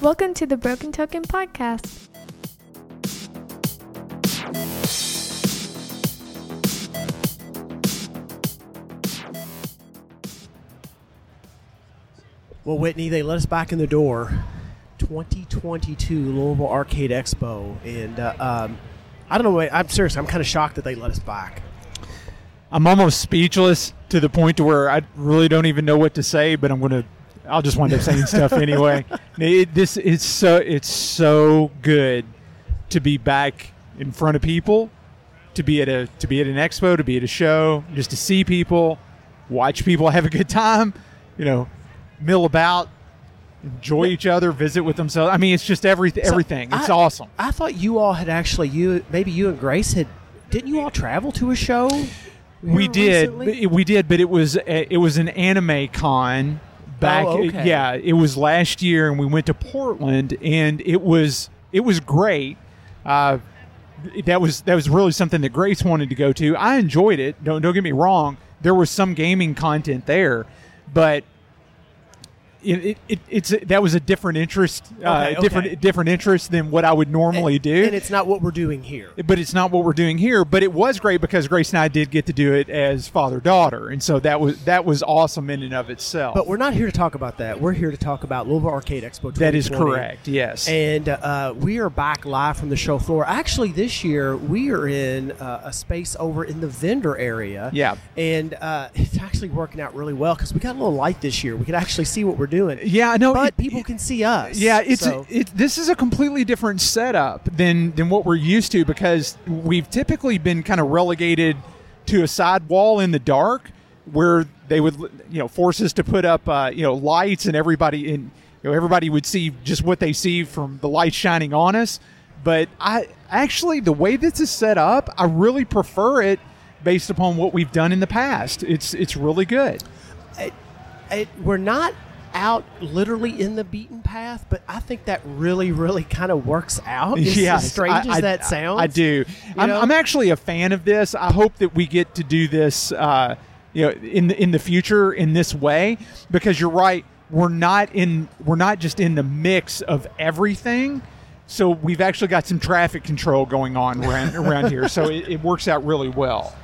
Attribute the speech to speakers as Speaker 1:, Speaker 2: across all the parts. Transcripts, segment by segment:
Speaker 1: Welcome to the Broken Token Podcast.
Speaker 2: Well, Whitney, they let us back in the door. 2022 Louisville Arcade Expo, and uh, um, I don't know. wait, I'm serious. I'm kind of shocked that they let us back.
Speaker 3: I'm almost speechless to the point to where I really don't even know what to say, but I'm gonna. I'll just wind up saying stuff anyway. It, this it's so it's so good to be back in front of people, to be at a to be at an expo, to be at a show, just to see people, watch people have a good time, you know, mill about, enjoy each other, visit with themselves. I mean, it's just every everything. It's
Speaker 2: I-
Speaker 3: awesome.
Speaker 2: I thought you all had actually you maybe you and Grace had didn't you all travel to a show?
Speaker 3: We
Speaker 2: here
Speaker 3: did,
Speaker 2: recently?
Speaker 3: but it- we did, but it was a, it was an anime con back.
Speaker 2: Oh, okay.
Speaker 3: Yeah, it was last year, and we went to Portland, and it was it was great. Uh, that was that was really something that Grace wanted to go to. I enjoyed it. Don't don't get me wrong. There was some gaming content there, but it, it, it it's that was a different interest, uh,
Speaker 2: Okay, okay.
Speaker 3: different different interest than what I would normally do
Speaker 2: and it's not what we're doing here.
Speaker 3: but it's not what we're doing here. But it was great because Grace and I did get to do it as father daughter, and so that was that was awesome in and of itself.
Speaker 2: But we're not here to talk about that. We're here to talk about Louisville Arcade Expo. 2020.
Speaker 3: that is correct. Yes,
Speaker 2: And uh, we are back live from the show floor. Actually, this year we are in uh, a space over in the vendor area.
Speaker 3: Yeah.
Speaker 2: And uh, it's actually working out really well because we got a little light this year. We could actually see what we're doing.
Speaker 3: yeah, no,
Speaker 2: But
Speaker 3: it-
Speaker 2: people can see us.
Speaker 3: Yeah, it's
Speaker 2: So-
Speaker 3: it, this is a completely different setup than than what we're used to because we've typically been kind of relegated to a side wall in the dark where they would you know force us to put up uh, you know lights and everybody in you know everybody would see just what they see from the light shining on us. But I actually the way this is set up, I really prefer it based upon what we've done in the past. It's it's really good.
Speaker 2: it, we're not out literally in the beaten path, but I think that really, really kind of works out. It's
Speaker 3: Yes,
Speaker 2: as strange
Speaker 3: I-
Speaker 2: as
Speaker 3: I-
Speaker 2: that sounds.
Speaker 3: I do. I'm,
Speaker 2: know?
Speaker 3: I'm actually a fan of this. I hope that we get to do this, uh, you know, in the, in the future in this way because you're right. We're not in. We're not just in the mix of everything. So we've actually got some traffic control going on around, around here. So it, it works out really well.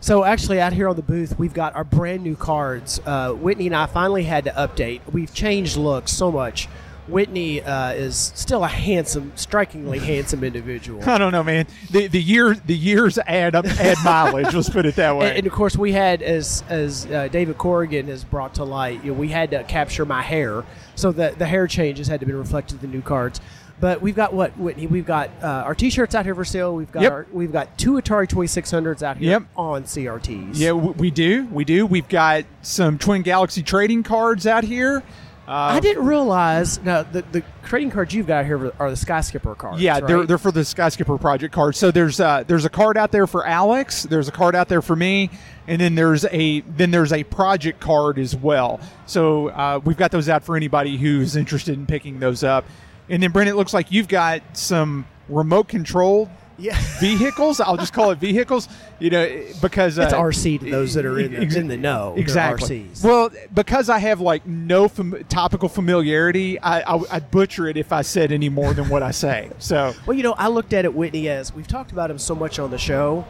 Speaker 2: So actually, out here on the booth, we've got our brand new cards. Uh, Whitney and I finally had to update. We've changed looks so much. Whitney uh, is still a handsome, strikingly handsome individual.
Speaker 3: I don't know, man. The the year the years add up add mileage. Let's put it that way.
Speaker 2: And, and of course, we had as as uh, David Corrigan has brought to light, you know, we had to capture my hair, so the the hair changes had to be reflected in the new cards. But we've got what Whitney? We've got uh, our T-shirts out here for sale. We've got
Speaker 3: Yep.
Speaker 2: our, we've got two Atari Twenty Six Hundreds out here
Speaker 3: Yep.
Speaker 2: on CRTs.
Speaker 3: Yeah, w- we uh, do. We do. We've got some Twin Galaxy trading cards out here. Uh,
Speaker 2: I didn't realize. Now the, the trading cards you've got here are the Skyskipper cards.
Speaker 3: yeah,
Speaker 2: right?
Speaker 3: they're, they're for the Skyskipper project cards. So there's uh, there's a card out there for Alex. There's a card out there for me, and then there's a then there's a project card as well. So uh, we've got those out for anybody who's interested in picking those up. And then Brent, it looks like you've got some remote controlled
Speaker 2: Yeah.
Speaker 3: vehicles. I'll just call it vehicles. You know, because uh,
Speaker 2: it's RC to those that are in the,
Speaker 3: ex-
Speaker 2: in the know. Oh, They're
Speaker 3: Exactly.
Speaker 2: RCs.
Speaker 3: Well, because I have like no fam- topical familiarity, I, I, I'd butcher it if I said any more than what I say. So
Speaker 2: Well, you know, I looked at it, Whitney, as we've talked about him so much on the show,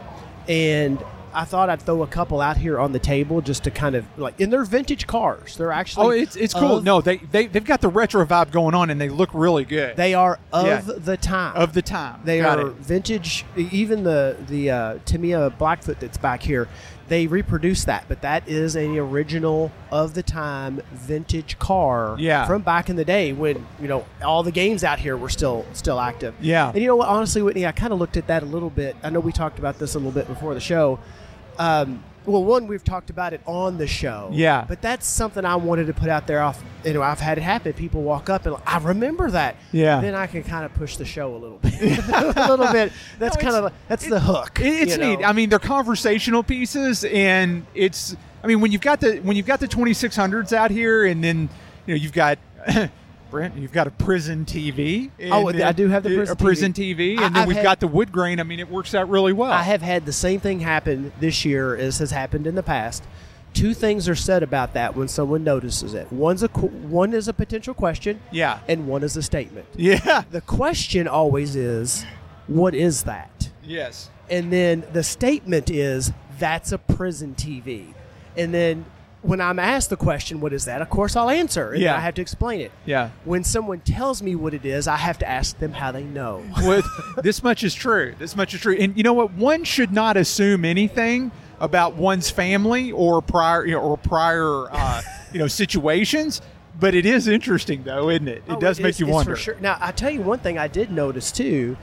Speaker 2: and I thought I'd throw a couple out here on the table just to kind of like, and they're vintage cars. They're actually
Speaker 3: Oh, it's it's cool.
Speaker 2: of-
Speaker 3: no, they they they've got the retro vibe going on, and they look really good.
Speaker 2: they are of
Speaker 3: Yeah.
Speaker 2: the time.
Speaker 3: of the time.
Speaker 2: they
Speaker 3: Got
Speaker 2: are
Speaker 3: it.
Speaker 2: vintage. Even the the uh, Tamiya Blackfoot that's back here, they reproduce that, but that is an original of the time vintage car
Speaker 3: Yeah.
Speaker 2: from back in the day when you know all the games out here were still still active.
Speaker 3: Yeah.
Speaker 2: And you know what? Honestly, Whitney, I kind of looked at that a little bit. I know we talked about this a little bit before the show. Um, well, one, we've talked about it on the show.
Speaker 3: Yeah.
Speaker 2: But that's something I wanted to put out there. Off, you know, I've had it happen. People walk up and like, I remember that.
Speaker 3: Yeah.
Speaker 2: Then I can kind of push the show a little bit. a little bit. That's
Speaker 3: No, it's-
Speaker 2: kind of like- that's the hook.
Speaker 3: It- it's
Speaker 2: you know?
Speaker 3: neat. I mean, they're conversational pieces, and it's. I mean, when you've got the when you've got the twenty six hundreds out here, and then you know you've got. Brent, you've got a prison TV. and
Speaker 2: Oh,
Speaker 3: then-
Speaker 2: I do have the
Speaker 3: a
Speaker 2: prison TV.
Speaker 3: prison TV,
Speaker 2: I-
Speaker 3: and then
Speaker 2: I've
Speaker 3: we've
Speaker 2: had-
Speaker 3: got the wood grain. I mean, it works out really well.
Speaker 2: I have had the same thing happen this year as has happened in the past two things are said about that when someone notices it. One's a qu- one is a potential question,
Speaker 3: Yeah.
Speaker 2: and one is a statement.
Speaker 3: Yeah.
Speaker 2: The question always is, "What is that?"
Speaker 3: Yes.
Speaker 2: And then the statement is, that's a prison TV. And then when I'm asked the question, what is that? Of course, I'll answer. And then
Speaker 3: Yeah.
Speaker 2: I have to explain it.
Speaker 3: Yeah.
Speaker 2: When someone tells me what it is, I have to ask them how they know.
Speaker 3: with this much is true. This much is true. And you know what? One should not assume anything about one's family or prior you know, or prior uh, you know situations. But it is interesting, though, isn't it? It
Speaker 2: Oh,
Speaker 3: does make
Speaker 2: is-
Speaker 3: you
Speaker 2: it's
Speaker 3: wonder.
Speaker 2: For sure. Now, I tell you one thing I did notice too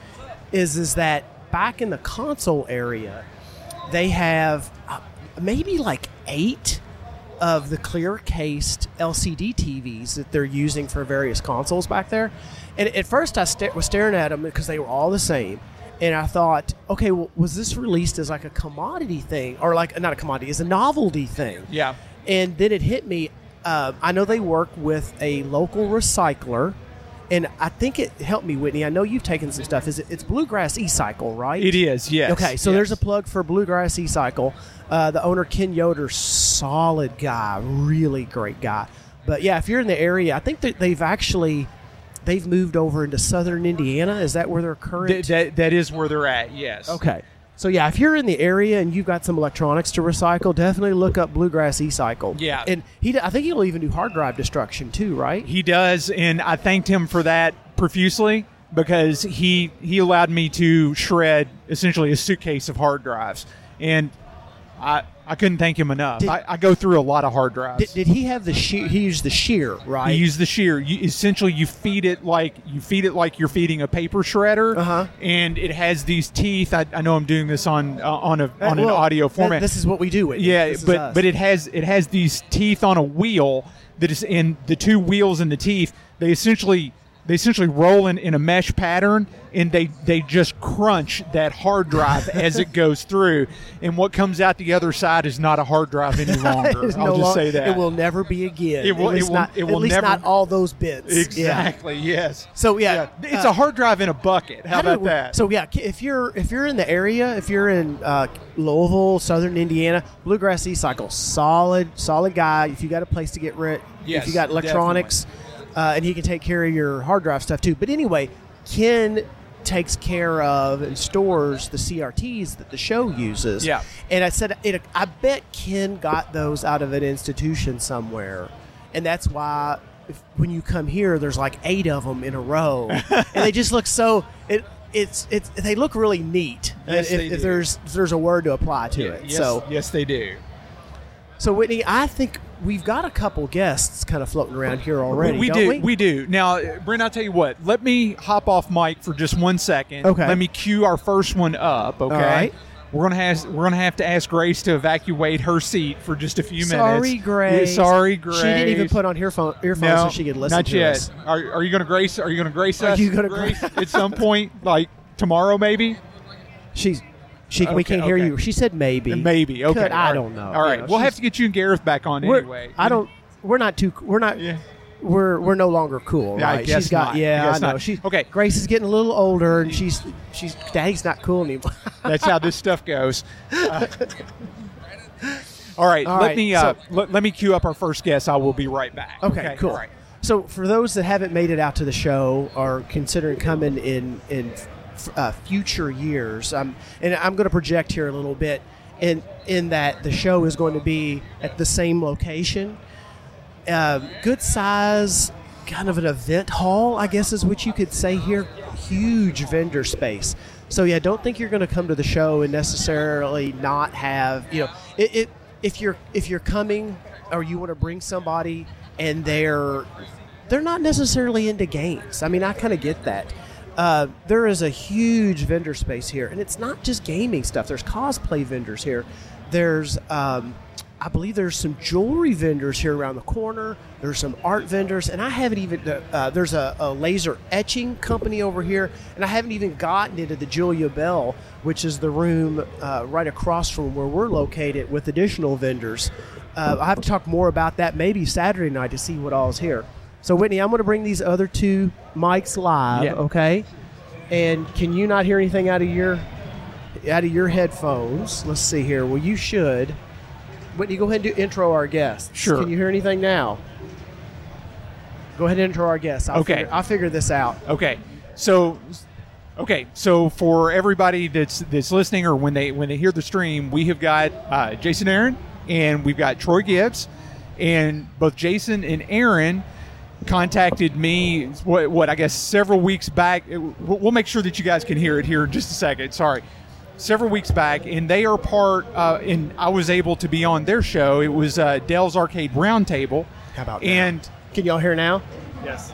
Speaker 2: is is that back in the console area, they have uh, maybe like eight of the clear cased LCD TVs that they're using for various consoles back there. And at first, I sta- was staring at them because they were all the same. And I thought, okay, well, was this released as like a commodity thing, or like not a commodity, as a novelty thing?
Speaker 3: Yeah.
Speaker 2: And then it hit me. Uh, I know they work with a local recycler, and I think it helped me, Whitney. I know you've taken some stuff. Is it, it's Bluegrass E-Cycle, right?
Speaker 3: It is. Yes.
Speaker 2: Okay, so
Speaker 3: Yes.
Speaker 2: there's a plug for Bluegrass E-Cycle. Uh, the owner Ken Yoder, solid guy, really great guy. But yeah, if you're in the area, I think that they've actually they've moved over into southern Indiana. Is that where they're current?
Speaker 3: Th- that that is where they're at. Yes.
Speaker 2: Okay. So yeah, if you're in the area and you've got some electronics to recycle, definitely look up Bluegrass E-Cycle.
Speaker 3: Yeah.
Speaker 2: and he, I think he'll even do hard drive destruction too, right?
Speaker 3: He does, and I thanked him for that profusely because he he allowed me to shred essentially a suitcase of hard drives, and I I couldn't thank him enough.
Speaker 2: Did-
Speaker 3: I, I go through a lot of hard drives.
Speaker 2: Did, did he have the shear? He used the shear, right?
Speaker 3: you use the shear. You, essentially, you feed it like you feed it like you're feeding a paper shredder,
Speaker 2: Uh-huh.
Speaker 3: and it has these teeth. I, I know I'm doing this on uh, on a
Speaker 2: Uh,
Speaker 3: on an
Speaker 2: well,
Speaker 3: audio
Speaker 2: th-
Speaker 3: format.
Speaker 2: this is what we do. Whitney.
Speaker 3: Yeah,
Speaker 2: This is
Speaker 3: but
Speaker 2: us.
Speaker 3: but it has it has these teeth on a wheel that is in the two wheels and the teeth. They essentially they essentially roll in, in a mesh pattern and they they just crunch that hard drive as it goes through. And what comes out the other side is not a hard drive any longer.
Speaker 2: It's
Speaker 3: I'll
Speaker 2: no
Speaker 3: just
Speaker 2: long-
Speaker 3: say that
Speaker 2: it will never be again.
Speaker 3: It will-
Speaker 2: At least
Speaker 3: it will-
Speaker 2: not,
Speaker 3: it
Speaker 2: at
Speaker 3: will
Speaker 2: least
Speaker 3: never-
Speaker 2: not all those bits. Yeah.
Speaker 3: exactly yes.
Speaker 2: So yeah,
Speaker 3: it's
Speaker 2: uh,
Speaker 3: a hard drive in a bucket. How,
Speaker 2: How
Speaker 3: about
Speaker 2: did it-
Speaker 3: that?
Speaker 2: So yeah, if you're if you're in the area, if you're in uh, Louisville, Southern Indiana, Bluegrass E-Cycle, solid solid guy. If you got a place to get rent, if
Speaker 3: Yes,
Speaker 2: you got electronics, uh, and he can take care of your hard drive stuff too. But anyway, Ken takes care of and stores the CRTs that the show uses.
Speaker 3: Yeah.
Speaker 2: and I said, it, I bet Ken got those out of an institution somewhere, and that's why. If, when you come here, there's like eight of them in a row, and they just look so. It, it's it's they look really neat.
Speaker 3: Yes,
Speaker 2: if,
Speaker 3: they
Speaker 2: if
Speaker 3: do.
Speaker 2: there's if there's a word to apply to it.
Speaker 3: yes,
Speaker 2: So
Speaker 3: yes, they do.
Speaker 2: so Whitney, I think we've got a couple guests kind of floating around here already.
Speaker 3: We
Speaker 2: don't
Speaker 3: do.
Speaker 2: We?
Speaker 3: do. Now, Brent, I'll tell you what. Let me hop off mic for just one second.
Speaker 2: Okay.
Speaker 3: Let me cue our first one up. Okay.
Speaker 2: right.
Speaker 3: We're gonna have we're gonna have to ask Grace to evacuate her seat for just a few minutes.
Speaker 2: sorry, Grace.
Speaker 3: Yeah, sorry, Grace.
Speaker 2: She didn't even put on earphone, earphones
Speaker 3: no,
Speaker 2: so she could listen
Speaker 3: Not
Speaker 2: to
Speaker 3: yet.
Speaker 2: us.
Speaker 3: Are, are you gonna Grace? Are you gonna Grace
Speaker 2: Are
Speaker 3: us?
Speaker 2: you gonna
Speaker 3: Grace at some point, like tomorrow, maybe?
Speaker 2: She's she we
Speaker 3: Okay,
Speaker 2: can't hear
Speaker 3: okay.
Speaker 2: you. She said maybe.
Speaker 3: Maybe. Okay.
Speaker 2: Could-
Speaker 3: all
Speaker 2: I
Speaker 3: right.
Speaker 2: don't know.
Speaker 3: All right.
Speaker 2: You know,
Speaker 3: we'll have
Speaker 2: she's-
Speaker 3: to get you and Gareth back on
Speaker 2: we're-
Speaker 3: anyway.
Speaker 2: I don't. We're not too. We're not.
Speaker 3: Yeah.
Speaker 2: We're we're no longer cool,
Speaker 3: Yeah, I
Speaker 2: right?
Speaker 3: guess
Speaker 2: she's got
Speaker 3: not. I
Speaker 2: yeah,
Speaker 3: guess
Speaker 2: know.
Speaker 3: not.
Speaker 2: She's
Speaker 3: Okay.
Speaker 2: Grace is getting a little older, and she's she's daddy's not cool anymore.
Speaker 3: That's how this stuff goes. Uh, all right,
Speaker 2: All
Speaker 3: let
Speaker 2: right,
Speaker 3: me uh,
Speaker 2: so-
Speaker 3: let, let me queue up our first guest. I will be right back.
Speaker 2: Okay, cool.
Speaker 3: all right.
Speaker 2: So for those that haven't made it out to the show or considering coming in in f- uh, future years, um, and I'm going to project here a little bit, in in that the show is going to be at the same location, um, good size, kind of an event hall, I guess is what you could say here. Huge vendor space. So yeah, don't think you're going to come to the show and necessarily not have you know it, it. If you're if you're coming or you want to bring somebody and they're they're not necessarily into games. I mean, I kind of get that. Uh, there is a huge vendor space here, and it's not just gaming stuff. There's cosplay vendors here. There's, um, I believe, there's some jewelry vendors here around the corner. There's some art vendors, and I haven't even. Uh, there's a, a laser etching company over here, and I haven't even gotten into the Julia Bell, which is the room uh, right across from where we're located, with additional vendors. Uh, I have to talk more about that maybe Saturday night to see what all's here. So Whitney, I'm going to bring these other two mics live,
Speaker 3: Yeah.
Speaker 2: okay? And can you not hear anything out of your out of your headphones? Let's see here. Well, you should. Whitney, go ahead and do intro our guests.
Speaker 3: Sure.
Speaker 2: Can you hear anything now? Go ahead and intro our guests. I'll
Speaker 3: Okay.
Speaker 2: Figure, I'll figure this out.
Speaker 3: Okay. So okay, so for everybody that's that's listening or when they when they hear the stream, we have got uh, Jason Aaron and we've got Troy Gibbs and both Jason and Aaron contacted me what, what I guess several weeks back It- we'll- we'll make sure that you guys can hear it here in just a second sorry several weeks back and they are part uh, and I was able to be on their show it was uh, Dell's Arcade Roundtable
Speaker 2: How about now?
Speaker 3: and
Speaker 2: Can y'all hear now?
Speaker 4: Yes.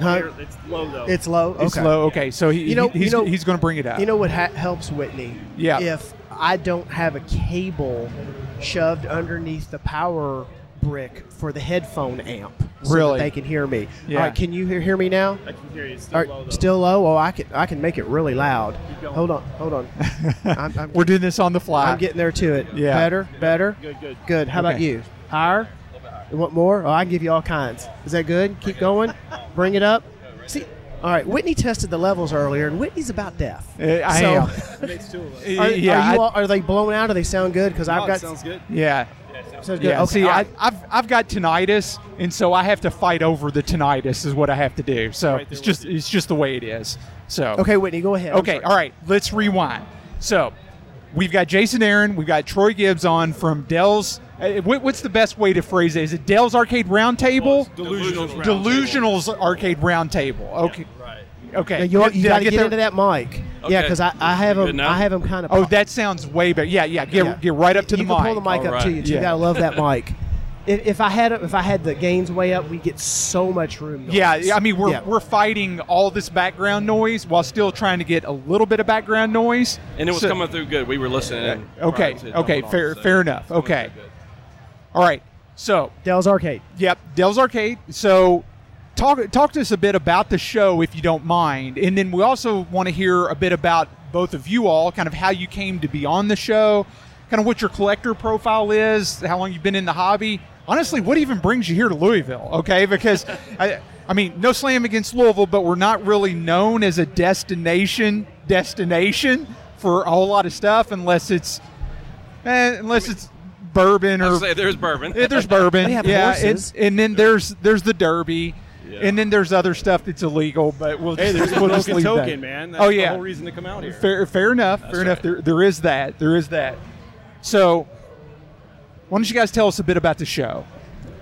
Speaker 2: Huh?
Speaker 4: Here, It's low though.
Speaker 2: It's low. Okay.
Speaker 3: it's low okay so he,
Speaker 2: You know-
Speaker 3: he's,
Speaker 2: you know-
Speaker 3: he's gonna bring it up
Speaker 2: You know what ha- helps Whitney?
Speaker 3: Yeah.
Speaker 2: If I don't have a cable shoved underneath the power brick for the headphone amp, so that
Speaker 3: Really?
Speaker 2: they can hear me.
Speaker 3: Yeah.
Speaker 2: All right, can you hear, hear me now?
Speaker 4: I can hear you. It's Still
Speaker 2: All right,
Speaker 4: low though.
Speaker 2: still low. Oh, I can I can make it really loud.
Speaker 4: Keep going.
Speaker 2: Hold on, hold on. I'm, I'm,
Speaker 3: We're doing this on the fly.
Speaker 2: I'm getting there to it.
Speaker 3: Yeah.
Speaker 2: Better, better.
Speaker 4: Good, good.
Speaker 2: Good. How about
Speaker 3: Okay.
Speaker 2: you? Higher? You want more? Oh, I can give you all kinds. Is that good? Keep going. Bring it up. See, all right. Whitney tested the levels earlier, and Whitney's about deaf.
Speaker 3: Uh, I
Speaker 2: So-
Speaker 3: am.
Speaker 4: It makes two of us.
Speaker 2: Are,
Speaker 3: yeah,
Speaker 2: are, you
Speaker 3: I-
Speaker 2: all, are they blown out? Do they sound good? Because
Speaker 4: Oh,
Speaker 2: I've
Speaker 4: it
Speaker 2: got
Speaker 4: sounds good.
Speaker 3: yeah,
Speaker 2: sounds good.
Speaker 3: yeah.
Speaker 2: Okay,
Speaker 3: See,
Speaker 2: all
Speaker 3: I,
Speaker 2: right.
Speaker 3: I've I've got tinnitus, and so I have to fight over the tinnitus is what I have to do. So
Speaker 4: Right there
Speaker 3: it's
Speaker 4: with
Speaker 3: just
Speaker 4: you.
Speaker 3: it's just the way it is. So
Speaker 2: okay, Whitney, go ahead. I'm
Speaker 3: okay,
Speaker 2: sorry.
Speaker 3: all right. Let's rewind. So we've got Jason Aaron, we've got Troy Gibbs on from Dell's. uh, what- What's the best way to phrase it? Is it Dell's Arcade Roundtable?
Speaker 4: Delusionals Roundtable.
Speaker 3: Delusionals Arcade Roundtable. Okay,
Speaker 4: Right.
Speaker 3: okay.
Speaker 2: Now, you all-
Speaker 3: Did-
Speaker 2: you
Speaker 3: did I
Speaker 2: got to get,
Speaker 3: there?
Speaker 2: into that mic. Yeah,
Speaker 5: Okay.
Speaker 2: because I, I have
Speaker 5: Good
Speaker 2: them.
Speaker 5: now?
Speaker 2: I have them kind of.
Speaker 3: Oh, that sounds way better. Yeah, yeah. Get
Speaker 2: Yeah.
Speaker 3: get right up to
Speaker 2: you
Speaker 3: the
Speaker 2: can
Speaker 3: mic.
Speaker 2: pull the mic up to
Speaker 5: Alright.
Speaker 2: you. Too.
Speaker 3: Yeah.
Speaker 2: You gotta love that mic. If, if I had if I had the gains way up, we get so much room. Noise.
Speaker 3: Yeah, I mean we're
Speaker 2: Yeah.
Speaker 3: we're fighting all this background noise while still trying to get a little bit of background noise.
Speaker 5: And it was
Speaker 3: So-
Speaker 5: coming through good. We were listening.
Speaker 3: Okay,
Speaker 5: prior to
Speaker 3: okay,
Speaker 5: jumping on,
Speaker 3: fair- fair
Speaker 5: it
Speaker 3: enough,
Speaker 5: was coming
Speaker 3: okay.
Speaker 5: through good.
Speaker 3: All right. So,
Speaker 2: Dell's Arcade.
Speaker 3: yep, Dell's Arcade. So, talk talk to us a bit about the show if you don't mind, and then we also want to hear a bit about both of you all, kind of how you came to be on the show, kind of what your collector profile is, how long you've been in the hobby. Honestly, what even brings you here to Louisville? Okay, because I, I mean, no slam against Louisville, but we're not really known as a destination destination for a whole lot of stuff, unless it's eh, unless it's bourbon
Speaker 5: I
Speaker 3: or
Speaker 5: was gonna say, there's bourbon.
Speaker 3: yeah, there's bourbon.
Speaker 2: They have
Speaker 3: yeah,
Speaker 2: horses.
Speaker 3: it's- and then there's there's the derby,
Speaker 5: Yeah.
Speaker 3: and then there's other stuff that's illegal. But we'll
Speaker 4: Hey,
Speaker 3: just,
Speaker 4: there's
Speaker 3: we'll
Speaker 4: a
Speaker 3: just
Speaker 4: token,
Speaker 3: leave
Speaker 4: token,
Speaker 3: that.
Speaker 4: man. That's
Speaker 3: Oh yeah,
Speaker 4: The whole reason to come out here.
Speaker 3: fair fair enough. fair enough.
Speaker 5: right.
Speaker 3: There there is that. There is that. So, why don't you guys tell us a bit about the show?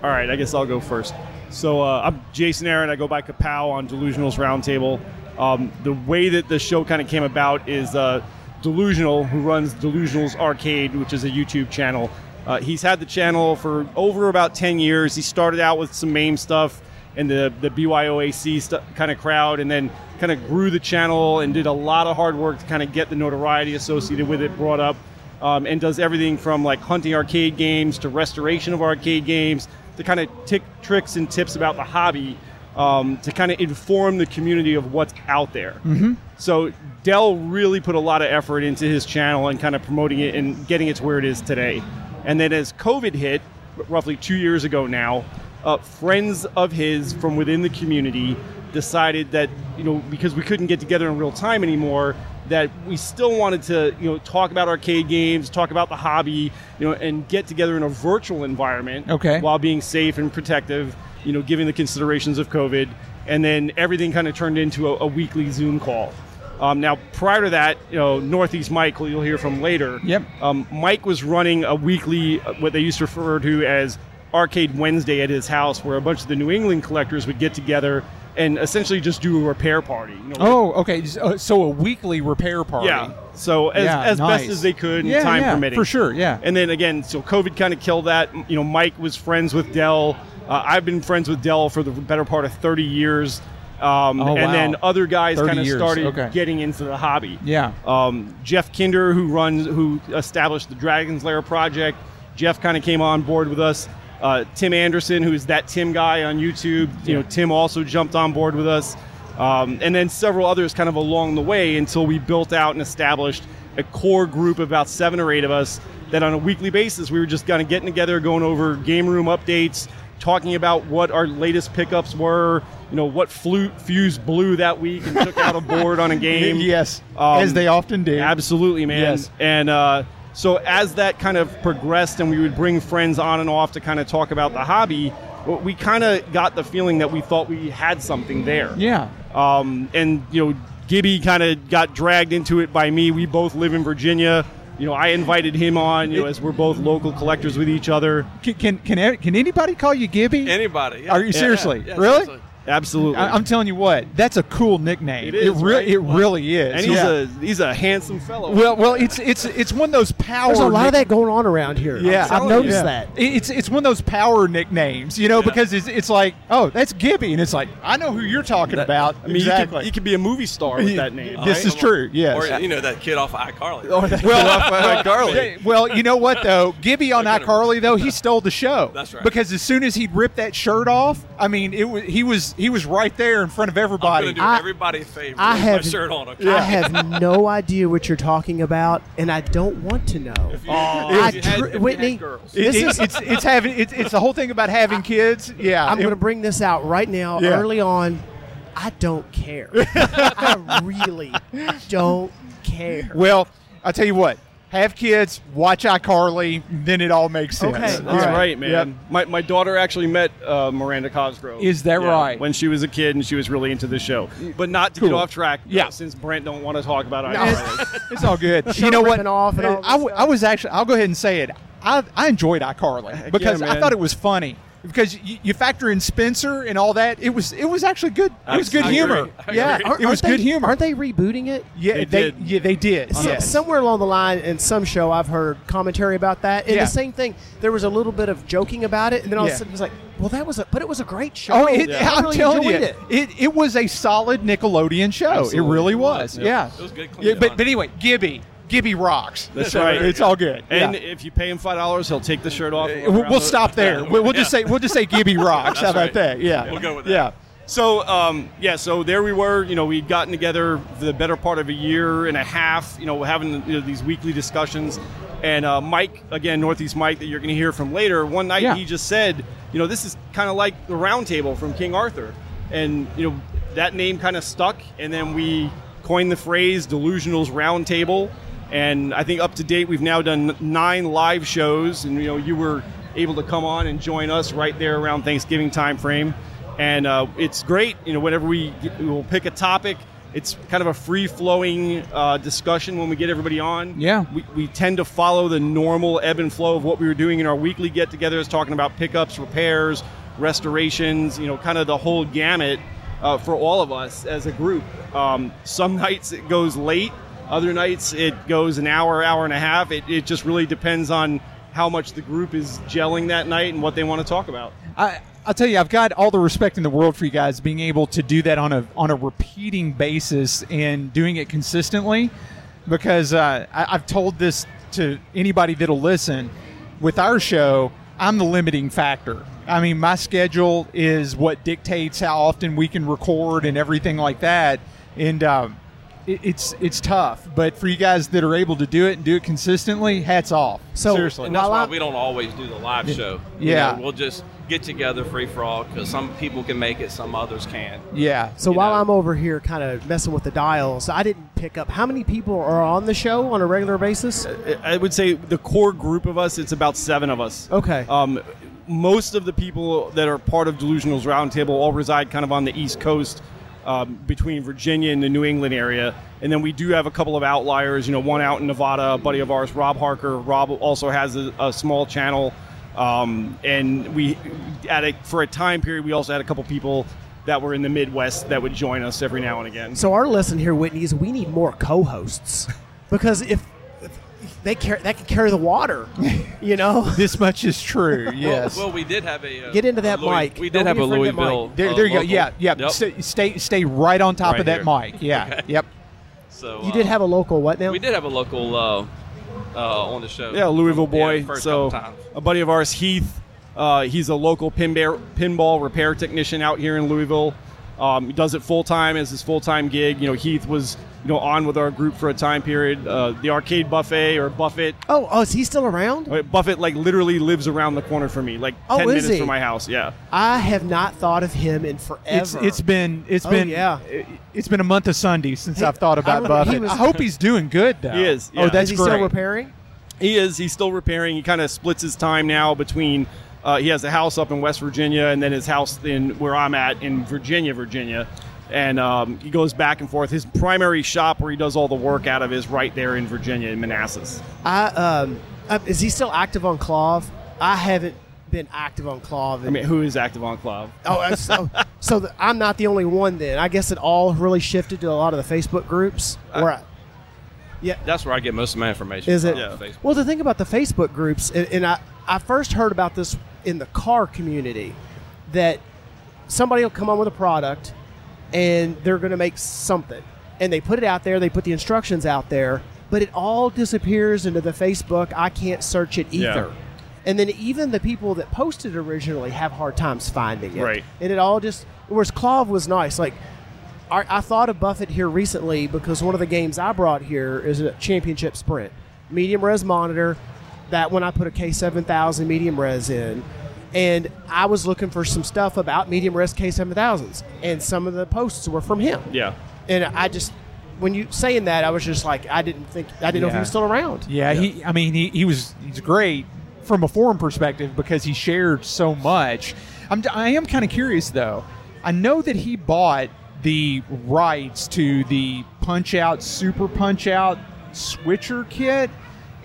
Speaker 4: All right, I guess I'll go first. So uh, I'm Jason Aaron. I go by Kapow on Delusionals Roundtable. Um, the way that the show kind of came about is uh, Delusional, who runs Delusionals Arcade, which is a YouTube channel. Uh, he's had the channel for over about 10 years. He started out with some MAME stuff and the, the BYOAC stu- kind of crowd, and then kind of grew the channel and did a lot of hard work to kind of get the notoriety associated with it brought up um, and does everything from like hunting arcade games to restoration of arcade games to kind of tick tricks and tips about the hobby um, to kind of inform the community of what's out there.
Speaker 3: Mm-hmm.
Speaker 4: So Dell really put a lot of effort into his channel and kind of promoting it and getting it to where it is today. And then as COVID hit, r- roughly two years ago now, uh, friends of his from within the community decided that you know because we couldn't get together in real time anymore that we still wanted to you know talk about arcade games talk about the hobby you know and get together in a virtual environment
Speaker 3: Okay.
Speaker 4: while being safe and protective you know given the considerations of covid and then everything kind of turned into a, a weekly zoom call um, now prior to that you know northeast mike who you'll hear from later
Speaker 3: Yep.
Speaker 4: um, Mike was running a weekly, uh, what they used to refer to as Arcade Wednesday at his house, where a bunch of the New England collectors would get together and essentially just do a repair party. You know,
Speaker 3: Oh, okay. So so a weekly repair party.
Speaker 4: yeah. So as,
Speaker 3: Yeah,
Speaker 4: as
Speaker 3: nice.
Speaker 4: best as they could,
Speaker 3: Yeah,
Speaker 4: time
Speaker 3: yeah,
Speaker 4: permitting,
Speaker 3: for sure, yeah.
Speaker 4: And then again, so COVID kind of killed that. M- You know, Mike was friends with Dell. Uh, I've been friends with Dell for the better part of thirty years. Um,
Speaker 3: Oh,
Speaker 4: and
Speaker 3: wow.
Speaker 4: then other guys
Speaker 3: 30
Speaker 4: kind of
Speaker 3: years,
Speaker 4: started
Speaker 3: okay.
Speaker 4: getting into the hobby.
Speaker 3: Yeah.
Speaker 4: Um, Jeff Kinder, who runs, who established the Dragon's Lair project, Jeff kind of came on board with us. Uh, Tim Anderson, who is that Tim guy on YouTube, you know, Tim also jumped on board with us, um, and then several others kind of along the way until we built out and established a core group of about seven or eight of us that on a weekly basis we were just kind of getting together, going over game room updates, talking about what our latest pickups were, you know, what flute fuse blew that week and took out a board on a game.
Speaker 3: Yes,
Speaker 4: Um,
Speaker 3: as they often do.
Speaker 4: Absolutely, man.
Speaker 3: Yes.
Speaker 4: And uh, So as that kind of progressed, and we would bring friends on and off to kind of talk about the hobby, w- we kind of got the feeling that we thought we had something there.
Speaker 3: Yeah.
Speaker 4: Um, and you know, Gibby kind of got dragged into it by me. We both live in Virginia. You know, I invited him on. You know, as we're both local collectors with each other.
Speaker 3: Can can can, can anybody call you Gibby?
Speaker 5: Anybody?
Speaker 3: Are you seriously?
Speaker 5: yeah,
Speaker 3: Really?
Speaker 5: seriously.
Speaker 4: Absolutely.
Speaker 3: I, I'm telling you what, that's a cool nickname.
Speaker 4: It is,
Speaker 3: It, re-
Speaker 4: right?
Speaker 3: it really is.
Speaker 4: and he's
Speaker 3: yeah.
Speaker 4: a he's a handsome fellow.
Speaker 3: well, well, it's it's it's one of those power.
Speaker 2: There's a lot of
Speaker 3: nick-
Speaker 2: that going on around here.
Speaker 3: Yeah,
Speaker 2: I've
Speaker 4: telling you.
Speaker 2: noticed
Speaker 4: Yeah.
Speaker 2: that.
Speaker 3: It- It's it's one of those power nicknames, you know, because it's, it's like, oh, that's Gibby, and it's like, I know who you're talking
Speaker 4: That-
Speaker 3: about.
Speaker 4: I mean,
Speaker 3: exactly.
Speaker 4: you, could, you could be a movie star with that name.
Speaker 3: This
Speaker 5: Right?
Speaker 3: is true. Yes. Oh,
Speaker 5: Or you know that kid off of iCarly.
Speaker 3: well,
Speaker 5: iCarly.
Speaker 3: yeah, well, you know what though, Gibby on iCarly though he stole the show.
Speaker 5: That's right.
Speaker 3: Because as soon as he'd ripped that shirt off, I mean, it was he was he was right there in front of
Speaker 5: I'm
Speaker 3: everybody.
Speaker 5: gonna do
Speaker 2: I-
Speaker 5: everybody a favor.
Speaker 2: I
Speaker 5: with
Speaker 2: have-
Speaker 5: my shirt on. Okay?
Speaker 2: I have no idea what you're talking about, and I don't want to know.
Speaker 5: Oh.
Speaker 2: I
Speaker 5: If you had-
Speaker 2: tr-
Speaker 5: if you had
Speaker 2: Whitney,
Speaker 5: girls.
Speaker 3: It-
Speaker 2: this
Speaker 3: it-
Speaker 2: is.
Speaker 3: it's it's having it's, it's the whole thing about having kids. Yeah,
Speaker 2: I'm
Speaker 3: It-
Speaker 2: going to bring this out right now,
Speaker 3: Yeah.
Speaker 2: Uh, early on. I don't care. I really don't care.
Speaker 3: Well, I tell you what, have kids, watch iCarly, then it all makes sense.
Speaker 2: Okay.
Speaker 4: That's
Speaker 2: All
Speaker 4: right,
Speaker 2: right.
Speaker 4: man.
Speaker 3: Yep.
Speaker 4: My, my daughter actually met uh, Miranda Cosgrove.
Speaker 3: Is that
Speaker 4: Yeah,
Speaker 3: right?
Speaker 4: When she was a kid and she was really into the show. But not to
Speaker 3: Cool.
Speaker 4: get off track. uh,
Speaker 3: Yeah.
Speaker 4: Since Brent don't want to talk about it.
Speaker 3: It's, it's all good. you
Speaker 2: Shirt
Speaker 3: know what?
Speaker 2: ripping off and all this
Speaker 3: I, w- I was actually. I'll go ahead and say it. I, I enjoyed iCarly because I
Speaker 4: man.
Speaker 3: thought it was funny. Because you, you factor in Spencer and all that, it was it was actually good. It was good
Speaker 5: I
Speaker 3: humor.
Speaker 5: agree. I
Speaker 3: Yeah,
Speaker 5: agree.
Speaker 2: Aren't-
Speaker 3: it was
Speaker 2: aren't
Speaker 3: good
Speaker 2: they-
Speaker 3: humor.
Speaker 2: Aren't they rebooting it?
Speaker 3: yeah,
Speaker 4: They
Speaker 3: they,
Speaker 4: did.
Speaker 3: yeah they did.
Speaker 2: So-
Speaker 3: yes.
Speaker 2: Somewhere along the line in some show, I've heard commentary about that. And
Speaker 3: Yeah.
Speaker 2: the same thing, there was a little bit of joking about it, and then all of
Speaker 3: Yeah.
Speaker 2: a sudden it was like, well, that was a, but it was a great show.
Speaker 3: Oh, it,
Speaker 2: I
Speaker 3: I'm
Speaker 2: really
Speaker 3: telling you,
Speaker 2: enjoyed
Speaker 3: it.
Speaker 2: it.
Speaker 3: it was a solid Nickelodeon show.
Speaker 4: Absolutely.
Speaker 3: Oh, It really was.
Speaker 4: Yep.
Speaker 3: Yeah,
Speaker 5: It was good, clean
Speaker 3: Yeah, but
Speaker 5: fun.
Speaker 3: but anyway, Gibby, Gibby rocks.
Speaker 4: That's
Speaker 3: So
Speaker 4: right.
Speaker 3: It's all good.
Speaker 4: And
Speaker 3: Yeah. Uh,
Speaker 4: if you pay him five dollars, he'll take the shirt off. and
Speaker 3: we'll,
Speaker 4: walk
Speaker 3: we'll
Speaker 4: around the-
Speaker 3: stop there. We'll, we'll just
Speaker 5: Yeah.
Speaker 3: say we'll just say Gibby rocks. How
Speaker 5: That's
Speaker 3: about
Speaker 5: right.
Speaker 3: that? Yeah,
Speaker 5: We'll go with that.
Speaker 3: Yeah,
Speaker 4: So um, yeah, so there we were. You know, we'd gotten together for the better part of a year and a half. You know, having you know, these weekly discussions. And uh, Mike, again, Northeast Mike, that you're going to hear from later. One night
Speaker 3: Yeah.
Speaker 4: he just said, you know, this is kind of like the round table from King Arthur, and you know that name kind of stuck. And then we coined the phrase "delusionals round table." And I think up to date, we've now done nine live shows, and you know, you were able to come on and join us right there around Thanksgiving time frame and uh, it's great. You know, whenever we get, we'll pick a topic, it's kind of a free flowing uh, discussion when we get everybody on.
Speaker 3: Yeah.
Speaker 4: we, we tend to follow the normal ebb and flow of what we were doing in our weekly get-togethers, talking about pickups, repairs, restorations. You know, kind of the whole gamut uh, for all of us as a group. Um, some nights it goes late. Other nights it goes an hour, hour and a half. It, it just really depends on how much the group is gelling that night and what they want to talk about.
Speaker 3: I, I'll tell you, I've got all the respect in the world for you guys being able to do that on a on a repeating basis and doing it consistently, because uh, I, I've told this to anybody that'll listen. With our show, I'm the limiting factor. I mean, my schedule is what dictates how often we can record and everything like that, and. Um, it- it's it's tough, but for you guys that are able to do it and do it consistently, hats off.
Speaker 2: So-
Speaker 3: Seriously,
Speaker 5: And that's
Speaker 2: While
Speaker 5: why
Speaker 2: I'm-
Speaker 5: we don't always do the live show. You
Speaker 3: Yeah.
Speaker 5: know, we'll just get together free for all because some people can make it, some others can't.
Speaker 3: yeah.
Speaker 2: So
Speaker 5: you
Speaker 2: while
Speaker 5: know.
Speaker 2: I'm over here kind of messing with the dials, I didn't pick up how many people are on the show on a regular basis.
Speaker 4: I would say the core group of us, it's about seven of us.
Speaker 2: Okay.
Speaker 4: Um, most of the people that are part of Delusionals Roundtable all reside kind of on the East Coast um, between Virginia and the New England area. And then we do have a couple of outliers, you know, one out in Nevada, a buddy of ours, Rob Harker. Rob also has a, a small channel. Um, and we, at a, for a time period, we also had a couple people that were in the Midwest that would join us every now and again.
Speaker 2: So our lesson here, Whitney, is we need more co-hosts because if, if they car- that can carry the water, you know.
Speaker 3: This much is true. Yes.
Speaker 5: Well, well, we did have a. Uh,
Speaker 2: Get into that
Speaker 5: a Louis-
Speaker 2: mic.
Speaker 5: We
Speaker 2: Don't
Speaker 5: did have
Speaker 2: be
Speaker 5: a
Speaker 2: afraid of that
Speaker 5: Louisville.
Speaker 2: mic.
Speaker 3: there,
Speaker 5: uh,
Speaker 3: there you go.
Speaker 5: local-
Speaker 3: Yeah, yeah.
Speaker 5: Yep.
Speaker 3: Stay, stay, stay right on top
Speaker 4: Right
Speaker 3: of that
Speaker 4: here.
Speaker 3: mic. Yeah, yep.
Speaker 5: So,
Speaker 2: you
Speaker 5: uh,
Speaker 2: did have a local what now?
Speaker 5: We did have a local uh, uh, on the show.
Speaker 4: Yeah, Louisville boy.
Speaker 5: Yeah, first
Speaker 4: so
Speaker 5: couple times.
Speaker 4: a buddy of ours, Heath. Uh, he's a local pin bear, pinball repair technician out here in Louisville. Um, he does it full time as his full time gig. You know, Heath was you know on with our group for a time period. Uh, the arcade buffet or Buffett.
Speaker 2: Oh, oh, is he still around?
Speaker 4: Wait, Buffett like literally lives around the corner from me, like
Speaker 2: Oh,
Speaker 4: ten
Speaker 2: is
Speaker 4: minutes
Speaker 2: he?
Speaker 4: from my house. Yeah.
Speaker 2: I have not thought of him in forever.
Speaker 3: It's it's been it's
Speaker 2: Oh,
Speaker 3: been
Speaker 2: yeah.
Speaker 3: it- it's been a month of Sundays since
Speaker 2: Hey,
Speaker 3: I've thought
Speaker 2: I
Speaker 3: about
Speaker 2: remember he
Speaker 3: Buffett.
Speaker 2: was-
Speaker 3: I hope he's doing good though.
Speaker 4: He is,
Speaker 3: Oh,
Speaker 4: yeah.
Speaker 3: that's
Speaker 2: is he
Speaker 3: great.
Speaker 2: still repairing?
Speaker 4: He is. He's still repairing. He kind of splits his time now between. Uh, he has a house up in West Virginia, and then his house in where I'm at in Virginia, Virginia. And um, he goes back and forth. His primary shop where he does all the work out of is right there in Virginia, in Manassas.
Speaker 2: I um, uh, is he still active on Clove? I haven't been active on Clove. in-
Speaker 4: I mean, who is active on Club?
Speaker 2: oh, uh, so, so the, I'm not the only one then. I guess it all really shifted to a lot of the Facebook groups. Where I,
Speaker 5: That's where I get most of my information.
Speaker 2: is it?
Speaker 5: from, Facebook.
Speaker 2: Well, the thing about the Facebook groups, and, and I, I first heard about this in the car community, that somebody will come on with a product and they're going to make something. And they put it out there, they put the instructions out there, but it all disappears into the Facebook. I can't search it
Speaker 4: Yeah.
Speaker 2: either. And then even the people that posted originally have hard times finding it.
Speaker 4: Right.
Speaker 2: And it all just, whereas Clove was nice. Like, I, I thought of Buffett here recently because one of the games I brought here is a championship sprint. Medium res monitor, that one I put a K7000 medium res in. And I was looking for some stuff about medium res K7000s. And some of the posts were from him.
Speaker 4: Yeah.
Speaker 2: And I just, when you saying that, I was just like, I didn't think, I didn't know if he
Speaker 3: Yeah.
Speaker 2: was still around.
Speaker 3: Yeah, he. I mean, he, he was he's great from a forum perspective because he shared so much. I'm I am kind of curious though. I know that he bought the rights to the Punch Out Super Punch Out Switcher kit,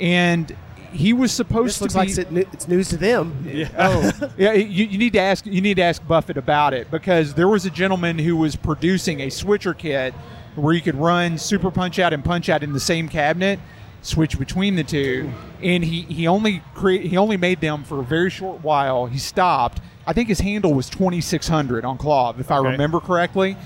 Speaker 3: and he was supposed
Speaker 2: This looks
Speaker 3: to
Speaker 2: like
Speaker 3: be.
Speaker 2: it's new- it's news to them. Yeah.
Speaker 3: Oh, yeah. You, you need to ask. You need to ask Buffett about it because there was a gentleman who was producing a switcher kit where you could run Super Punch Out and Punch Out in the same cabinet, switch between the two, and he he only create he only made them for a very short while. He stopped. I think his handle was twenty six hundred on Clav, if I
Speaker 4: Okay.
Speaker 3: remember correctly,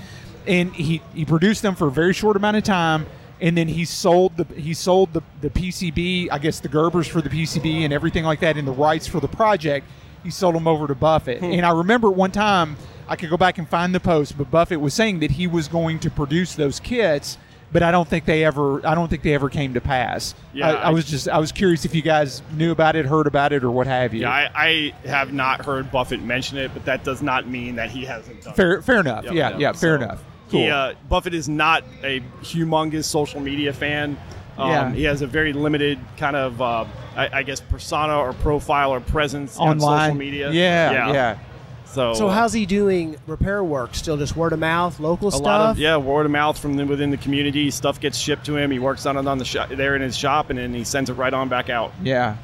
Speaker 3: and he he produced them for a very short amount of time. And then he sold the he sold the, the PCB, I guess the Gerbers for the PCB and everything like that, and the rights for the project he sold them over to Buffett.
Speaker 4: Hmm.
Speaker 3: And I remember at one time, I could go back and find the post, but Buffett was saying that he was going to produce those kits, but I don't think they ever, I don't think they ever came to pass.
Speaker 4: Yeah,
Speaker 3: I, I
Speaker 4: I-
Speaker 3: was just, I was curious if you guys knew about it, heard about it, or what have you.
Speaker 4: Yeah, I, I have not heard Buffett mention it, but that does not mean that he hasn't done it.
Speaker 3: fair, fair enough.
Speaker 4: Yep,
Speaker 3: yeah,
Speaker 4: yep.
Speaker 3: yeah, fair
Speaker 4: So,
Speaker 3: enough. Cool.
Speaker 4: He, uh, Buffett is not a humongous social media fan. Um,
Speaker 3: Yeah.
Speaker 4: He has a very limited kind of, uh, I, I guess, persona or profile or presence on
Speaker 3: Online
Speaker 4: social media.
Speaker 3: Yeah, yeah.
Speaker 4: So,
Speaker 2: So
Speaker 4: uh,
Speaker 2: how's he doing repair work? Still just word of mouth, local
Speaker 4: a
Speaker 2: stuff?
Speaker 4: lot of yeah word of mouth from the, within the community. Stuff gets shipped to him. He works on it on the shop there in his shop, and then he sends it right on back out.
Speaker 3: Yeah.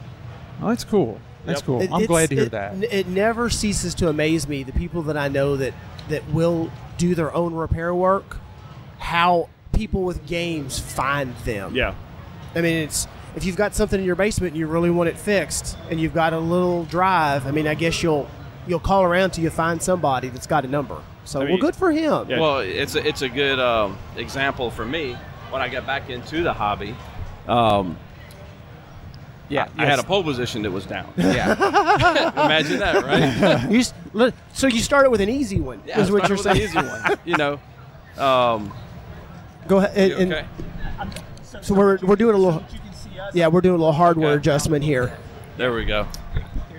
Speaker 3: Oh, that's cool. That's
Speaker 4: Yep.
Speaker 3: cool.
Speaker 2: It-
Speaker 3: I'm
Speaker 2: it's-
Speaker 3: glad to hear
Speaker 2: it-
Speaker 3: that.
Speaker 2: n- It never ceases to amaze me the people that I know that that will do their own repair work, how people with games find them.
Speaker 4: Yeah,
Speaker 2: I mean, it's if you've got something in your basement and you really want it fixed, and you've got a little drive. I mean, I guess you'll you'll call around till you find somebody that's got a number. So
Speaker 4: I mean-
Speaker 2: well, good for him.
Speaker 4: Yeah.
Speaker 5: Well, it's a, it's a good um, example for me when I got back into the hobby. Um,
Speaker 3: yeah.
Speaker 5: I had a
Speaker 3: yes.
Speaker 5: pole position that was down.
Speaker 3: Yeah.
Speaker 5: Imagine that, right?
Speaker 2: You s- li- so you started with an easy one.
Speaker 5: Yeah,
Speaker 2: is what
Speaker 5: started
Speaker 2: you're
Speaker 5: with an
Speaker 2: saying.
Speaker 5: easy one. You know, um,
Speaker 2: Go ahead. And,
Speaker 5: you
Speaker 2: and-
Speaker 5: okay.
Speaker 2: so we're, we're doing a little. Yeah, we're doing a little hardware
Speaker 5: Okay.
Speaker 2: adjustment here.
Speaker 5: There we go.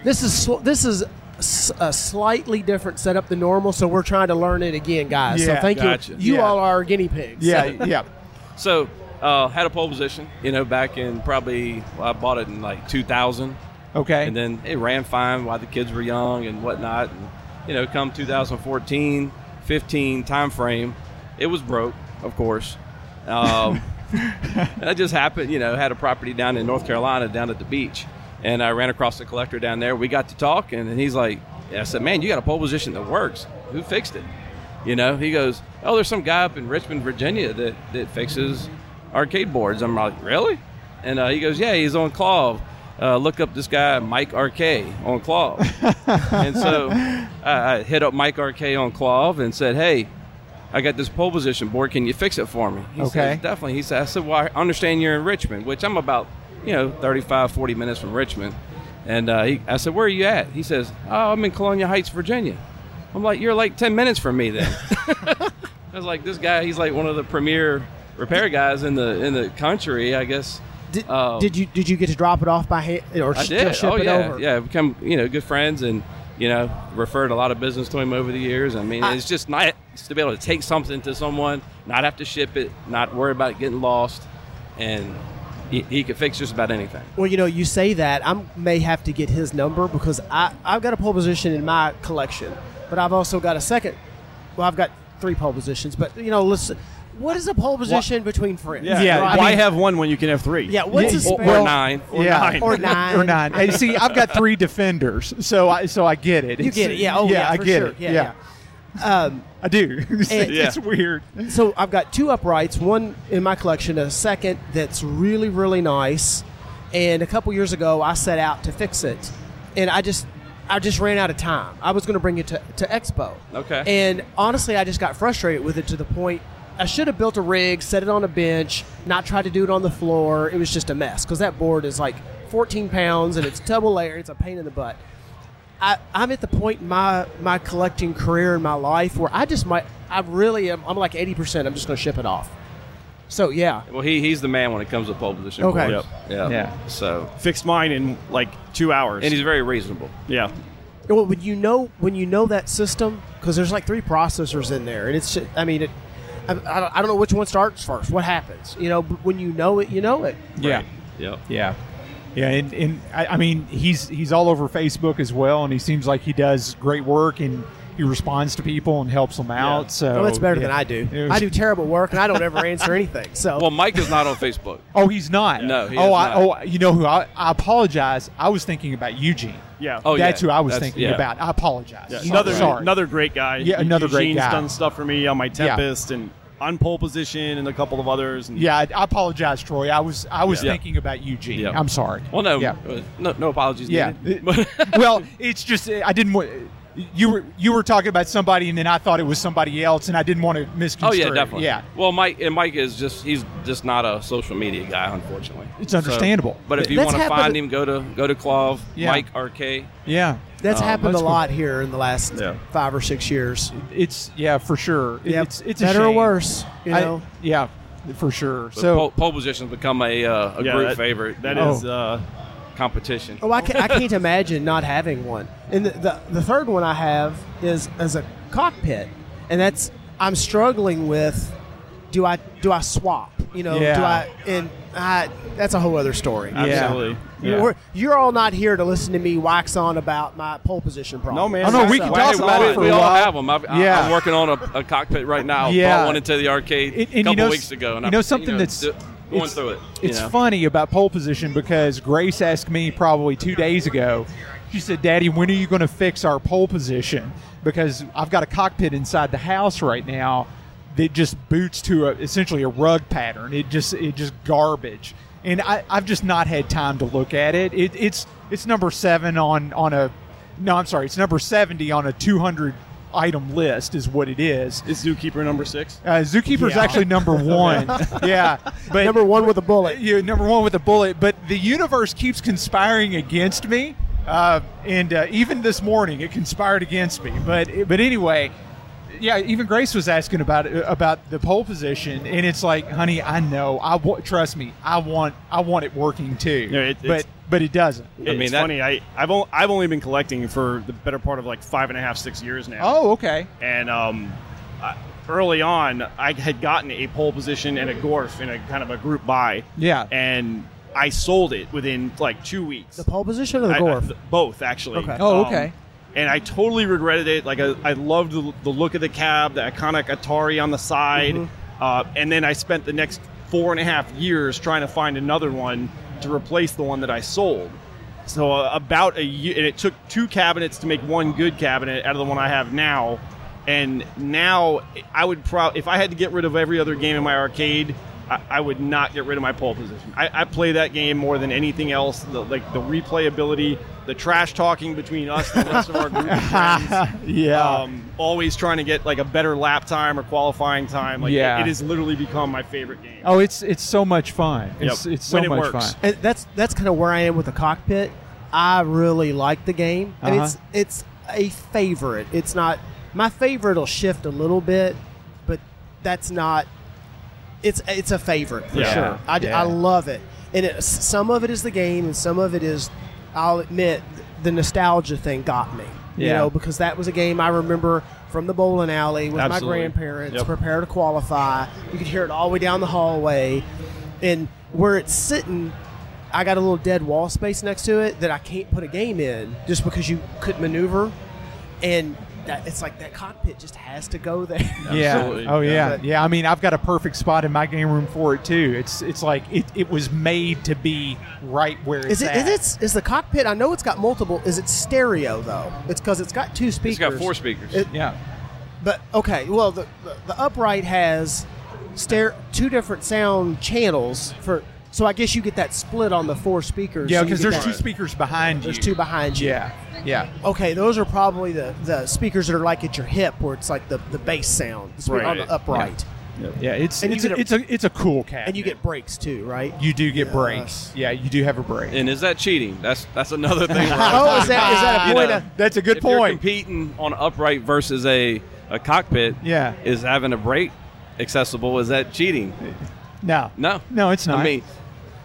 Speaker 2: This is sl- this is s- a slightly different setup than normal, so we're trying to learn it again, guys. so
Speaker 3: Yeah,
Speaker 2: thank
Speaker 5: gotcha.
Speaker 2: you. You
Speaker 3: Yeah.
Speaker 2: all are our guinea pigs.
Speaker 3: yeah. Yeah.
Speaker 5: So, uh, had a pole position, you know, back in probably, well, I bought it in like 2000.
Speaker 3: Okay.
Speaker 5: And then it ran fine while the kids were young and whatnot. And, you know, come 2014, 15 time frame, it was broke, of course. Um, and I just happened, you know, had a property down in North Carolina, down at the beach. And I ran across the collector down there. We got to talking, and he's like, I said, man, you got a pole position that works. Who fixed it? You know, he goes, oh, there's some guy up in Richmond, Virginia that, that fixes arcade boards. I'm like, really? And uh, he goes, yeah, he's on Clav. Uh, look up this guy, Mike Arcade, on Clav. and so I, I hit up Mike Arcade on Clav and said, hey, I got this pole position board. Can you fix it for me? He
Speaker 3: Okay.
Speaker 5: says, definitely. He said, I said, well, I understand you're in Richmond, which I'm about, you know, 35, 40 minutes from Richmond. And uh, he, I said, where are you at? He says, oh, I'm in Colonial Heights, Virginia. I'm like, you're like 10 minutes from me then. I was like, this guy, he's like one of the premier repair guys in the in the country, I guess.
Speaker 2: Did,
Speaker 5: Um,
Speaker 2: did you did you get to drop it off by hand or
Speaker 5: I
Speaker 2: sh-
Speaker 5: did.
Speaker 2: ship
Speaker 5: Oh
Speaker 2: it
Speaker 5: yeah,
Speaker 2: over?
Speaker 5: yeah. Become you know good friends and you know referred a lot of business to him over the years. I mean,
Speaker 2: I-
Speaker 5: it's just nice to be able to take something to someone, not have to ship it, not worry about it getting lost, and he, he could fix just about anything.
Speaker 2: Well, you know, you say that I may have to get his number because I I've got a pole position in my collection, but I've also got a second. Well, I've got three pole positions, but you know, let's. What is a pole position between friends?
Speaker 4: Yeah.
Speaker 3: Yeah,
Speaker 4: Why
Speaker 3: I mean-
Speaker 4: have one when you can have three?
Speaker 2: Yeah, what's a
Speaker 5: Or,
Speaker 2: spare?
Speaker 5: or nine.
Speaker 4: Or
Speaker 3: yeah.
Speaker 4: nine.
Speaker 2: Or nine.
Speaker 3: or nine. And see, I've got three defenders, so I so I get it.
Speaker 2: You
Speaker 3: It's-
Speaker 2: get it? Yeah. Oh, yeah.
Speaker 3: I
Speaker 2: for
Speaker 3: get
Speaker 2: sure.
Speaker 3: it.
Speaker 2: Yeah,
Speaker 3: yeah.
Speaker 2: yeah. Um,
Speaker 3: I do. it's,
Speaker 2: And-
Speaker 3: it's weird.
Speaker 2: so I've got two uprights, one in my collection, a second that's really, really nice. And a couple years ago, I set out to fix it, and I just, I just ran out of time. I was going to bring it to, to Expo.
Speaker 5: Okay.
Speaker 2: And honestly, I just got frustrated with it to the point I should have built a rig, set it on a bench, not tried to do it on the floor. It was just a mess because that board is like 14 pounds and it's double layered. It's a pain in the butt. I, I'm at the point in my my collecting career in my life where I just might I really am I'm like 80 percent I'm just gonna ship it off. So yeah,
Speaker 5: Well, he, he's the man when it comes to pole position.
Speaker 2: Okay.
Speaker 5: Yep. Yeah.
Speaker 3: Yeah.
Speaker 5: So,
Speaker 4: Fixed mine in like two hours.
Speaker 5: and he's very reasonable.
Speaker 4: yeah.
Speaker 2: well, when you know when you know that system because there's like three processors in there and it's ju- I mean it I, I don't- I don't know which one starts first what happens you know but when you know it you know it
Speaker 3: Yeah.
Speaker 5: Yep.
Speaker 3: Yeah. Yeah, and, and I, I mean he's he's all over Facebook as well, and he seems like he does great work, and he responds to people and helps them out. So
Speaker 2: well, that's better
Speaker 3: yeah.
Speaker 2: than I do
Speaker 3: It was-
Speaker 2: I do terrible work and I don't ever answer anything so
Speaker 5: Well, Mike is not on Facebook.
Speaker 3: Oh, he's not.
Speaker 5: No, he
Speaker 3: oh,
Speaker 5: is
Speaker 3: I,
Speaker 5: not.
Speaker 3: oh, you know who? I, I apologize. I was thinking about Eugene.
Speaker 4: Yeah.
Speaker 5: Oh, yeah.
Speaker 3: that's who I was
Speaker 5: That's-
Speaker 3: thinking
Speaker 5: yeah.
Speaker 3: about. I apologize.
Speaker 4: Yeah,
Speaker 3: Sorry.
Speaker 4: another
Speaker 3: Sorry.
Speaker 4: another great guy.
Speaker 3: Yeah, another great
Speaker 4: Eugene's
Speaker 3: guy.
Speaker 4: done stuff for me on my Tempest and on pole position and a couple of others. And
Speaker 3: Yeah, I, I apologize, Troy. I was I was
Speaker 5: Yeah.
Speaker 3: thinking about Eugene.
Speaker 5: Yeah.
Speaker 3: I'm sorry.
Speaker 5: Well, no,
Speaker 3: Yeah.
Speaker 5: uh, no, no apologies
Speaker 3: Yeah.
Speaker 5: needed. But-
Speaker 3: well, it's just uh, I didn't want you were you were talking about somebody, and then I thought it was somebody else, and I didn't want to
Speaker 5: oh
Speaker 3: misconstrue.
Speaker 5: yeah,
Speaker 3: it.
Speaker 5: definitely.
Speaker 3: Yeah,
Speaker 5: Well, Mike and Mike is just he's just not a social media guy, unfortunately.
Speaker 3: It's
Speaker 5: So-
Speaker 3: understandable.
Speaker 5: but if you
Speaker 2: That's
Speaker 5: want to
Speaker 2: happened-
Speaker 5: find him, go to go to Clove,
Speaker 3: Yeah.
Speaker 5: Mike RK.
Speaker 3: yeah. Um,
Speaker 2: that's
Speaker 5: Oh,
Speaker 2: happened
Speaker 3: that's
Speaker 2: a
Speaker 3: cool.
Speaker 2: lot here in the last
Speaker 4: Yeah.
Speaker 2: five or six years
Speaker 3: It's yeah for sure. It-
Speaker 2: Yep.
Speaker 3: It's it's a
Speaker 2: better or
Speaker 3: shame.
Speaker 2: worse you
Speaker 3: I-
Speaker 2: know
Speaker 3: yeah, for sure.
Speaker 5: But
Speaker 3: So
Speaker 5: pole, pole position's become a uh, a
Speaker 4: Yeah,
Speaker 5: group
Speaker 4: that-
Speaker 5: favorite.
Speaker 4: That
Speaker 5: you know,
Speaker 4: is, uh,
Speaker 5: competition.
Speaker 2: Oh, I, can, I can't imagine not having one. And the, the, the third one I have is as a cockpit, and that's I'm struggling with. Do I do I swap? You know,
Speaker 3: Yeah.
Speaker 2: do I? And I, that's a whole other story.
Speaker 3: Yeah.
Speaker 4: absolutely.
Speaker 3: Yeah.
Speaker 2: We're- you're all not here to listen to me wax on about my pole position problem.
Speaker 4: No, man.
Speaker 3: Oh, no, we
Speaker 4: So-
Speaker 3: can
Speaker 5: Why
Speaker 3: talk
Speaker 5: do-
Speaker 3: about
Speaker 5: why
Speaker 3: it
Speaker 5: do-
Speaker 3: for
Speaker 5: we
Speaker 3: a
Speaker 5: all
Speaker 3: while.
Speaker 5: have them. I've, I-
Speaker 3: Yeah.
Speaker 5: I'm working on a, a cockpit right now.
Speaker 3: Yeah.
Speaker 5: Bought one into the arcade
Speaker 3: And- and you
Speaker 5: a couple
Speaker 3: know,
Speaker 5: weeks ago, and
Speaker 3: you
Speaker 5: I'm,
Speaker 3: know something that's-
Speaker 5: do- going
Speaker 3: it's-
Speaker 5: through it. you
Speaker 3: It's
Speaker 5: know?
Speaker 3: funny about pole position because Grace asked me probably two days ago. She said, "Daddy, when are you going to fix our pole position? Because I've got a cockpit inside the house right now that just boots to a, essentially a rug pattern. It just it just garbage, and I, I've just not had time to look at it. it. It's it's number seven on on a no, I'm sorry, it's number seventy on a two hundred item list is what it is.
Speaker 4: Is Zookeeper number six?
Speaker 3: Uh, Zookeeper's
Speaker 2: Yeah.
Speaker 3: actually number one. yeah, but
Speaker 2: Number one with a bullet.
Speaker 3: you number one with a bullet, but the universe keeps conspiring against me. Uh, and uh, even this morning, it conspired against me. But but anyway, yeah. Even Grace was asking about uh, about the pole position, and it's like, honey, I know. I wa- trust me. I want I want it working too.
Speaker 4: Yeah, it-
Speaker 3: but
Speaker 4: it's-
Speaker 3: but it doesn't.
Speaker 4: I mean,
Speaker 5: mean,
Speaker 4: it's
Speaker 5: that-
Speaker 4: funny. I, I've, only, I've only been collecting for the better part of like five and a half, six years now.
Speaker 3: Oh, okay.
Speaker 4: And um, I, early on, I had gotten a pole position and a Gorf in a kind of a group buy.
Speaker 3: Yeah.
Speaker 4: And I sold it within like two weeks.
Speaker 2: The pole position or the
Speaker 4: I- I-
Speaker 2: Gorf?
Speaker 4: th- both, actually. Um,
Speaker 2: Okay.
Speaker 3: Oh, okay.
Speaker 4: and I totally regretted it. Like, I, I loved the, the look of the cab, the iconic Atari on the side.
Speaker 2: Mm-hmm.
Speaker 4: Uh, and then I spent the next four and a half years trying to find another one to replace the one that I sold. So, uh, about a year, and it took two cabinets to make one good cabinet out of the one I have now. And now, I would probably, if I had to get rid of every other game in my arcade, I, I would not get rid of my pole position. I, I play that game more than anything else. The, like the replayability, the trash talking between us and the rest of our group of friends.
Speaker 3: yeah.
Speaker 4: Um, always trying to get like a better lap time or qualifying time. Like
Speaker 3: Yeah.
Speaker 4: it, it has literally become my favorite game.
Speaker 3: oh, it's it's so much fun. It's
Speaker 4: Yep.
Speaker 3: it's so
Speaker 4: When it
Speaker 3: much
Speaker 4: works.
Speaker 3: fun.
Speaker 2: and that's that's kind of where I am with the cockpit. I really like the game, and
Speaker 3: Uh-huh.
Speaker 2: it's it's a favorite. It's not my favorite. Will shift a little bit, but that's not. It's it's a favorite for
Speaker 4: Yeah.
Speaker 2: sure. I, d-
Speaker 3: Yeah.
Speaker 2: I love it, and it, some of it is the game, and some of it is, I'll admit, the nostalgia thing got me. You
Speaker 3: Yeah.
Speaker 2: know, because that was a game I remember from the bowling alley with
Speaker 4: Absolutely.
Speaker 2: my grandparents.
Speaker 4: Yep.
Speaker 2: Prepare to qualify. You could hear it all the way down the hallway, and where it's sitting, I got a little dead wall space next to it that I can't put a game in just because you couldn't maneuver, and that, it's like that cockpit just has to go there.
Speaker 3: Yeah.
Speaker 5: Absolutely.
Speaker 3: Oh yeah.
Speaker 2: But-
Speaker 3: yeah. I mean, I've got a perfect spot in my game room for it too. It's it's like it, it was made to be right where it's
Speaker 2: Is it
Speaker 3: at.
Speaker 2: is it is the cockpit? I know it's got multiple. Is it stereo though? It's because it's got two speakers.
Speaker 5: It's got four speakers.
Speaker 2: It-
Speaker 3: Yeah.
Speaker 2: But okay, well the the, the upright has ster- two different sound channels for. So I guess you get that split on the four speakers.
Speaker 3: Yeah.
Speaker 2: so you
Speaker 3: Because
Speaker 2: get
Speaker 3: there's
Speaker 2: that-
Speaker 3: two speakers behind
Speaker 2: There's
Speaker 3: you.
Speaker 2: two behind you.
Speaker 3: Yeah. Yeah.
Speaker 2: Okay, those are probably the, the speakers that are like at your hip, where it's like the, the bass sound it's on
Speaker 4: Right.
Speaker 2: the upright,
Speaker 3: Yeah. It's
Speaker 2: And you
Speaker 3: it's a,
Speaker 2: get a-
Speaker 3: it's a it's a cool cat.
Speaker 2: and you get breaks too, right?
Speaker 3: you do get
Speaker 2: Yes.
Speaker 3: breaks. Yeah. You do have a break.
Speaker 5: and is that cheating? That's that's another thing. where I
Speaker 2: oh,
Speaker 5: was
Speaker 2: is that is that a
Speaker 5: You
Speaker 2: point?
Speaker 5: know,
Speaker 2: of-
Speaker 3: That's a good
Speaker 5: if You're
Speaker 3: point.
Speaker 5: competing on upright versus a, a cockpit.
Speaker 3: Yeah.
Speaker 5: Is having a brake accessible? Is that cheating?
Speaker 3: No.
Speaker 5: No.
Speaker 3: No, it's not.
Speaker 5: I mean,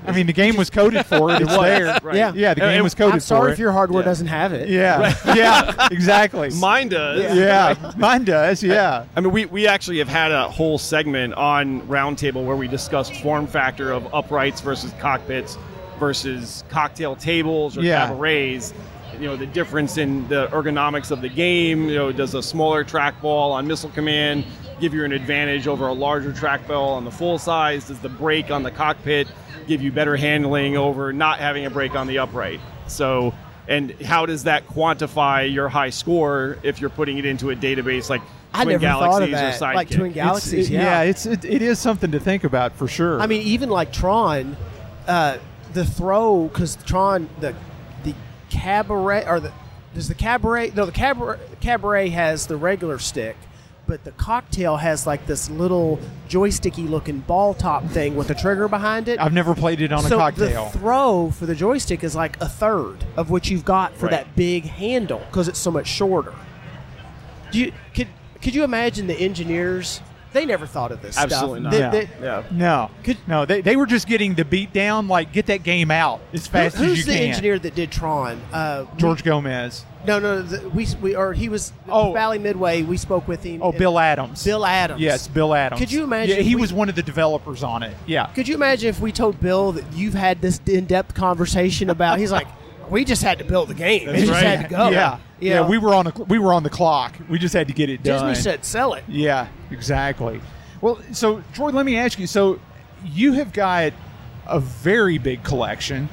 Speaker 3: I mean, the game was coded for it. It's there.
Speaker 5: right.
Speaker 2: Yeah.
Speaker 3: Yeah, the
Speaker 4: And-
Speaker 3: game
Speaker 4: and
Speaker 3: was coded
Speaker 2: I'm sorry
Speaker 3: for
Speaker 2: if
Speaker 3: it.
Speaker 2: your hardware
Speaker 5: Yeah.
Speaker 2: doesn't have it.
Speaker 3: yeah. yeah. Exactly.
Speaker 4: Mine does.
Speaker 3: yeah. Mine does. Yeah.
Speaker 4: I mean, we, we actually have had a whole segment on Roundtable where we discussed form factor of uprights versus cockpits versus cocktail tables or
Speaker 3: Yeah.
Speaker 4: cabarets. You know, the difference in the ergonomics of the game. You know, does a smaller trackball on Missile Command give you an advantage over a larger trackball on the full size? Does the brake on the cockpit give you better handling over not having a brake on the upright? So, and how does that quantify your high score if you're putting it into a database like
Speaker 2: I
Speaker 4: Twin
Speaker 2: never thought of
Speaker 4: Galaxies or
Speaker 2: that. Like
Speaker 4: Sidekick.
Speaker 2: Twin
Speaker 3: It's-
Speaker 2: Galaxies,
Speaker 3: it-
Speaker 2: yeah.
Speaker 3: It's it, it is something to think about for sure.
Speaker 2: I mean, even like Tron, uh, the throw because Tron the the cabaret or the does the cabaret no the cabaret cabaret has the regular stick, but the cocktail has like this little joysticky looking ball top thing with a trigger behind it.
Speaker 3: I've never played it on
Speaker 2: so
Speaker 3: a cocktail.
Speaker 2: the throw for the joystick is like a third of what you've got for
Speaker 4: Right.
Speaker 2: that big handle because it's so much shorter. Do you could could you imagine the engineers? They never thought of this
Speaker 4: Absolutely
Speaker 2: stuff.
Speaker 4: not.
Speaker 2: They-
Speaker 3: Yeah.
Speaker 2: they-
Speaker 4: Yeah.
Speaker 3: no,
Speaker 2: Could-
Speaker 3: no, they, they were just getting the beat down. Like, get that game out as fast
Speaker 2: Who-
Speaker 3: as
Speaker 2: who's
Speaker 3: you
Speaker 2: the
Speaker 3: can.
Speaker 2: engineer that did Tron? Uh, we-
Speaker 3: George Gomez.
Speaker 2: no, no, the, we we or he was
Speaker 3: Oh.
Speaker 2: Valley Midway. We spoke with him.
Speaker 3: Oh,
Speaker 2: and-
Speaker 3: Bill Adams.
Speaker 2: Bill Adams.
Speaker 3: Yes, Bill Adams.
Speaker 2: Could you imagine
Speaker 3: Yeah, he
Speaker 2: we-
Speaker 3: was one of the developers on it. Yeah.
Speaker 2: Could you imagine if we told Bill that you've had this in-depth conversation about? He's like, we just had to build the game.
Speaker 4: That's
Speaker 2: we just
Speaker 4: right.
Speaker 2: had to
Speaker 3: Yeah.
Speaker 2: go. yeah.
Speaker 3: Yeah. We were on a, cl- we were on the clock. We just had to get it
Speaker 2: Disney
Speaker 3: done.
Speaker 2: said sell it.
Speaker 3: Yeah, exactly. Well, so Troy, let me ask you. So you have got a very big collection,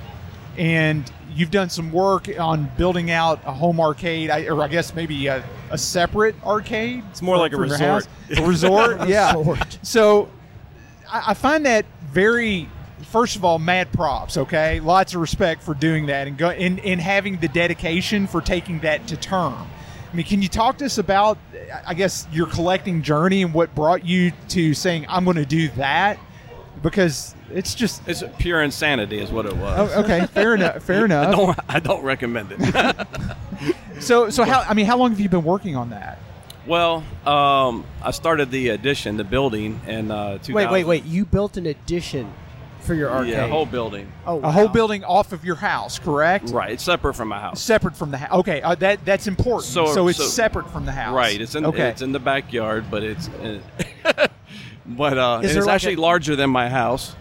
Speaker 3: and you've done some work on building out a home arcade, I- or I guess maybe a, a separate arcade. It's
Speaker 4: more like a resort.
Speaker 3: A resort, yeah.
Speaker 2: Resort.
Speaker 3: So I, I find that very. First of all, mad props. Okay, lots of respect for doing that and go and, and having the dedication for taking that to term. I mean, can you talk to us about, I guess, your collecting journey and what brought you to saying I'm going to do that? Because it's just
Speaker 5: it's pure insanity, is what it was.
Speaker 3: oh, okay. Fair enough. Fair
Speaker 5: I
Speaker 3: enough.
Speaker 5: don't, I don't recommend it.
Speaker 3: So, so how? I mean, how long have you been working on that?
Speaker 5: well, um, I started the addition, the building, in uh, 2000.
Speaker 2: Wait, wait, wait! You built an addition for your arcade.
Speaker 5: Yeah, whole building.
Speaker 2: oh,
Speaker 3: A whole
Speaker 2: wow.
Speaker 3: building off of your house, correct?
Speaker 5: Right, it's separate from my house.
Speaker 3: Separate from the house. Okay, uh, that that's important. So,
Speaker 5: So-
Speaker 3: it's
Speaker 5: so-
Speaker 3: separate from the house.
Speaker 5: Right, it's in
Speaker 3: okay.
Speaker 5: it's in the backyard, but it's in, but uh, and
Speaker 2: Is
Speaker 5: it's
Speaker 2: there like
Speaker 5: actually
Speaker 2: a-
Speaker 5: larger than my house.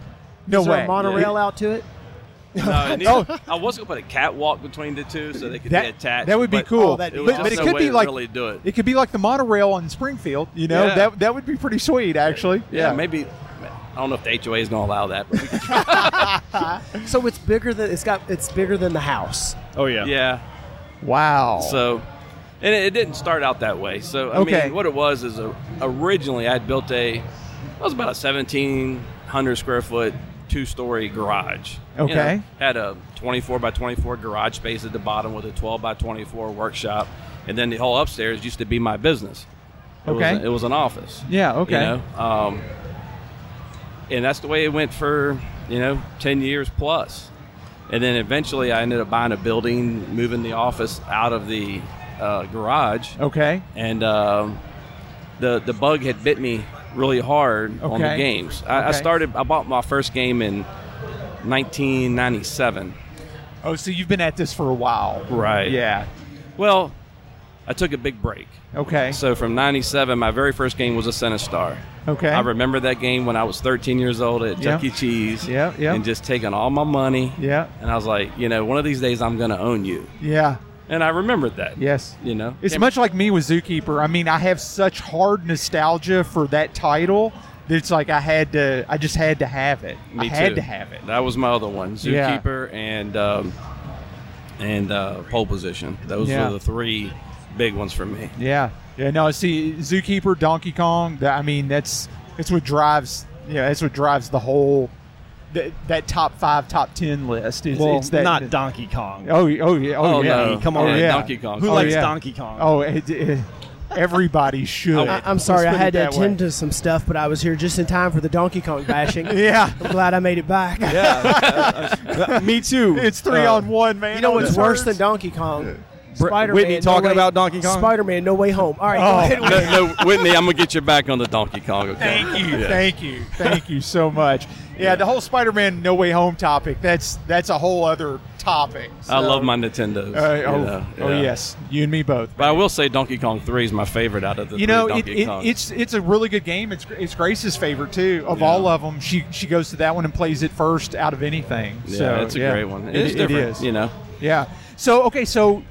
Speaker 3: no
Speaker 2: Is there
Speaker 3: way.
Speaker 2: a monorail out to it?
Speaker 5: No, it needs-
Speaker 3: Oh,
Speaker 5: I was gonna put a catwalk between the two so they could
Speaker 3: that,
Speaker 5: be attached.
Speaker 3: that would be
Speaker 5: but
Speaker 3: cool.
Speaker 2: Oh, that'd
Speaker 5: It
Speaker 2: be
Speaker 5: was
Speaker 3: but,
Speaker 5: just
Speaker 3: but it
Speaker 5: no
Speaker 3: could
Speaker 5: way
Speaker 3: be
Speaker 5: to
Speaker 3: like
Speaker 5: really do it.
Speaker 3: It could be like the monorail in Springfield. You know
Speaker 5: Yeah.
Speaker 3: that that would be pretty sweet, actually.
Speaker 5: yeah, maybe I don't know if the HOA is gonna allow that. But we could,
Speaker 2: So it's bigger than it's got. It's bigger than the house.
Speaker 4: Oh yeah.
Speaker 5: yeah,
Speaker 3: Wow.
Speaker 5: So, and it, it didn't start out that way. So, I
Speaker 3: Okay.
Speaker 5: mean, what it was is a, originally I had built a, it was about a 1,700 square foot, two story garage. You know,
Speaker 3: Okay.
Speaker 5: had a 24 by 24 garage space at the bottom with a 12 by 24 workshop. And then the whole upstairs used to be my business. It
Speaker 3: Okay.
Speaker 5: Was a- it was an office.
Speaker 3: Yeah, okay.
Speaker 5: You know? um, and that's the way it went for, you know, 10 years plus. And then eventually I ended up buying a building, moving the office out of the uh, garage.
Speaker 3: Okay.
Speaker 5: And um, the, the bug had bit me really hard on the
Speaker 3: Okay.
Speaker 5: games. I, I
Speaker 3: Okay.
Speaker 5: started, I bought my first game in 1997.
Speaker 3: Oh, so you've been at this for a while.
Speaker 5: Right.
Speaker 3: Yeah.
Speaker 5: Well, I took a big break.
Speaker 3: Okay.
Speaker 5: So from 97, my very first game was a Sinistar.
Speaker 3: Okay.
Speaker 5: I remember that game when I was 13 years old at Chuck
Speaker 3: Yeah.
Speaker 5: E. Cheese.
Speaker 3: Yeah, yeah.
Speaker 5: And just taking all my money.
Speaker 3: Yeah.
Speaker 5: And I was like, you know, one of these days I'm going to own you.
Speaker 3: Yeah.
Speaker 5: And I remembered that.
Speaker 3: Yes.
Speaker 5: You know?
Speaker 3: It's
Speaker 5: Came-
Speaker 3: much like me with Zookeeper. I mean, I have such hard nostalgia for that title that it's like I had to. I just had to have it.
Speaker 5: Me
Speaker 3: I had
Speaker 5: too.
Speaker 3: to have it.
Speaker 5: That was my other one.
Speaker 3: Yeah.
Speaker 5: Zookeeper and um, and uh, pole position. Those
Speaker 3: Yeah.
Speaker 5: were the three big ones for me.
Speaker 3: Yeah. Yeah. No. See, Zookeeper, Donkey Kong. That, I mean, that's it's what drives. You know, that's what drives the whole that, that top five, top ten list. It's,
Speaker 4: well,
Speaker 3: it's that,
Speaker 4: not Donkey Kong.
Speaker 3: Oh, oh yeah. Oh,
Speaker 5: Oh,
Speaker 3: yeah.
Speaker 5: no.
Speaker 4: Come on.
Speaker 5: Yeah,
Speaker 3: Yeah.
Speaker 5: Donkey Kong.
Speaker 4: Who
Speaker 3: Oh,
Speaker 4: likes
Speaker 3: yeah.
Speaker 4: Donkey Kong?
Speaker 3: Oh, it, it, everybody should.
Speaker 2: I, I'm sorry, I
Speaker 3: Let's put
Speaker 2: had
Speaker 3: it
Speaker 2: to
Speaker 3: that way.
Speaker 2: attend to some stuff, but I was here just in time for the Donkey Kong bashing.
Speaker 3: Yeah.
Speaker 2: I'm glad I made it back.
Speaker 4: yeah. Me too.
Speaker 3: It's three on one, man.
Speaker 2: You know what's
Speaker 3: This
Speaker 2: worse than
Speaker 3: hurts.
Speaker 2: Donkey Kong?
Speaker 4: Br-
Speaker 2: Spider-Man.
Speaker 4: Whitney
Speaker 2: No
Speaker 4: talking
Speaker 2: Way-
Speaker 4: about Donkey Kong?
Speaker 2: Spider-Man, No Way Home. All right, go
Speaker 3: Oh.
Speaker 2: ahead.
Speaker 5: no, no, Whitney, I'm gonna get you back on the Donkey Kong. Okay?
Speaker 3: Thank you,
Speaker 5: Yeah.
Speaker 3: thank you, thank you so much. Yeah, the whole Spider-Man No Way Home topic. That's that's a whole other topic.
Speaker 5: I
Speaker 3: so-
Speaker 5: love my Nintendos.
Speaker 3: Uh,
Speaker 5: you
Speaker 3: oh,
Speaker 5: know,
Speaker 3: oh
Speaker 5: yeah.
Speaker 3: yes, you and me both.
Speaker 5: But I will say Donkey Kong Three is my favorite out of the
Speaker 3: You
Speaker 5: three
Speaker 3: know, it,
Speaker 5: Donkey
Speaker 3: it,
Speaker 5: Kongs.
Speaker 3: it's it's a really good game. It's it's Grace's favorite too of
Speaker 5: Yeah.
Speaker 3: all of them. She she goes to that one and plays it first out of anything.
Speaker 5: yeah,
Speaker 3: so
Speaker 5: it's a
Speaker 3: yeah.
Speaker 5: great one.
Speaker 3: It-
Speaker 5: it's different.
Speaker 3: It is.
Speaker 5: You know,
Speaker 3: Yeah. So okay, so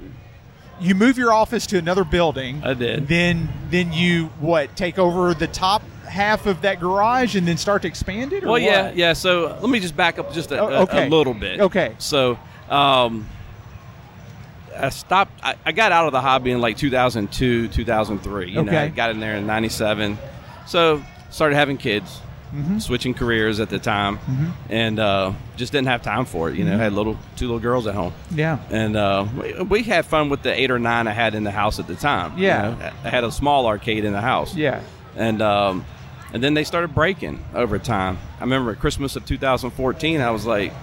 Speaker 3: you move your office to another building.
Speaker 5: I did.
Speaker 3: Then then you what? Take over the top half of that garage and then start to expand it. Or
Speaker 5: Well, yeah,
Speaker 3: what?
Speaker 5: yeah. So uh, let me just back up just a,
Speaker 3: Oh,
Speaker 5: a-
Speaker 3: okay.
Speaker 5: a little bit.
Speaker 3: Okay.
Speaker 5: So, um, I stopped. I, I got out of the hobby in like 2002, 2003. You know,
Speaker 3: Okay.
Speaker 5: I got in there in '97. So started having kids,
Speaker 3: Mm-hmm.
Speaker 5: switching careers at the time, and uh, just didn't have time for it.
Speaker 3: Mm-hmm.
Speaker 5: You know, had little two little girls at home.
Speaker 3: Yeah.
Speaker 5: And uh, we, we had fun with the eight or nine I had in the house at the time. you
Speaker 3: Yeah.
Speaker 5: know. I had a small arcade in the house
Speaker 3: Yeah.
Speaker 5: and um, and then they started breaking over time. I remember at Christmas of 2014, I was like,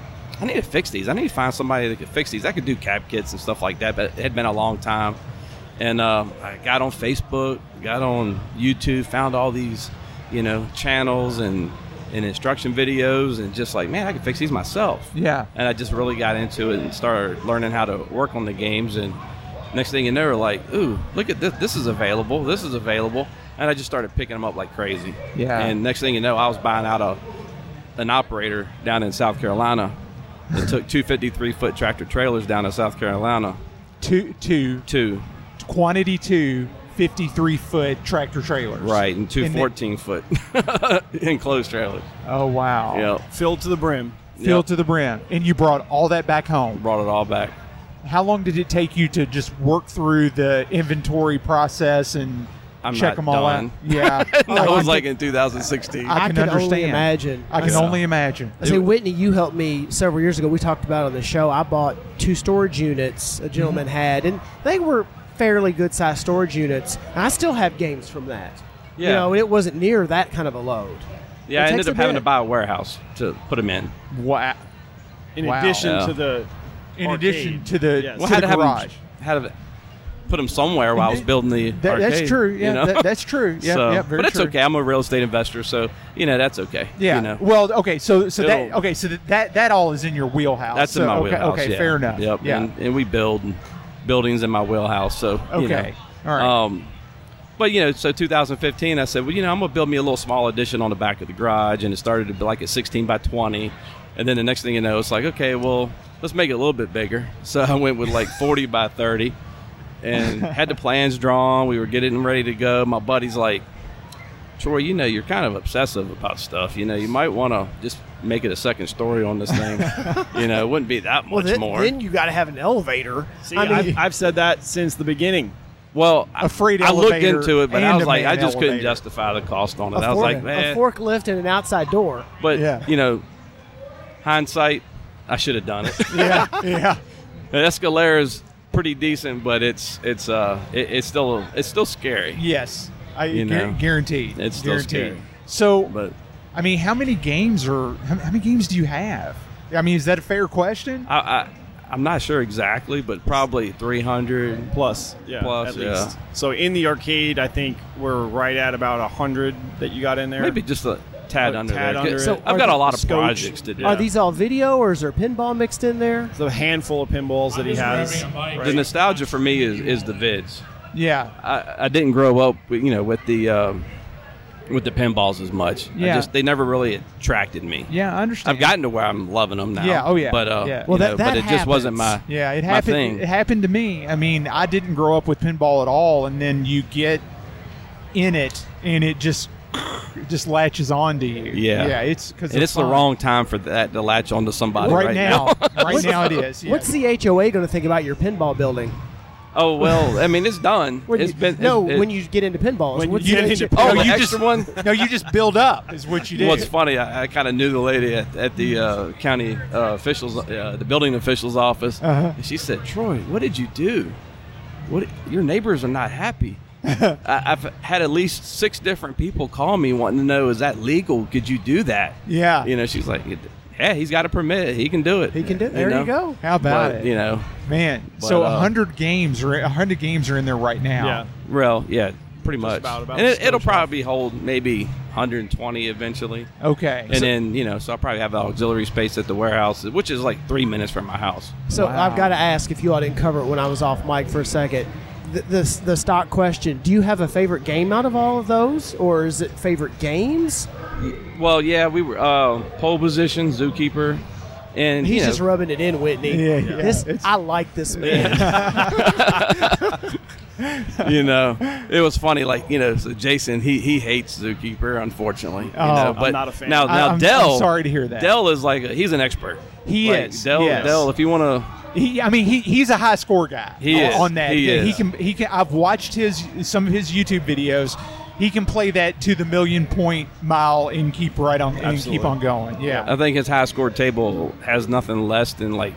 Speaker 5: I need to fix these. I need to find somebody that could fix these. I could do cab kits and stuff like that, but it had been a long time. And uh, I got on Facebook, got on YouTube, found all these, you know, channels and and instruction videos, and just like, man, I could fix these myself
Speaker 3: Yeah.
Speaker 5: and I just really got into it and started learning how to work on the games. And next thing you know, like, ooh, look at this! This is available. This is available. And I just started picking them up like crazy.
Speaker 3: Yeah.
Speaker 5: And next thing you know, I was buying out a an operator down in South Carolina that took two fifty three foot tractor trailers down to South Carolina
Speaker 3: Two two
Speaker 5: to
Speaker 3: quantity two. 53 foot tractor trailers.
Speaker 5: right and two
Speaker 3: And then-
Speaker 5: fourteen foot enclosed trailers.
Speaker 3: oh, wow.
Speaker 5: Yeah.
Speaker 4: filled to the brim.
Speaker 3: Filled
Speaker 5: Yep.
Speaker 3: to the brim. And you brought all that back home.
Speaker 5: Brought it all back.
Speaker 3: How long did it take you to just work through the inventory process and
Speaker 5: I'm
Speaker 3: check
Speaker 5: not
Speaker 3: them all
Speaker 5: done.
Speaker 3: out? Yeah. Oh,
Speaker 5: that
Speaker 3: I
Speaker 5: was
Speaker 3: could-
Speaker 5: like in 2016.
Speaker 3: I can
Speaker 2: could only
Speaker 3: understand.
Speaker 2: imagine.
Speaker 3: I can
Speaker 2: saw-
Speaker 3: only imagine.
Speaker 2: I say, Whitney, you helped me several years ago. We talked about it on the show. I bought two storage units a gentleman
Speaker 4: Mm-hmm.
Speaker 2: had, and they were fairly good sized storage units. And I still have games from that. You
Speaker 5: Yeah.
Speaker 2: know, and it wasn't near that kind of a load. It
Speaker 5: yeah, I
Speaker 2: takes
Speaker 5: ended
Speaker 2: a
Speaker 5: up having
Speaker 2: bit.
Speaker 5: to buy a warehouse to put them in.
Speaker 3: Wow.
Speaker 4: In
Speaker 3: Wow.
Speaker 4: addition
Speaker 5: Yeah.
Speaker 4: to the,
Speaker 3: In
Speaker 4: Arcade.
Speaker 3: addition to the,
Speaker 4: Yes.
Speaker 3: to
Speaker 5: Well, had
Speaker 3: the
Speaker 5: to have
Speaker 3: garage.
Speaker 5: Them, had to put them somewhere while I was building the.
Speaker 3: That,
Speaker 5: arcade,
Speaker 3: that's true. Yeah,
Speaker 5: you know?
Speaker 3: that, that's true. Yeah,
Speaker 5: so,
Speaker 3: yeah, very
Speaker 5: but it's
Speaker 3: true.
Speaker 5: okay. I'm a real estate investor, so you know that's okay.
Speaker 3: Yeah.
Speaker 5: You know?
Speaker 3: Well, okay. So, so that
Speaker 5: It'll-
Speaker 3: okay. So that- that that all is in your wheelhouse.
Speaker 5: that's
Speaker 3: so,
Speaker 5: in my
Speaker 3: okay,
Speaker 5: wheelhouse.
Speaker 3: Okay.
Speaker 5: yeah.
Speaker 3: Fair enough.
Speaker 5: Yep.
Speaker 3: Yeah.
Speaker 5: And, and we build and buildings in my wheelhouse. So you know.
Speaker 3: Okay. All right.
Speaker 5: Um, but you know, so 2015, I said, well, you know, I'm gonna build me a little small addition on the back of the garage, and it started to be like a 16 by 20, and then the next thing you know, it's like, okay, well, let's make it a little bit bigger. So I went with like 40 by 30, and had the plans drawn. We were getting ready to go. My buddy's like, Troy, you know, you're kind of obsessive about stuff. You know, you might want to just make it a second story on this thing. you know, it wouldn't be that much
Speaker 2: Well, then,
Speaker 5: more.
Speaker 2: then you got to have an elevator.
Speaker 4: see,
Speaker 2: I mean,
Speaker 4: I've, I've said that since the beginning.
Speaker 5: Well, I-
Speaker 3: A freight
Speaker 5: I looked
Speaker 3: elevator
Speaker 5: into it, but I
Speaker 3: and
Speaker 5: was
Speaker 3: a
Speaker 5: like, I
Speaker 3: man
Speaker 5: just couldn't
Speaker 3: elevator.
Speaker 5: justify the cost on it.
Speaker 2: a,
Speaker 5: I was
Speaker 2: fork-
Speaker 5: like,
Speaker 2: a
Speaker 5: man.
Speaker 2: forklift and an outside door.
Speaker 5: But
Speaker 3: Yeah.
Speaker 5: you know, hindsight, I should have done it.
Speaker 3: yeah. Yeah.
Speaker 5: the Escalera is pretty decent, but it's it's uh it, it's still it's still scary.
Speaker 3: Yes. I
Speaker 5: You
Speaker 3: guar-
Speaker 5: know,
Speaker 3: guaranteed.
Speaker 5: it's still
Speaker 3: guaranteed.
Speaker 5: scary.
Speaker 3: So,
Speaker 5: But
Speaker 3: I mean, how many games are how, how many games do you have? I mean, is that a fair question?
Speaker 5: I, I I'm not sure exactly, but probably 300.
Speaker 4: Plus, yeah,
Speaker 5: Plus,
Speaker 4: at
Speaker 5: yeah.
Speaker 4: least. So in the arcade, I think we're right at about hundred that you got in there.
Speaker 5: Maybe just a tad
Speaker 4: A
Speaker 5: under
Speaker 4: tad
Speaker 5: there.
Speaker 4: under
Speaker 5: so
Speaker 4: it.
Speaker 5: I've
Speaker 4: Are
Speaker 5: got
Speaker 4: the
Speaker 5: a lot of
Speaker 4: scotch-
Speaker 5: projects to do.
Speaker 4: Yeah.
Speaker 2: Are these all video, or is there pinball mixed in there?
Speaker 4: the handful of pinballs that he has.
Speaker 5: The nostalgia for me is, is the vids.
Speaker 3: Yeah.
Speaker 5: I, I didn't grow up, with, you know, with the um, with the pinballs as much.
Speaker 3: Yeah.
Speaker 5: I just they never really attracted me.
Speaker 3: Yeah, I understand.
Speaker 5: I've gotten to where I'm loving them now.
Speaker 3: Yeah, oh, yeah,
Speaker 5: But uh,
Speaker 3: yeah.
Speaker 2: Well,
Speaker 5: well,
Speaker 2: that-
Speaker 5: but
Speaker 2: that
Speaker 5: it just wasn't my
Speaker 2: happens.
Speaker 3: Yeah, it
Speaker 5: my
Speaker 3: happened.
Speaker 5: thing.
Speaker 3: It happened to me. I mean, I didn't grow up with pinball at all, and then you get in it, and it just it just latches on to you.
Speaker 5: Yeah.
Speaker 3: yeah, it's because
Speaker 5: and it's the wrong time for that to latch onto somebody right,
Speaker 3: right, now. right now it is. yeah.
Speaker 2: What's the HOA going to think about your pinball building?
Speaker 5: oh well, I mean it's done.
Speaker 2: When
Speaker 5: It's
Speaker 2: you-
Speaker 5: been
Speaker 2: no,
Speaker 5: it- it-
Speaker 2: when you get into pinballs,
Speaker 4: When
Speaker 2: what's
Speaker 4: you
Speaker 2: the
Speaker 4: get into
Speaker 2: HOA?
Speaker 5: oh
Speaker 3: No,
Speaker 5: the
Speaker 3: you
Speaker 5: extra
Speaker 3: just-
Speaker 5: one.
Speaker 3: no, you just build up is what you do.
Speaker 5: What's funny, I, I kind of knew the lady at, at the uh, county uh, officials, uh, the building officials' office,
Speaker 3: Uh-huh.
Speaker 5: and she said, "Troy, what did you do? What your neighbors are not happy." I, I've had at least six different people call me wanting to know, "Is that legal? Could you do that?"
Speaker 3: Yeah.
Speaker 5: you know, she's like, "Yeah, he's got a permit. He can do it.
Speaker 2: He can do. There
Speaker 5: know?
Speaker 2: you go.
Speaker 3: How about
Speaker 5: But,
Speaker 3: it?
Speaker 5: You know,
Speaker 3: man.
Speaker 5: But,
Speaker 3: so a
Speaker 5: uh,
Speaker 3: hundred games are a hundred games are in there right now.
Speaker 4: Yeah.
Speaker 5: well, yeah, pretty much.
Speaker 4: about- about
Speaker 5: and it,
Speaker 4: the
Speaker 5: it'll
Speaker 4: scope.
Speaker 5: probably hold maybe 120 eventually.
Speaker 3: Okay.
Speaker 5: And then you know, so I'll probably have auxiliary space at the warehouse, which is like three minutes from my house.
Speaker 2: So
Speaker 3: Wow.
Speaker 2: I've got to ask if you all didn't cover it when I was off mic for a second. The, the, the stock question: Do you have a favorite game out of all of those, or is it favorite games?
Speaker 5: Well, yeah, we were uh, pole position, zookeeper, and
Speaker 2: He's
Speaker 5: you know,
Speaker 2: just rubbing it in, Whitney.
Speaker 3: Yeah, yeah.
Speaker 2: This
Speaker 3: It's-
Speaker 2: I like this man.
Speaker 5: you know, it was funny. Like you know, so Jason he he hates zookeeper, unfortunately. you
Speaker 3: Oh,
Speaker 5: know,
Speaker 3: I'm
Speaker 5: but
Speaker 4: not a fan.
Speaker 5: Now
Speaker 3: I-
Speaker 5: now
Speaker 3: I'm- I'm
Speaker 5: Dell,
Speaker 3: sorry to hear that.
Speaker 5: Dell is like a, he's an expert.
Speaker 3: He
Speaker 5: Like,
Speaker 3: is,
Speaker 5: Dell.
Speaker 3: yes.
Speaker 5: Dell, if you want to,
Speaker 3: He, I mean, he, he's a high score guy.
Speaker 5: He
Speaker 3: on,
Speaker 5: is.
Speaker 3: on that.
Speaker 5: He
Speaker 3: yeah, he
Speaker 5: is.
Speaker 3: can. He can. I've watched his some of his YouTube videos. He can play that to the million point mile and keep right on and
Speaker 4: Absolutely.
Speaker 3: keep on going. Yeah.
Speaker 5: I think his high score table has nothing less than like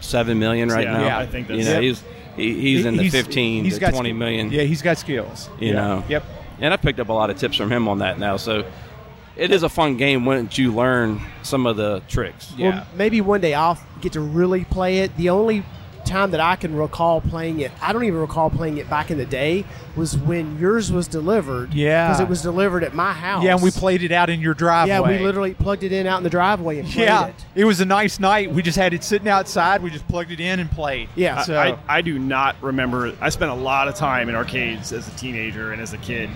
Speaker 5: seven million right
Speaker 4: Yeah,
Speaker 5: now.
Speaker 4: yeah, I think that's-
Speaker 5: you know
Speaker 4: Yep.
Speaker 5: he's he, he's in the fifteen
Speaker 3: he's
Speaker 5: to
Speaker 3: got
Speaker 5: twenty
Speaker 3: sk-
Speaker 5: million.
Speaker 3: Yeah, he's got skills.
Speaker 5: You
Speaker 3: Yeah.
Speaker 5: know.
Speaker 3: Yep.
Speaker 5: and I picked up a lot of tips from him on that now. So it is a fun game once you learn some of the tricks.
Speaker 3: Yeah.
Speaker 2: Well, maybe one day I'll get to really play it. The only time that I can recall playing it, I don't even recall playing it back in the day, was when yours was delivered.
Speaker 3: Yeah.
Speaker 2: Because it was delivered at my house.
Speaker 3: Yeah, and we played it out in your driveway.
Speaker 2: Yeah, we literally plugged it in out in the driveway and played
Speaker 3: Yeah,
Speaker 2: it.
Speaker 3: it was a nice night. We just had it sitting outside. We just plugged it in and played.
Speaker 2: Yeah.
Speaker 4: I-
Speaker 3: So
Speaker 4: I, I do not remember. I spent a lot of time in arcades as a teenager and as a kid.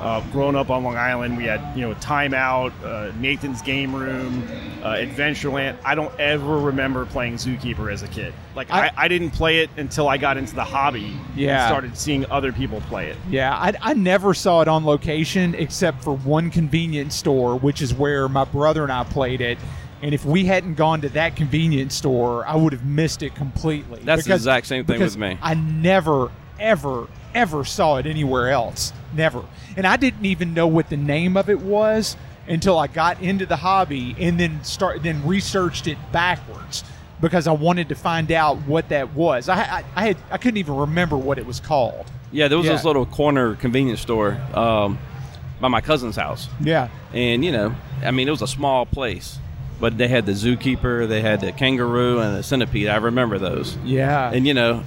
Speaker 4: Uh, growing up on Long Island, we had you know Time Out, uh, Nathan's Game Room, uh, Adventureland. I don't ever remember playing Zookeeper as a kid. Like
Speaker 3: I-
Speaker 4: I, I, didn't play it until I got into the hobby.
Speaker 3: Yeah.
Speaker 4: and started seeing other people play it.
Speaker 3: Yeah, I, I never saw it on location except for one convenience store, which is where my brother and I played it. And if we hadn't gone to that convenience store, I would have missed it completely.
Speaker 5: That's the exact same thing
Speaker 3: because
Speaker 5: with me.
Speaker 3: I never, ever, ever saw it anywhere else. Never. And I didn't even know what the name of it was until I got into the hobby and then start then researched it backwards because I wanted to find out what that was. I, I, I had I couldn't even remember what it was called.
Speaker 5: Yeah, there was
Speaker 3: Yeah.
Speaker 5: this little corner convenience store um, by my cousin's house,
Speaker 3: Yeah.
Speaker 5: and you know, I mean, it was a small place, but they had the zookeeper, they had the kangaroo, and the centipede. I remember those,
Speaker 3: Yeah.
Speaker 5: and you know,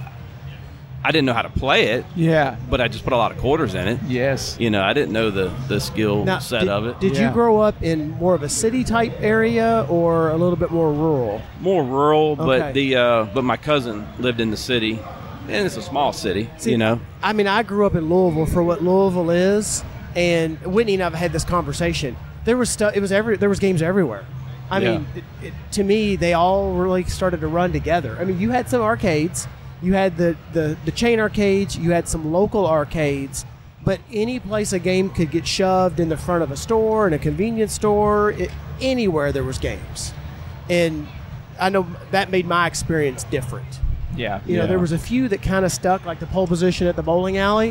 Speaker 5: I didn't know how to play it,
Speaker 3: Yeah.
Speaker 5: but I just put a lot of quarters in it.
Speaker 3: Yes.
Speaker 5: You know, I didn't know the the skill
Speaker 2: Now,
Speaker 5: set
Speaker 2: did,
Speaker 5: of it.
Speaker 2: Did
Speaker 3: Yeah.
Speaker 2: you grow up in more of a city type area or a little bit more rural?
Speaker 5: More rural, but
Speaker 2: Okay.
Speaker 5: the uh, but my cousin lived in the city, and it's a small city.
Speaker 2: See,
Speaker 5: you know,
Speaker 2: I mean, I grew up in Louisville for what Louisville is, and Whitney and I've had this conversation. There was stuff. It was every. There was games everywhere. I
Speaker 5: Yeah.
Speaker 2: mean, it, it, to me, they all really started to run together. I mean, you had some arcades, you had the the, the chain arcades, you had some local arcades. But any place a game could get shoved in the front of a store, in a convenience store, it, anywhere there was games, and I know that made my experience different.
Speaker 3: Yeah.
Speaker 2: You know, there was a few that kind of stuck, like the pole position at the bowling alley,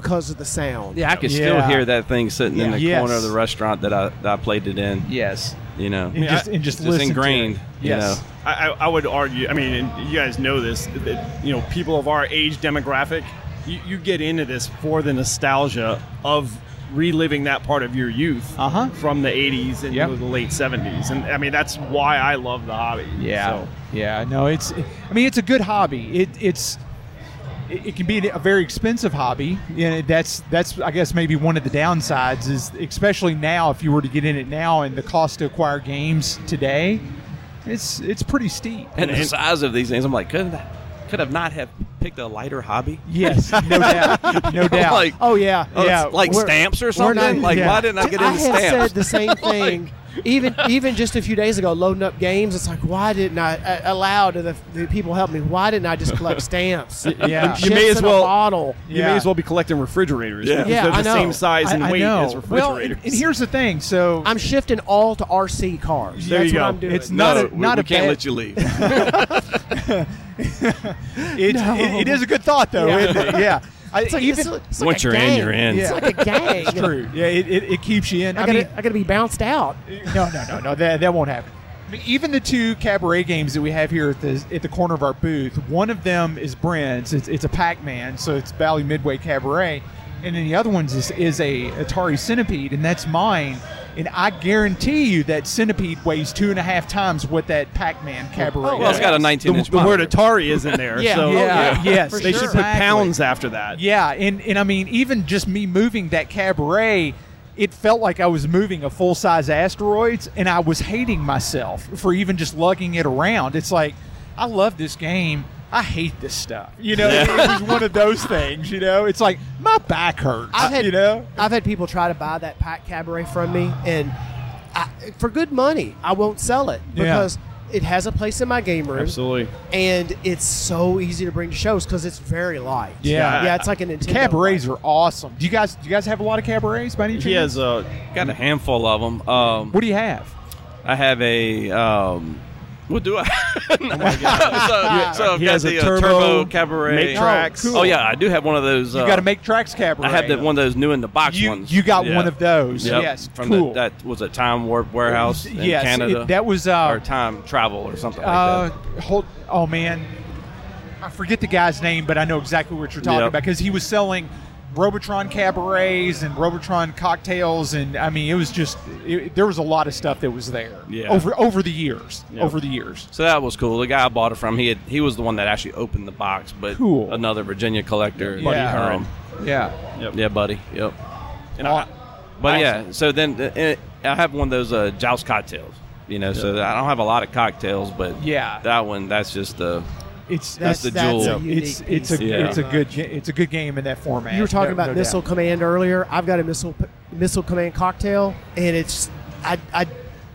Speaker 2: because of the sound.
Speaker 5: yeah, I could still
Speaker 3: Yeah.
Speaker 5: hear that thing sitting in
Speaker 3: Yeah.
Speaker 5: the
Speaker 3: Yes.
Speaker 5: corner of the restaurant that I that I played it in.
Speaker 3: Yes.
Speaker 5: You know,
Speaker 3: And just and just
Speaker 5: It's
Speaker 3: listen to
Speaker 5: ingrained.
Speaker 3: it.
Speaker 5: you
Speaker 3: Yes.
Speaker 5: know.
Speaker 4: I, I, I would argue. I mean, and you guys know this. That, you know, people of our age demographic, you, you get into this for the nostalgia of reliving that part of your youth
Speaker 3: Uh-huh.
Speaker 4: from the '80s and
Speaker 3: Yep.
Speaker 4: the late '70s. And I mean, that's why I love the hobby.
Speaker 3: Yeah.
Speaker 4: So,
Speaker 3: Yeah. No, it's. I mean, it's a good hobby. It, it's. It it can be a very expensive hobby, and that's that's I guess maybe one of the downsides is especially now if you were to get in it now and the cost to acquire games today, it's it's pretty steep.
Speaker 5: And the
Speaker 4: And-
Speaker 5: size of these things, I'm like, could could have not have picked a lighter hobby.
Speaker 3: Yes, no doubt, no doubt.
Speaker 5: Like,
Speaker 2: Oh yeah,
Speaker 5: oh,
Speaker 3: yeah,
Speaker 5: it's like
Speaker 2: we're-
Speaker 5: stamps or
Speaker 2: we're
Speaker 5: something.
Speaker 2: not-
Speaker 5: like,
Speaker 3: yeah.
Speaker 5: why didn't I get
Speaker 2: I
Speaker 5: into
Speaker 2: have said
Speaker 5: stamps?
Speaker 2: the same thing. even even just a few days ago, loading up games, it's like, why didn't I uh, allow to the, the people help me? Why didn't I just collect stamps?
Speaker 3: yeah.
Speaker 2: Chips
Speaker 4: You may as
Speaker 2: in a
Speaker 4: well-
Speaker 2: bottle.
Speaker 4: You may as well be collecting refrigerators.
Speaker 5: Yeah.
Speaker 4: because
Speaker 2: Yeah,
Speaker 4: they're
Speaker 2: I
Speaker 4: the
Speaker 2: know.
Speaker 4: same size and
Speaker 3: I- I
Speaker 4: weight
Speaker 3: know.
Speaker 4: as
Speaker 3: Well, and,
Speaker 4: refrigerators.
Speaker 3: and here's the thing. So
Speaker 2: I'm shifting all to RC cars.
Speaker 4: There
Speaker 2: That's
Speaker 4: you
Speaker 2: what
Speaker 4: go.
Speaker 2: I'm doing.
Speaker 3: It's not
Speaker 5: no,
Speaker 3: a-
Speaker 5: we,
Speaker 3: not
Speaker 5: we
Speaker 3: a
Speaker 5: can't
Speaker 3: bad-
Speaker 5: let you leave.
Speaker 3: it, it- it is a good thought, though.
Speaker 2: Yeah.
Speaker 3: It- yeah. I,
Speaker 2: It's like,
Speaker 3: even-
Speaker 2: it's, it's like
Speaker 5: Once
Speaker 2: a
Speaker 5: you're in,
Speaker 2: gang.
Speaker 5: you're in.
Speaker 2: It's like a gang.
Speaker 3: it's true. Yeah, it, it, it keeps you in.
Speaker 2: I
Speaker 3: I
Speaker 2: gotta, I,
Speaker 3: mean,
Speaker 2: gotta be bounced out.
Speaker 3: no, no, no, no. That that won't happen. I mean, even the two cabaret games that we have here at the at the corner of our booth, one of them is Brent's. It's, it's a Pac-Man, so it's Valley Midway Cabaret, and then the other one's is, is a Atari Centipede, and that's mine. And I guarantee you that Centipede weighs two and a half times what that Pac-Man Cabaret.
Speaker 2: Oh,
Speaker 5: well, it's
Speaker 3: weighs.
Speaker 5: got a 19
Speaker 4: the,
Speaker 5: inch.
Speaker 4: the word Atari is in there.
Speaker 2: Yeah.
Speaker 4: so
Speaker 2: Oh,
Speaker 3: yeah,
Speaker 2: yeah.
Speaker 3: yes,
Speaker 2: For
Speaker 4: They
Speaker 2: sure.
Speaker 4: should put
Speaker 3: Exactly.
Speaker 4: pounds after that.
Speaker 3: Yeah, and and I mean, even just me moving that cabaret, it felt like I was moving a full size asteroids, and I was hating myself for even just lugging it around. It's like, I love this game. I hate this stuff. You know, it was one of those things. You know, it's like my back hurts.
Speaker 2: I've had
Speaker 3: you know,
Speaker 2: I've had people try to buy that pack cabaret from me, and I, for good money, I won't sell it
Speaker 3: Yeah.
Speaker 2: because it has a place in my game room,
Speaker 4: Absolutely.
Speaker 2: and it's so easy to bring to shows because it's very light.
Speaker 3: Yeah.
Speaker 2: yeah, it's like a Nintendo.
Speaker 3: cabarets
Speaker 2: light.
Speaker 3: are awesome. Do you guys do you guys have a lot of cabarets by any chance?
Speaker 4: He has a.
Speaker 5: Got a handful of them. Um,
Speaker 3: What do you have?
Speaker 5: I have a. Um, what do I? so, so I've
Speaker 4: He
Speaker 5: got
Speaker 4: has a
Speaker 5: the uh,
Speaker 4: turbo,
Speaker 5: turbo cabaret.
Speaker 4: make tracks.
Speaker 5: Oh yeah, I do have one of those. Uh,
Speaker 3: You got to make tracks cabaret.
Speaker 5: I have that one of those new in the box
Speaker 3: You,
Speaker 5: ones.
Speaker 3: you got
Speaker 4: Yeah.
Speaker 3: one of those.
Speaker 5: Yep,
Speaker 3: Yes,
Speaker 5: from the-
Speaker 3: cool.
Speaker 5: that was a Time Warp warehouse in
Speaker 3: yes,
Speaker 5: Canada.
Speaker 3: it- that was uh,
Speaker 5: or time travel or something
Speaker 3: uh,
Speaker 5: like that.
Speaker 3: hold, oh man, I forget the guy's name, but I know exactly what you're talking
Speaker 5: Yep.
Speaker 3: about because he was selling Robotron cabarets and Robotron cocktails, and I mean, it was just it, there was a lot of stuff that was there
Speaker 5: Yeah.
Speaker 3: over over the years,
Speaker 4: Yep.
Speaker 3: over the years.
Speaker 5: So that was cool. The guy I bought it from, he had, he was the one that actually opened the box, but
Speaker 3: Cool.
Speaker 5: another Virginia collector.
Speaker 3: Buddy
Speaker 5: yeah.
Speaker 3: Yeah,
Speaker 4: Yep.
Speaker 5: yeah, buddy. Yep.
Speaker 4: And I,
Speaker 5: But
Speaker 4: Awesome.
Speaker 5: yeah, so then uh, eh, I have one of those uh, joust cocktails. You know, so I don't have a lot of cocktails, but
Speaker 3: Yeah.
Speaker 5: that one that's just the
Speaker 3: it's
Speaker 5: That's the
Speaker 2: that's
Speaker 5: jewel.
Speaker 2: a unique
Speaker 3: it's it's
Speaker 2: piece.
Speaker 3: a
Speaker 5: Yeah.
Speaker 3: it's a good ge- it's a good game in that format.
Speaker 2: You were talking
Speaker 3: No-
Speaker 2: about
Speaker 3: no
Speaker 2: missile
Speaker 3: doubt.
Speaker 2: command earlier. I've got a missile missile command cocktail, and it's I I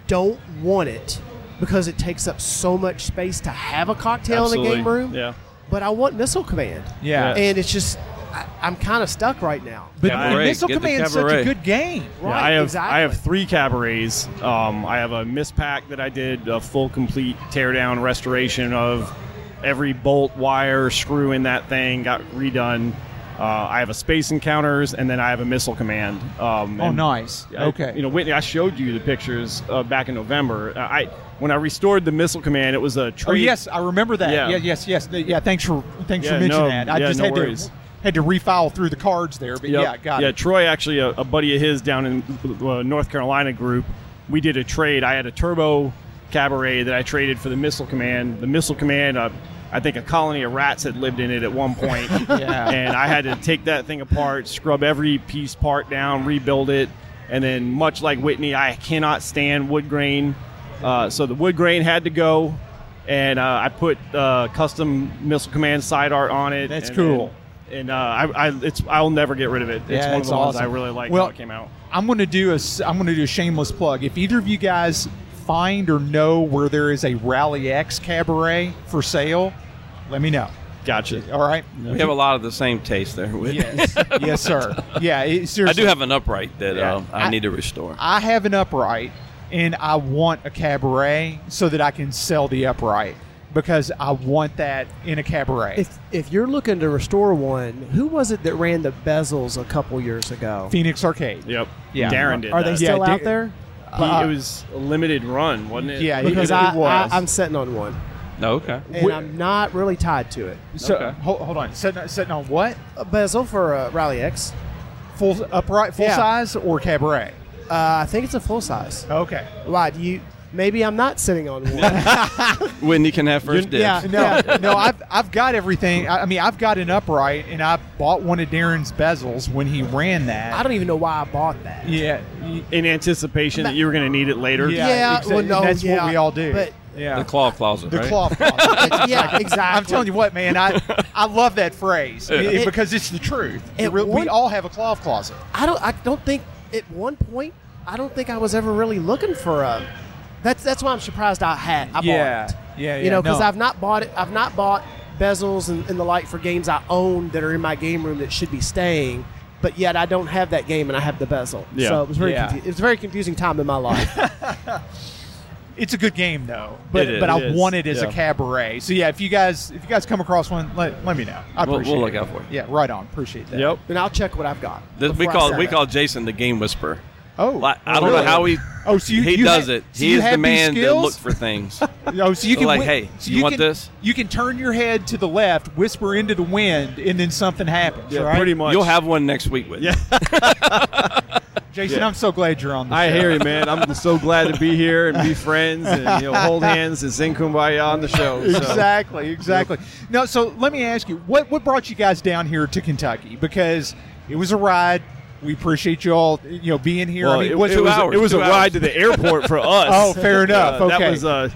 Speaker 2: don't want it because it takes up so much space to have a cocktail in
Speaker 4: absolutely.
Speaker 2: the game room.
Speaker 4: Yeah.
Speaker 2: But I want missile command.
Speaker 3: Yeah,
Speaker 4: Yeah.
Speaker 2: and it's just I, I'm kind of stuck right now.
Speaker 3: but
Speaker 5: Cabaret,
Speaker 3: missile
Speaker 5: get the
Speaker 3: command's such a
Speaker 5: cabaret.
Speaker 3: good game.
Speaker 4: Yeah,
Speaker 2: Right,
Speaker 4: I have
Speaker 2: exactly.
Speaker 4: I have three cabarets. Um, I have a mispack that I did a full complete teardown restoration of every bolt, wire, screw in that thing got redone. Uh, I have a space encounters, and then I have a missile command. Um,
Speaker 3: Oh,
Speaker 4: and
Speaker 3: nice.
Speaker 4: I-
Speaker 3: okay,
Speaker 4: You know, Whitney, I showed you the pictures uh, back in November. Uh, I when I restored the missile command, it was a
Speaker 3: Oh
Speaker 4: trade.
Speaker 3: yes, I remember that. Yeah,
Speaker 4: Yeah.
Speaker 3: yes, yes. The- Yeah, thanks for thanks for
Speaker 4: Yeah,
Speaker 3: mentioning
Speaker 4: no,
Speaker 3: that. I
Speaker 4: yeah,
Speaker 3: just
Speaker 4: no
Speaker 3: had
Speaker 4: worries.
Speaker 3: to had to refile through the cards there, but
Speaker 4: Yep.
Speaker 3: yeah, got
Speaker 4: yeah,
Speaker 3: it.
Speaker 4: Troy, actually, a, a buddy of his down in uh, North Carolina group, we did a trade. I had a turbo cabaret that I traded for the Missile Command. The Missile Command, uh, I think a colony of rats had lived in it at one point.
Speaker 3: Yeah.
Speaker 4: And I had to take that thing apart, scrub every piece part down, rebuild it. And then, much like Whitney, I cannot stand wood grain. Uh, so the wood grain had to go. And uh, I put uh, custom Missile Command side art on it.
Speaker 3: That's
Speaker 4: and-
Speaker 3: cool.
Speaker 4: and uh, I, I it's I'll never get rid of it. It's
Speaker 3: Yeah,
Speaker 4: one
Speaker 3: it's
Speaker 4: of the ones I
Speaker 3: awesome.
Speaker 4: really like
Speaker 3: Well-
Speaker 4: when it came out.
Speaker 3: I'm going to do a s- I'm going to do a shameless plug. If either of you guys find or know where there is a Rally X cabaret for sale, let me know.
Speaker 4: Gotcha.
Speaker 3: All right.
Speaker 5: we have a lot of the same taste there.
Speaker 3: Yes, yes, sir. Yeah, it,
Speaker 5: I
Speaker 3: seriously.
Speaker 5: do have an upright that uh,
Speaker 3: Yeah.
Speaker 5: I,
Speaker 3: I-
Speaker 5: need to restore.
Speaker 3: I have an upright and I want a cabaret so that I can sell the upright because I want that in a cabaret.
Speaker 2: If if you're looking to restore one, who was it that ran the bezels a couple years ago?
Speaker 3: Phoenix Arcade.
Speaker 4: Yep.
Speaker 3: Yeah.
Speaker 4: Darren did.
Speaker 2: Are they
Speaker 4: that.
Speaker 3: Yeah,
Speaker 2: still
Speaker 3: Dar-
Speaker 2: out there?
Speaker 4: He-
Speaker 3: Uh,
Speaker 4: it was a limited run, wasn't it?
Speaker 3: Yeah,
Speaker 2: Because
Speaker 3: it-
Speaker 2: I,
Speaker 3: it was.
Speaker 2: I I'm sitting on one,
Speaker 5: no, okay.
Speaker 2: and
Speaker 3: Wh-
Speaker 2: I'm not really tied to it.
Speaker 3: So
Speaker 5: Okay.
Speaker 3: hold, hold on, sitting, sitting on what?
Speaker 2: A bezel for a Rally X.
Speaker 3: Full upright, full
Speaker 2: Yeah.
Speaker 3: size, or cabaret?
Speaker 2: Uh, I think it's a full size.
Speaker 3: Okay.
Speaker 2: Why do you? Maybe I'm not sitting on one.
Speaker 5: Whitney can have first dibs.
Speaker 2: yeah.
Speaker 3: No, no, I've I've got everything. I, I mean, I've got an upright, and I bought one of Darren's bezels when he ran that.
Speaker 2: I don't even know why I bought that.
Speaker 3: Yeah. y-
Speaker 4: In anticipation that you were going to need it later.
Speaker 3: Yeah.
Speaker 2: yeah,
Speaker 3: exa-
Speaker 2: well, no,
Speaker 3: that's what
Speaker 2: yeah,
Speaker 3: we all do.
Speaker 2: But
Speaker 3: Yeah.
Speaker 5: The claw closet.
Speaker 3: The
Speaker 5: right?
Speaker 3: claw closet.
Speaker 2: yeah, exactly.
Speaker 3: I'm telling you what, man, I, I love that phrase
Speaker 5: Yeah.
Speaker 3: it- because it's the truth.
Speaker 2: It
Speaker 3: Re- we
Speaker 2: won't-
Speaker 3: all have a cloth closet.
Speaker 2: I don't. I don't think at one point. I don't think I was ever really looking for a. That's that's why I'm surprised I had. I
Speaker 3: Yeah.
Speaker 2: bought it.
Speaker 3: Yeah, yeah,
Speaker 2: You know, because
Speaker 3: no.
Speaker 2: I've not bought it. I've not bought bezels and, and the like for games I own that are in my game room that should be staying. But yet I don't have that game and I have the bezel.
Speaker 4: Yeah.
Speaker 2: So it was very
Speaker 3: Yeah.
Speaker 2: confu- it was a very confusing time in my life.
Speaker 3: It's a good game though, but
Speaker 5: It is.
Speaker 3: but I
Speaker 4: It is.
Speaker 3: want it as
Speaker 4: Yeah.
Speaker 3: a cabaret. So yeah, if you guys if you guys come across one, let, let me know. I
Speaker 5: We'll-
Speaker 3: appreciate
Speaker 5: we'll look
Speaker 3: it.
Speaker 5: out for it.
Speaker 3: Yeah, right on. Appreciate that.
Speaker 4: Yep.
Speaker 2: and I'll check what I've got.
Speaker 5: This- we
Speaker 2: before I
Speaker 5: call
Speaker 2: sell
Speaker 5: we
Speaker 2: it.
Speaker 5: call Jason the game whisperer.
Speaker 3: Oh,
Speaker 5: Like, I don't
Speaker 3: really?
Speaker 5: know how he.
Speaker 3: Oh, so you-
Speaker 5: he
Speaker 3: you
Speaker 5: does
Speaker 3: ha-
Speaker 5: it.
Speaker 3: so
Speaker 5: he
Speaker 3: you
Speaker 5: is
Speaker 3: have
Speaker 5: the
Speaker 3: these
Speaker 5: man that
Speaker 3: skills?
Speaker 5: looks for things.
Speaker 3: Oh, so you
Speaker 5: So
Speaker 3: can
Speaker 5: like,
Speaker 3: whi-
Speaker 5: hey,
Speaker 3: so
Speaker 5: you want
Speaker 3: can,
Speaker 5: this?
Speaker 3: You can turn your head to the left, whisper into the wind, and then something happens.
Speaker 4: Yeah,
Speaker 3: right?
Speaker 4: pretty much.
Speaker 5: You'll have one next week with. you.
Speaker 4: Yeah.
Speaker 3: Jason,
Speaker 4: Yeah.
Speaker 3: I'm so glad you're on. The
Speaker 4: I
Speaker 3: show.
Speaker 4: hear you, man. I'm so glad to be here and be friends and you know, hold hands and sing kumbaya on the show. So.
Speaker 3: exactly, exactly. No, so let me ask you, what what brought you guys down here to Kentucky? Because it was a ride. We appreciate you all, you know, being here.
Speaker 4: Well,
Speaker 3: I mean,
Speaker 4: it,
Speaker 3: what's-
Speaker 4: it was,
Speaker 5: hours,
Speaker 4: it was a
Speaker 5: two hours.
Speaker 4: ride to the airport for us.
Speaker 3: Oh, fair enough.
Speaker 4: Uh, That
Speaker 3: Okay.
Speaker 4: was uh,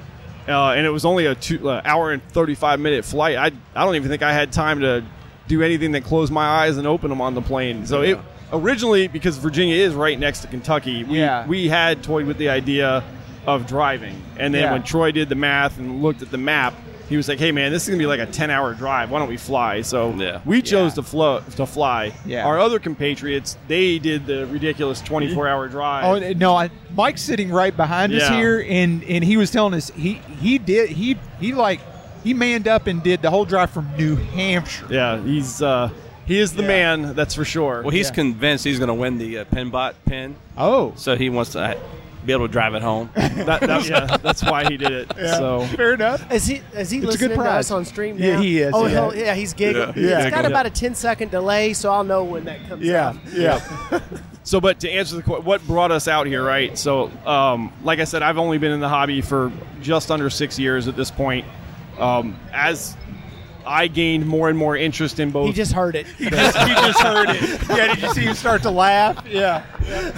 Speaker 4: uh, and it was only a two uh, hour and thirty five minute flight. I I don't even think I had time to do anything than close my eyes and open them on the plane. So it originally because Virginia is right next to Kentucky, we
Speaker 3: Yeah.
Speaker 4: we had toyed with the idea of driving, and then
Speaker 3: Yeah.
Speaker 4: when Troy did the math and looked at the map. He was like, "Hey man, this is gonna be like a ten-hour drive. Why don't we fly?" So
Speaker 5: Yeah.
Speaker 4: we chose
Speaker 3: Yeah.
Speaker 4: to fly. To fly.
Speaker 3: Yeah.
Speaker 4: Our other compatriots, they did the ridiculous twenty-four-hour drive.
Speaker 3: Oh no! I, Mike's sitting right behind us
Speaker 4: Yeah.
Speaker 3: here, and and he was telling us he he did he he like he manned up and did the whole drive from New Hampshire.
Speaker 4: Yeah, he's uh, he is the
Speaker 3: Yeah.
Speaker 4: man. That's for sure.
Speaker 5: Well, he's
Speaker 3: Yeah.
Speaker 5: convinced he's going to win the uh, Penbot pin,
Speaker 3: Oh,
Speaker 5: so he wants to uh, be able to drive it home.
Speaker 4: that, that, yeah, that's why he did it. So
Speaker 3: fair enough.
Speaker 2: Is he is
Speaker 3: It's a
Speaker 2: he
Speaker 3: good
Speaker 2: listening to
Speaker 3: prize.
Speaker 2: us on stream now?
Speaker 3: Yeah, he is,
Speaker 2: Oh,
Speaker 3: yeah.
Speaker 2: hell, yeah, he's giggling. It's
Speaker 5: Yeah.
Speaker 3: Yeah.
Speaker 2: got about a 10 second delay, so I'll know when that comes.
Speaker 3: Yeah,
Speaker 2: out.
Speaker 3: yeah,
Speaker 4: so, but to answer the question, what brought us out here, right? So, um, like I said, I've only been in the hobby for just under six years at this point. Um, as I gained more and more interest in both,
Speaker 2: He just heard it.
Speaker 3: he just heard it. Yeah, did you see him start to laugh? Yeah,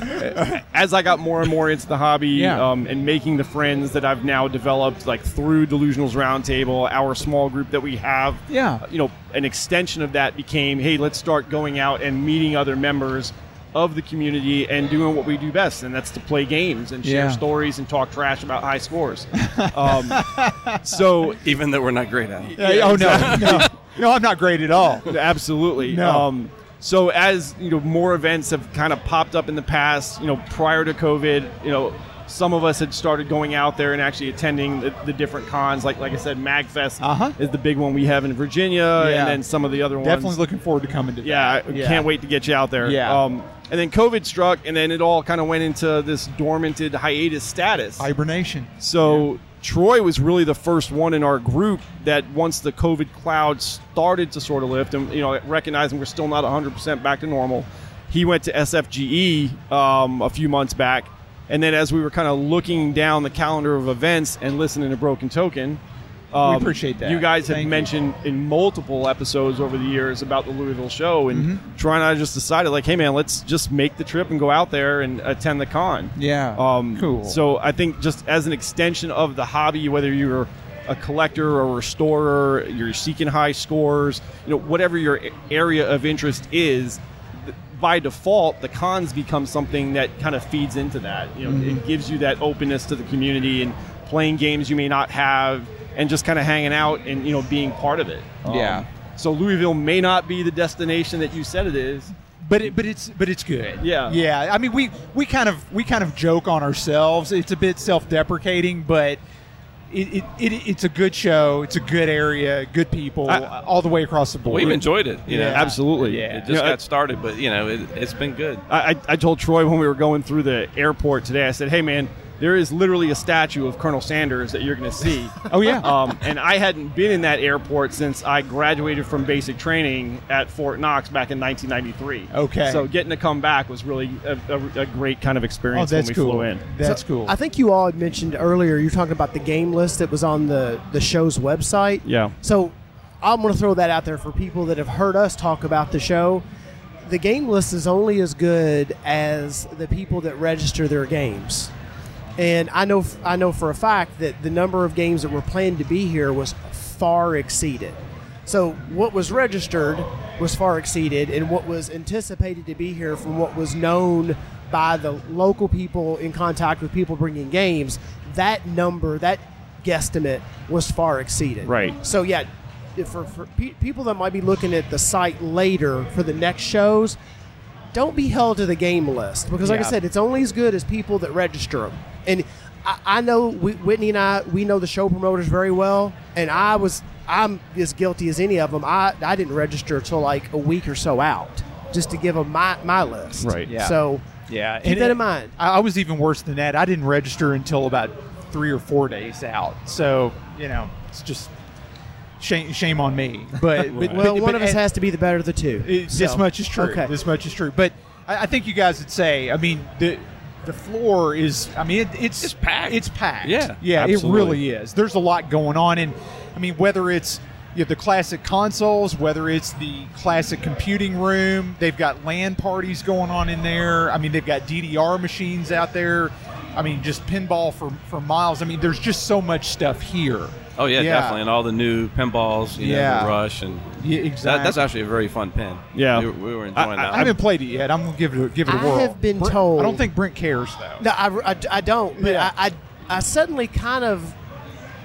Speaker 4: as I got more and more into the hobby
Speaker 3: Yeah.
Speaker 4: um, and making the friends that I've now developed, like through Delusionals Roundtable, our small group that we have, uh,
Speaker 3: Yeah.
Speaker 4: you know, an extension of that became, hey, let's start going out and meeting other members of the community and doing what we do best, and that's to play games and share
Speaker 3: Yeah.
Speaker 4: stories and talk trash about high scores. um, so
Speaker 5: even though we're not great at it.
Speaker 3: Yeah, oh no, no, no! I'm not great at all.
Speaker 4: Absolutely.
Speaker 3: No.
Speaker 4: Um, so as you know, more events have kind of popped up in the past. You know, prior to COVID, you know, some of us had started going out there and actually attending the, the different cons. Like like I said, Magfest
Speaker 3: Uh-huh.
Speaker 4: is the big one we have in Virginia,
Speaker 3: Yeah.
Speaker 4: and then some of the other
Speaker 3: Definitely
Speaker 4: ones.
Speaker 3: looking forward to coming to.
Speaker 4: yeah, I
Speaker 3: that.
Speaker 4: can't wait to get you out there.
Speaker 3: Yeah.
Speaker 4: Um, and then COVID struck, and then it all kind of went into this dormanted hiatus status.
Speaker 3: Hibernation.
Speaker 4: So Troy was really the first one in our group that once the COVID cloud started to sort of lift, and you know, recognizing we're still not 100% back to normal, he went to SFGE um, a few months back, and then as we were kind of looking down the calendar of events and listening to Broken Token. Um,
Speaker 3: appreciate that.
Speaker 4: You guys have
Speaker 3: Thank you.
Speaker 4: mentioned in multiple episodes over the years about the Louisville show, and
Speaker 3: Mm-hmm.
Speaker 4: Troy and I just decided, like, hey man, let's just make the trip and go out there and attend the con.
Speaker 3: Yeah.
Speaker 4: Um,
Speaker 3: cool.
Speaker 4: So I think just as an extension of the hobby, whether you're a collector or restorer, you're seeking high scores, you know, whatever your a- area of interest is, th- by default, the cons become something that kind of feeds into that. You know,
Speaker 3: Mm-hmm.
Speaker 4: it gives you that openness to the community and playing games you may not have, and just kind of hanging out and you know being part of it.
Speaker 3: Yeah.
Speaker 4: So Louisville may not be the destination that you said it is.
Speaker 3: But it, but it's but it's good.
Speaker 4: Yeah.
Speaker 3: Yeah. I mean, we we kind of we kind of joke on ourselves. It's a bit self-deprecating, but it, it, it it's a good show. It's a good area, good people,
Speaker 4: I-
Speaker 3: all the way across the board.
Speaker 5: We've enjoyed it. You
Speaker 3: Yeah.
Speaker 5: know,
Speaker 4: Absolutely.
Speaker 3: Yeah.
Speaker 5: it just
Speaker 4: You know,
Speaker 5: got started, but you know, it, it's been good.
Speaker 4: I, I- I told Troy when we were going through the airport today, I said, hey, man, there is literally a statue of Colonel Sanders that you're going to see.
Speaker 3: Oh yeah.
Speaker 4: um, and I hadn't been in that airport since I graduated from basic training at Fort Knox back in 1993.
Speaker 3: Okay.
Speaker 4: So getting to come back was really a, a- a great kind of
Speaker 3: oh,
Speaker 4: experience when
Speaker 3: that's
Speaker 4: we
Speaker 3: cool.
Speaker 4: flew in.
Speaker 3: That's
Speaker 2: So,
Speaker 3: cool.
Speaker 2: I think you all had mentioned earlier, you were talking about the game list that was on the, the show's website.
Speaker 4: Yeah.
Speaker 2: So I'm going to throw that out there for people that have heard us talk about the show. The game list is only as good as the people that register their games. And I know I know for a fact that the number of games that were planned to be here was far exceeded. So what was registered was far exceeded, and what was anticipated to be here from what was known by the local people in contact with people bringing games, that number, that guesstimate, was far exceeded.
Speaker 4: Right.
Speaker 2: So yeah, if for, for pe- people that might be looking at the site later for the next shows, don't be held to the game list because, like I
Speaker 4: Yeah.
Speaker 2: said, it's only as good as people that register them. And I, I know we, Whitney and I, we know the show promoters very well, and I was I'm as guilty as any of them. I I didn't register till like a week or so out just to give them my my list.
Speaker 4: Right.
Speaker 3: Yeah.
Speaker 2: So
Speaker 3: Yeah,
Speaker 2: keep that in mind.
Speaker 3: I, I was even worse than that. I didn't register until about three or four days out. So you know, it's just shame, shame on me. But, but
Speaker 2: Well,
Speaker 3: but-
Speaker 2: one
Speaker 3: but
Speaker 2: of us
Speaker 3: at-
Speaker 2: has to be the better of the two.
Speaker 3: it- This
Speaker 2: So,
Speaker 3: much is true.
Speaker 2: Okay.
Speaker 3: This much is true. But I, I think you guys would say. I mean, the the floor is. I mean, it, it's
Speaker 5: It's packed.
Speaker 3: It's packed.
Speaker 5: Yeah,
Speaker 3: yeah.
Speaker 4: absolutely.
Speaker 3: It really is. There's a lot going on, and I mean, whether it's you know, the classic consoles, whether it's the classic computing room, they've got LAN parties going on in there. I mean, they've got DDR machines out there. I mean, just pinball for, for miles. I mean, there's just so much stuff here.
Speaker 5: Oh yeah,
Speaker 3: Yeah.
Speaker 5: definitely, and all the new pinballs, you know,
Speaker 3: Yeah.
Speaker 5: the rush, and
Speaker 3: Yeah,
Speaker 5: that,
Speaker 3: exactly.
Speaker 5: that's actually a very fun pin.
Speaker 4: Yeah.
Speaker 5: we, we were enjoying
Speaker 4: I-
Speaker 5: that.
Speaker 3: I haven't played it yet. I'm gonna give it a, give it a
Speaker 2: I
Speaker 3: whirl.
Speaker 2: have been
Speaker 3: Brent-
Speaker 2: told-
Speaker 3: I don't think Brent cares though.
Speaker 2: No, I, I, I don't. But
Speaker 3: Yeah.
Speaker 2: I, I I suddenly kind of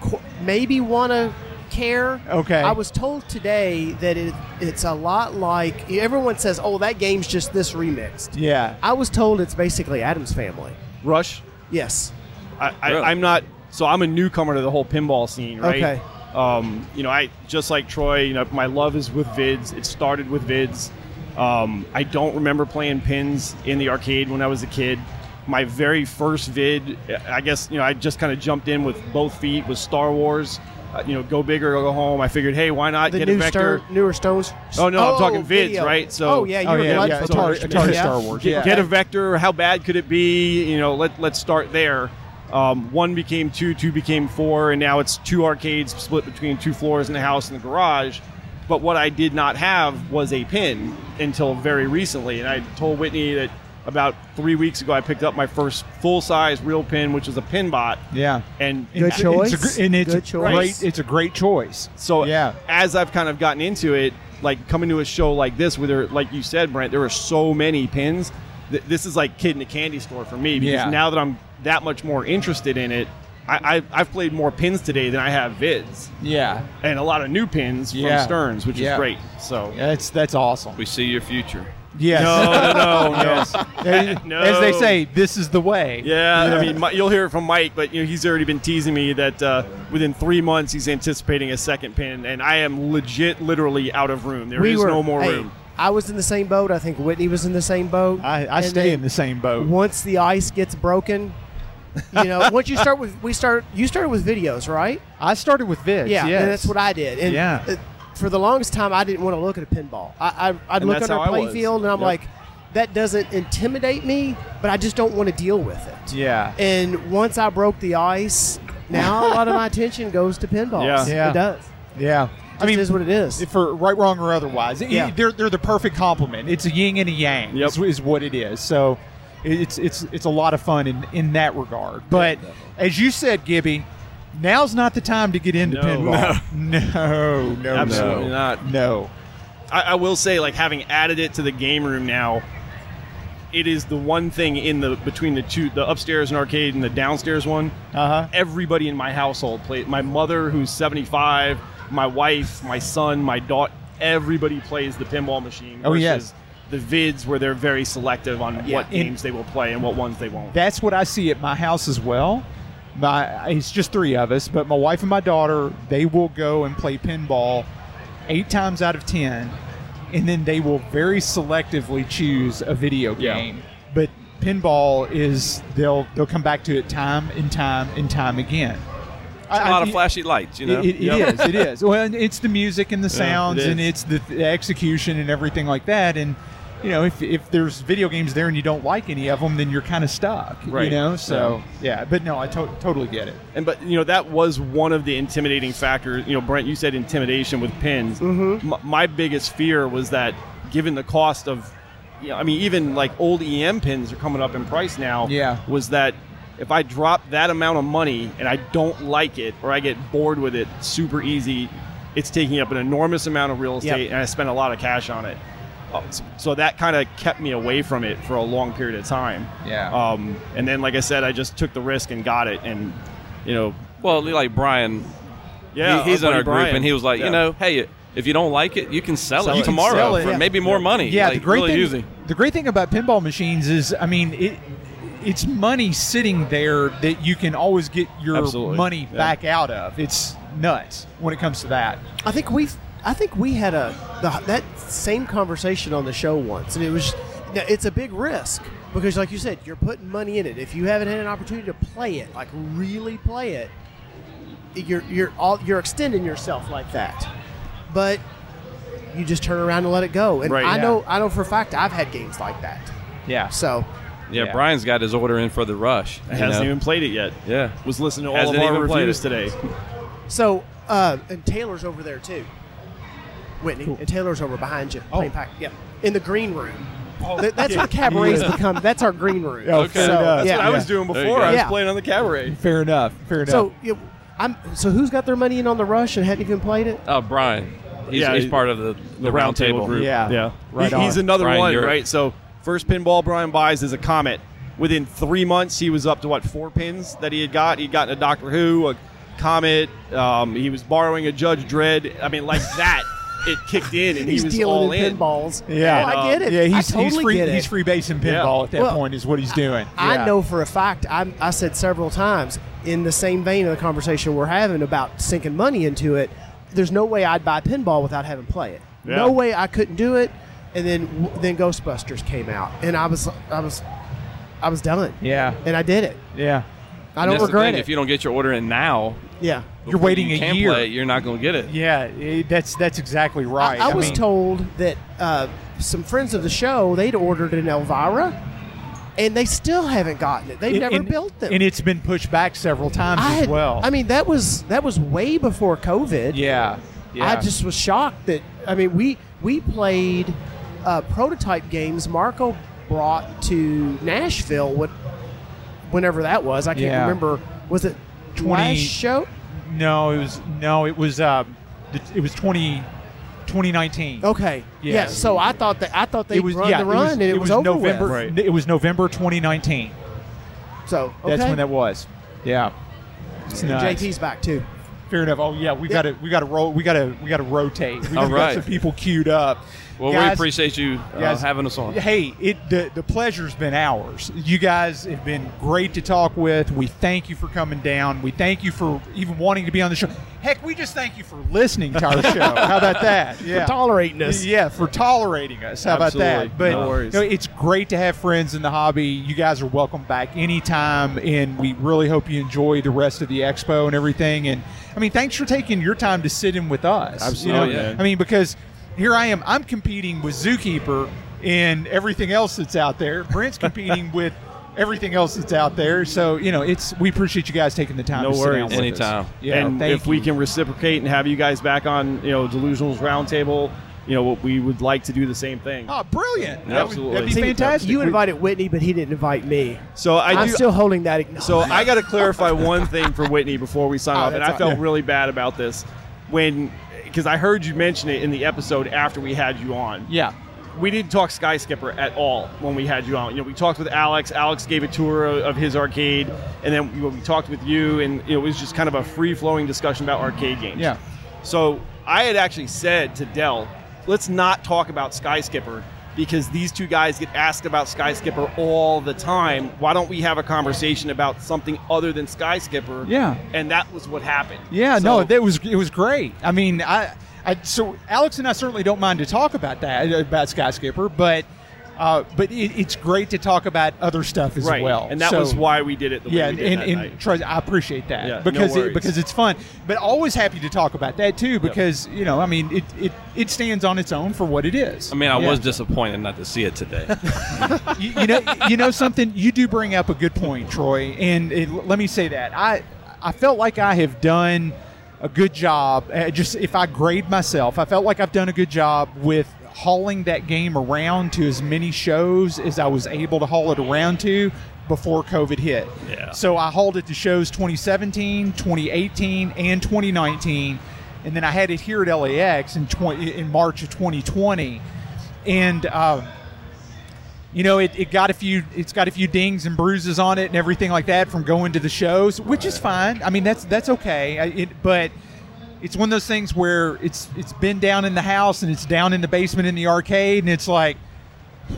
Speaker 2: qu- maybe want to care.
Speaker 3: Okay.
Speaker 2: I was told today that it it's a lot like everyone says. Oh, that game's just this remixed.
Speaker 3: Yeah.
Speaker 2: I was told it's basically Adam's Family.
Speaker 4: Rush.
Speaker 2: Yes.
Speaker 4: I, I,
Speaker 5: Really?
Speaker 4: I'm not. So I'm a newcomer to the whole pinball scene, right?
Speaker 2: Okay.
Speaker 4: Um, you know, I just like Troy. You know, my love is with vids. It started with vids. Um, I don't remember playing pins in the arcade when I was a kid. My very first vid, I guess you know, I just kind of jumped in with both feet was Star Wars. Uh, you know, go big or go home. I figured, hey, why not
Speaker 2: The
Speaker 4: get
Speaker 2: new
Speaker 4: a vector?
Speaker 2: Star, newer Stones.
Speaker 4: Oh, no, I'm talking vids,
Speaker 2: video.
Speaker 4: right? So-
Speaker 2: oh yeah, you
Speaker 3: Oh,
Speaker 2: were
Speaker 3: yeah,
Speaker 2: blood
Speaker 3: yeah,
Speaker 2: for
Speaker 3: Atari-
Speaker 2: Torch,
Speaker 3: Atari
Speaker 2: yeah.
Speaker 3: Star Wars.
Speaker 4: get,
Speaker 3: Yeah.
Speaker 4: get a vector. How bad could it be? You know, let let's start there. Um, one became two, two became four, and now it's two arcades split between two floors in the house and the garage. But what I did not have was a pin until very recently, and I told Whitney that about three weeks ago I picked up my first full-size real pin, which was a Pinbot,
Speaker 3: Yeah.
Speaker 4: and
Speaker 2: Good
Speaker 3: It's- it's a
Speaker 2: choice.
Speaker 3: gr- and it's
Speaker 2: Good
Speaker 3: a
Speaker 2: choice.
Speaker 3: great. It's a great choice.
Speaker 4: so
Speaker 3: yeah.
Speaker 4: as I've kind of gotten into it, like coming to a show like this, where there, like you said, Brent, there are so many pins. Th- this is like kid in a candy store for me because
Speaker 3: Yeah.
Speaker 4: now that I'm that much more interested in it, I, I, I've played more pins today than I have vids,
Speaker 3: Yeah.
Speaker 4: and a lot of new pins
Speaker 3: Yeah.
Speaker 4: from Stearns, which
Speaker 3: Yeah.
Speaker 4: is great. So
Speaker 3: That's that's awesome.
Speaker 5: we see your future.
Speaker 3: Yes.
Speaker 4: no, no, no.
Speaker 3: Yes. As-
Speaker 4: No.
Speaker 3: As they say, this is the way.
Speaker 4: Yeah, I mean, Mi- you'll hear it from Mike, but you know he's already been teasing me that uh, within three months he's anticipating a second pin, and I am legit, literally out of room. There is
Speaker 2: We were
Speaker 4: no more
Speaker 2: hey,
Speaker 4: room.
Speaker 2: I was in the same boat. I think Whitney was in the same boat.
Speaker 3: I, I
Speaker 2: And
Speaker 3: stay
Speaker 2: then-
Speaker 3: in the same boat.
Speaker 2: once the ice gets broken you know once you start with we start you started with videos right
Speaker 3: I started with Vids.
Speaker 2: yeah
Speaker 3: yes.
Speaker 2: and that's what i did and
Speaker 3: Yeah.
Speaker 2: uh, for the longest time i didn't want to look at a pinball I, I, i'd
Speaker 4: And
Speaker 2: look
Speaker 4: that's
Speaker 2: at our
Speaker 4: how I
Speaker 2: play
Speaker 4: was.
Speaker 2: field and i'm
Speaker 4: Yep.
Speaker 2: like that doesn't intimidate me but i just don't want to deal with it
Speaker 3: Yeah.
Speaker 2: and once i broke the ice now a lot of my attention goes to pinballs
Speaker 4: Yeah.
Speaker 3: Yeah.
Speaker 2: it does
Speaker 3: yeah.
Speaker 2: I mean, it is what it is.
Speaker 3: for right, wrong, or otherwise. It-
Speaker 2: Yeah.
Speaker 3: they're, they're the perfect complement. It's a yin and a yang.
Speaker 4: Yep.
Speaker 3: Is, is what it is. So it's it's it's a lot of fun in, in that regard. But as you said, Gibby, now's not the time to get into
Speaker 4: No.
Speaker 3: pinball. No, no, no,
Speaker 4: Absolutely
Speaker 3: no.
Speaker 4: not.
Speaker 3: No.
Speaker 4: I, I will say, like having added it to the game room now, it is the one thing in the between the two, the upstairs and arcade and the downstairs one.
Speaker 3: Uh huh.
Speaker 4: Everybody in my household played. My mother, who's seventy five, my wife, my son, my daughter. Everybody plays the pinball machine.
Speaker 3: Oh,
Speaker 4: versus
Speaker 3: yes.
Speaker 4: The vids where they're very selective on
Speaker 3: Yeah,
Speaker 4: what
Speaker 3: and-
Speaker 4: games they will play and what ones they won't.
Speaker 3: That's what I see at my house as well. My it's just three of us, but my wife and my daughter they will go and play pinball eight times out of ten, and then they will very selectively choose a video
Speaker 4: Yeah.
Speaker 3: game. But pinball is they'll they'll come back to it time and time and time again.
Speaker 5: It's a lot of flashy lights, you know.
Speaker 3: It, it,
Speaker 4: Yep.
Speaker 3: it is. It is. Well, and it's the music and the sounds,
Speaker 4: is.
Speaker 3: and it's the, the execution and everything like that. And you know, if, if there's video games there and you don't like any of them, then you're kind of stuck. You
Speaker 4: Right.
Speaker 3: know. So yeah. But no, I to- totally get it.
Speaker 4: And but you know that was one of the intimidating factors. You know, Brent, you said intimidation with pins. Mm-hmm. M- my biggest fear was that, given the E cost of, you know, I mean, even like old EM pins are coming up in price now.
Speaker 3: Yeah.
Speaker 4: was that if I drop that amount of money and I don't like it or I get bored with it super easy, it's taking up an enormous amount of real estate
Speaker 2: Yep.
Speaker 4: and I spent a lot of cash on it. Uh, s- So that kind of kept me away from it for a long period of time.
Speaker 6: Yeah.
Speaker 4: Um, and then, like I said, I just took the risk and got it. And, you know,
Speaker 5: Well, like Brian,
Speaker 4: yeah,
Speaker 5: he- he's in
Speaker 4: buddy
Speaker 5: our group,
Speaker 4: Brian.
Speaker 5: and he was like,
Speaker 4: Yeah.
Speaker 5: you know, hey, if you don't like it, you can sell
Speaker 4: Sell
Speaker 5: it
Speaker 4: it.
Speaker 5: tomorrow
Speaker 3: Sell it,
Speaker 5: for
Speaker 3: yeah.
Speaker 5: maybe more money.
Speaker 3: Yeah,
Speaker 5: Like,
Speaker 3: the great
Speaker 5: really
Speaker 3: thing
Speaker 5: easy.
Speaker 3: the great thing about pinball machines is, I mean, it it's money sitting there that you can always get your
Speaker 4: Absolutely.
Speaker 3: money
Speaker 4: Yeah.
Speaker 3: back out of. It's nuts when it comes to that.
Speaker 2: I think we I think we had a the, that same conversation on the show once, and it was now, it's a big risk because, like you said, you're putting money in it. If you haven't had an opportunity to play it, like really play it, you're you're all you're extending yourself like that. But you just turn around and let it go. And
Speaker 4: Right,
Speaker 2: I
Speaker 4: yeah.
Speaker 2: know I know for a fact I've had games like that.
Speaker 3: Yeah.
Speaker 2: So
Speaker 5: Yeah,
Speaker 3: Yeah.
Speaker 5: Brian's got his order in for the rush. you
Speaker 4: hasn't
Speaker 5: know?
Speaker 4: even played it yet.
Speaker 5: Yeah.
Speaker 4: Was listening to all
Speaker 5: Hasn't
Speaker 4: of our
Speaker 5: even played
Speaker 4: reviews
Speaker 5: it.
Speaker 4: today.
Speaker 2: so uh, and Taylor's over there too. Whitney and Taylor's over behind you.
Speaker 4: Oh.
Speaker 2: playing pac- yeah, in the green room. Th- that's what cabarets become. That's our green room.
Speaker 3: Okay.
Speaker 2: So,
Speaker 3: That's
Speaker 2: yeah.
Speaker 4: That's what I was doing
Speaker 5: There you
Speaker 4: before.
Speaker 5: go.
Speaker 4: I was
Speaker 2: Yeah.
Speaker 4: playing on the cabaret.
Speaker 3: Fair enough. Fair enough.
Speaker 2: So, yeah, I'm, so who's got their money in on the rush and hadn't even played it?
Speaker 5: Uh, Brian, he's,
Speaker 4: Yeah,
Speaker 5: he's
Speaker 4: he-
Speaker 5: part of the, the, round table
Speaker 4: group.
Speaker 3: Yeah.
Speaker 4: yeah.
Speaker 3: Right
Speaker 4: He- he's
Speaker 3: on.
Speaker 4: another
Speaker 5: Brian,
Speaker 4: one,
Speaker 5: you're-
Speaker 4: right? So first pinball Brian buys is a comet. Within three months, he was up to what four pins that he had got. He'd gotten a Doctor Who, a comet. Um, he was borrowing a Judge Dredd. I mean, like that, it kicked in, and
Speaker 2: He's
Speaker 4: he was
Speaker 2: dealing
Speaker 4: all
Speaker 2: in,
Speaker 4: in.
Speaker 2: pinballs.
Speaker 3: Yeah.
Speaker 2: Oh, I get it.
Speaker 3: yeah, he's,
Speaker 2: I totally
Speaker 3: he's free.
Speaker 2: get it.
Speaker 3: He's free basing
Speaker 4: Yeah.
Speaker 3: pinball at that
Speaker 2: Well,
Speaker 3: point is what he's doing.
Speaker 2: I
Speaker 3: Yeah.
Speaker 2: know for a fact. I, I said several times in the same vein of the conversation we're having about sinking money into it. There's no way I'd buy pinball without having play it.
Speaker 4: Yeah.
Speaker 2: No way I couldn't do it. And then w- then Ghostbusters came out, and I was I was I was done.
Speaker 3: Yeah.
Speaker 2: And I did it.
Speaker 3: Yeah.
Speaker 2: I don't
Speaker 5: That's the
Speaker 2: regret
Speaker 5: thing,
Speaker 2: it.
Speaker 5: If you don't get your order in now,
Speaker 2: yeah.
Speaker 3: You're waiting
Speaker 5: you
Speaker 3: a
Speaker 5: can
Speaker 3: year.
Speaker 5: play it, you're not going to get it.
Speaker 3: Yeah. it- that's that's exactly right.
Speaker 2: I, I was
Speaker 3: mean,
Speaker 2: told that uh, some friends of the show they'd ordered an Elvira, and they still haven't gotten it. They've
Speaker 3: and-
Speaker 2: never
Speaker 3: and-
Speaker 2: built them.
Speaker 3: and it's been pushed back several times
Speaker 2: I
Speaker 3: as
Speaker 2: had,
Speaker 3: well.
Speaker 2: I mean, that was that was way before COVID.
Speaker 3: yeah. Yeah.
Speaker 2: I just was shocked that I mean we we played uh, prototype games Marco brought to Nashville what whenever that was I can't
Speaker 3: Yeah.
Speaker 2: remember was it
Speaker 3: 20
Speaker 2: last show
Speaker 3: No, it was no, it was uh, th- it was 20, 2019.
Speaker 2: okay
Speaker 3: Yeah.
Speaker 2: yeah so I thought that I thought they
Speaker 3: it was
Speaker 2: run
Speaker 3: yeah,
Speaker 2: the run
Speaker 3: it was,
Speaker 2: and it, was, over
Speaker 3: November.
Speaker 2: with.
Speaker 4: Right.
Speaker 3: It was November 2019.
Speaker 2: so
Speaker 3: That's
Speaker 2: okay.
Speaker 3: when that was. Yeah. It's
Speaker 2: And
Speaker 3: nuts.
Speaker 2: JT's back too
Speaker 3: Fair enough. Oh yeah, we
Speaker 2: Yeah.
Speaker 3: got to we got to roll. We got to we got to rotate. We
Speaker 5: All
Speaker 3: got
Speaker 5: right.
Speaker 3: some people queued up.
Speaker 5: Well, we
Speaker 3: Guys-
Speaker 5: appreciate you uh,
Speaker 3: guys-
Speaker 5: having us on.
Speaker 3: Hey, it the, the pleasure's been ours. You guys have been great to talk with. We thank you for coming down. We thank you for even wanting to be on the show. Heck, we just thank you for listening to our show. How about that? Yeah.
Speaker 2: tolerating us
Speaker 3: Yeah, for tolerating us. How about that?
Speaker 4: Absolutely.
Speaker 3: But
Speaker 4: No worries.
Speaker 3: you know, it's great to have friends in the hobby. You guys are welcome back anytime, and we really hope you enjoy the rest of the expo and everything. And I mean, thanks for taking your time to sit in with us. you
Speaker 4: Absolutely,
Speaker 3: know?
Speaker 4: man.
Speaker 3: I mean, because here I am, I'm competing with Zookeeper and everything else that's out there. Brent's competing with everything else that's out there. So you know, it's we appreciate you guys taking the time.
Speaker 4: No
Speaker 3: to sit down
Speaker 4: worries.
Speaker 3: with us.
Speaker 5: Anytime.
Speaker 3: Yeah,
Speaker 4: and
Speaker 3: thank
Speaker 4: if we
Speaker 3: you.
Speaker 4: can reciprocate and have you guys back on, you know, Delusionals Roundtable, you know, we would like to do the same thing.
Speaker 3: Oh, brilliant!
Speaker 4: Absolutely.
Speaker 3: That would, that'd
Speaker 2: See,
Speaker 3: be fantastic.
Speaker 2: you invited Whitney but he didn't invite me
Speaker 4: So I
Speaker 2: am
Speaker 4: do.
Speaker 2: still holding that acknowledgement.
Speaker 4: So I got to clarify one thing for Whitney before we sign
Speaker 3: Oh,
Speaker 4: off, and
Speaker 3: that's
Speaker 4: I felt
Speaker 3: fine.
Speaker 4: really bad about this when because I heard you mention it in the episode after we had you on.
Speaker 3: yeah.
Speaker 4: We didn't talk Sky Skipper at all when we had you on. You know, we talked with Alex. Alex gave a tour of, of his arcade, and then you know, we talked with you, and it was just kind of a free flowing discussion about arcade games.
Speaker 3: Yeah.
Speaker 4: So I had actually said to Dell, let's not talk about Sky Skipper because these two guys get asked about Sky Skipper all the time. Why don't we have a conversation about something other than Sky Skipper?
Speaker 3: Yeah.
Speaker 4: And that was what happened.
Speaker 3: Yeah,
Speaker 4: So-
Speaker 3: no, that was it was great. I mean, I, I so Alex and I certainly don't mind to talk about that uh, about Skyskipper, but uh, but it, it's great to talk about other stuff as
Speaker 4: right.
Speaker 3: well.
Speaker 4: And that
Speaker 3: So-
Speaker 4: was why we did it the
Speaker 3: yeah,
Speaker 4: way we
Speaker 3: and,
Speaker 4: did that
Speaker 3: and,
Speaker 4: night.
Speaker 3: trust, I appreciate that
Speaker 4: Yeah, no
Speaker 3: because it,
Speaker 4: worries.
Speaker 3: because it's fun, but always happy to talk about that too because you know I mean it, it it stands on its own for what it is.
Speaker 5: I mean, I
Speaker 3: Yeah.
Speaker 5: was disappointed not to see it today.
Speaker 3: you, you know, you know something. You do bring up a good point, Troy. And it, let me say that I, I felt like I have done a good job. uh, Just if I grade myself, I felt like I've done a good job with hauling that game around to as many shows as I was able to haul it around to. before COVID hit.
Speaker 4: Yeah.
Speaker 3: So I hauled it to shows 2017, 2018, and 2019, and then I had it here at LAX in 20, in March of 2020, and. Uh, you know, it, it got a few it's got a few dings and bruises on it and everything like that from going to the shows, which is fine. I mean, that's that's okay. I, it, but it's one of those things where it's it's been down in the house and it's down in the basement in the arcade, and it's like, hmm,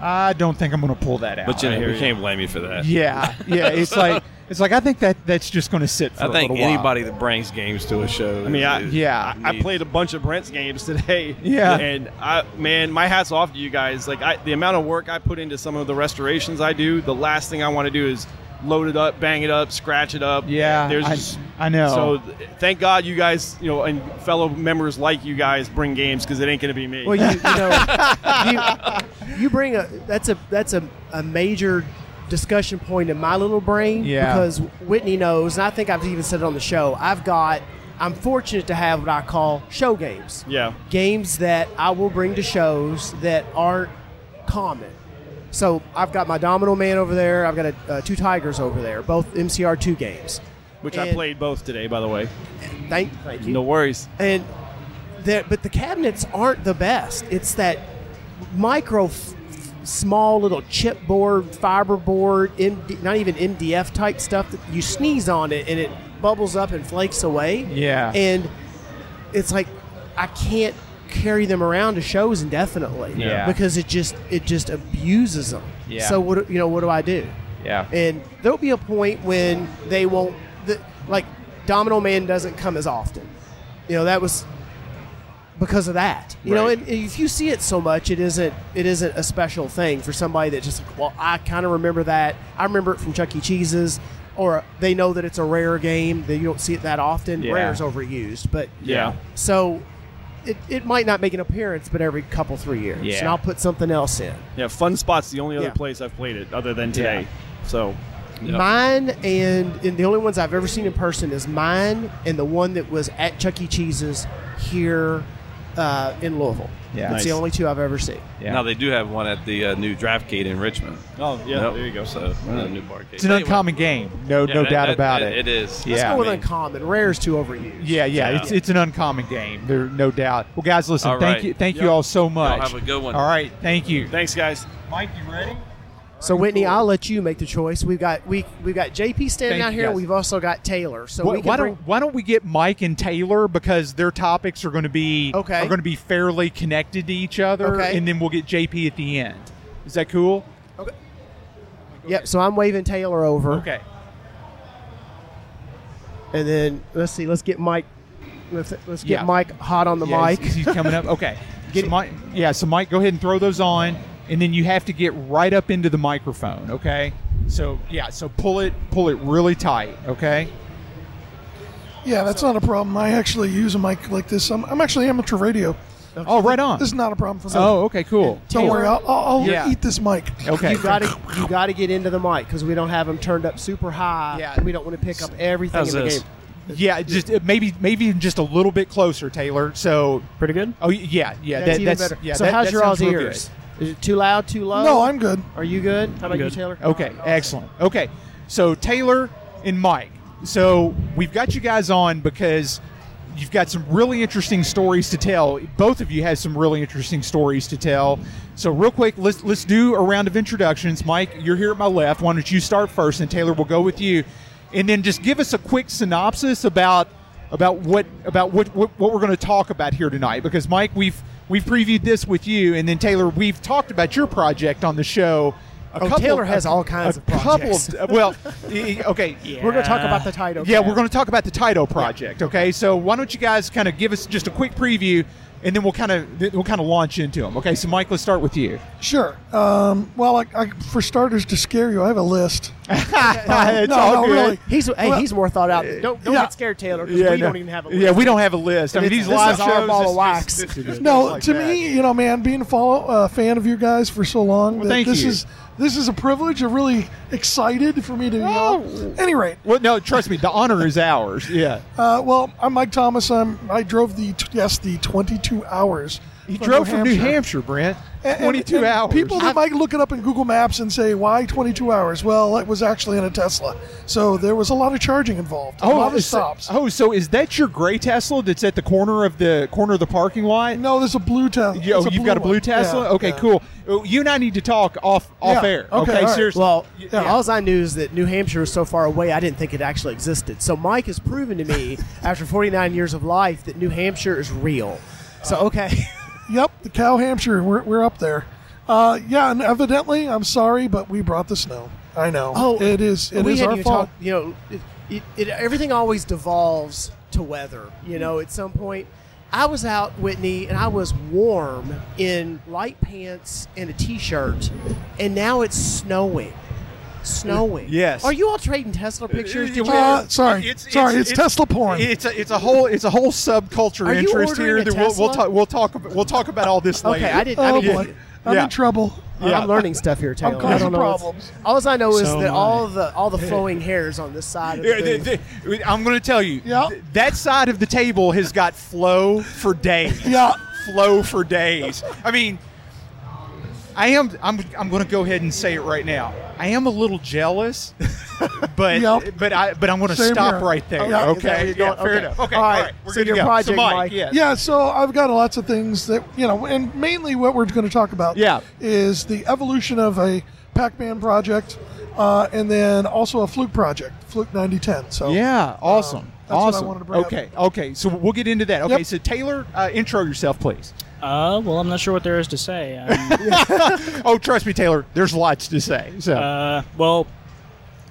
Speaker 3: I don't think I'm going to pull that out.
Speaker 5: But you know, we can't blame you for that.
Speaker 3: yeah, yeah, it's like it's like I think that that's just going to sit for
Speaker 5: I
Speaker 3: a
Speaker 5: think
Speaker 3: little while.
Speaker 5: anybody that brings games to a show.
Speaker 4: I mean, I,
Speaker 5: is-
Speaker 3: yeah,
Speaker 4: I, I played a bunch of Brent's games today.
Speaker 3: Yeah.
Speaker 4: and I, man, my hats off to you guys. Like I, the amount of work I put into some of the restorations I do, the last thing I want to do is load it up, bang it up, scratch it up.
Speaker 3: Yeah,
Speaker 4: there's
Speaker 3: I-
Speaker 4: just-
Speaker 3: I know.
Speaker 4: So th- thank God you guys, you know, and fellow members like you guys bring games because it ain't gonna be me.
Speaker 2: Well, you, you know, you, you bring a that's a that's a, a major discussion point in my little brain
Speaker 3: Yeah.
Speaker 2: because Whitney knows, and I think I've even said it on the show. I've got I'm fortunate to have what I call show games.
Speaker 4: yeah,
Speaker 2: games that I will bring to shows that aren't common. So I've got my Domino Man over there. I've got a, uh, two Tigers over there, both MCR two games.
Speaker 4: which I
Speaker 2: And-
Speaker 4: played both today, by the way.
Speaker 2: Thank, thank you.
Speaker 4: No worries.
Speaker 2: And there, but the cabinets aren't the best. It's that micro, f- f- small little chipboard, fiber board, MD, not even MDF type stuff that you sneeze on it and it bubbles up and flakes away.
Speaker 3: Yeah.
Speaker 2: And it's like I can't carry them around to shows indefinitely.
Speaker 3: Yeah.
Speaker 2: Because it just it just abuses them.
Speaker 3: Yeah.
Speaker 2: So what do- you know what do I do?
Speaker 3: yeah,
Speaker 2: And there'll be a point when they won't, the, like, Domino Man doesn't come as often. You know, that was because of that. You know,
Speaker 4: Right.
Speaker 2: and if you see it so much, it isn't it isn't a special thing for somebody that just like, well, I kind of remember that. I remember it from Chuck E. Cheese's, or they know that it's a rare game that you don't see it that often.
Speaker 3: Yeah.
Speaker 2: Rare's overused, but
Speaker 4: Yeah.
Speaker 2: So. It, it might not make an appearance, but every couple three years,
Speaker 3: Yeah.
Speaker 2: and I'll put something else in.
Speaker 4: Yeah, Fun Spot's the only other
Speaker 2: Yeah.
Speaker 4: place I've played it other than today. So
Speaker 5: Yep.
Speaker 2: Mine and, and the only ones I've ever seen in person is mine and the one that was at Chuck E. Cheese's here uh, in Louisville.
Speaker 3: Yeah.
Speaker 2: That's the
Speaker 4: Nice.
Speaker 2: only two I've ever seen.
Speaker 3: yeah.
Speaker 5: Now they do have one at the uh, new Draftgate in Richmond.
Speaker 4: Oh, yeah,
Speaker 5: Yep.
Speaker 4: there you go.
Speaker 5: So uh, new barcade.
Speaker 3: it's an uncommon game, no no doubt about it.
Speaker 5: It is.
Speaker 3: Yeah.
Speaker 2: Let's go with
Speaker 5: I mean-
Speaker 2: uncommon. Rare's too overused.
Speaker 3: Yeah, yeah,
Speaker 5: Yeah.
Speaker 3: it's it's an uncommon game. There, no doubt. Well, guys, listen,
Speaker 5: All
Speaker 3: thank
Speaker 5: right.
Speaker 3: you, thank
Speaker 4: Yep.
Speaker 3: you all so much.
Speaker 5: have a good one.
Speaker 3: All right, thank you,
Speaker 4: Thanks, guys.
Speaker 3: Mike. You ready?
Speaker 2: So Whitney, I'll let you make the choice. We've got we we've got JP standing
Speaker 3: Thank
Speaker 2: out
Speaker 3: you,
Speaker 2: here. and
Speaker 3: guys.
Speaker 2: We've also got Taylor. So
Speaker 3: Why,
Speaker 2: we can
Speaker 3: why
Speaker 2: bring,
Speaker 3: don't why don't we get Mike and Taylor because their topics are going to be
Speaker 2: Okay.
Speaker 3: are going to be fairly connected to each other,
Speaker 2: Okay.
Speaker 3: and then we'll get JP at the end. Is that cool?
Speaker 2: Yep. So I'm waving Taylor over.
Speaker 3: Okay.
Speaker 2: And then let's see. Let's get Mike. Let's, let's get
Speaker 3: Yeah.
Speaker 2: Mike hot on the
Speaker 3: Yeah,
Speaker 2: mic.
Speaker 3: He's, he's coming up. Okay.
Speaker 2: Get
Speaker 3: so
Speaker 2: it-
Speaker 3: Mike, yeah, so Mike, go ahead and throw those on, and then you have to get right up into the microphone. Okay. So yeah, so pull it pull it really tight. Okay.
Speaker 6: Yeah, that's not a problem. I actually use a mic like this. I'm, I'm actually amateur radio.
Speaker 3: Oh, right on.
Speaker 6: This is not a problem for me.
Speaker 3: Oh, okay, cool.
Speaker 6: Don't worry, I'll, I'll I'll
Speaker 3: Yeah.
Speaker 6: eat this mic.
Speaker 3: Okay.
Speaker 2: You gotta you gotta get into the mic because we don't have them turned up super high.
Speaker 3: Yeah.
Speaker 2: We don't want to pick up everything
Speaker 5: How's
Speaker 2: in the
Speaker 5: this?
Speaker 2: game.
Speaker 3: Yeah, just uh, maybe maybe even just a little bit closer, Taylor. So
Speaker 2: Pretty good.
Speaker 3: oh yeah, yeah,
Speaker 2: That's
Speaker 3: that,
Speaker 2: even
Speaker 3: that's
Speaker 2: better.
Speaker 3: yeah.
Speaker 2: so
Speaker 3: that-
Speaker 2: how's
Speaker 3: that
Speaker 2: your all's
Speaker 3: sounds real
Speaker 2: ears? Is it too loud? Too low?
Speaker 6: No, I'm good.
Speaker 2: Are you good? How about you, Taylor?
Speaker 3: good. Okay, excellent. Okay, so Taylor and Mike. So we've got you guys on because you've got some really interesting stories to tell. Both of you have some really interesting stories to tell. So real quick, let's let's do a round of introductions. Mike, you're here at my left. Why don't you start first, and Taylor will go with you, and then just give us a quick synopsis about about what about what what, what we're going to talk about here tonight. Because Mike, we've we've previewed this with you, and then Taylor, we've talked about your project on the show. A
Speaker 2: Oh, Taylor has all kinds of projects.
Speaker 3: Couple of, well, e- e- okay.
Speaker 2: We're gonna talk about the title.
Speaker 3: Yeah, we're going to talk about the Taito project. Okay, so why don't you guys kind of give us just a quick preview, and then we'll kind of we'll kind of launch into them. Okay, so Mike, let's start with you.
Speaker 6: Sure. Um, well, I, I, for starters, to scare you, I have a list.
Speaker 3: it's
Speaker 6: no,
Speaker 3: all
Speaker 6: no,
Speaker 3: good.
Speaker 6: really.
Speaker 2: He's hey,
Speaker 6: Well-
Speaker 2: he's more thought out. Don't don't
Speaker 6: Yeah.
Speaker 2: get scared, Taylor. 'cause we
Speaker 3: no.
Speaker 2: don't even have a list.
Speaker 3: Yeah, we don't have a list. I mean, these
Speaker 2: This
Speaker 3: live
Speaker 2: is our
Speaker 3: shows,
Speaker 2: ball of
Speaker 3: it's
Speaker 2: wax.
Speaker 3: just- it's just
Speaker 6: No,
Speaker 3: like
Speaker 6: to
Speaker 3: that.
Speaker 6: me, you know, man, being a follow, uh, fan of you guys for so long, that
Speaker 3: thank
Speaker 6: this
Speaker 3: you.
Speaker 6: is this is a privilege. I'm really excited for me to. be on. Any rate,
Speaker 3: Well, no, trust me, the honor is ours. Yeah.
Speaker 6: Uh, well, I'm Mike Thomas. I'm, I drove the yes the 22 hours
Speaker 3: He
Speaker 6: From
Speaker 3: drove
Speaker 6: New
Speaker 3: from New
Speaker 6: Hampshire.
Speaker 3: Hampshire, Brent.
Speaker 6: And- and-
Speaker 3: 22
Speaker 6: and
Speaker 3: hours.
Speaker 6: People that
Speaker 3: I've-
Speaker 6: might look it up in Google Maps and say, "Why 22 hours?" Well, it was actually in a Tesla, so there was a lot of charging involved. A lot of
Speaker 3: is-
Speaker 6: stops.
Speaker 3: Oh, so is that your gray Tesla that's at the corner of the corner of the parking lot?
Speaker 6: No, there's a blue Tesla.
Speaker 3: Yo, you've got a blue Tesla. okay, cool. Oh, You and I need to talk off off
Speaker 6: Yeah,
Speaker 3: air.
Speaker 6: okay,
Speaker 3: Okay,
Speaker 6: all right.
Speaker 3: seriously.
Speaker 2: Well,
Speaker 6: Yeah.
Speaker 2: all I knew is that New Hampshire was so far away, I didn't think it actually existed. So Mike has proven to me, after 49 years of life, that New Hampshire is real. So, okay.
Speaker 6: Yep, the cow Hampshire. We're, we're up there. Uh, yeah, and evidently, I'm sorry, but we brought the snow. I know.
Speaker 3: Oh,
Speaker 2: Oh,
Speaker 6: it is. It
Speaker 2: we
Speaker 6: is
Speaker 2: hadn't
Speaker 6: our
Speaker 2: even
Speaker 6: fault.
Speaker 2: talked- you know, it, it, it, everything always devolves to weather. You know, at some point, I was out Whitney, and I was warm in light pants and a t-shirt, and now it's snowing. Snowing.
Speaker 3: Yes.
Speaker 2: Are you all trading Tesla pictures? Did you
Speaker 6: Uh, sorry, sorry, it's Tesla porn.
Speaker 3: It's a, it's a whole it's a whole subculture
Speaker 2: Are you
Speaker 3: interest
Speaker 2: ordering
Speaker 3: here
Speaker 2: a
Speaker 3: that we'll, we'll
Speaker 2: Tesla?
Speaker 3: talk we'll talk about, we'll talk about all this later.
Speaker 2: okay, I didn't. I
Speaker 6: oh
Speaker 2: didn't
Speaker 6: boy, I'm
Speaker 3: Yeah.
Speaker 6: in trouble.
Speaker 3: Yeah.
Speaker 2: I'm learning stuff here, Taylor. I
Speaker 6: causing
Speaker 2: don't know what's-
Speaker 6: problems.
Speaker 2: All I know is
Speaker 4: So
Speaker 2: that
Speaker 4: am
Speaker 2: all
Speaker 4: I.
Speaker 2: the all the flowing hairs on this side of the
Speaker 3: Yeah,
Speaker 2: booth.
Speaker 3: th- th- I'm going to tell you.
Speaker 6: Yeah.
Speaker 3: th- That side of the table has got flow for days.
Speaker 6: Yeah.
Speaker 3: Flow for days. I mean, I am. I'm. I'm going to go ahead and say it right now. I am a little jealous, but
Speaker 6: Yep.
Speaker 3: but I but I'm going to
Speaker 6: Same
Speaker 3: stop
Speaker 6: here.
Speaker 3: right there.
Speaker 6: Okay. Yeah.
Speaker 2: Is that
Speaker 3: Okay. Yeah, fair
Speaker 2: where you're going? Okay.
Speaker 3: enough. Okay.
Speaker 2: All
Speaker 3: All
Speaker 2: right.
Speaker 3: right.
Speaker 2: So
Speaker 3: We're good
Speaker 2: your
Speaker 3: to go.
Speaker 2: project,
Speaker 3: so Mike,
Speaker 2: Mike.
Speaker 3: yes.
Speaker 6: Yeah, so I've got lots of things that you know, and mainly what we're going to talk about
Speaker 3: Yeah.
Speaker 6: is the evolution of a Pac-Man project, uh, and then also a Fluke project, Fluke 9010. So
Speaker 3: Yeah, awesome.
Speaker 6: that's what I
Speaker 3: awesome.
Speaker 6: wanted to bring up.
Speaker 3: okay, okay. So we'll get into that. Okay,
Speaker 6: Yep.
Speaker 3: so Taylor, uh, intro yourself, please.
Speaker 7: Uh, well, I'm not sure what there is to say. Um,
Speaker 3: Oh, trust me, Taylor. There's lots to say. So
Speaker 7: uh, well,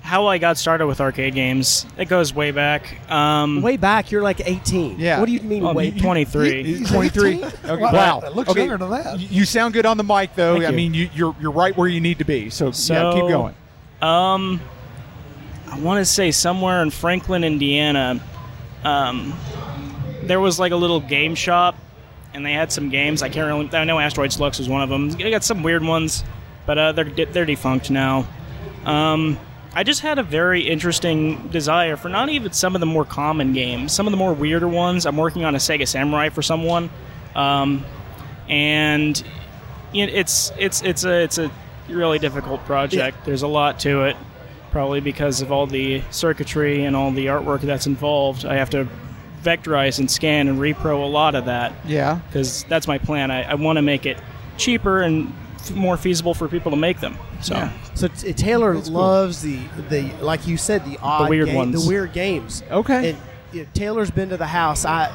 Speaker 7: how I got started with arcade games, it goes way back. Um, Oh,
Speaker 2: Way back, you're like 18.
Speaker 3: Yeah.
Speaker 2: What do you mean?
Speaker 7: I'm
Speaker 2: way
Speaker 7: 23.
Speaker 6: He's
Speaker 3: 23.
Speaker 6: 18?
Speaker 3: Okay.
Speaker 6: Wow,
Speaker 3: Wow.
Speaker 6: that looks
Speaker 3: okay.
Speaker 6: younger than that.
Speaker 3: Y- You sound good on the mic, though.
Speaker 7: Thank
Speaker 3: I
Speaker 7: Oh, you.
Speaker 3: mean, you, you're you're right where you need to be. So, yeah,
Speaker 7: So-
Speaker 3: keep going.
Speaker 7: Um, I want to say somewhere in Franklin, Indiana, um, there was like a little game shop, and they had some games. I can't really. I know Asteroid Lux was one of them. They got some weird ones, but uh, they're de- they're defunct now. Um, I just had a very interesting desire for not even some of the more common games, some of the more weirder ones. I'm working on a Sega Samurai for someone, um, and you know, it's it's it's a it's a really difficult project. There's a lot to it, probably because of all the circuitry and all the artwork that's involved. I have to vectorize and scan and repro a lot of that
Speaker 3: Yeah.
Speaker 7: because that's my plan. I, I want to make it cheaper and f- more feasible for people to make them. So
Speaker 3: Yeah.
Speaker 2: So t- Taylor
Speaker 3: That's cool.
Speaker 2: loves the the like you said the odd
Speaker 7: weird
Speaker 2: game-
Speaker 7: ones.
Speaker 2: the weird games.
Speaker 3: Okay.
Speaker 2: And you know, Taylor's been to the house. I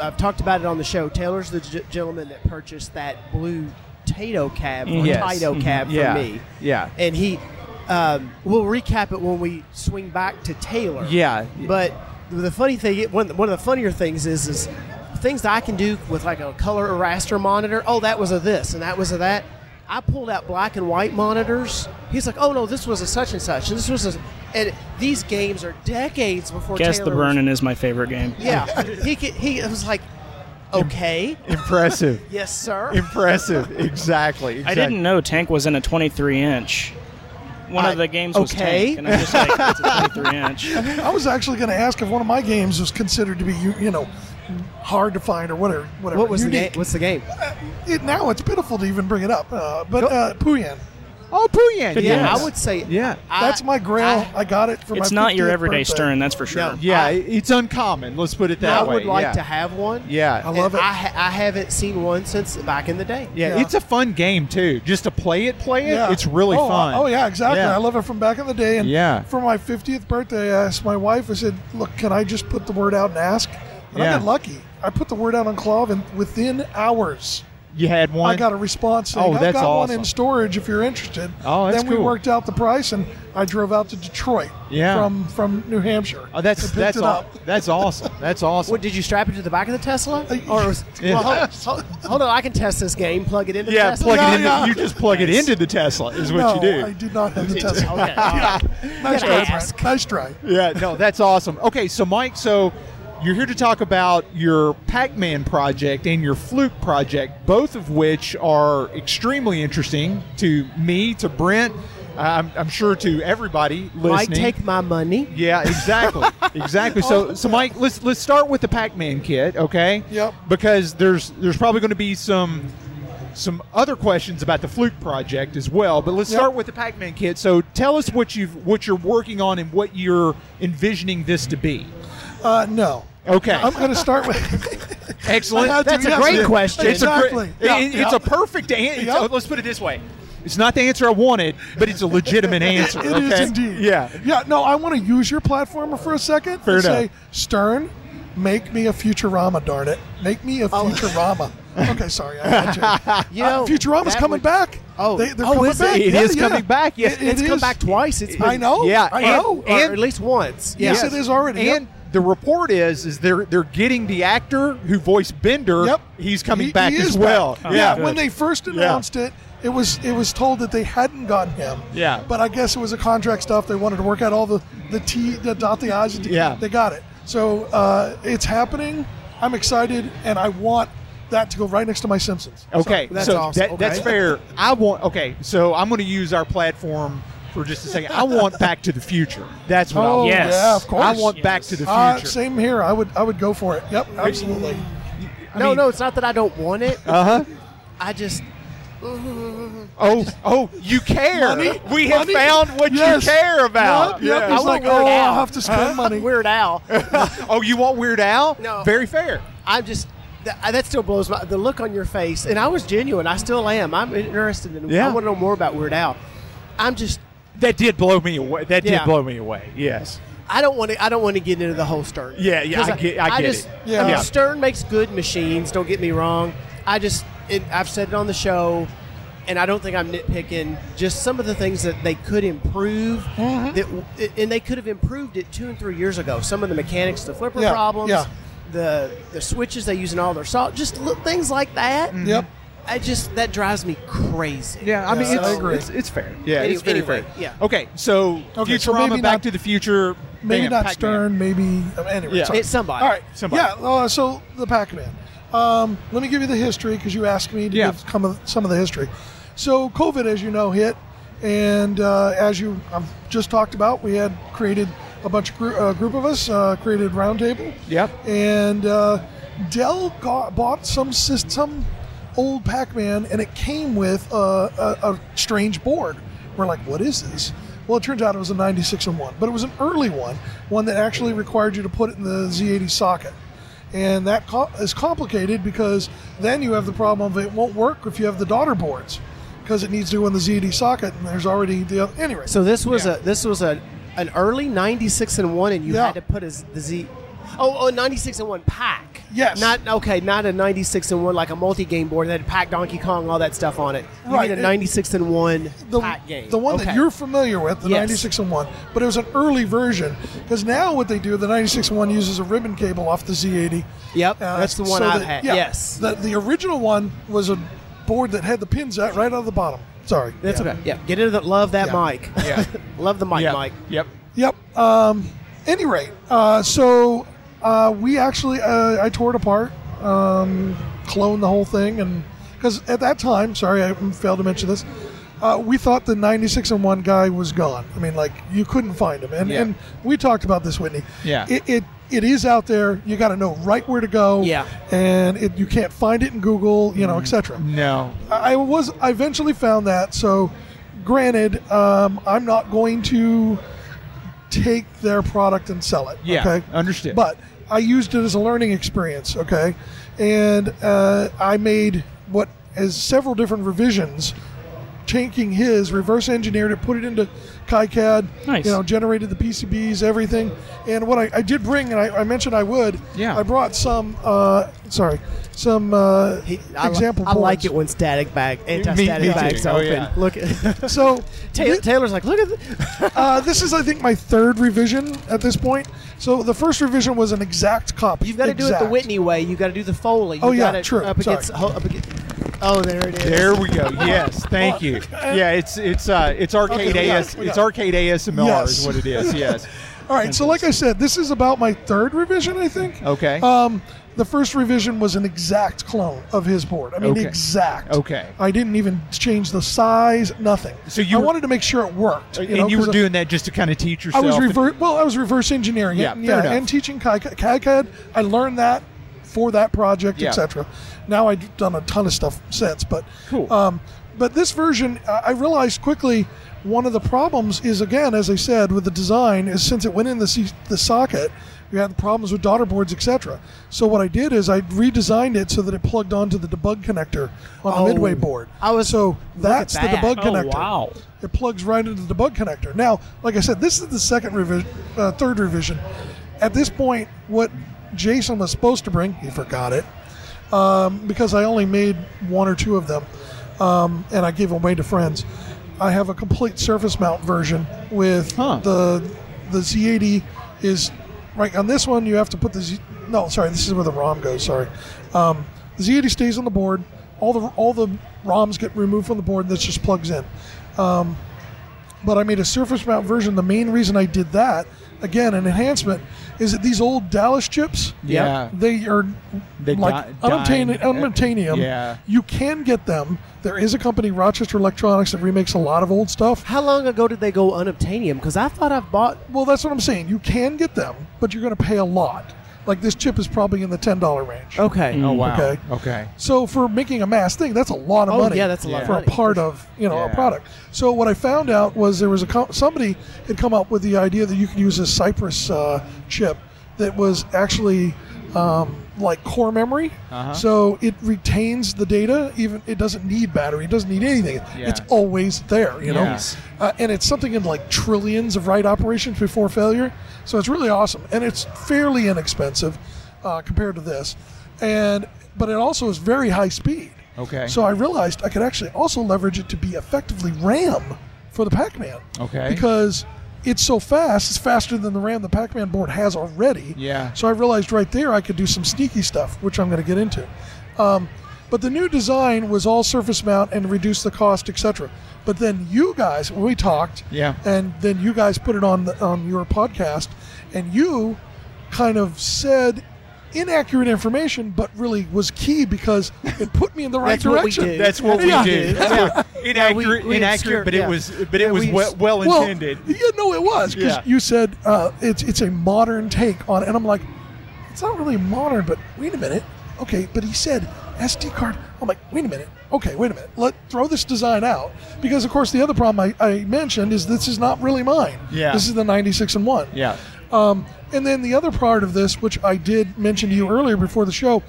Speaker 2: I've talked about it on the show. Taylor's the g- gentleman that purchased that blue Tato cab or
Speaker 3: Yes. Mm-hmm.
Speaker 2: Taito
Speaker 6: Mm-hmm.
Speaker 2: cab
Speaker 3: yeah.
Speaker 2: for me.
Speaker 3: Yeah.
Speaker 2: And he, um, we'll recap it when we swing back to Taylor.
Speaker 3: Yeah.
Speaker 2: But the funny thing, one, one of the funnier things is, is things that I can do with like a color raster monitor. Oh, that was a this and that was a that. I pulled out black and white monitors. He's like, oh no, this was a such and such, and this was a, and these games are decades before.
Speaker 7: guess
Speaker 2: Taylor
Speaker 7: the
Speaker 2: was-
Speaker 7: burning is my favorite game.
Speaker 2: Yeah, he ca- he was like, okay,
Speaker 3: Impressive.
Speaker 2: yes sir.
Speaker 3: Impressive. Exactly.
Speaker 7: I
Speaker 3: exactly.
Speaker 7: didn't know Tank was in a 23 inch. One
Speaker 2: I-
Speaker 7: of the games was
Speaker 2: okay.
Speaker 7: Tank, and I'm just like, it's a 23 inch.
Speaker 6: I was actually going to ask if one of my games was considered to be you, you know hard to find or whatever. whatever
Speaker 2: What was the game?
Speaker 6: unique. Uh,
Speaker 2: What's the game?
Speaker 6: It, now it's pitiful to even bring it up. Uh, but
Speaker 2: Go-
Speaker 6: uh, Puyan,
Speaker 3: Oh, Puyan.
Speaker 2: Yeah,
Speaker 7: Yes.
Speaker 2: I would say.
Speaker 3: Yeah.
Speaker 2: I-
Speaker 6: that's my grail.
Speaker 2: I-
Speaker 6: I, got it for
Speaker 7: It's
Speaker 6: my
Speaker 7: not your
Speaker 6: 50th
Speaker 7: everyday
Speaker 6: birthday.
Speaker 7: Stern, that's for sure.
Speaker 2: No.
Speaker 3: Yeah.
Speaker 2: I-
Speaker 3: it's uncommon. Let's put it that
Speaker 2: I
Speaker 3: way.
Speaker 2: would like
Speaker 3: yeah.
Speaker 2: to have one.
Speaker 3: Yeah.
Speaker 6: I love
Speaker 2: And
Speaker 6: it.
Speaker 2: I, ha- I haven't seen one since back in the day.
Speaker 3: yeah.
Speaker 6: Yeah.
Speaker 3: It's a fun game too. Just to play it, play it. It's really
Speaker 6: oh,
Speaker 3: fun.
Speaker 6: uh, Oh yeah, exactly.
Speaker 3: Yeah.
Speaker 6: I love it from back in the day. And
Speaker 3: Yeah.
Speaker 6: for my 50th birthday, I asked my wife. I said, "Look, can I just put the word out and ask?" And I
Speaker 3: Yeah.
Speaker 6: got lucky. I put the word out on Clove, and within hours,
Speaker 3: You had one.
Speaker 6: I got a response saying,
Speaker 3: Oh,
Speaker 6: "I've
Speaker 3: that's
Speaker 6: got one
Speaker 3: awesome.
Speaker 6: in storage if you're interested."
Speaker 3: Oh, that's
Speaker 6: Then we
Speaker 3: cool.
Speaker 6: worked out the price, and I drove out to Detroit.
Speaker 3: Yeah.
Speaker 6: From from New Hampshire.
Speaker 3: Oh, that's
Speaker 6: and picked
Speaker 3: that's
Speaker 6: it
Speaker 3: aw-
Speaker 6: up.
Speaker 3: that's awesome. That's awesome.
Speaker 2: What did you strap it to the back of the Tesla? Or was,
Speaker 3: Yeah.
Speaker 2: well, hold, hold, hold on, I can test this game. Plug it into
Speaker 3: yeah,
Speaker 2: the Tesla.
Speaker 3: plug
Speaker 6: Yeah,
Speaker 3: it into.
Speaker 6: yeah.
Speaker 3: You just plug it into the Tesla. Is what
Speaker 6: no,
Speaker 3: you do.
Speaker 6: I did not have the Tesla.
Speaker 2: Okay. Uh,
Speaker 6: Nice
Speaker 2: gotta
Speaker 6: try.
Speaker 2: ask.
Speaker 6: Brent. Nice try.
Speaker 3: Yeah, no, that's awesome. Okay, so Mike, so you're here to talk about your Pac-Man project and your Fluke project, both of which are extremely interesting to me, to Brent, uh, I'm, I'm sure to everybody listening.
Speaker 2: Mike, take my money.
Speaker 3: Yeah, exactly, exactly. So, so Mike, let's let's start with the Pac-Man kit, okay?
Speaker 6: Yep.
Speaker 3: Because there's there's probably going to be some some other questions about the Fluke project as well. But let's
Speaker 6: Yep.
Speaker 3: start with the Pac-Man kit. So, tell us what you've what you're working on and what you're envisioning this to be.
Speaker 6: Uh, no.
Speaker 3: Okay.
Speaker 6: I'm going to start with.
Speaker 3: Excellent.
Speaker 6: I had to,
Speaker 3: That's a
Speaker 6: yes.
Speaker 3: great
Speaker 6: Yeah.
Speaker 3: question.
Speaker 6: Exactly.
Speaker 3: It's a, gr- it-
Speaker 6: Yeah.
Speaker 3: it's a perfect answer.
Speaker 6: Yeah.
Speaker 3: Let's put it this way. It's not the answer I wanted, but it's a legitimate answer.
Speaker 6: It is
Speaker 3: okay?
Speaker 6: indeed.
Speaker 3: Yeah.
Speaker 6: Yeah. No, I want to use your platformer for a second
Speaker 3: Fair
Speaker 6: and say,
Speaker 3: enough.
Speaker 6: Stern, make me a Futurama, darn it. Make me a Futurama. okay, sorry. I got you.
Speaker 2: Oh. You know,
Speaker 6: Uh, Futurama's
Speaker 2: that
Speaker 6: coming
Speaker 2: would-
Speaker 6: back.
Speaker 2: Oh.
Speaker 6: they, they're
Speaker 2: Oh,
Speaker 6: coming
Speaker 2: is it?
Speaker 6: back.
Speaker 3: It
Speaker 6: yeah,
Speaker 3: is
Speaker 6: yeah.
Speaker 3: coming back. Yes,
Speaker 6: It- it
Speaker 2: it's come
Speaker 6: is.
Speaker 2: back twice. It's been,
Speaker 6: I know.
Speaker 3: Yeah,
Speaker 6: I
Speaker 3: and-
Speaker 6: know.
Speaker 2: or at least once.
Speaker 6: Yes,
Speaker 2: Yeah.
Speaker 6: it is already. Yep.
Speaker 3: And the report is is they're they're getting the actor who voiced Bender.
Speaker 6: Yep.
Speaker 3: He's coming
Speaker 6: He-
Speaker 3: back
Speaker 6: he
Speaker 3: as
Speaker 6: is
Speaker 3: well.
Speaker 6: back.
Speaker 3: Yeah.
Speaker 6: Yeah. When they first announced it, it was it was told that they hadn't gotten him.
Speaker 3: Yeah.
Speaker 6: But I guess it was a contract stuff. They wanted to work out all the the t the dot the i's and t-
Speaker 3: Yeah.
Speaker 6: They got it. So uh, it's happening. I'm excited, and I want that to go right next to my Simpsons.
Speaker 3: Okay,
Speaker 6: So
Speaker 3: that's
Speaker 6: that's
Speaker 3: so
Speaker 6: awesome.
Speaker 3: that, that's
Speaker 6: Okay.
Speaker 3: fair. I want okay, so I'm going to use our platform for just a second. I want Back to the Future. That's what I
Speaker 6: Oh
Speaker 3: want.
Speaker 7: Yes.
Speaker 6: yeah, of course.
Speaker 3: I want
Speaker 7: Yes.
Speaker 3: Back to the Future.
Speaker 6: Uh, same here. I would I would go for it. Yep, absolutely.
Speaker 3: I
Speaker 2: no,
Speaker 3: mean-
Speaker 2: no, it's not that I don't want it.
Speaker 3: Uh huh.
Speaker 2: I just
Speaker 3: Oh, oh, you care.
Speaker 6: Money?
Speaker 3: We have
Speaker 6: Money?
Speaker 3: found what
Speaker 6: Yes.
Speaker 3: you care
Speaker 6: Yep,
Speaker 3: about.
Speaker 6: yep.
Speaker 2: I
Speaker 6: He's
Speaker 2: want
Speaker 6: like,
Speaker 2: Weird
Speaker 6: oh,
Speaker 2: Al.
Speaker 6: I'll have to spend money.
Speaker 2: Weird Al.
Speaker 3: Oh, you want Weird Al?
Speaker 2: No.
Speaker 3: Very fair.
Speaker 2: I'm just that, that still blows my the look on your face, and I was genuine. I still am. I'm interested in.
Speaker 3: Yeah.
Speaker 2: I want to know more about Weird Al. I'm just.
Speaker 3: That did blow me away. That did
Speaker 2: Yeah.
Speaker 3: blow me away. Yes.
Speaker 2: I don't want to. I don't want to get into the whole Stern.
Speaker 3: Yeah, yeah,
Speaker 2: 'Cause
Speaker 3: I get- I get
Speaker 2: just,
Speaker 3: it.
Speaker 6: Yeah.
Speaker 2: I mean,
Speaker 6: Yeah.
Speaker 2: Stern makes good machines. Don't get me wrong. I just. It, I've said it on the show, and I don't think I'm nitpicking. Just some of the things that they could improve.
Speaker 6: Mm-hmm.
Speaker 2: That and they could have improved it two and three years ago. Some of the mechanics, the flipper
Speaker 6: Yeah,
Speaker 2: problems,
Speaker 6: yeah.
Speaker 2: the the switches they use in all their salt, just little things like that.
Speaker 3: Mm-hmm.
Speaker 6: Yep.
Speaker 2: I just that drives me crazy.
Speaker 3: Yeah, I mean,
Speaker 6: Yes,
Speaker 3: it's,
Speaker 6: I agree.
Speaker 3: It's, it's fair. Yeah,
Speaker 2: Any-
Speaker 3: it's very
Speaker 2: anyway,
Speaker 3: fair.
Speaker 2: yeah.
Speaker 3: Okay, so
Speaker 6: Okay, so
Speaker 3: Futurama,
Speaker 6: maybe
Speaker 3: Back
Speaker 6: not-
Speaker 3: to the Future,
Speaker 6: Maybe
Speaker 3: bam,
Speaker 6: not
Speaker 3: Pac-Man.
Speaker 6: Stern. Maybe um, anyway.
Speaker 3: Yeah.
Speaker 6: sorry.
Speaker 2: It's somebody.
Speaker 6: All right.
Speaker 3: Somebody.
Speaker 6: Yeah. Uh, so the Pac-Man. Um, let me give you the history because you asked me to
Speaker 3: Yeah.
Speaker 6: give some of, some of the history. So COVID, as you know, hit, and uh, as you um, just talked about, we had created a bunch of grou- uh, group of us uh, created roundtable.
Speaker 3: Yep.
Speaker 6: And uh, Dell got, bought some system, old Pac-Man, and it came with a, a, a strange board. We're like, what is this? Well, it turns out it was a 96 and one, but it was an early one, one that actually required you to put it in the Z80 socket. And that co- is complicated because then you have the problem of it won't work if you have the daughter boards because it needs to go in the Z80 socket, and there's already the other. Anyway,
Speaker 2: So this was a this was a an early '96 and one, and you
Speaker 6: Yeah.
Speaker 2: had to put a, z- the Z. Oh, oh, 96 and one pack.
Speaker 6: Yes.
Speaker 2: Not okay. Not a 96 and one like a multi-game board that had pack Donkey Kong, all that stuff on it. You
Speaker 6: Right,
Speaker 2: need a
Speaker 6: it-
Speaker 2: 96 and one
Speaker 6: the,
Speaker 2: pack game.
Speaker 6: the one
Speaker 2: Okay.
Speaker 6: that you're familiar with, the
Speaker 2: Yes.
Speaker 6: 96 and 1, but it was an early version because now what they do, the 96 and 1 uses a ribbon cable off the Uh, Z80.
Speaker 2: Yep, that's the one I've had, yes.
Speaker 6: The, the original one was a board that had the pins at right out of the bottom. Sorry.
Speaker 2: That's
Speaker 6: Yeah.
Speaker 2: okay. Yeah. Get into the love that
Speaker 6: Yeah.
Speaker 2: mic. Yeah. love the mic,
Speaker 3: Yep.
Speaker 2: Mike.
Speaker 3: Yep.
Speaker 6: Yep. Um, any rate, uh, so uh, we actually uh, I tore it apart, um, cloned the whole thing, and because at that time, sorry, I failed to mention this. Uh, we thought the 96 and 1 guy was gone. I mean, like, you couldn't find him. And,
Speaker 3: Yeah.
Speaker 6: and we talked about this, Whitney.
Speaker 3: Yeah.
Speaker 6: It, it, it is out there. You got to know right where to go.
Speaker 2: Yeah.
Speaker 6: And it, you can't find it in Google, you
Speaker 3: Mm-hmm.
Speaker 6: know, et cetera.
Speaker 3: No.
Speaker 6: I I was I eventually found that. So, granted, um, I'm not going to take their product and sell it.
Speaker 3: Yeah,
Speaker 6: okay?
Speaker 3: understood.
Speaker 6: But I used it as a learning experience. Okay, and uh, I made what is several different revisions, taking his reverse engineered it, put it into KiCad.
Speaker 7: Nice.
Speaker 6: You know, generated the PCBs, everything. And what I, I did bring, and I, I mentioned I would.
Speaker 3: Yeah.
Speaker 6: I brought some. Uh, sorry. Some uh,
Speaker 2: He- I, li-
Speaker 6: example
Speaker 2: I like
Speaker 6: boards.
Speaker 2: it when static bag,
Speaker 3: me
Speaker 2: anti-static bags
Speaker 3: too. Oh,
Speaker 2: open.
Speaker 3: yeah.
Speaker 2: Look, at,
Speaker 6: So
Speaker 2: Taylor, Taylor's like, look at. The,
Speaker 6: uh, this is, I think, my third revision at this point. So the first revision was an exact copy.
Speaker 2: You've got to do it the
Speaker 6: Exact.
Speaker 2: Whitney way. You've got to do the Foley. You
Speaker 6: Oh, yeah,
Speaker 2: gotta
Speaker 6: true.
Speaker 2: Up against,
Speaker 6: Sorry.
Speaker 2: ho- up against, oh, there it is.
Speaker 3: There we go. Yes, thank you. Yeah, it's it's uh, it's arcade
Speaker 6: Okay, we got it.
Speaker 3: AS
Speaker 6: We got
Speaker 3: it's
Speaker 6: it.
Speaker 3: arcade ASMR is
Speaker 6: Yes.
Speaker 3: what it is. Yes.
Speaker 6: All right, so like I said, this is about my third revision, I think.
Speaker 3: Okay.
Speaker 6: Um, the first revision was an exact clone of his board. I mean,
Speaker 3: Okay.
Speaker 6: exact.
Speaker 3: Okay.
Speaker 6: I didn't even change the size, nothing.
Speaker 3: So you
Speaker 6: I
Speaker 3: were-
Speaker 6: wanted to make sure it worked.
Speaker 3: and
Speaker 6: Uh, know,
Speaker 3: you were
Speaker 6: 'cause
Speaker 3: doing that just to kind of teach
Speaker 6: I
Speaker 3: yourself.
Speaker 6: was
Speaker 3: and-
Speaker 6: reverse. Well, I was reverse engineering.
Speaker 3: Yeah,
Speaker 6: it, and,
Speaker 3: fair
Speaker 6: yeah,
Speaker 3: enough.
Speaker 6: and teaching CAD. CAD. I learned that for that project,
Speaker 3: Yeah.
Speaker 6: etc. Now I've done a ton of stuff since, but
Speaker 3: Cool.
Speaker 6: Um, but this version, I I realized quickly one of the problems is again, as I said, with the design is since it went in the C- the socket, we had problems with daughter boards, etc. So what I did is I redesigned it so that it plugged onto the debug connector on
Speaker 2: Oh,
Speaker 6: the midway board.
Speaker 2: I was-
Speaker 6: so
Speaker 2: look at
Speaker 6: that's the
Speaker 2: that.
Speaker 6: debug
Speaker 7: Oh,
Speaker 6: connector
Speaker 7: wow.
Speaker 6: it plugs right into the debug connector. Now, like I said, this is the second revision, uh, third revision. At this point, what Jason was supposed to bring, he forgot it um, because I only made one or two of them, um, and I gave them away to friends. I have a complete surface mount version with
Speaker 3: Huh.
Speaker 6: the the Z80 is right on this one. You have to put the Z, no, sorry, this is where the ROM goes. Sorry, um, the Z80 stays on the board. All the all the ROMs get removed from the board. and This just plugs in. Um, but I made a surface mount version. The main reason I did that, again, an enhancement, is that these old Dallas chips,
Speaker 3: Yeah.
Speaker 6: they are
Speaker 3: They
Speaker 6: like
Speaker 3: di-
Speaker 6: unobtain-
Speaker 3: died.
Speaker 6: unobtainium.
Speaker 3: Yeah.
Speaker 6: You can get them. There is a company, Rochester Electronics, that remakes a lot of old stuff.
Speaker 2: How long ago did they go unobtainium? Because I thought I've bought.
Speaker 6: Well, that's what I'm saying. You can get them, but you're going to pay a lot. Like this chip is probably in the ten dollar range.
Speaker 2: Okay.
Speaker 3: Oh wow.
Speaker 6: Okay.
Speaker 3: Okay.
Speaker 6: So for making a mass thing, that's a lot of
Speaker 2: Oh,
Speaker 6: money.
Speaker 2: yeah, that's a lot of
Speaker 6: for
Speaker 2: money.
Speaker 6: a part of you know
Speaker 3: Yeah.
Speaker 6: a product. So what I found out was there was a co- somebody had come up with the idea that you could use a Cypress uh, chip that was actually um, like core memory.
Speaker 3: Uh-huh.
Speaker 6: So it retains the data. Even it doesn't need battery. It doesn't need anything.
Speaker 3: Yeah.
Speaker 6: It's always there. You know,
Speaker 3: Yeah.
Speaker 6: uh, and it's something in like trillions of write operations before failure. So it's really awesome, and it's fairly inexpensive uh, compared to this, and but it also is very high speed.
Speaker 3: Okay.
Speaker 6: So I realized I could actually also leverage it to be effectively RAM for the Pac-Man.
Speaker 3: Okay.
Speaker 6: Because it's so fast, it's faster than the RAM the Pac-Man board has already.
Speaker 3: Yeah.
Speaker 6: So I realized right there I could do some sneaky stuff, which I'm going to get into. Um, but the new design was all surface mount and reduce the cost, etc. But then you guys, we talked,
Speaker 3: Yeah.
Speaker 6: and then you guys put it on the, on your podcast, and you kind of said inaccurate information, but really was key because it put me in the right
Speaker 2: That's what we
Speaker 6: direction.
Speaker 2: did.
Speaker 3: That's what
Speaker 6: Yeah.
Speaker 3: we do. Yeah. Inaccurate,
Speaker 2: we obscure-
Speaker 3: inaccurate, but
Speaker 2: yeah.
Speaker 3: it was, but it was
Speaker 2: we
Speaker 3: well,
Speaker 2: obs-
Speaker 3: well
Speaker 6: well,
Speaker 3: intended.
Speaker 6: Yeah, no, it was because
Speaker 3: Yeah.
Speaker 6: you said uh, it's it's a modern take on, and I'm like, it's not really modern, but wait a minute, okay. But he said SD card. I'm like, wait a minute, okay, wait a minute. Let throw this design out because, of course, the other problem I, I mentioned is this is not really mine.
Speaker 3: Yeah.
Speaker 6: this is the '96 and one.
Speaker 3: yeah.
Speaker 6: Um, and then the other part of this, which I did mention to you earlier before the show,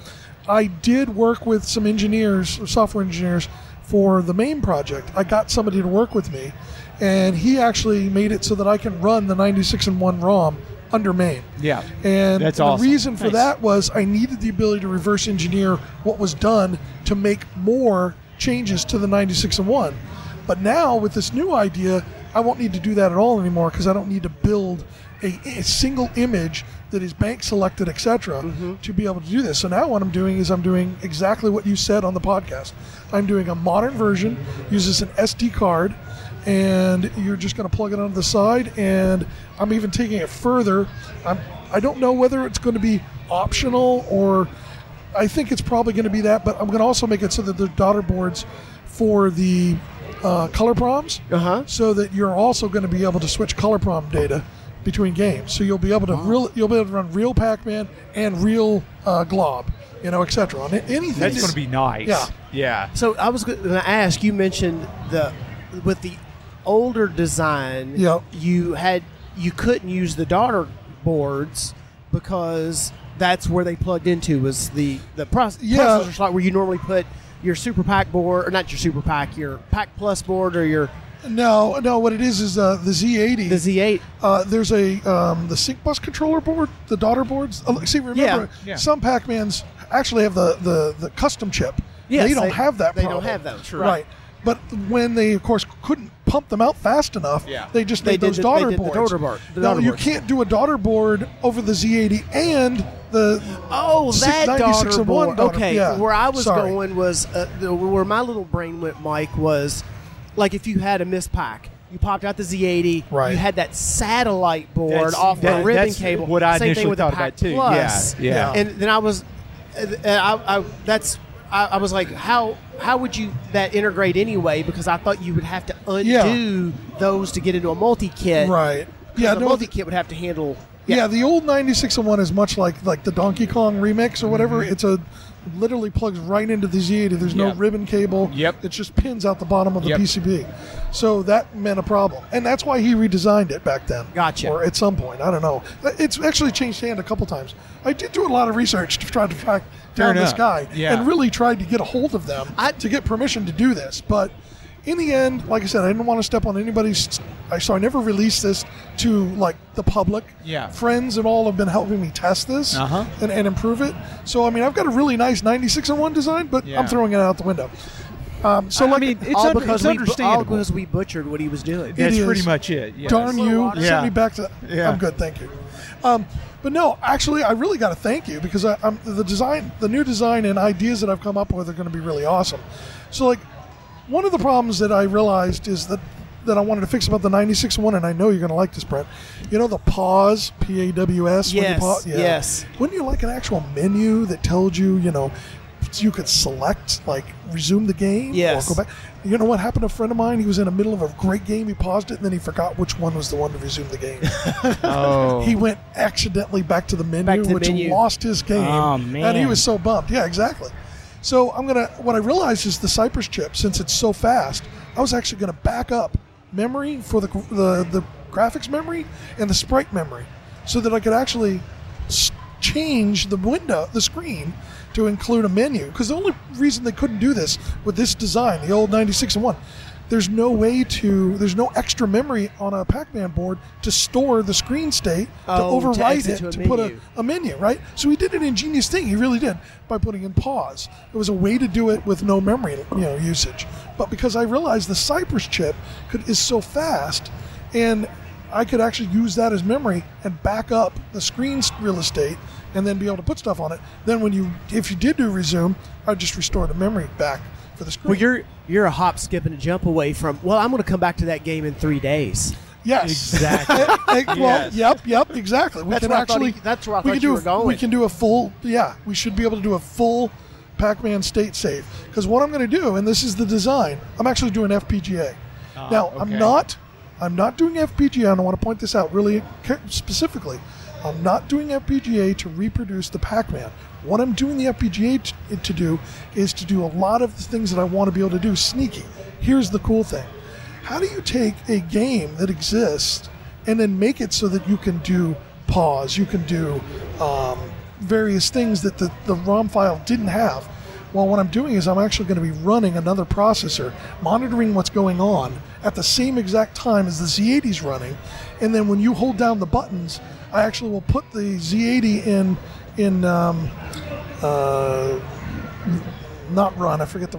Speaker 6: I did work with some engineers, software engineers, for the main project. I got somebody to work with me, and he actually made it so that I can run the 96 and 1 ROM under main.
Speaker 3: Yeah.
Speaker 6: And
Speaker 3: That's
Speaker 6: the
Speaker 3: awesome.
Speaker 6: reason for
Speaker 3: Nice.
Speaker 6: that was I needed the ability to reverse engineer what was done to make more changes to the 96 and 1. But now with this new idea, I won't need to do that at all anymore because I don't need to build a, a single image that is bank selected, etc.,
Speaker 3: Mm-hmm.
Speaker 6: to be able to do this. So now what I'm doing is I'm doing exactly what you said on the podcast. I'm doing a modern version, uses an SD card, and you're just going to plug it onto the side. And I'm even taking it further. I'm, I don't know whether it's going to be optional or I think it's probably going to be that, but I'm going to also make it so that the daughter boards for the uh, color proms,
Speaker 2: Uh-huh.
Speaker 6: so that you're also going to be able to switch color prom data between games. So you'll be able to real, you'll be able to run real Pac-Man and real uh, Glob, you know, etc. On a- anything.
Speaker 3: That's going to be nice.
Speaker 6: Yeah.
Speaker 3: Yeah.
Speaker 2: So I was going to ask. You mentioned the with the older design.
Speaker 6: Yep.
Speaker 2: You had you couldn't use the daughter boards because that's where they plugged into was the the proce-
Speaker 6: Yeah.
Speaker 2: processor slot where you normally put your super pack board or not your super pack your pack plus board or your
Speaker 6: no, no. What it is is uh, the Z80.
Speaker 2: the Z8.
Speaker 6: Uh, there's a um, the sync bus controller board, the daughter boards. Oh, see, remember
Speaker 3: Yeah. Yeah.
Speaker 6: some Pac-Mans actually have the the, the custom chip.
Speaker 2: Yes,
Speaker 6: they don't
Speaker 2: they-
Speaker 6: have that.
Speaker 2: they don't
Speaker 6: problem.
Speaker 2: have that, true.
Speaker 6: Right. But when they, of course, couldn't pump them out fast enough,
Speaker 3: Yeah.
Speaker 6: they just
Speaker 2: They
Speaker 6: made
Speaker 2: did
Speaker 6: those
Speaker 2: the- they
Speaker 6: daughter
Speaker 2: did the
Speaker 6: boards.
Speaker 2: daughter board- the
Speaker 6: no,
Speaker 2: daughter
Speaker 6: you
Speaker 2: boards.
Speaker 6: can't do a daughter board over the Z80 and the
Speaker 2: Oh,
Speaker 6: Six-
Speaker 2: that
Speaker 6: 96
Speaker 2: daughter
Speaker 6: and one
Speaker 2: board.
Speaker 6: daughter-
Speaker 2: okay,
Speaker 6: yeah,
Speaker 2: where I was
Speaker 6: sorry.
Speaker 2: going was uh, the, where my little brain went, Mike, was like if you had a Miss Pack You popped out the Z80.
Speaker 6: Right.
Speaker 2: You had that satellite board
Speaker 3: That's-
Speaker 2: off
Speaker 3: that-
Speaker 2: the ribbon
Speaker 3: that's
Speaker 2: cable.
Speaker 3: what I
Speaker 2: Same
Speaker 3: initially
Speaker 2: thing with the
Speaker 3: thought about,
Speaker 2: Pac
Speaker 3: too.
Speaker 2: Plus.
Speaker 3: Yeah, yeah.
Speaker 2: And then I was, and I, I that's. I, I was like, how how would you that integrate anyway? Because I thought you would have to undo those to get into a multi kit.
Speaker 6: Right.
Speaker 2: Yeah,
Speaker 6: Yeah,
Speaker 2: the
Speaker 6: no,
Speaker 2: multi
Speaker 6: the,
Speaker 2: kit would have to handle.
Speaker 6: yeah. the old 9601 is much like like the Donkey Kong remix or whatever. It's a literally plugs right into the Z80. There's no
Speaker 3: Mm-hmm. Yeah.
Speaker 6: ribbon cable.
Speaker 3: Yep.
Speaker 6: It just pins out the bottom of the
Speaker 3: Yep.
Speaker 6: PCB. So that meant a problem. And that's why he redesigned it back then.
Speaker 2: Gotcha.
Speaker 6: Or at some point, I don't know. It's actually changed hand a couple times. I did do a lot of research to try to track
Speaker 3: Fair
Speaker 6: down this
Speaker 3: enough.
Speaker 6: guy
Speaker 3: Yeah.
Speaker 6: and really tried to get a hold of them
Speaker 2: I-
Speaker 6: to get permission to do this. But in the end, like I said, I didn't want to step on anybody's. I so I never released this to like the public.
Speaker 3: Yeah.
Speaker 6: friends and all have been helping me test this
Speaker 3: Uh-huh.
Speaker 6: and, and improve it. So I mean, I've got a really nice 96 and one design, but
Speaker 3: Yeah.
Speaker 6: I'm throwing it out the window. Um, so
Speaker 3: I
Speaker 6: like,
Speaker 3: mean, it's
Speaker 6: all
Speaker 2: all
Speaker 3: under-
Speaker 2: because we bu- all
Speaker 3: understandable.
Speaker 2: because we butchered what he was doing.
Speaker 6: Yeah.
Speaker 3: That's
Speaker 6: is.
Speaker 3: pretty much it. yes.
Speaker 6: Darn you!
Speaker 2: water.
Speaker 3: Yeah.
Speaker 6: Send me back to.
Speaker 3: Yeah.
Speaker 6: I'm good, thank you. Um, but no, actually, I really got to thank you because I, I'm the design, the new design and ideas that I've come up with are going to be really awesome. So like, one of the problems that I realized is that that I wanted to fix about the 96 one, and I know you're going to like this, Brent. You know the pause, P A W S. when you
Speaker 2: Yes,
Speaker 6: pause-
Speaker 2: yes.
Speaker 6: Wouldn't you like an actual menu that told you, you know? You could select like resume the game
Speaker 2: Yes.
Speaker 6: or go back. You know what happened to a friend of mine? He was in the middle of a great game. He paused it and then he forgot which one was the one to resume the game.
Speaker 3: Oh.
Speaker 6: he went accidentally back to the menu,
Speaker 2: Back to the
Speaker 6: which
Speaker 2: menu.
Speaker 6: lost his game.
Speaker 7: Oh,
Speaker 6: And he
Speaker 7: man.
Speaker 6: was so bummed. Yeah, exactly. So I'm gonna. What I realized is the Cypress chip, since it's so fast, I was actually gonna back up memory for the the, the graphics memory and the sprite memory, so that I could actually s- change the window, the screen, to include a menu. Because the only reason they couldn't do this with this design, the old 96 and one. There's no way to. There's no extra memory on a Pac-Man board to store the screen state to
Speaker 2: Oh, to
Speaker 6: overwrite
Speaker 2: exit
Speaker 6: it
Speaker 2: to a
Speaker 6: to put a,
Speaker 2: menu.
Speaker 6: a menu, right? So he did an ingenious thing. He really did by putting in pause. It was a way to do it with no memory, you know, usage. But because I realized the Cypress chip could is so fast, and I could actually use that as memory and back up the screen's real estate, and then be able to put stuff on it. Then when you, if you did do resume, I'd just restore the memory back for the screen.
Speaker 2: Well, you're you're a hop, skip, and a jump away from. Well, I'm going to come back to that game in three days.
Speaker 6: Yes.
Speaker 3: Exactly.
Speaker 6: Eh, eh, well,
Speaker 3: Yes.
Speaker 6: yep, yep, exactly. We
Speaker 2: That's
Speaker 6: can
Speaker 2: where I thought
Speaker 6: actually.
Speaker 2: he- that's where I
Speaker 6: we
Speaker 2: thought
Speaker 6: can
Speaker 2: you
Speaker 6: do
Speaker 2: were
Speaker 6: a,
Speaker 2: going.
Speaker 6: We can do a full. Yeah, we should be able to do a full Pac-Man state save because what I'm going to do, and this is the design, I'm actually doing FPGA. now
Speaker 3: Ah, okay.
Speaker 6: I'm not. I'm not doing FPGA, and I want to point this out really ca- specifically. I'm not doing FPGA to reproduce the Pac-Man. What I'm doing the FPGA t- to do is to do a lot of the things that I want to be able to do sneaky. Here's the cool thing. How do you take a game that exists and then make it so that you can do pause, you can do um, various things that the, the ROM file didn't have? Well, what I'm doing is I'm actually going to be running another processor, monitoring what's going on at the same exact time as the Z80's running, and then when you hold down the buttons, I actually will put the Z80 in in um, uh, not run. I forget the.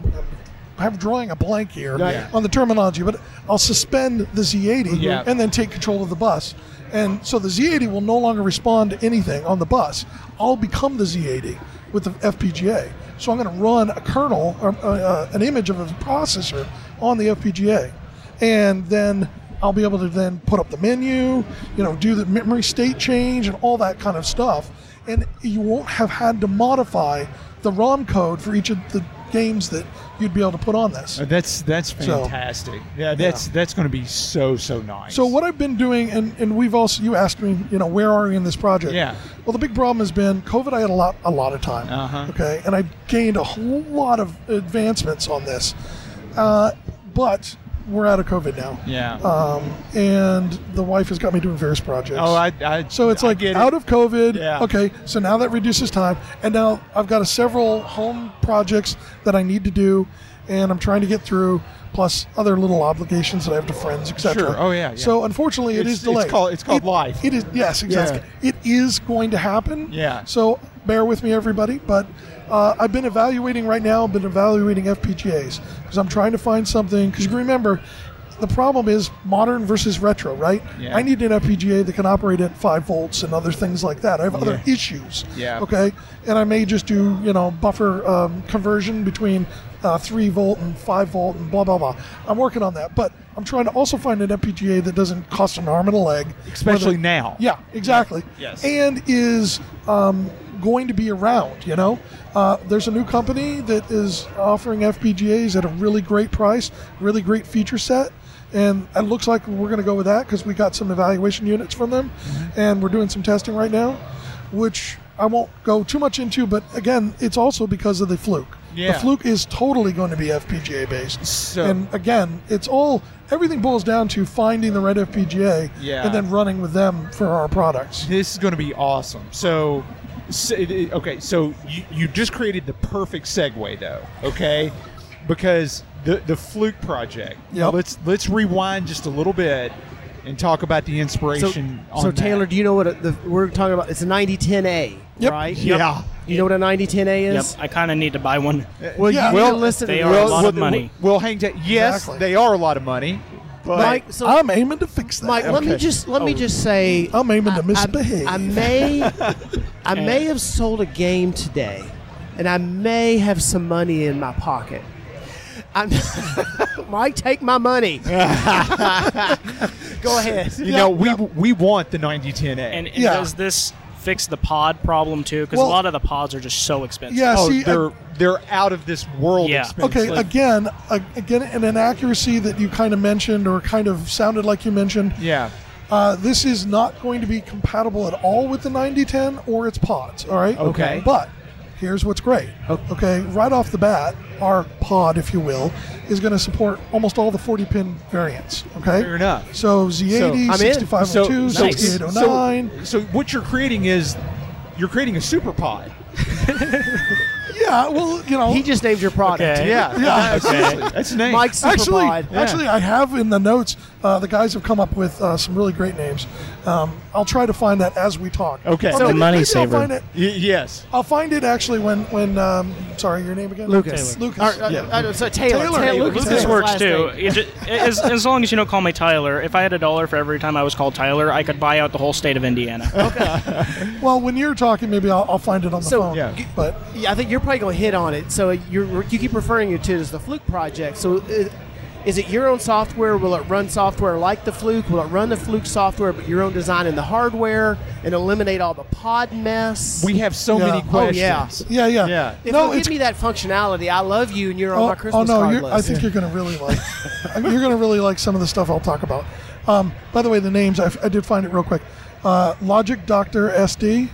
Speaker 6: I'm drawing a blank here
Speaker 3: Yeah.
Speaker 6: on the terminology, but I'll suspend the Z80
Speaker 3: Yeah.
Speaker 6: and then take control of the bus. And so the Z80 will no longer respond to anything on the bus. I'll become the Z80 with the FPGA. So I'm going to run a kernel, or, uh, uh, an image of a processor on the FPGA, and then I'll be able to then put up the menu, you know, do the memory state change and all that kind of stuff. And you won't have had to modify the ROM code for each of the games that you'd be able to put on this.
Speaker 3: Uh, That's that's
Speaker 6: So-
Speaker 3: fantastic. yeah, that's that's going to be so so nice.
Speaker 6: So what I've been doing, and, and we've also you asked me, you know, where are you in this project?
Speaker 3: Yeah.
Speaker 6: Well, the big problem has been COVID. I had a lot a lot of time.
Speaker 3: Uh-huh.
Speaker 6: Okay, and I gained a whole lot of advancements on this, uh, but we're out of COVID now.
Speaker 3: Yeah.
Speaker 6: Um, and the wife has got me doing various projects.
Speaker 3: oh, I, I.
Speaker 6: So it's
Speaker 3: I
Speaker 6: like
Speaker 3: get
Speaker 6: out
Speaker 3: it.
Speaker 6: of COVID.
Speaker 3: Yeah.
Speaker 6: Okay. So now that reduces time, and now I've got a several home projects that I need to do, and I'm trying to get through, plus other little obligations that I have to friends, etc.
Speaker 3: Sure. Oh, yeah, yeah.
Speaker 6: So unfortunately, it
Speaker 3: It's-
Speaker 6: is delayed.
Speaker 3: it's called- it's called
Speaker 6: It-
Speaker 3: life.
Speaker 6: It is yes, exactly. It is going to happen.
Speaker 3: Yeah.
Speaker 6: So bear with me, everybody. But uh, I've been evaluating right now. I've been evaluating FPGAs because I'm trying to find something. Because you can remember, the problem is modern versus retro, right?
Speaker 3: Yeah.
Speaker 6: I need an FPGA that can operate at five volts and other things like that. I have other
Speaker 3: Yeah.
Speaker 6: issues.
Speaker 3: Yeah.
Speaker 6: Okay, and I may just do you know buffer um, conversion between uh, three volt and five volt and blah blah blah. I'm working on that, but I'm trying to also find an FPGA that doesn't cost an arm and a leg,
Speaker 3: especially
Speaker 6: Whether-
Speaker 3: now.
Speaker 6: yeah, exactly.
Speaker 4: Yes.
Speaker 6: And is um, going to be around, you know? Uh, there's a new company that is offering FPGAs at a really great price, really great feature set. And it looks like we're going to go with that because we got some evaluation units from them
Speaker 3: Mm-hmm.
Speaker 6: and we're doing some testing right now, which I won't go too much into, but again, it's also because of the Fluke.
Speaker 3: Yeah.
Speaker 6: The Fluke is totally going to be FPGA based.
Speaker 3: So-
Speaker 6: and again, it's all, everything boils down to finding the right FPGA
Speaker 3: Yeah.
Speaker 6: and then running with them for our products.
Speaker 3: This is going to be awesome. So, s- it- it- okay, so you, you just created the perfect segue, though. Okay, because the the fluke project.
Speaker 6: Yep.
Speaker 3: Let's let's rewind just a little bit and talk about the inspiration. on
Speaker 2: so
Speaker 3: that.
Speaker 2: Taylor, do you know what a, the, we're talking about? It's a 9010A,
Speaker 6: Yep.
Speaker 2: right?
Speaker 3: Yeah.
Speaker 2: You know what a 9010A
Speaker 7: Yep,
Speaker 2: is?
Speaker 7: I kind of need to buy one.
Speaker 2: Well,
Speaker 6: Uh, Yeah.
Speaker 2: you
Speaker 6: Well,
Speaker 2: well, listen
Speaker 7: they
Speaker 2: to
Speaker 7: are a
Speaker 2: this.
Speaker 7: lot of money.
Speaker 3: Well, hang t- yes,
Speaker 6: Exactly.
Speaker 3: they are a lot of money. But
Speaker 2: Mike, so
Speaker 6: I'm aiming to fix that.
Speaker 2: Mike, let me
Speaker 3: Okay.
Speaker 2: just let me just say,
Speaker 6: I'm aiming to misbehave.
Speaker 2: I, I may, I may have sold a game today, and I may have some money in my pocket. I'm Mike, take my money. Go ahead.
Speaker 3: you know, we we want the 9010A.
Speaker 7: And, and
Speaker 6: Yeah.
Speaker 7: does this fix the pod problem too? Because
Speaker 6: Well-
Speaker 7: a lot of the pods are just so expensive.
Speaker 6: yeah,
Speaker 3: oh,
Speaker 6: see, uh,
Speaker 3: they're
Speaker 6: ag-
Speaker 3: they're out of this world.
Speaker 7: Yeah.
Speaker 3: expensive.
Speaker 6: okay, again, ag- again, an inaccuracy that you kind of mentioned or kind of sounded like you mentioned.
Speaker 3: Yeah.
Speaker 6: Uh, this is not going to be compatible at all with the 9010 or its pods, all right?
Speaker 3: Okay.
Speaker 6: But here's what's great. Okay, right off the bat, our pod, if you will, is going to support almost all the 40 pin variants, okay?
Speaker 3: Fair enough.
Speaker 6: So Z80,
Speaker 2: So- I'm in.
Speaker 6: 6502,
Speaker 3: so,
Speaker 6: 6809.
Speaker 3: So, so what you're creating is you're creating a super pod.
Speaker 6: yeah, well, you know.
Speaker 2: He just named your product.
Speaker 7: Okay.
Speaker 3: Yeah.
Speaker 6: Yeah.
Speaker 3: Seriously, That's nice.
Speaker 2: Mike
Speaker 6: actually,
Speaker 2: Superpod.
Speaker 6: actually, I have in the notes. Uh, the guys have come up with uh, some really great names. Um, I'll try to find that as we talk.
Speaker 3: Okay.
Speaker 6: Or
Speaker 3: So
Speaker 6: maybe-
Speaker 7: money
Speaker 6: maybe
Speaker 7: saver.
Speaker 6: I'll find it.
Speaker 3: Y- yes.
Speaker 6: I'll find it actually when when. Um, sorry, your name again?
Speaker 2: Lucas.
Speaker 6: Lucas.
Speaker 2: Or, uh,
Speaker 6: yeah.
Speaker 2: uh, so Taylor.
Speaker 6: Taylor.
Speaker 2: Taylor.
Speaker 6: Lucas
Speaker 7: Lucas
Speaker 2: Taylor's
Speaker 7: works
Speaker 2: last
Speaker 7: too.
Speaker 2: name.
Speaker 7: It ju- as, as long as you don't call me Tyler, if I had a dollar for every time I was called Tyler, I could buy out the whole state of Indiana.
Speaker 6: well, when you're talking, maybe I'll, I'll find it on the
Speaker 2: So,
Speaker 6: phone.
Speaker 3: yeah.
Speaker 6: But
Speaker 2: Yeah, I think you're probably going to hit on it. So you're, you keep referring it to it as the Fluke project. So i- is it your own software? Will it run software like the Fluke? Will it run the Fluke software, but your own design in the hardware and eliminate all the pod mess?
Speaker 3: We have so
Speaker 6: Yeah.
Speaker 3: many
Speaker 2: Oh, yeah.
Speaker 3: questions.
Speaker 6: yeah, yeah,
Speaker 3: Yeah.
Speaker 2: if
Speaker 6: no,
Speaker 2: you'll
Speaker 6: it's.
Speaker 2: give me that functionality, I love you, and you're on
Speaker 6: oh,
Speaker 2: my Christmas
Speaker 6: oh, no,
Speaker 2: card
Speaker 6: you're,
Speaker 2: list.
Speaker 6: I think you're going to really like. uh, you're going to really like some of the stuff I'll talk about. Um, by the way, the names I, f- I did find it real quick. Uh, Logic Doctor SD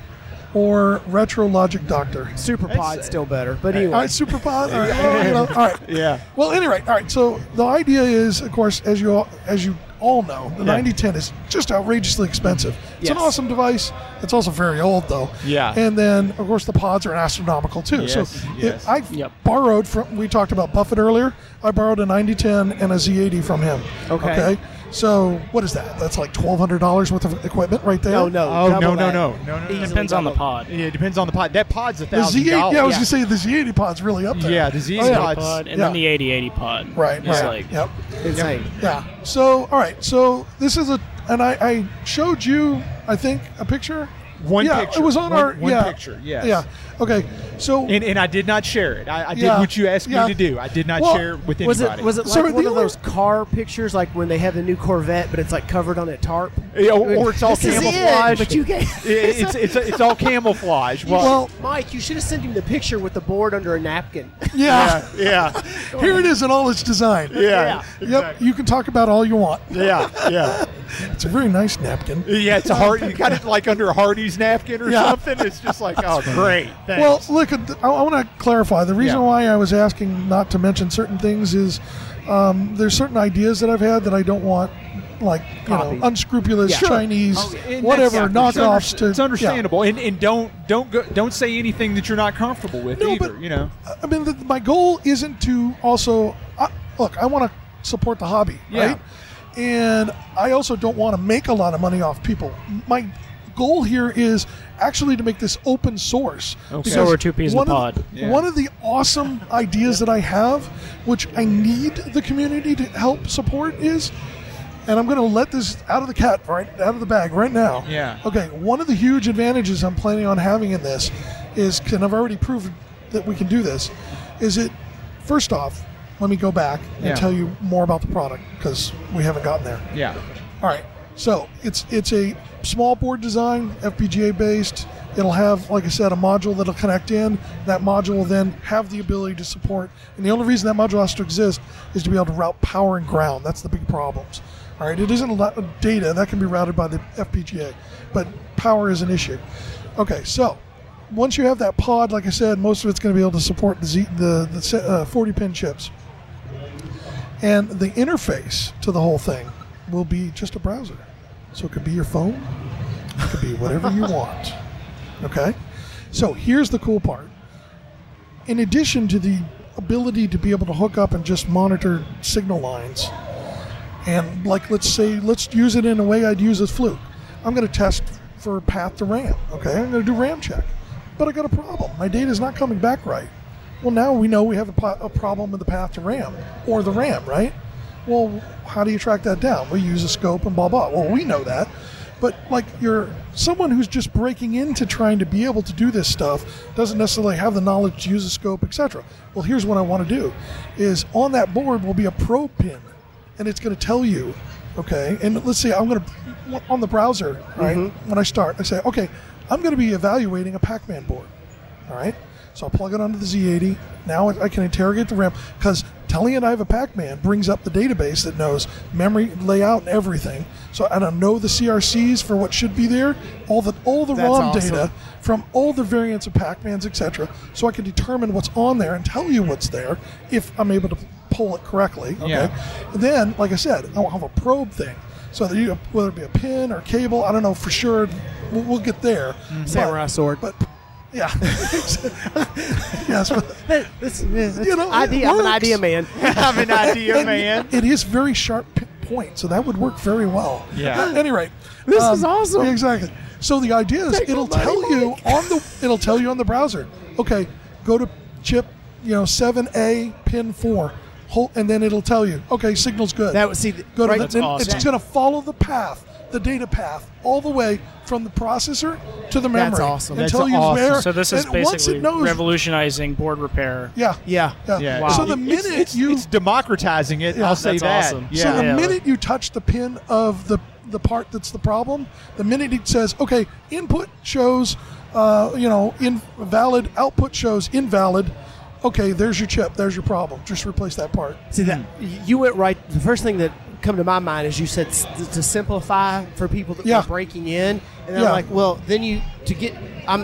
Speaker 6: or Retro Logic Doctor.
Speaker 2: Superpod's still better, but
Speaker 6: All
Speaker 2: anyway.
Speaker 6: right, uh, super pod. All right, well, you know, all right.
Speaker 3: Yeah.
Speaker 6: Well, anyway, all right. So the idea is, of course, as you all, as you all know, the 9010 is just outrageously expensive. It's an
Speaker 2: Yes.
Speaker 6: awesome device. It's also very old, though.
Speaker 3: Yeah.
Speaker 6: And then, of course, the pods are astronomical too.
Speaker 3: Yes,
Speaker 6: so
Speaker 3: yes.
Speaker 6: I
Speaker 7: Yep.
Speaker 6: borrowed from. We talked about Buffett earlier. I borrowed a 9010 and a Z80 from him.
Speaker 2: Okay.
Speaker 6: So what is that? That's like twelve hundred dollars worth of equipment right there.
Speaker 2: No, no.
Speaker 3: Oh, no, no,
Speaker 2: double that.
Speaker 3: no, no, no, no.
Speaker 2: Easily
Speaker 7: Depends on the
Speaker 2: double.
Speaker 7: pod.
Speaker 3: Yeah, it depends on the pod. That pod's a
Speaker 6: The
Speaker 3: thousand
Speaker 6: Z80. Yeah, I
Speaker 3: dollars.
Speaker 6: was
Speaker 2: Yeah.
Speaker 6: gonna say the Z80 pod's really up there.
Speaker 3: Yeah, the Z80
Speaker 6: Oh, yeah.
Speaker 3: pod's-
Speaker 7: Pod, and
Speaker 6: Yeah.
Speaker 7: then the 8080 pod.
Speaker 6: Right.
Speaker 7: It's
Speaker 6: right.
Speaker 7: like
Speaker 6: yep.
Speaker 2: Insane.
Speaker 6: Yeah. So, all right. So this is a, and I, I showed you, I think, a picture.
Speaker 3: One
Speaker 6: yeah,
Speaker 3: picture.
Speaker 6: It was on
Speaker 3: One-
Speaker 6: our
Speaker 3: one
Speaker 6: yeah,
Speaker 3: picture, yes.
Speaker 6: Yeah. Okay. So
Speaker 3: And, and I did not share it. I, I
Speaker 6: Yeah.
Speaker 3: did what you asked
Speaker 6: Yeah.
Speaker 3: me to do. I did not
Speaker 6: Well,
Speaker 3: share it with
Speaker 2: Was
Speaker 3: anybody.
Speaker 2: it was it like
Speaker 6: So the
Speaker 2: one of
Speaker 6: only-
Speaker 2: those car pictures, like when they have the new Corvette, but it's like covered on a tarp?
Speaker 3: Yeah, or- or it's all
Speaker 2: this is it,
Speaker 3: camouflage.
Speaker 2: but you can
Speaker 3: It- it's, it's, it's all camouflage.
Speaker 6: Well-
Speaker 2: Mike, you should have sent him the picture with the board under a napkin.
Speaker 6: yeah,
Speaker 3: yeah,
Speaker 6: here it is in all its design.
Speaker 3: yeah,
Speaker 6: Yep. You can talk about all you want.
Speaker 3: yeah, yeah.
Speaker 6: It's a very nice napkin.
Speaker 3: Yeah, it's a hard. You got it like under Hardy's napkin or
Speaker 6: Yeah.
Speaker 3: something. It's just like, oh, great. Thanks.
Speaker 6: Well, look, uh, I, I want to clarify. The reason
Speaker 3: Yeah.
Speaker 6: why I was asking not to mention certain things is um, there's certain ideas that I've had that I don't want, like you know,
Speaker 2: Copied.
Speaker 6: unscrupulous
Speaker 2: Yeah. Sure.
Speaker 6: Chinese
Speaker 3: Oh, And
Speaker 6: whatever
Speaker 3: that's- it's under-
Speaker 6: knockoffs. to
Speaker 3: It's
Speaker 6: yeah.
Speaker 3: understandable, and, and don't don't go, don't say anything that you're not comfortable with
Speaker 6: No,
Speaker 3: either.
Speaker 6: but- uh,
Speaker 3: you know,
Speaker 6: I mean, the, my goal isn't to also I, look. I want to support the hobby,
Speaker 3: Yeah.
Speaker 6: right? And I also don't want to make a lot of money off people. My goal here is actually to make this open source.
Speaker 3: Okay.
Speaker 6: Because
Speaker 3: So
Speaker 7: we're two peas in a
Speaker 6: one of-
Speaker 7: pod.
Speaker 3: Yeah.
Speaker 6: One of the awesome ideas that I have which I need the community to help support is, and I'm going to let this out of the cat right out of the bag right now.
Speaker 3: Yeah.
Speaker 6: Okay. One of the huge advantages I'm planning on having in this is, and I've already proven that we can do this, is it. First off, let me go back and
Speaker 3: Yeah.
Speaker 6: tell you more about the product because we haven't gotten there.
Speaker 3: Yeah.
Speaker 6: All right. So it's it's a small board design, FPGA based. It'll have, like I said, a module that'll connect in. That module will then have the ability to support. And the only reason that module has to exist is to be able to route power and ground. That's the big problems. All right. It isn't a lot of data that can be routed by the FPGA, but power is an issue. Okay. So once you have that pod, like I said, most of it's going to be able to support the Z, the, the se- uh, 40 pin chips. And the interface to the whole thing will be just a browser. So it could be your phone, it could be whatever you want. Okay? So here's the cool part. In addition to the ability to be able to hook up and just monitor signal lines, and like let's say, let's use it in a way I'd use a fluke. I'm going to test for path to RAM. Okay? I'm going to do RAM check. But I got a problem. My data is not coming back right. Well, now we know we have a, po- a problem with the path to RAM or the RAM, right? Well, how do you track that down? We use a scope and blah blah. Well, we know that, but like you're someone who's just breaking into trying to be able to do this stuff doesn't necessarily have the knowledge to use a scope, etc. Well, here's what I want to do: is on that board will be a probe pin, and it's going to tell you, okay. And let's say I'm going to on the browser, right?
Speaker 2: Mm-hmm.
Speaker 6: When I start, I say, okay, I'm going to be evaluating a Pac-Man board. All right. So I plug it onto the Z80. Now I I can interrogate the RAM because telling it I have a Pac-Man brings up the database that knows memory layout and everything. So I don't know the CRCs for what should be there, all the all the
Speaker 2: That's
Speaker 6: ROM
Speaker 2: awesome.
Speaker 6: data from all the variants of Pac-Mans, etc. So I can determine what's on there and tell you what's there if I'm able to pull it correctly. Okay.
Speaker 3: Yeah.
Speaker 6: And then, like I said, I'll have a probe thing. So that you, whether it be a pin or cable, I don't know for sure. We'll, we'll get there.
Speaker 2: Mm-hmm. Samurai
Speaker 6: But-
Speaker 2: sword.
Speaker 6: But yeah, yes. But,
Speaker 2: This, this,
Speaker 6: You know,
Speaker 2: idea,
Speaker 6: it
Speaker 2: I'm an
Speaker 6: works.
Speaker 2: idea man.
Speaker 3: Have an idea,
Speaker 6: and It is very sharp p- point, so that would work very well.
Speaker 3: Yeah.
Speaker 6: Any rate, um,
Speaker 2: This is awesome.
Speaker 6: Exactly. So the idea is,
Speaker 2: Take
Speaker 6: it'll
Speaker 2: my money,
Speaker 6: tell you on the it'll tell you on the browser. Okay, go to chip, you know, seven A pin four, hold, and then it'll tell you. Okay, signal's good.
Speaker 2: That would see. The,
Speaker 6: Go to
Speaker 2: right,
Speaker 6: the, then
Speaker 3: awesome.
Speaker 6: It's going to follow the path, the data path, all the way from the processor to the memory.
Speaker 2: That's awesome.
Speaker 6: And
Speaker 3: That's
Speaker 6: tell you
Speaker 3: awesome.
Speaker 6: where.
Speaker 7: So this is
Speaker 6: and once
Speaker 7: basically
Speaker 6: it knows,
Speaker 7: revolutionizing board repair.
Speaker 6: Yeah.
Speaker 2: Yeah.
Speaker 6: Yeah.
Speaker 3: Yeah.
Speaker 7: Wow.
Speaker 6: So the
Speaker 3: It's-
Speaker 6: minute
Speaker 3: it's,
Speaker 6: you
Speaker 3: it's democratizing it,
Speaker 6: Yeah.
Speaker 3: I'll say
Speaker 7: That's
Speaker 3: that.
Speaker 7: awesome.
Speaker 3: Yeah.
Speaker 6: So the
Speaker 7: Yeah.
Speaker 6: minute you touch the pin of the the part that's the problem, the minute it says, "Okay, input shows, uh, you know, invalid, output shows invalid," okay, there's your chip, there's your problem. Just replace that part.
Speaker 2: See that Hmm. you went right. The first thing that come to my mind is you said s- to simplify for people that
Speaker 6: Yeah.
Speaker 2: were breaking in, and
Speaker 6: Yeah.
Speaker 2: I'm like, well, then you to get I'm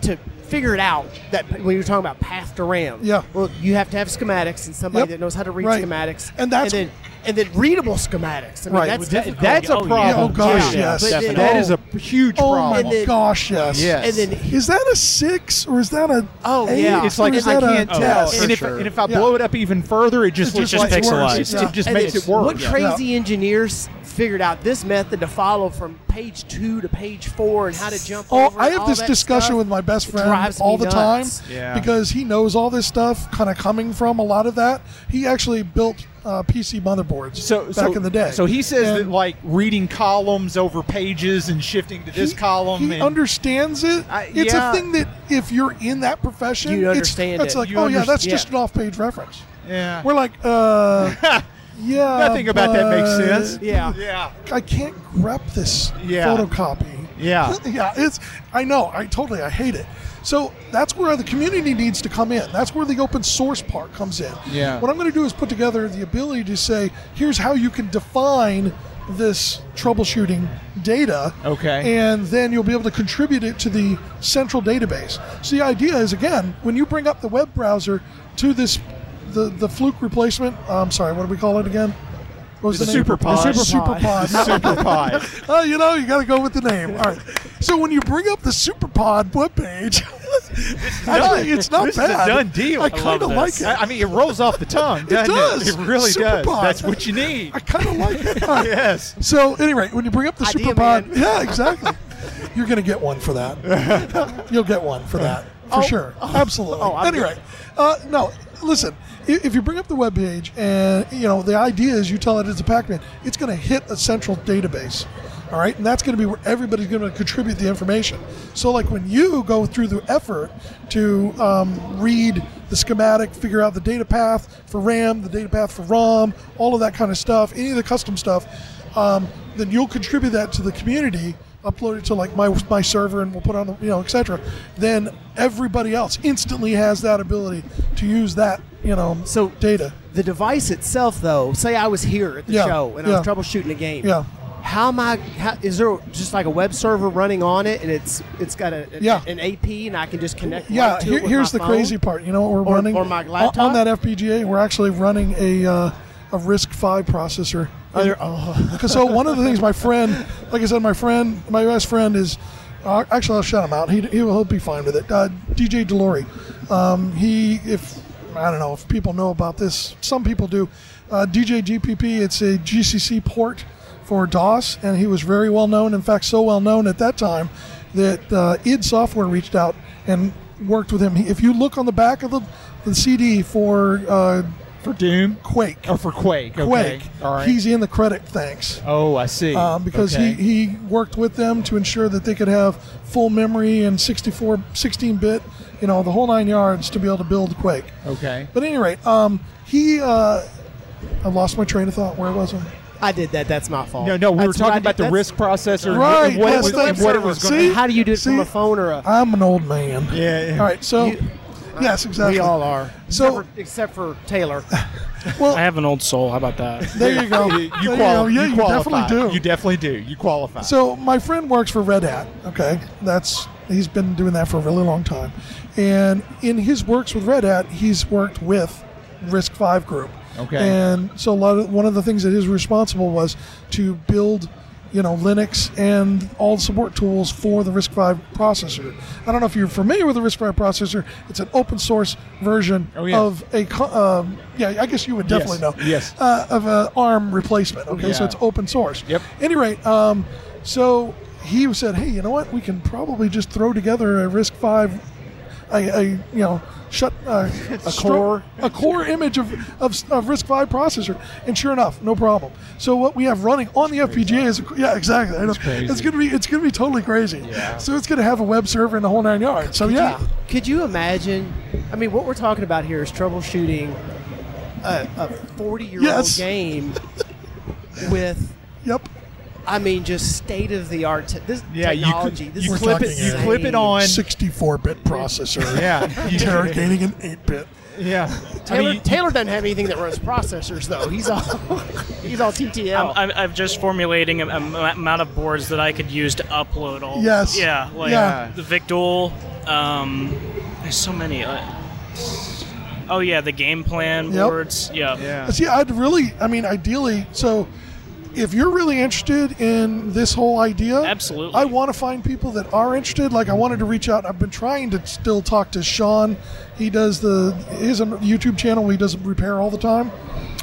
Speaker 2: to figure it out that p- when you're talking about path to RAM.
Speaker 6: Yeah.
Speaker 2: Well, you have to have schematics and somebody
Speaker 6: Yep.
Speaker 2: that knows how to read
Speaker 6: Right.
Speaker 2: schematics,
Speaker 6: And that's-
Speaker 2: and then, and then readable schematics. I mean,
Speaker 6: Right.
Speaker 2: That's
Speaker 7: Well,
Speaker 2: difficult.
Speaker 3: That's a
Speaker 7: Oh, yeah.
Speaker 6: Oh
Speaker 3: problem.
Speaker 6: gosh,
Speaker 3: too.
Speaker 2: Yeah.
Speaker 6: yes.
Speaker 2: But then-
Speaker 3: That
Speaker 2: Oh.
Speaker 3: is a huge
Speaker 6: Oh
Speaker 3: problem.
Speaker 6: my
Speaker 2: And then-
Speaker 6: gosh, yes.
Speaker 3: Yes.
Speaker 2: and then
Speaker 6: Is that a six or is that a?
Speaker 2: Oh,
Speaker 6: eight,
Speaker 2: yeah.
Speaker 3: It's like
Speaker 6: or is
Speaker 3: I
Speaker 6: that a-
Speaker 3: can't
Speaker 7: Oh,
Speaker 3: tell.
Speaker 7: for
Speaker 3: and, if,
Speaker 7: sure.
Speaker 3: and if I blow it up even further, it just
Speaker 6: It
Speaker 3: looks
Speaker 6: just
Speaker 3: like
Speaker 7: pixelizes.
Speaker 3: It's-
Speaker 6: Yeah.
Speaker 3: It just
Speaker 2: And
Speaker 3: makes it
Speaker 2: it's
Speaker 3: worse.
Speaker 2: What crazy
Speaker 6: Yeah.
Speaker 2: engineers figured out this method to follow from page two to page four and how to jump
Speaker 6: Oh,
Speaker 2: over
Speaker 6: I
Speaker 2: it,
Speaker 6: have
Speaker 2: all
Speaker 6: this
Speaker 2: that
Speaker 6: discussion
Speaker 2: stuff.
Speaker 6: with my best
Speaker 2: It
Speaker 6: friend
Speaker 2: drives me
Speaker 6: all the
Speaker 2: nuts.
Speaker 6: time
Speaker 3: Yeah.
Speaker 6: because he knows all this stuff, kind of coming from a lot of that. He actually built uh, PC motherboards
Speaker 3: so
Speaker 6: back
Speaker 3: so-
Speaker 6: in the day.
Speaker 3: So he says
Speaker 6: And
Speaker 3: that like reading columns over pages and shifting to this
Speaker 6: he-
Speaker 3: column.
Speaker 6: He
Speaker 3: and,
Speaker 6: understands it.
Speaker 3: I-
Speaker 6: it's
Speaker 3: yeah.
Speaker 6: a thing that if you're in that profession,
Speaker 2: You
Speaker 6: it's-
Speaker 2: understand
Speaker 6: It's
Speaker 2: it.
Speaker 6: like,
Speaker 3: You
Speaker 6: oh yeah, that's
Speaker 2: understand-
Speaker 6: just an off-page reference.
Speaker 3: yeah.
Speaker 6: We're like, uh, yeah.
Speaker 3: Nothing about that makes
Speaker 6: but
Speaker 3: sense.
Speaker 2: Yeah.
Speaker 3: Yeah.
Speaker 6: I can't grab this
Speaker 3: Yeah.
Speaker 6: photocopy.
Speaker 3: Yeah.
Speaker 6: yeah, it's I know, I totally I hate it. So that's where the community needs to come in. That's where the open source part comes in.
Speaker 3: Yeah.
Speaker 6: What I'm going to do is put together the ability to say, here's how you can define this troubleshooting data.
Speaker 3: Okay.
Speaker 6: And then you'll be able to contribute it to the central database. So the idea is again, when you bring up the web browser to this the, the fluke replacement, I'm sorry, what do we call it again? What was
Speaker 3: The
Speaker 6: the name?
Speaker 3: superpod.
Speaker 6: The superpod.
Speaker 3: Superpod.
Speaker 6: Oh, you know, you got to go with the name. All right. So when you bring up the Superpod webpage, actually, it's not
Speaker 3: This is a
Speaker 6: bad.
Speaker 3: done deal.
Speaker 6: I
Speaker 3: I love
Speaker 6: kind of like
Speaker 7: this.
Speaker 6: it.
Speaker 3: I, I mean, it rolls off the tongue, doesn't it?
Speaker 6: does.
Speaker 3: It really does.
Speaker 6: Superpod.
Speaker 3: That's what you need.
Speaker 6: I kind of like it. All right.
Speaker 3: Yes.
Speaker 6: So anyway, when you bring up the
Speaker 2: Idea
Speaker 6: Superpod,
Speaker 2: man.
Speaker 6: yeah, exactly. You're gonna get one for that. You'll get one for that for sure, absolutely.
Speaker 2: I'm
Speaker 6: anyway, uh, no, listen. i- if you bring up the web page and you know the idea is you tell it it's a Pac-Man, it's going to hit a central database. All right, and that's going to be where everybody's going to contribute the information. So, like when you go through the effort to um, read the schematic, figure out the data path for RAM, the data path for ROM, all of that kind of stuff, any of the custom stuff, um, then you'll contribute that to the community upload it to like my my server and we'll put on the you know etc then everybody else instantly has that ability to use that you know
Speaker 2: So-
Speaker 6: data
Speaker 2: The device itself, though, say I was here at the
Speaker 6: Yeah,
Speaker 2: show and I was
Speaker 6: yeah.
Speaker 2: troubleshooting a game.
Speaker 6: Yeah.
Speaker 2: How am I? How, is there just like a web server running on it, and it's it's got a, a-
Speaker 6: Yeah.
Speaker 2: an AP, and I can just connect?
Speaker 6: yeah
Speaker 2: right to
Speaker 6: here,
Speaker 2: it with
Speaker 6: here's
Speaker 2: my
Speaker 6: the crazy
Speaker 2: phone?
Speaker 6: part you know what we're
Speaker 2: Or-
Speaker 6: running
Speaker 2: or my
Speaker 6: On-
Speaker 2: laptop?
Speaker 6: on that fpga we're actually running a uh, a risc v processor Because so one of the things my friend, like I said, my friend, my best friend is, uh, actually I'll shout him out. He he will he'll be fine with it. Uh, DJ Delory, um, he if I don't know if people know about this, some people do. Uh, DJ GPP, it's a GCC port for DOS, and he was very well known. In fact, so well known at that time that uh, id Software reached out and worked with him. He, if you look on the back of the, the CD for uh,
Speaker 3: for Doom
Speaker 6: Quake,
Speaker 3: or for Quake. okay.
Speaker 6: Quake,
Speaker 3: All right.
Speaker 6: he's in the credit. Thanks
Speaker 3: oh, I see.
Speaker 6: um, because
Speaker 3: Okay.
Speaker 6: he, he worked with them to ensure that they could have full memory and 64, 16-bit, you know, the whole nine yards to be able to build Quake.
Speaker 3: okay.
Speaker 6: But at any rate, um, he, uh, I lost my train of thought. Where was I?
Speaker 2: I did that. That's my fault.
Speaker 3: No, no, we
Speaker 2: That's
Speaker 3: were
Speaker 2: what
Speaker 3: talking
Speaker 2: I did.
Speaker 3: about the
Speaker 2: That's-
Speaker 3: risk processor
Speaker 6: Right,
Speaker 3: and what,
Speaker 6: yes,
Speaker 3: it, was, and
Speaker 6: thanks,
Speaker 3: what it
Speaker 6: sir.
Speaker 3: was
Speaker 6: See?
Speaker 3: going
Speaker 2: How do you do it from
Speaker 6: See?
Speaker 2: a phone or a?
Speaker 6: I'm an old man.
Speaker 3: Yeah, yeah.
Speaker 6: All right. So,
Speaker 2: You-
Speaker 6: yes, exactly.
Speaker 2: We all are.
Speaker 6: So-
Speaker 2: except for, except for Taylor.
Speaker 6: Well,
Speaker 7: I have an old soul. How about that?
Speaker 6: there you go.
Speaker 3: You,
Speaker 6: There go.
Speaker 3: quali-
Speaker 6: Yeah,
Speaker 3: you
Speaker 6: you
Speaker 3: qualify.
Speaker 6: definitely do.
Speaker 3: You definitely do. You qualify.
Speaker 6: So my friend works for Red Hat. Okay, that's he's been doing that for a really long time, and in his works with Red Hat, he's worked with Risk Five Group.
Speaker 3: Okay.
Speaker 6: and so a lot of one of the things that he's responsible was to build. You know Linux and all the support tools for the Risk Five processor. I don't know if you're familiar with the Risk Five processor. It's an open source version
Speaker 3: Oh, yeah.
Speaker 6: of a. co- Um, yeah, I guess you would definitely
Speaker 3: Yes,
Speaker 6: know.
Speaker 3: yes.
Speaker 6: uh, of a ARM replacement. Okay, so
Speaker 3: Yeah.
Speaker 6: it's open source.
Speaker 3: Yep.
Speaker 6: Any rate, um, so he said, "Hey, you know what? We can probably just throw together a Risk Five, a, a you know, shut uh, a
Speaker 2: core.
Speaker 6: a core image of, of, of Risk Five processor." And sure enough, no problem. So what we have running on the FPGA is yeah, exactly. I know.
Speaker 3: crazy.
Speaker 6: It's gonna be it's gonna be totally crazy.
Speaker 3: Yeah.
Speaker 6: So it's gonna have a web server and the whole nine yards. So yeah.
Speaker 2: Could you imagine? I mean, what we're talking about here is troubleshooting a, a 40 year old
Speaker 6: Yes.
Speaker 2: game with,
Speaker 6: Yep.
Speaker 2: I mean, just state of the art te- this
Speaker 3: yeah, you, cl-
Speaker 2: technology. this
Speaker 3: you
Speaker 2: is
Speaker 3: clip it.
Speaker 6: talking
Speaker 3: You
Speaker 6: here.
Speaker 3: clip it on.
Speaker 6: 64-bit processor.
Speaker 3: Yeah, you-
Speaker 6: Interrogating an 8-bit.
Speaker 3: Yeah,
Speaker 2: Taylor,
Speaker 3: I mean,
Speaker 2: Taylor doesn't have anything that runs processors, though. He's all he's all TTL.
Speaker 7: I'm, I'm, I'm just formulating an amount of boards that I could use to upload all.
Speaker 6: Yes.
Speaker 7: Yeah. Like
Speaker 6: Yeah.
Speaker 7: the Victool. Um, there's so many. Uh, oh yeah, the game plan
Speaker 6: Yep.
Speaker 7: boards. Yeah.
Speaker 3: yeah.
Speaker 6: See, I'd really, I mean, ideally, so if you're really interested in this whole idea,
Speaker 7: Absolutely.
Speaker 6: I want to find people that are interested. Like, I wanted to reach out. I've been trying to still talk to Sean. He does the his um, YouTube channel. Where he does repair all the time.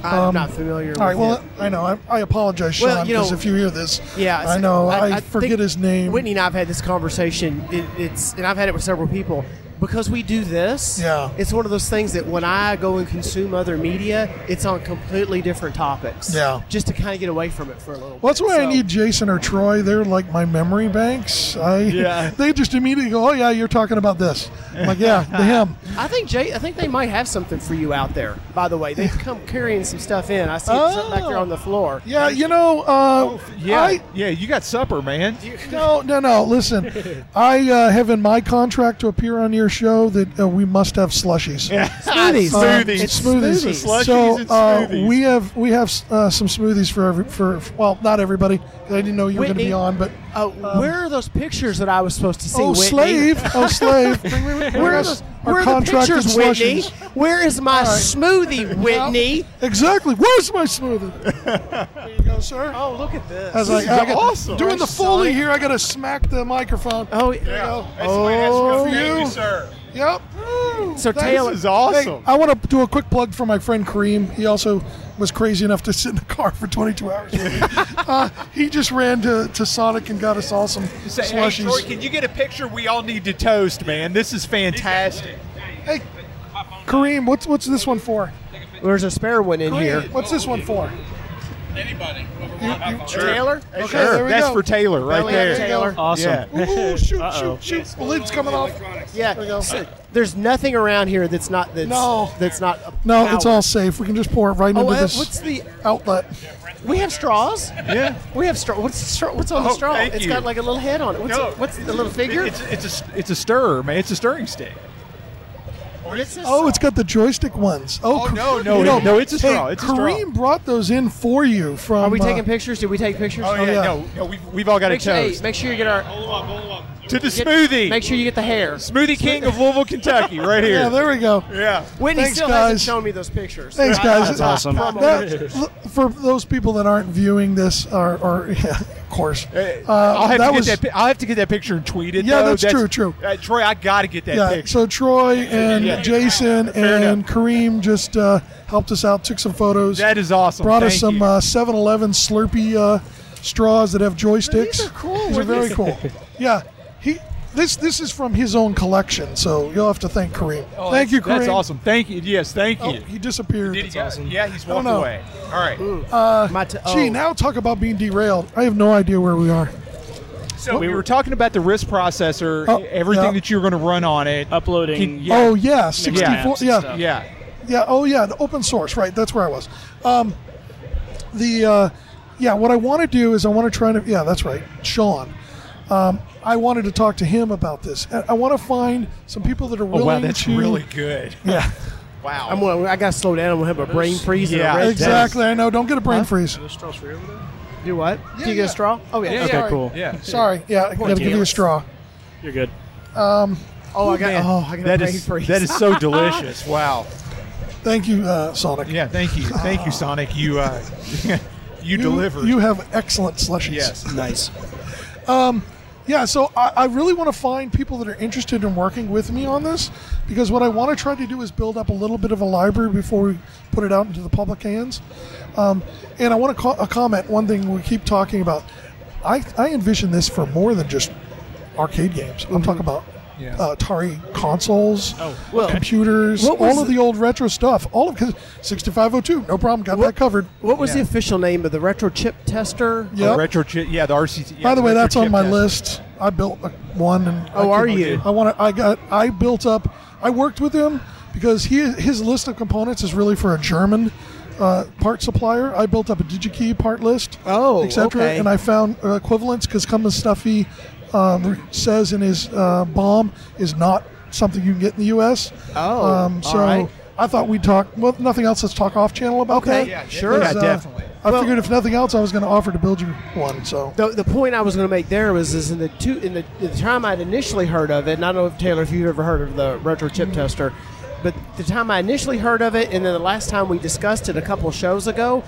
Speaker 2: I'm
Speaker 6: um,
Speaker 2: not familiar.
Speaker 6: All right.
Speaker 2: with
Speaker 6: Well,
Speaker 2: it.
Speaker 6: I know. I, I apologize, Sean,
Speaker 2: Well,
Speaker 6: because
Speaker 2: you know-
Speaker 6: if you hear this,
Speaker 2: Yeah,
Speaker 6: I
Speaker 2: so
Speaker 6: know. I, forget
Speaker 2: think
Speaker 6: his name.
Speaker 2: Whitney and I've had this conversation. It, it's and I've had it with several people because we do this.
Speaker 6: Yeah.
Speaker 2: it's one of those things that when I go and consume other media, it's on completely different topics.
Speaker 6: Yeah.
Speaker 2: just to kind of get away from it for a little.
Speaker 6: Well, that's
Speaker 2: bit.
Speaker 6: why I
Speaker 2: So-
Speaker 6: need Jason or Troy. They're like my memory banks. I
Speaker 3: Yeah.
Speaker 6: they just immediately go, "Oh yeah, you're talking about this." I'm like, "Yeah, the him."
Speaker 2: I think Jay. I think they might have something for you out there. By the way, they've come carrying some stuff in. I see it something back there on the floor.
Speaker 6: Yeah, you know, uh,
Speaker 3: Oh, yeah,
Speaker 6: I,
Speaker 3: yeah. You got supper, man.
Speaker 6: no, no, no. Listen, I uh, have in my contract to appear on your show that uh, we must have slushies.
Speaker 2: Smoothies.
Speaker 6: Um,
Speaker 3: Smoothies.
Speaker 2: It's
Speaker 6: smoothies.
Speaker 2: smoothies.
Speaker 3: Slushies
Speaker 6: so
Speaker 3: and
Speaker 6: uh,
Speaker 3: smoothies.
Speaker 6: we have we have uh, some smoothies for every, for well, not everybody. I didn't know you were going to
Speaker 2: Whitney.
Speaker 6: be on, but
Speaker 2: Uh, where are those pictures that I was supposed to see?
Speaker 6: oh,
Speaker 2: Whitney?
Speaker 6: slave, oh, slave.
Speaker 2: Where are,
Speaker 6: Yes,
Speaker 2: those,
Speaker 6: our
Speaker 2: where are the
Speaker 6: contracted
Speaker 2: pictures, Whitney?
Speaker 6: slushies.
Speaker 2: Where is my smoothie, Whitney?
Speaker 6: Exactly. Where's my smoothie? there you go, sir.
Speaker 2: Oh, look at this.
Speaker 6: I was like, I got-
Speaker 3: awesome.
Speaker 6: doing the e- foley
Speaker 2: Sonic.
Speaker 6: here. I got to smack the microphone.
Speaker 2: oh,
Speaker 6: Oh, you.
Speaker 3: sir.
Speaker 6: Yep.
Speaker 2: So
Speaker 6: Thanks.
Speaker 2: Taylor-
Speaker 3: This is awesome.
Speaker 6: Hey, I want to do a quick plug for my friend Kareem. He also was crazy enough to sit in the car for 22 hours. with me. uh, he just ran to, to Sonic and got us all some
Speaker 3: Say, hey,
Speaker 6: slushies.
Speaker 3: Troy, can you get a picture? We all need to toast, man. This is fantastic.
Speaker 6: Hey, Kareem, what's what's this one for?
Speaker 2: There's a spare one in here.
Speaker 6: What's this one for? Anybody.
Speaker 2: Taylor?
Speaker 6: Okay,
Speaker 3: Sure.
Speaker 6: there we
Speaker 3: That's
Speaker 6: go.
Speaker 3: for Taylor right
Speaker 6: Belly
Speaker 3: there.
Speaker 6: up Taylor.
Speaker 7: Awesome.
Speaker 6: Ooh, shoot,
Speaker 7: Uh-oh.
Speaker 6: shoot, shoot. The lid's coming off.
Speaker 2: Yeah.
Speaker 6: There we go.
Speaker 2: So, there's nothing around here that's not that's
Speaker 6: No.
Speaker 2: that's not. A
Speaker 6: No, it's
Speaker 2: power.
Speaker 6: all safe. We can just pour it right
Speaker 2: Oh,
Speaker 6: into
Speaker 2: uh,
Speaker 6: this
Speaker 2: what's the?
Speaker 6: outlet.
Speaker 2: We have straws.
Speaker 3: Yeah.
Speaker 2: We have straw. What's the straw? What's on the
Speaker 3: Oh,
Speaker 2: straw?
Speaker 3: thank
Speaker 2: It's
Speaker 3: you.
Speaker 2: got like a little head on it. What's, it, what's the little figure?
Speaker 3: It's, it's, a, it's a stirrer, man. It's a stirring stick.
Speaker 2: It's a-
Speaker 6: Oh, it's got the joystick ones. Oh,
Speaker 3: Oh,
Speaker 6: Ka-
Speaker 3: no, no,
Speaker 6: you know,
Speaker 3: it- no, it's a
Speaker 6: hey,
Speaker 3: straw. It's a straw.
Speaker 6: Kareem brought those in for you from.
Speaker 2: Are we
Speaker 6: uh,
Speaker 2: taking pictures? Did we take pictures?
Speaker 3: Oh, yeah.
Speaker 6: yeah.
Speaker 3: No, no we've, we've all got
Speaker 2: Make
Speaker 3: a
Speaker 2: sure, hey,
Speaker 3: toast.
Speaker 2: make sure you get our
Speaker 3: to the
Speaker 2: get-
Speaker 3: smoothie.
Speaker 2: Make sure you get the hair.
Speaker 3: smoothie King of Louisville, Kentucky, right here.
Speaker 6: Yeah, there we go.
Speaker 3: yeah.
Speaker 2: Whitney
Speaker 6: Thanks,
Speaker 2: still hasn't
Speaker 6: guys.
Speaker 2: shown me those pictures.
Speaker 6: Thanks,
Speaker 2: I-
Speaker 6: guys.
Speaker 7: That's awesome.
Speaker 6: That- l- for those people that aren't viewing this, or, or yeah, of course,
Speaker 3: Hey,
Speaker 6: Uh,
Speaker 3: I'll, have
Speaker 6: that
Speaker 3: to get
Speaker 6: was-
Speaker 3: that, pi- I'll have to get that picture and tweet it.
Speaker 6: Yeah,
Speaker 3: though.
Speaker 6: that's true, true.
Speaker 3: Uh, Troy, I got to get that
Speaker 6: yeah.
Speaker 3: picture.
Speaker 6: So Troy and Jason and Kareem just uh, helped us out, took some photos,
Speaker 3: that is awesome.
Speaker 6: brought us
Speaker 3: Thank
Speaker 6: some
Speaker 3: you.
Speaker 6: uh, 7-Eleven Slurpee uh, straws that have joysticks.
Speaker 2: These are cool.
Speaker 6: These are very cool. Yeah, he. This this is from his own collection, so you'll have to thank Kareem.
Speaker 3: Oh,
Speaker 6: thank
Speaker 3: that's-
Speaker 6: you, Kareem.
Speaker 3: That's awesome. Thank you. Yes, thank
Speaker 6: Oh,
Speaker 3: you.
Speaker 6: he disappeared.
Speaker 3: Did he go- Yeah, he's
Speaker 6: I don't
Speaker 3: walked
Speaker 6: know.
Speaker 3: away. All right.
Speaker 2: My t- oh.
Speaker 6: Uh, Gee, now talk about being derailed. I have no idea where we are.
Speaker 3: So we were talking about the wrist processor, e,
Speaker 6: Oh,
Speaker 3: everything
Speaker 6: yeah.
Speaker 3: that you were going to run on it.
Speaker 7: Uploading.
Speaker 3: Can- yeah.
Speaker 6: Oh yeah,
Speaker 7: Making
Speaker 6: sixty
Speaker 7: apps
Speaker 6: four.
Speaker 7: and
Speaker 6: Yeah,
Speaker 7: stuff.
Speaker 3: yeah.
Speaker 6: yeah. Oh yeah, the open source. Right, that's where I was. Um, the uh, yeah, what I want to do is I want to try to yeah, that's right, Sean. Um, I wanted to talk to him about this. I, I want to find some people that are
Speaker 3: Oh,
Speaker 6: willing
Speaker 3: wow, that's
Speaker 6: to
Speaker 3: really good.
Speaker 6: yeah,
Speaker 3: Wow.
Speaker 2: I'm gonna, I gotta slow down. I'm gonna have a brain freeze. and a
Speaker 3: Yeah,
Speaker 2: red
Speaker 6: exactly. I know. Don't get a brain freeze.
Speaker 2: desk. Do what? Do you get
Speaker 6: yeah.
Speaker 2: a straw? Oh yeah.
Speaker 3: Yeah,
Speaker 2: okay.
Speaker 3: yeah.
Speaker 7: Okay, cool.
Speaker 3: Yeah.
Speaker 6: Sorry. Yeah, I gotta give you a
Speaker 7: Gailers.
Speaker 6: straw. Um,
Speaker 7: You're good.
Speaker 2: Oh, I got.
Speaker 3: Man,
Speaker 2: oh, I got a
Speaker 3: that
Speaker 2: brain
Speaker 3: is-
Speaker 2: freeze.
Speaker 3: that is so delicious. Wow.
Speaker 6: Thank you, uh, Sonic.
Speaker 3: Yeah, thank you. Thank you, Sonic. You uh, you
Speaker 6: You,
Speaker 3: delivered.
Speaker 6: You have excellent slushies. Um,
Speaker 3: yes.
Speaker 7: Nice.
Speaker 6: Yeah, so I, I really want to find people that are interested in working with me on this because what I want to try to do is build up a little bit of a library before we put it out into the public hands. Um, and I want to co- uh, comment one thing we keep talking about. I, I envision this for more than just arcade games. I'm talking about
Speaker 3: Mm-hmm. Yeah. Oh,
Speaker 6: uh, Atari consoles,
Speaker 2: well,
Speaker 6: computers,
Speaker 2: what was
Speaker 6: all of the old retro stuff. All of 'cause 6502, no problem, got that covered.
Speaker 2: What was the
Speaker 3: Yeah.
Speaker 2: official name of the retro chip tester?
Speaker 6: Yep.
Speaker 3: The retro chip. Yeah, the RCT. yeah,
Speaker 6: By the way,
Speaker 3: retro
Speaker 6: that's on
Speaker 3: chip
Speaker 6: my
Speaker 3: test.
Speaker 6: list. I built a- one. And
Speaker 2: Oh,
Speaker 6: I
Speaker 2: are
Speaker 6: couldn't-
Speaker 2: you?
Speaker 6: I want to. I got. I built up. I worked with him because he his list of components is really for a German uh, part supplier. I built up a DigiKey part list.
Speaker 2: Oh,
Speaker 6: etc.
Speaker 2: okay.
Speaker 6: And I found uh, equivalents because come the stuff he um, says in his uh, bomb is not something you can get in the U.S.
Speaker 2: Oh,
Speaker 6: um,
Speaker 2: all
Speaker 6: so
Speaker 2: right.
Speaker 6: I thought we'd talk. Well, nothing else. Let's talk off channel about
Speaker 2: Okay,
Speaker 6: that.
Speaker 2: yeah, sure.
Speaker 6: Because,
Speaker 3: Yeah, definitely.
Speaker 6: I
Speaker 2: Well-
Speaker 6: figured if nothing else, I was going to offer to build you one. So
Speaker 2: The, the point I was going to make there was is in the two in the, in the time I'd initially heard of it, and I don't know if Taylor if you've ever heard of the retro chip tester, but the time I initially heard of it, and then the last time we discussed it a couple shows ago,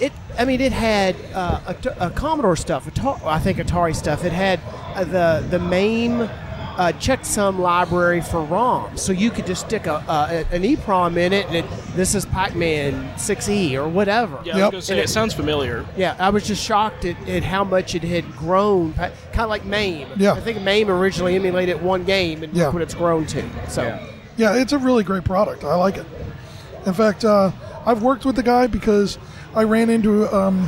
Speaker 2: it I mean it had uh, a, t- a Commodore stuff, Atari, I think Atari stuff. It had uh, the the MAME uh, checksum library for ROM, so you could just stick a, a an EPROM in it, and it, this is Pac-Man 6E or whatever.
Speaker 7: Yeah, I was
Speaker 6: Yep.
Speaker 7: gonna say, it sounds familiar.
Speaker 2: Yeah, I was just shocked at, at how much it had grown, kind of like MAME.
Speaker 6: Yeah.
Speaker 2: I think MAME originally emulated one game, and
Speaker 6: Yeah.
Speaker 2: look what it's grown to. So,
Speaker 3: Yeah.
Speaker 6: Yeah, it's a really great product. I like it. In fact, uh, I've worked with the guy because I ran into um,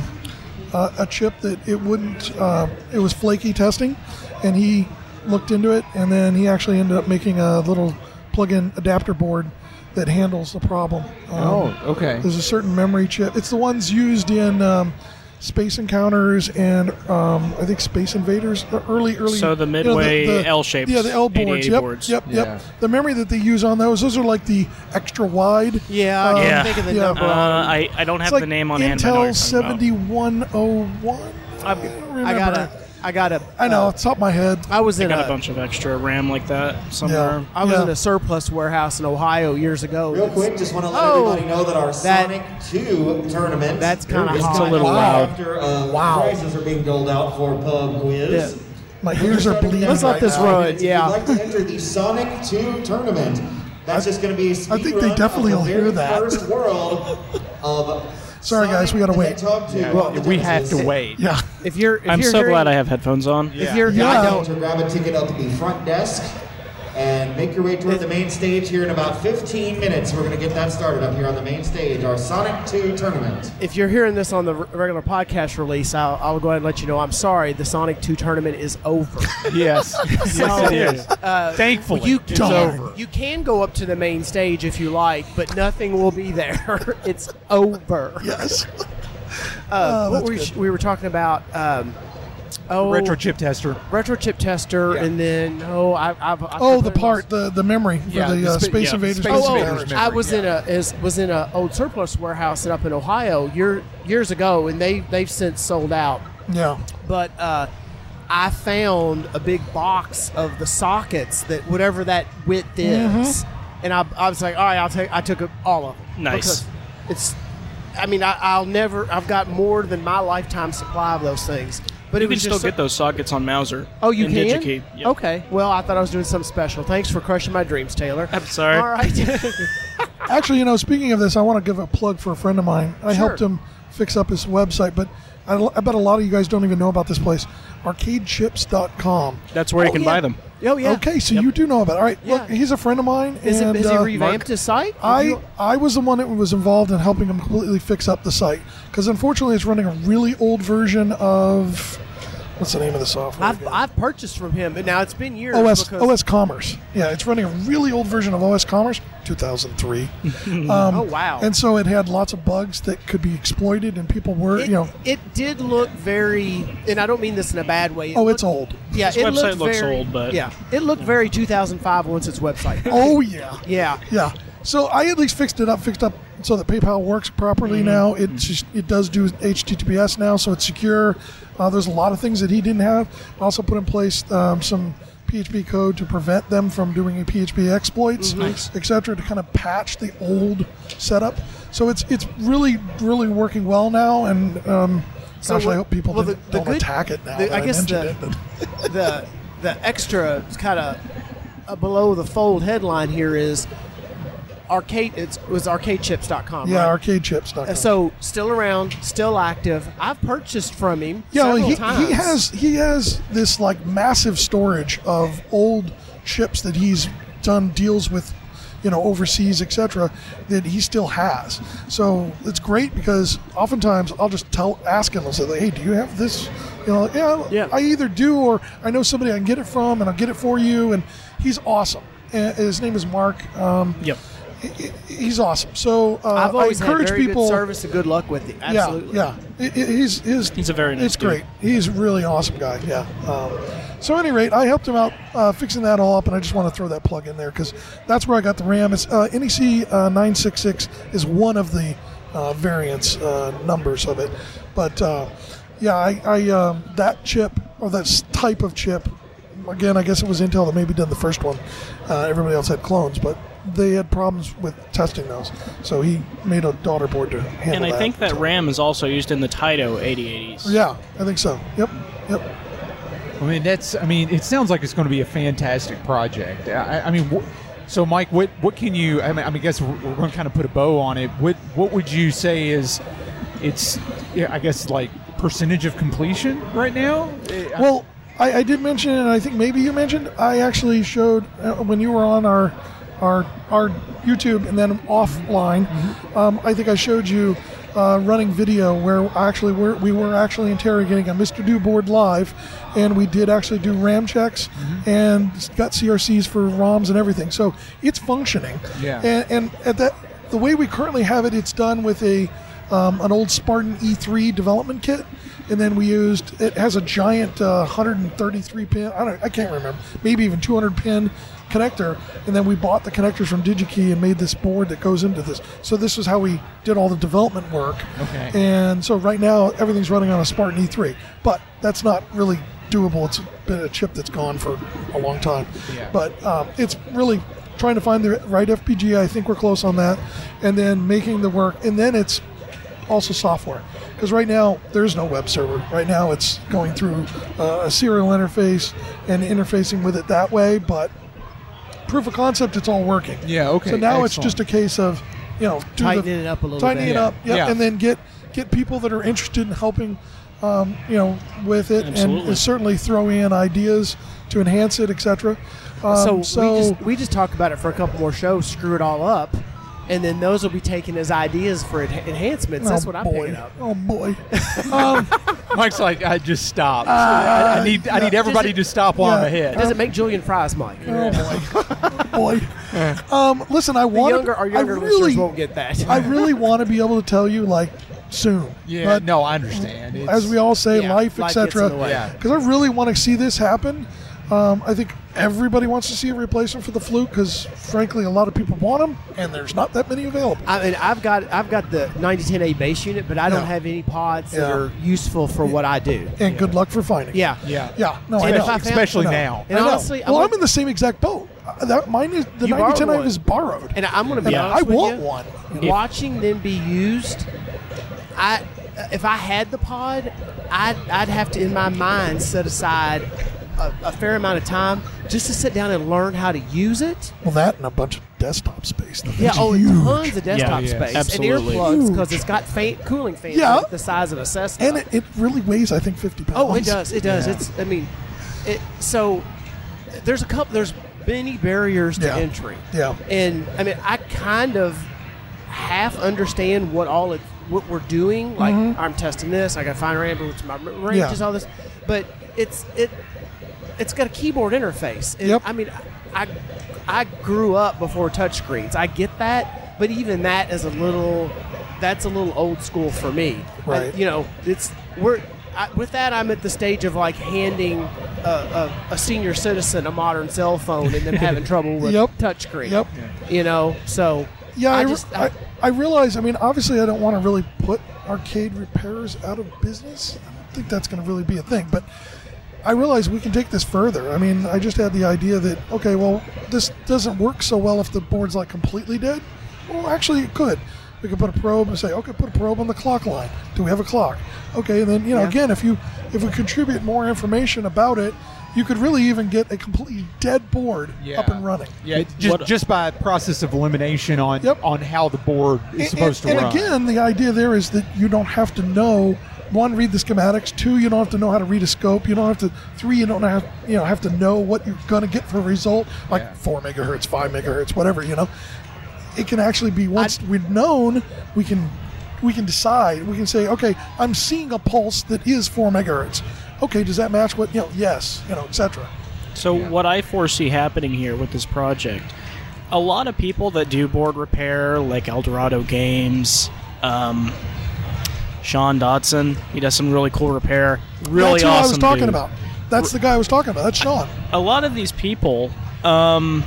Speaker 6: uh, a chip that it wouldn't. Uh, it was flaky testing, and he looked into it, and then he actually ended up making a little plug-in adapter board that handles the problem. Um,
Speaker 3: Oh, okay.
Speaker 6: There's a certain memory chip. It's the ones used in um, Space Encounters and um, I think Space Invaders. The early, early.
Speaker 7: So the
Speaker 6: you know,
Speaker 7: midway L-shaped
Speaker 6: Yeah, the L boards.
Speaker 7: 88
Speaker 6: Yep,
Speaker 7: boards.
Speaker 6: yep,
Speaker 3: Yeah.
Speaker 6: yep. The memory that they use on those. Those are like the extra wide.
Speaker 2: yeah, I
Speaker 6: Um,
Speaker 2: can't
Speaker 7: Yeah.
Speaker 2: think of the
Speaker 6: yeah.
Speaker 2: number.
Speaker 7: Uh, I, I don't have
Speaker 6: It's like
Speaker 7: the name on hand. but I know what
Speaker 6: Intel
Speaker 7: you're talking about.
Speaker 6: 7101. I
Speaker 2: I've-
Speaker 6: don't
Speaker 2: I
Speaker 6: remember.
Speaker 2: got a, I got a,
Speaker 6: I know,
Speaker 2: uh,
Speaker 6: it's top of my head.
Speaker 2: I was in
Speaker 7: Got
Speaker 2: a,
Speaker 7: a bunch of extra RAM like that somewhere.
Speaker 2: I was
Speaker 6: Yeah.
Speaker 2: in a surplus warehouse in Ohio years ago.
Speaker 8: Real quick, just want to let
Speaker 2: Oh,
Speaker 8: everybody know that our
Speaker 2: that-
Speaker 8: Sonic 2 tournament
Speaker 2: That's kinda
Speaker 8: is
Speaker 2: hot.
Speaker 8: coming
Speaker 2: It's a little
Speaker 8: up
Speaker 2: loud.
Speaker 8: After, uh,
Speaker 2: Wow.
Speaker 8: Prizes are being doled out for pub quiz.
Speaker 2: Yeah.
Speaker 6: My ears are bleeding.
Speaker 2: Let's let
Speaker 6: right
Speaker 2: this
Speaker 6: now.
Speaker 2: run,
Speaker 8: If
Speaker 2: yeah.
Speaker 8: you'd like to enter the Sonic 2 tournament, that's just going to be a speed
Speaker 6: think they
Speaker 8: run of
Speaker 6: definitely
Speaker 8: the
Speaker 6: will hear
Speaker 8: very
Speaker 6: that.
Speaker 8: First world of
Speaker 6: Sorry, guys, we gotta
Speaker 8: Sonic the
Speaker 6: wait.
Speaker 8: Hedgehog 2
Speaker 3: well,
Speaker 8: on the
Speaker 3: we have to
Speaker 8: Genesis.
Speaker 3: wait.
Speaker 6: Yeah.
Speaker 2: If you're, if
Speaker 7: I'm
Speaker 2: you're
Speaker 7: so
Speaker 2: hearing-
Speaker 7: glad I have headphones on.
Speaker 2: If you're,
Speaker 6: Yeah.
Speaker 2: I
Speaker 8: Don't
Speaker 2: don't.
Speaker 8: to grab a ticket up at the front desk. and make your way toward the main stage here in about 15 minutes. We're going to get that started up here on the main stage, our Sonic 2 tournament.
Speaker 2: If you're hearing this on the r- regular podcast release, I'll, I'll go ahead and let you know. I'm sorry, the Sonic Two tournament is over.
Speaker 3: Yes. yes, it is. Thankfully,
Speaker 2: Uh, you
Speaker 3: it's over.
Speaker 2: you can go up to the main stage if you like, but nothing will be there. it's over.
Speaker 6: Yes. Oh,
Speaker 2: Uh, what
Speaker 6: that's
Speaker 2: we,
Speaker 6: good.
Speaker 2: sh- we were talking about. Um, oh,
Speaker 3: Retro chip tester.
Speaker 2: retro chip tester, and then oh, I, I've, I've
Speaker 6: Oh, the part, the the memory for
Speaker 2: Yeah,
Speaker 6: the
Speaker 2: the
Speaker 6: uh,
Speaker 2: spa-
Speaker 6: Space
Speaker 4: yeah,
Speaker 6: Invaders.
Speaker 4: Space
Speaker 6: Space
Speaker 2: Oh, oh,
Speaker 6: Invaders.
Speaker 2: I was in a is, was in a old surplus warehouse up in Ohio year, years ago, and they they've since sold out.
Speaker 6: Yeah.
Speaker 2: But uh, I found a big box of the sockets that whatever that width is,
Speaker 7: Mm-hmm.
Speaker 2: and I, I was like, all right, I'll take. I took all of them.
Speaker 7: Nice.
Speaker 2: Because It's, I mean, I, I'll never. I've got more than my lifetime supply of those things. But
Speaker 7: You
Speaker 2: it
Speaker 7: can
Speaker 2: was
Speaker 7: still
Speaker 2: just so-
Speaker 7: get those sockets on Mauser.
Speaker 2: Oh, you
Speaker 7: and
Speaker 2: can.
Speaker 7: DigiKey. Yeah.
Speaker 2: Okay. Well, I thought I was doing something special. Thanks for crushing my dreams, Taylor.
Speaker 7: I'm sorry.
Speaker 2: All right.
Speaker 6: Actually, you know, speaking of this, I want to give a plug for a friend of mine. I helped him fix up his website, but I, I bet a lot of you guys don't even know about this place, arcadechips.com.
Speaker 7: That's where you
Speaker 2: Oh,
Speaker 7: can
Speaker 2: yeah.
Speaker 7: buy them.
Speaker 2: oh yeah.
Speaker 6: Okay, so you do know about it. All right, look,
Speaker 2: Yeah.
Speaker 6: he's a friend of mine.
Speaker 2: Is
Speaker 6: and,
Speaker 2: it, has he
Speaker 6: uh,
Speaker 2: revamped
Speaker 6: Mark,
Speaker 2: his site?
Speaker 6: I, I was the one that was involved in helping him completely fix up the site because unfortunately it's running a really old version of what's the name of the software?
Speaker 2: I've,
Speaker 6: again?
Speaker 2: I've purchased from him, and now it's been years.
Speaker 6: OS
Speaker 2: because-
Speaker 6: OS Commerce. Yeah, it's running a really old version of OS Commerce, 2003. um,
Speaker 2: Oh, wow.
Speaker 6: And so it had lots of bugs that could be exploited, and people were,
Speaker 2: It,
Speaker 6: you know,
Speaker 2: it did look very, and I don't mean this in a bad way. It
Speaker 6: oh, it's
Speaker 2: looked-
Speaker 6: old.
Speaker 2: Yeah,
Speaker 7: His
Speaker 2: it
Speaker 7: website
Speaker 2: looked
Speaker 7: looks
Speaker 2: very-
Speaker 7: old, but-
Speaker 2: yeah, it looked very 2005 once its website.
Speaker 6: Oh yeah,
Speaker 2: yeah,
Speaker 6: yeah. So I at least fixed it up, fixed up so that PayPal works properly
Speaker 2: Mm-hmm.
Speaker 6: now. It just, it does do HTTPS now, so it's secure. Uh, there's a lot of things that he didn't have. I also put in place um, some PHP code to prevent them from doing PHP exploits,
Speaker 2: Mm-hmm.
Speaker 6: etc., to kind of patch the old setup. So it's it's really really working well now, and um,
Speaker 2: So
Speaker 6: gosh,
Speaker 2: what-
Speaker 6: I hope people
Speaker 2: well, the-
Speaker 6: didn't,
Speaker 2: the
Speaker 6: don't
Speaker 2: good-
Speaker 6: attack it now.
Speaker 2: the-
Speaker 6: that
Speaker 2: I
Speaker 6: I,
Speaker 2: guess
Speaker 6: mentioned
Speaker 2: the-
Speaker 6: it, but-
Speaker 2: the the extra kind of uh, below the fold headline here is arcade. It's, it was arcadechips.com.
Speaker 6: yeah,
Speaker 2: right?
Speaker 6: arcade chips.
Speaker 2: Uh, So still around, still active. I've purchased from him
Speaker 6: Yeah, well,
Speaker 2: several
Speaker 6: he,
Speaker 2: times.
Speaker 6: he has he has this like massive storage of old chips that he's done deals with, you know, overseas, etc. That he still has. So it's great because oftentimes I'll just tell ask him, I'll say, like, "Hey, do you have this?" You know, yeah,
Speaker 2: Yeah.
Speaker 6: I either do or I know somebody I can get it from, and I'll get it for you. And he's awesome. And his name is Mark. Um,
Speaker 7: Yep.
Speaker 6: he- he- He's awesome. So uh,
Speaker 2: I've always
Speaker 6: I encourage
Speaker 2: had very
Speaker 6: people.
Speaker 2: good service and good luck with it. Absolutely.
Speaker 6: Yeah, yeah. He- he- He's, he's,
Speaker 7: He's a very nice
Speaker 6: It's
Speaker 7: dude.
Speaker 6: great. He's a really awesome guy. Yeah. Um, so, at any rate, I helped him out uh, fixing that all up, and I just want to throw that plug in there because that's where I got the RAM. It's uh, NEC uh, 966 is one of the uh, variance uh, numbers of it, but uh, yeah, I, I um, that chip or that s- type of chip. Again, I guess it was Intel that maybe done the first one. Uh, everybody else had clones, but they had problems with testing those. So he made a daughter board to handle
Speaker 7: And I think that
Speaker 6: So-
Speaker 7: RAM is also used in the Taito 8080s.
Speaker 6: yeah, I think so. Yep, yep.
Speaker 3: I mean, that's. I mean, it sounds like it's going to be a fantastic project. I, I mean, wh- so Mike, what what can you? I mean, I mean, I guess we're we're going to kind of put a bow on it. What what would you say is, it's? Yeah, I guess like percentage of completion right now. Eh, I-
Speaker 6: Well, I, I did mention, and I think maybe you mentioned, I actually showed uh, when you were on our our our YouTube and then offline.
Speaker 3: Mm-hmm.
Speaker 6: Um, I think I showed you uh, running video where actually we're, we were actually interrogating a Mr. Do board live, and we did actually do RAM checks
Speaker 3: Mm-hmm.
Speaker 6: and got CRCs for ROMs and everything. So it's functioning.
Speaker 3: Yeah.
Speaker 6: And, and at that, the way we currently have it, it's done with a um, an old Spartan E3 development kit, and then we used it has a giant uh, 133 pin. I don't, I can't remember, maybe even 200 pin connector, and then we bought the connectors from DigiKey and made this board that goes into this. So this is how we did all the development work.
Speaker 3: Okay.
Speaker 6: And so right now everything's running on a Spartan E3, but that's not really doable. It's been a chip that's gone for a long time,
Speaker 3: Yeah.
Speaker 6: but um, it's really trying to find the right FPGA. I think we're close on that, and then making the work, and then it's also software. Because right now there's no web server. Right now it's going through uh, a serial interface and interfacing with it that way. But proof of concept, it's all working.
Speaker 3: Yeah, okay,
Speaker 6: So now it's
Speaker 3: excellent.
Speaker 6: just a case of you know do
Speaker 2: Tightening
Speaker 6: the,
Speaker 2: it up a little
Speaker 6: tightening
Speaker 2: bit.
Speaker 6: it up, yep,
Speaker 3: Yeah.
Speaker 6: and then get get people that are interested in helping um, you know, with it,
Speaker 7: Absolutely.
Speaker 6: and certainly throw in ideas to enhance it, etc.
Speaker 2: so
Speaker 6: Um, so,
Speaker 2: we just we just talk about it for a couple more shows, screw it all up, and then those will be taken as ideas for en- enhancements. That's
Speaker 6: oh,
Speaker 2: what I'm
Speaker 6: boy.
Speaker 2: picking up.
Speaker 6: Oh boy!
Speaker 3: Mike's like, I just stop. I, I need, I need everybody to stop while I'm
Speaker 6: Uh, yeah.
Speaker 3: ahead.
Speaker 2: Does it make Julian Fries, Mike?
Speaker 6: boy. Um, listen, I
Speaker 2: The
Speaker 6: want
Speaker 2: younger our younger
Speaker 6: I
Speaker 2: listeners
Speaker 6: really,
Speaker 2: won't get that.
Speaker 6: I really want to be able to tell you like soon.
Speaker 3: Yeah,
Speaker 6: But
Speaker 3: no, I understand. It's-
Speaker 6: as we all say,
Speaker 2: yeah,
Speaker 6: life,
Speaker 2: life gets in
Speaker 6: etc.
Speaker 2: the way.
Speaker 3: Yeah.
Speaker 6: Because I really want to see this happen. Um, I think everybody wants to see a replacement for the flu because, frankly, a lot of people want them, and there's not that many available.
Speaker 2: I mean, I've got I've got the 9010A base unit, but I don't
Speaker 6: Yeah.
Speaker 2: have any pods that
Speaker 6: Yeah.
Speaker 2: are useful for what I do.
Speaker 6: And good luck for finding.
Speaker 2: Yeah,
Speaker 3: yeah,
Speaker 6: Yeah. No, I
Speaker 2: And
Speaker 6: know.
Speaker 2: if I found-
Speaker 3: especially
Speaker 6: I know.
Speaker 3: now.
Speaker 2: And
Speaker 6: I know.
Speaker 2: honestly, I'm
Speaker 6: well,
Speaker 2: a-
Speaker 6: I'm in the same exact boat. Uh, That mine is the
Speaker 2: You
Speaker 6: 9010
Speaker 2: borrowed
Speaker 6: I is borrowed.
Speaker 2: And I'm going to be
Speaker 6: Yeah.
Speaker 2: honest
Speaker 6: I
Speaker 2: with
Speaker 6: want
Speaker 2: you,
Speaker 6: one.
Speaker 2: Watching them be used, I uh, if I had the pod, I'd, I'd have to in my mind set aside a, a fair amount of time just to sit down and learn how to use it.
Speaker 6: well, that and a bunch of desktop space. The
Speaker 2: Yeah,
Speaker 6: thing's
Speaker 2: oh,
Speaker 6: huge.
Speaker 2: tons of desktop
Speaker 7: Yeah,
Speaker 2: space
Speaker 7: absolutely.
Speaker 2: and earplugs because it's got faint cooling fans
Speaker 6: Yeah.
Speaker 2: like the size of a Cessna.
Speaker 6: And it, it really weighs, I think, 50 pounds.
Speaker 2: Oh, it does. It does. It's. I mean, it. So there's a couple. There's many barriers to
Speaker 6: Yeah.
Speaker 2: entry.
Speaker 6: Yeah.
Speaker 2: And I mean, I kind of half understand what all it what we're doing. Like I'm testing this. I got to find ramble which my range
Speaker 6: Mm-hmm. Yeah.
Speaker 2: is all this, but it's it. It's got a keyboard interface. And,
Speaker 6: Yep.
Speaker 2: I mean, I I grew up before touchscreens. I get that, but even that is a little. That's a little old school for me. I-
Speaker 6: Right.
Speaker 2: you know, it's we're I, with that. I'm at the stage of like handing a, a, a senior citizen a modern cell phone and them having trouble with
Speaker 6: Yep.
Speaker 2: touchscreen.
Speaker 6: Yep.
Speaker 2: You know, so
Speaker 6: Yeah, I,
Speaker 2: I
Speaker 6: re-
Speaker 2: just
Speaker 6: I,
Speaker 2: I,
Speaker 6: I realize. I mean, obviously, I don't want to really put arcade repairs out of business. I don't think that's going to really be a thing. But I realize we can take this further. I mean, I just had the idea that okay, well, this doesn't work so well if the board's like completely dead. Well, actually, it could. We could put a probe and say, okay, put a probe on the clock line. Do we have a clock? Okay, and then you know,
Speaker 2: Yeah.
Speaker 6: again, if you if we contribute more information about it, you could really even get a completely dead board up and running.
Speaker 3: Yeah, just,
Speaker 7: what-
Speaker 3: just by process of elimination on
Speaker 6: Yep.
Speaker 3: on how the board is
Speaker 6: And-
Speaker 3: supposed
Speaker 6: and,
Speaker 3: to
Speaker 6: and
Speaker 3: run.
Speaker 6: again, the idea there is that you don't have to know one, read the schematics. Two, you don't have to know how to read a scope. You don't have to. Three, you don't have you know have to know what you're going to get for a result, like
Speaker 3: Yeah.
Speaker 6: four megahertz, five megahertz, whatever. You know, it can actually be once
Speaker 2: I-
Speaker 6: we've known, we can we can decide. We can say, okay, I'm seeing a pulse that is four megahertz. Okay, does that match what you know? Yes, you know, etc.
Speaker 7: So what I foresee happening here with this project, a lot of people that do board repair, like Eldorado Games, um, Sean Dodson, he does some really cool repair. Really
Speaker 6: That's who
Speaker 7: awesome.
Speaker 6: I was talking
Speaker 7: dude.
Speaker 6: about. That's the guy I was talking about. That's Sean.
Speaker 7: A lot of these people um,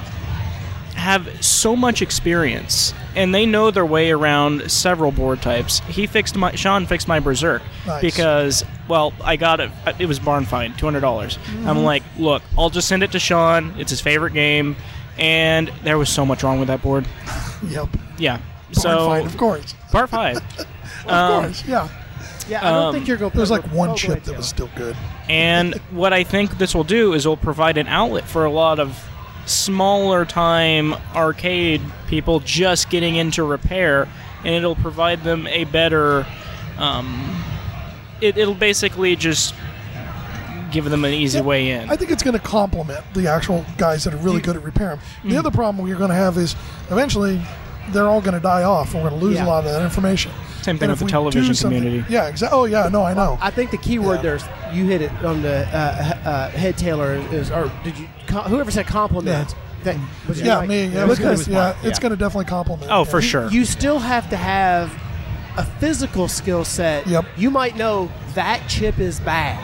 Speaker 7: have so much experience, and they know their way around several board types. He fixed my Sean fixed my Berserk
Speaker 6: Nice.
Speaker 7: because well, I got it. uh, It was barn find, two hundred dollars.
Speaker 6: Mm-hmm.
Speaker 7: I'm like, look, I'll just send it to Sean. It's his favorite game, and there was so much wrong with that board.
Speaker 6: Yep.
Speaker 7: Yeah,
Speaker 6: Barn
Speaker 7: so Um,
Speaker 6: find, of course,
Speaker 7: part five.
Speaker 6: of course, yeah.
Speaker 2: yeah, I don't
Speaker 7: um,
Speaker 2: think you're going. to
Speaker 6: There was Um, like one chip that was still good.
Speaker 7: And what I think this will do is it'll provide an outlet for a lot of smaller time arcade people just getting into repair, and it'll provide them a better. Um, it, it'll basically just give them an easy way in.
Speaker 6: I think it's going to complement the actual guys that are really good at repairing. The other problem we're going to have is eventually they're all going to die off, and we're going to lose
Speaker 2: Yeah.
Speaker 6: a lot of that information.
Speaker 7: Same
Speaker 6: And
Speaker 7: thing with
Speaker 6: if
Speaker 7: the
Speaker 6: we
Speaker 7: television
Speaker 6: do something-
Speaker 7: community.
Speaker 6: Yeah, exactly. Oh, yeah, no, I know.
Speaker 2: I think the key word
Speaker 6: Yeah.
Speaker 2: there's you hit it on the uh, h- uh, head tailor is or did you co- whoever said compliment? That, was it
Speaker 6: yeah,
Speaker 2: Mike?
Speaker 6: me. Yeah,
Speaker 2: Because
Speaker 6: it's gonna- yeah,
Speaker 3: yeah.
Speaker 6: it's going to definitely complement.
Speaker 7: oh, for
Speaker 6: yeah.
Speaker 7: sure.
Speaker 2: you still have to have a physical skill set.
Speaker 6: Yep.
Speaker 2: You might know that chip is bad.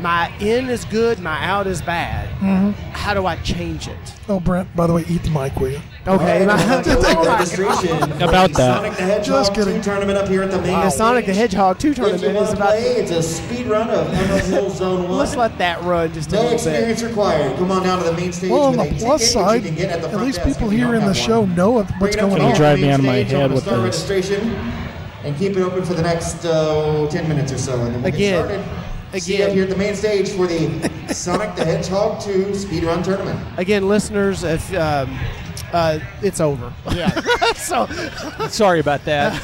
Speaker 2: My in is good, my out is bad.
Speaker 6: Mm.
Speaker 2: How do I change it?
Speaker 6: Oh, Brent. By the way, eat the mic, will you? Uh,
Speaker 2: Okay.
Speaker 7: About
Speaker 8: About
Speaker 7: that.
Speaker 8: Sonic the Hedgehog
Speaker 6: Just kidding.
Speaker 8: 2 tournament up here at the main
Speaker 2: the Sonic the
Speaker 8: stage.
Speaker 2: Hedgehog 2
Speaker 8: If
Speaker 2: tournament
Speaker 8: you want
Speaker 2: is
Speaker 8: to
Speaker 2: about
Speaker 8: play, it's a speed run of MSL Zone 1.
Speaker 2: Let's let that run just a
Speaker 8: No
Speaker 2: little bit.
Speaker 8: experience required. Come on down to the main stage.
Speaker 6: Well, on
Speaker 8: with
Speaker 6: the
Speaker 8: a ticket,
Speaker 6: plus
Speaker 8: which
Speaker 6: side,
Speaker 8: you can get at the
Speaker 6: at
Speaker 8: front
Speaker 6: least
Speaker 8: desk
Speaker 6: people
Speaker 8: if you
Speaker 6: here
Speaker 8: don't
Speaker 6: in the
Speaker 8: have
Speaker 6: show
Speaker 8: one.
Speaker 6: know what's
Speaker 8: Bring it up
Speaker 6: going
Speaker 8: to
Speaker 6: on.
Speaker 8: the
Speaker 7: drive
Speaker 8: main
Speaker 7: me on my
Speaker 8: stage. I'm
Speaker 7: head
Speaker 8: gonna
Speaker 7: with
Speaker 8: start
Speaker 7: this.
Speaker 8: registration and keep it open for the next uh, 10 minutes or so. And then we'll
Speaker 2: Again.
Speaker 8: Get started. See you
Speaker 2: Again.
Speaker 8: up here at the main stage for the Sonic the Hedgehog 2 Speedrun Tournament.
Speaker 2: Again, listeners, if um, uh, it's over.
Speaker 3: Yeah.
Speaker 2: so
Speaker 3: Sorry about that.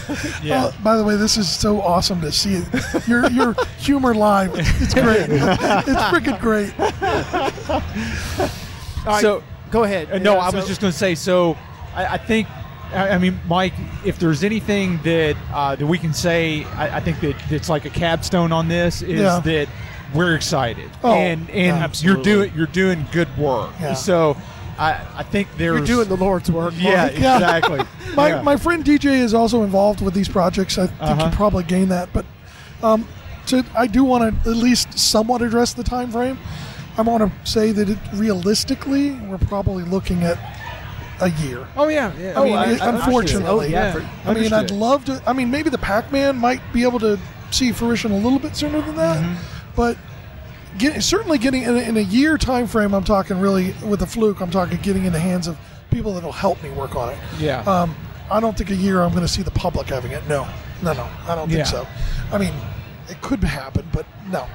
Speaker 3: Yeah.
Speaker 6: Oh, by the way, this is so awesome to see it. your your humor live. It's great. it's freaking great.
Speaker 2: all right,
Speaker 3: So-
Speaker 2: go ahead.
Speaker 3: Uh, no, I
Speaker 2: So-
Speaker 3: was just going to say. So, I, I think, I, I mean, Mike, if there's anything that uh, that we can say, I, I think that that's like a capstone on this is
Speaker 6: Yeah.
Speaker 3: that we're excited
Speaker 6: Oh,
Speaker 3: and and you're
Speaker 7: Absolutely.
Speaker 3: doing you're doing good work.
Speaker 6: Yeah.
Speaker 3: So, I I think there's
Speaker 2: you're doing the Lord's work.
Speaker 3: yeah
Speaker 2: Mark.
Speaker 6: Yeah.
Speaker 3: exactly.
Speaker 6: My,
Speaker 3: Yeah.
Speaker 6: my friend DJ is also involved with these projects. I think
Speaker 3: Uh-huh.
Speaker 6: you probably gain that, but um, to, I do want to at least somewhat address the time frame. I want to say that it, realistically, we're probably looking at a year.
Speaker 3: oh yeah yeah.
Speaker 6: I mean, it- unfortunately,
Speaker 2: Oh, yeah.
Speaker 3: Yeah.
Speaker 6: I mean, I'd
Speaker 3: Understood.
Speaker 6: love to. I mean, maybe the Pac-Man might be able to see fruition a little bit sooner than that,
Speaker 3: Mm-hmm.
Speaker 6: but get, certainly getting in a, in a year time frame, I'm talking really with a fluke. I'm talking getting in the hands of people that'll help me work on it.
Speaker 3: Yeah.
Speaker 6: Um, I don't think a year I'm going to see the public having it. No, no, no. I don't think
Speaker 3: Yeah.
Speaker 6: so. I mean, it could happen, but no.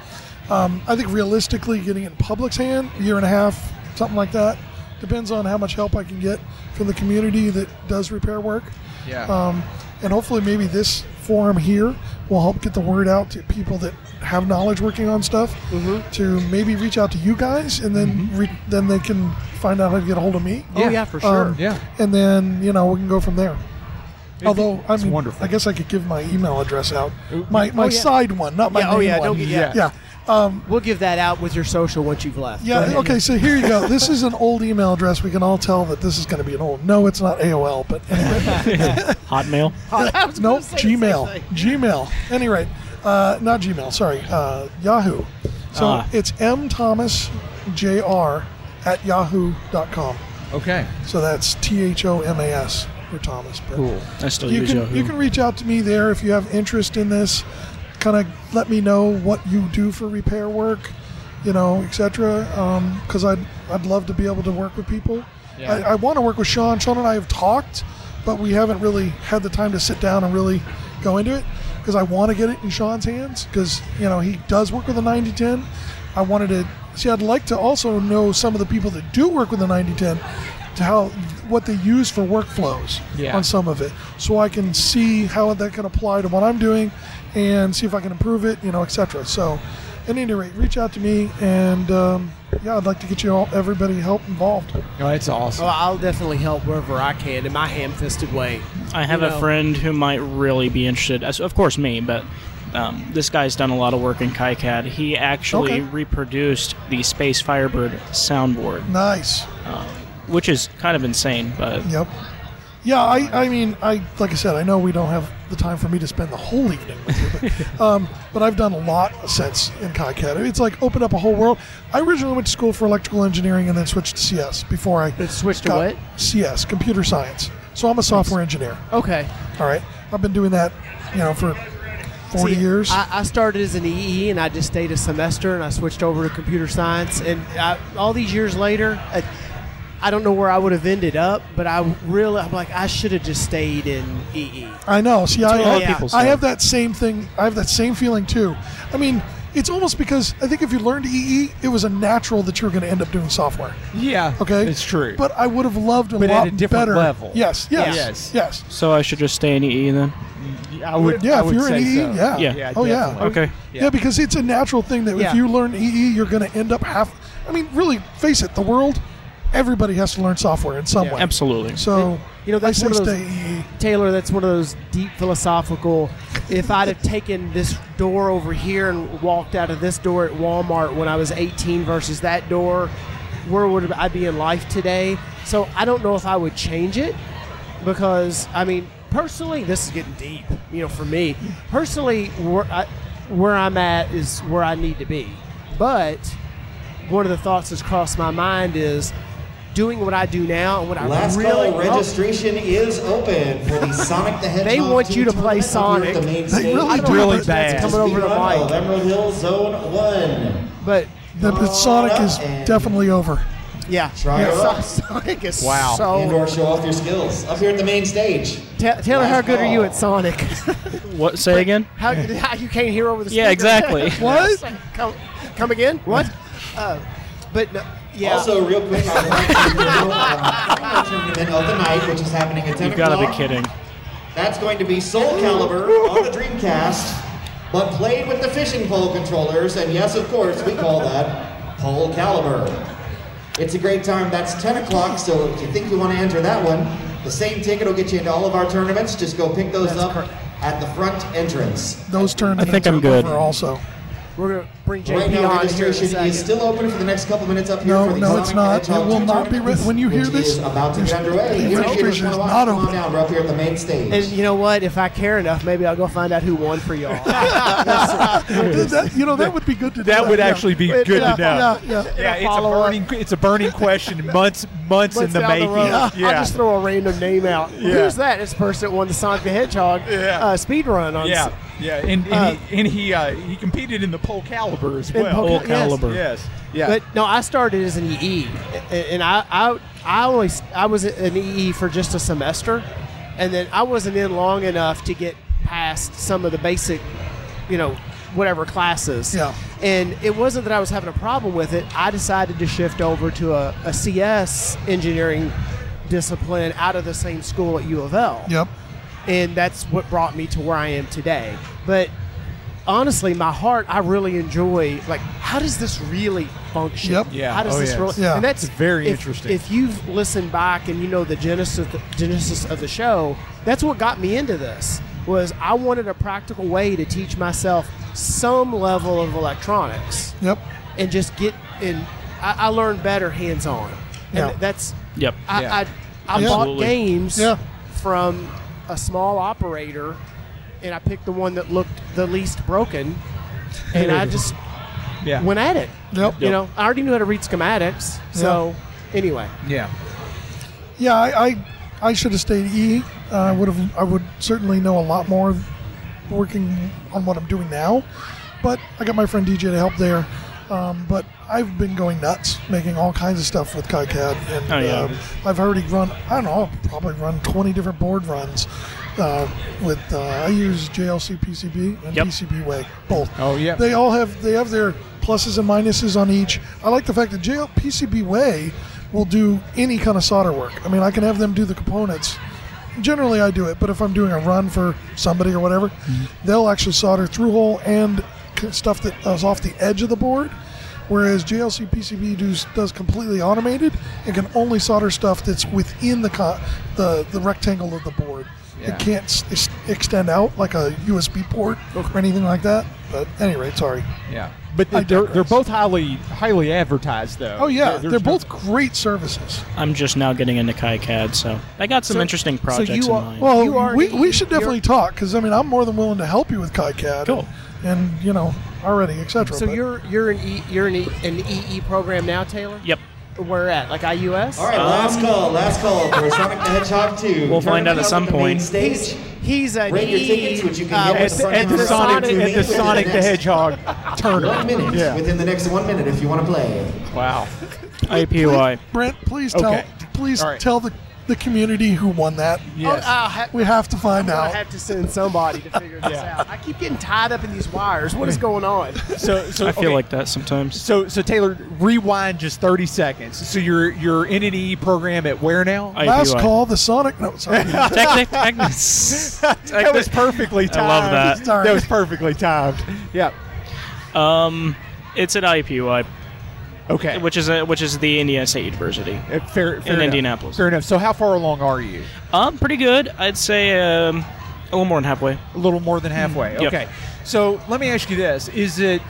Speaker 6: Um, I think realistically, getting it in public's hand, a year and a half, something like that, depends on how much help I can get from the community that does repair work.
Speaker 3: yeah.
Speaker 6: Um, and hopefully, maybe this forum here will help get the word out to people that have knowledge working on stuff
Speaker 2: Mm-hmm.
Speaker 6: to maybe reach out to you guys, and then re- then they can find out how to get a hold of me.
Speaker 2: Oh yeah, for sure.
Speaker 6: Um,
Speaker 3: Yeah.
Speaker 6: And then you know we can go from there. Although I
Speaker 3: it's
Speaker 6: mean,
Speaker 3: wonderful.
Speaker 6: I guess I could give my email address out.
Speaker 3: Ooh.
Speaker 6: My my
Speaker 2: Oh, yeah.
Speaker 6: side one, not my
Speaker 2: Yeah, oh
Speaker 6: main
Speaker 2: yeah,
Speaker 6: one.
Speaker 2: don't get yeah.
Speaker 6: yeah. Um,
Speaker 2: We'll give that out with your social once you've left. Go
Speaker 6: yeah.
Speaker 2: ahead.
Speaker 6: Okay. So here you go. This is an old email address. We can all tell that this is going to be an old. No, it's not AOL, but anyway.
Speaker 7: Hotmail.
Speaker 6: No, Uh, Gmail. Gmail. Any rate, uh, not Gmail. Sorry, uh, Yahoo. So
Speaker 7: Ah.
Speaker 6: it's m thomas jr at yahoo.com.
Speaker 3: okay.
Speaker 6: So that's T H O M A S for Thomas. But
Speaker 3: Cool.
Speaker 7: I still
Speaker 6: You
Speaker 7: use
Speaker 6: can
Speaker 7: Yahoo.
Speaker 6: you can reach out to me there if you have interest in this. Kind of let me know what you do for repair work, you know, etc. Because I'd I'd love to be able to work with people.
Speaker 3: Yeah.
Speaker 6: I, I want to work with Sean. Sean and I have talked, but we haven't really had the time to sit down and really go into it because I want to get it in Sean's hands because you know he does work with a 9010. I wanted to see. I'd like to also know some of the people that do work with a 9010 to how what they use for workflows
Speaker 3: Yeah.
Speaker 6: on some of it, so I can see how that can apply to what I'm doing and see if I can improve it, you know, etc. So. At any rate, reach out to me, and um, yeah, I'd like to get you all, everybody, help involved.
Speaker 3: Oh, that's awesome.
Speaker 2: Well, I'll definitely help wherever I can in my ham-fisted way.
Speaker 7: I have
Speaker 2: you
Speaker 7: a
Speaker 2: know.
Speaker 7: friend who might really be interested. as- Of course, me, but um, this guy's done a lot of work in KiCad. He actually
Speaker 6: Okay.
Speaker 7: reproduced the Space Firebird soundboard, Um,
Speaker 6: Nice.
Speaker 7: which is kind of insane, but
Speaker 6: Yep. Yeah, I, I mean, I like I said, I know we don't have the time for me to spend the whole evening with you, but, um, but I've done a lot since in COCAD. It's like opened up a whole world. I originally went to school for electrical engineering and then switched to CS before I
Speaker 2: But switched to
Speaker 6: got
Speaker 2: what?
Speaker 6: CS, computer science. So I'm a software engineer.
Speaker 2: Okay.
Speaker 6: All right, I've been doing that, you know, for forty
Speaker 2: See,
Speaker 6: years.
Speaker 2: I, I started as an EE and I just stayed a semester and I switched over to computer science. And I, all these years later, I, I don't know where I would have ended up, but I really, I'm like, I should have just stayed in E EE.
Speaker 6: I know. See, I,
Speaker 2: what a lot
Speaker 6: I,
Speaker 2: of people
Speaker 6: I
Speaker 2: say.
Speaker 6: have that same thing. I have that same feeling too. I mean, it's almost because I think if you learned EE, it was a natural that you were going to end up doing software.
Speaker 3: yeah.
Speaker 6: Okay,
Speaker 3: It's true.
Speaker 6: But I would have loved a
Speaker 3: But at
Speaker 6: lot
Speaker 3: a different
Speaker 6: better
Speaker 3: level.
Speaker 6: Yes, yes,
Speaker 3: Yes.
Speaker 6: yes,
Speaker 7: so I should just stay in EE then.
Speaker 3: I would.
Speaker 6: Yeah,
Speaker 3: I
Speaker 6: if
Speaker 3: would
Speaker 6: you're an
Speaker 3: say
Speaker 6: EE,
Speaker 3: so.
Speaker 6: yeah.
Speaker 7: Yeah.
Speaker 3: Yeah.
Speaker 6: Oh, yeah.
Speaker 3: definitely.
Speaker 7: Okay.
Speaker 6: Yeah. because it's a natural thing that
Speaker 2: Yeah.
Speaker 6: if you learn EE, you're going to end up half. I mean, really, face it. The world, everybody has to learn software in some way.
Speaker 7: Absolutely.
Speaker 6: So
Speaker 2: You know,
Speaker 6: I
Speaker 2: that's
Speaker 6: say
Speaker 2: one of those
Speaker 6: stay E EE.
Speaker 2: Taylor, that's one of those deep philosophical. If I'd have taken this door over here and walked out of this door at Walmart when I was 18 versus that door, where would I be in life today? So I don't know if I would change it because, I mean, personally, this is getting deep, you know, for me. Personally, where, I, where I'm at is where I need to be. But one of the thoughts that's crossed my mind is doing what I do now and what I
Speaker 8: Last
Speaker 2: really
Speaker 8: call
Speaker 2: love
Speaker 8: registration is open for the Sonic the Hedgehog.
Speaker 2: They want
Speaker 8: two
Speaker 2: you to play
Speaker 8: tournament up here at
Speaker 2: Sonic.
Speaker 8: The main
Speaker 6: They
Speaker 8: stage.
Speaker 6: really
Speaker 8: It's
Speaker 6: do.
Speaker 3: Really
Speaker 6: That's
Speaker 3: bad.
Speaker 2: coming over the
Speaker 8: begun
Speaker 2: mic.
Speaker 8: of Emerald Hill Zone 1.
Speaker 2: But
Speaker 6: The E. the Sonic is
Speaker 8: And-
Speaker 6: definitely over.
Speaker 2: yeah,
Speaker 8: Try it
Speaker 2: So-
Speaker 8: up.
Speaker 2: Sonic is
Speaker 3: Wow.
Speaker 2: so.
Speaker 8: Indoor show off your skills up here at the main stage.
Speaker 2: Ta- Taylor, how good are you at Sonic?
Speaker 7: What? Say again?
Speaker 2: how, how you can't hear over the
Speaker 7: Yeah,
Speaker 2: speaker?
Speaker 7: exactly.
Speaker 2: what? Come, come again? What? Uh, but no, Yeah.
Speaker 8: Also, real quick, I would like to reveal our tournament of the night, which is happening at 10
Speaker 7: You've got to
Speaker 8: o'clock.
Speaker 7: be kidding.
Speaker 8: That's going to be Soul Calibur on the Dreamcast, but played with the fishing pole controllers, and yes, of course, we call that Pole Calibur. It's a great time. That's 10 o'clock, so if you think you want to enter that one, the same ticket will get you into all of our tournaments. Just go pick those up at the front entrance.
Speaker 6: Those tournaments
Speaker 7: think I'm
Speaker 6: are
Speaker 7: good.
Speaker 6: over also
Speaker 2: We're gonna bring JP
Speaker 8: Right now,
Speaker 2: on here in a
Speaker 8: registration
Speaker 2: second.
Speaker 8: is still open for the next couple minutes up here.
Speaker 6: No,
Speaker 8: for the
Speaker 6: no, it's
Speaker 8: Sonic
Speaker 6: not.
Speaker 8: the Hedgehog
Speaker 6: It will
Speaker 8: 2
Speaker 6: not be
Speaker 8: tournament,
Speaker 6: written- when you hear
Speaker 8: which
Speaker 6: this,
Speaker 8: is about to get
Speaker 6: the
Speaker 8: underway. If you don't
Speaker 6: registration
Speaker 8: want
Speaker 6: is
Speaker 8: to watch,
Speaker 6: not
Speaker 8: come on
Speaker 6: open.
Speaker 8: down. We're up here at the main stage.
Speaker 2: And you know what? If I care enough, maybe I'll go find out who won for y'all.
Speaker 6: Th- that, you know that would be good to do.
Speaker 3: That would actually be
Speaker 6: Yeah,
Speaker 3: good
Speaker 6: yeah,
Speaker 3: to know.
Speaker 6: yeah, yeah.
Speaker 3: Yeah, it's a
Speaker 2: Follow up.
Speaker 3: burning, it's a burning question. Months, months in
Speaker 2: Months
Speaker 3: the
Speaker 2: down
Speaker 3: making.
Speaker 2: road,
Speaker 3: yeah,
Speaker 2: I'll just throw a random name out.
Speaker 3: Yeah.
Speaker 2: Who's that? It's the person that won the Sonic the Hedgehog
Speaker 3: Yeah.
Speaker 2: uh, speed run on
Speaker 3: yeah,
Speaker 2: s-
Speaker 3: yeah. And, and
Speaker 2: Uh,
Speaker 3: he and he, uh, he competed in the pole caliber as
Speaker 2: in
Speaker 3: well.
Speaker 2: Pokemon- yes.
Speaker 3: Yes. Yeah.
Speaker 2: But no, I started as an EE, and- and I I I only I was an EE for just a semester, and then I wasn't in long enough to get past some of the basic, you know, whatever classes.
Speaker 6: Yeah.
Speaker 2: And it wasn't that I was having a problem with it. I decided to shift over to a, a CS engineering discipline out of the same school at U of L
Speaker 6: Yep.
Speaker 2: and that's what brought me to where I am today. But honestly, my heart, I really enjoy. Like, how does this really function?
Speaker 6: Yep.
Speaker 3: Yeah.
Speaker 2: How does
Speaker 3: Oh,
Speaker 2: this
Speaker 3: yeah.
Speaker 2: really?
Speaker 6: Yeah.
Speaker 2: And that's
Speaker 3: It's very
Speaker 2: if-
Speaker 3: interesting.
Speaker 2: If you've listened back and you know the genesis of the, genesis of the show, that's what got me into this. Was I wanted a practical way to teach myself some level of electronics
Speaker 6: Yep.
Speaker 2: and just get and I, I learn better hands on.
Speaker 6: Yeah.
Speaker 2: And that's
Speaker 7: Yep.
Speaker 2: I,
Speaker 3: Yeah.
Speaker 2: I, I
Speaker 6: Yeah.
Speaker 2: bought
Speaker 7: Absolutely.
Speaker 2: games
Speaker 6: Yeah.
Speaker 2: from a small operator, and I picked the one that looked the least broken, and I just
Speaker 3: yeah.
Speaker 2: went at it.
Speaker 6: Yep.
Speaker 2: You know, I already knew how to read schematics, so anyway,
Speaker 3: yeah.
Speaker 6: Yeah, I, I, I should have stayed E. Uh, I would have. I would certainly know a lot more working on what I'm doing now. But I got my friend DJ to help there. Um, but I've been going nuts making all kinds of stuff with KiCad, and
Speaker 7: Oh, yeah.
Speaker 6: um, I've already run. I don't know, I've probably run 20 different board runs. Uh, with uh, I use JLC PCB and
Speaker 7: Yep.
Speaker 6: PCB Way both.
Speaker 3: Oh, yeah.
Speaker 6: They all have they have their pluses and minuses on each. I like the fact that JL PCB Way will do any kind of solder work. I mean, I can have them do the components. Generally, I do it, but if I'm doing a run for somebody or whatever, they'll actually solder through hole and c- stuff that is off the edge of the board. Whereas JLC PCB does, does completely automated and can only solder stuff that's within the co- the, the rectangle of the board.
Speaker 3: Yeah.
Speaker 6: It can't s- ex- extend out like a USB port or anything like that. But anyway, sorry.
Speaker 3: Yeah. But
Speaker 6: I
Speaker 3: they're, they're
Speaker 6: digress.
Speaker 3: both highly highly advertised though.
Speaker 6: Oh yeah, they're,
Speaker 3: there's no-
Speaker 6: both great services.
Speaker 7: I'm just now getting into KiCad, so I got some
Speaker 2: So-
Speaker 7: interesting
Speaker 2: so
Speaker 7: projects
Speaker 2: you
Speaker 7: in
Speaker 2: are-
Speaker 7: mind.
Speaker 2: well-
Speaker 6: Well,
Speaker 2: You are
Speaker 6: we,
Speaker 2: the- e,
Speaker 6: we should
Speaker 2: you're-
Speaker 6: definitely talk because I mean I'm more than willing to help you with KiCad.
Speaker 7: Cool.
Speaker 6: And, you know already etc.
Speaker 2: so you're you're an e, you're an, e, an EE program now, Taylor.
Speaker 7: yep.
Speaker 2: Where at? Like IUS.
Speaker 8: All right, last
Speaker 3: Um,
Speaker 8: call, last call for Sonic the Hedgehog 2.
Speaker 7: Um, We'll find out
Speaker 8: Tournament
Speaker 7: at some
Speaker 8: on the main
Speaker 7: point.
Speaker 2: He's
Speaker 8: Stage.
Speaker 2: he's E uh, an
Speaker 8: Rate your
Speaker 2: EE,
Speaker 8: tickets, which you can get
Speaker 2: with
Speaker 3: at,
Speaker 8: Yes,
Speaker 3: the- at the Sonic
Speaker 8: Sonic the
Speaker 3: at the
Speaker 8: Hedgehog.
Speaker 3: Sonic the Hedgehog
Speaker 8: One
Speaker 3: tournament.
Speaker 8: minute,
Speaker 3: Yeah.
Speaker 8: within the next one minute, if you want to play.
Speaker 3: Wow.
Speaker 7: APY.
Speaker 6: Brent, please tell
Speaker 3: Okay.
Speaker 6: please
Speaker 3: All right.
Speaker 6: tell the, the community who won that.
Speaker 2: I'll-
Speaker 3: Yes.
Speaker 2: I'll Oh, uh, ha-
Speaker 6: We have to find
Speaker 2: I'm gonna
Speaker 6: out.
Speaker 2: have to send somebody to figure this
Speaker 3: Yeah.
Speaker 2: out. I keep getting tied up in these wires. What is going on?
Speaker 3: So, so
Speaker 7: I feel
Speaker 3: okay.
Speaker 7: like that sometimes.
Speaker 3: So, so Taylor, rewind just thirty seconds. So you're you're in an EE E program at where now?
Speaker 7: I-
Speaker 6: Last
Speaker 7: APY.
Speaker 6: call, the Sonic. No, sorry.
Speaker 7: Technic, technic.
Speaker 3: that was perfectly timed.
Speaker 7: love that.
Speaker 6: Sorry.
Speaker 3: That was perfectly timed. Yeah.
Speaker 7: Um, it's at IPY,
Speaker 3: Okay.
Speaker 7: which is a, which is the Indiana State University.
Speaker 3: Uh, fair, fair enough.
Speaker 7: Indianapolis.
Speaker 3: Fair enough. So how far along are you?
Speaker 7: Um, pretty good. I'd say um, a little more than halfway.
Speaker 3: A little more than halfway.
Speaker 7: Mm, Yep.
Speaker 3: Okay. So let me ask you this: Is it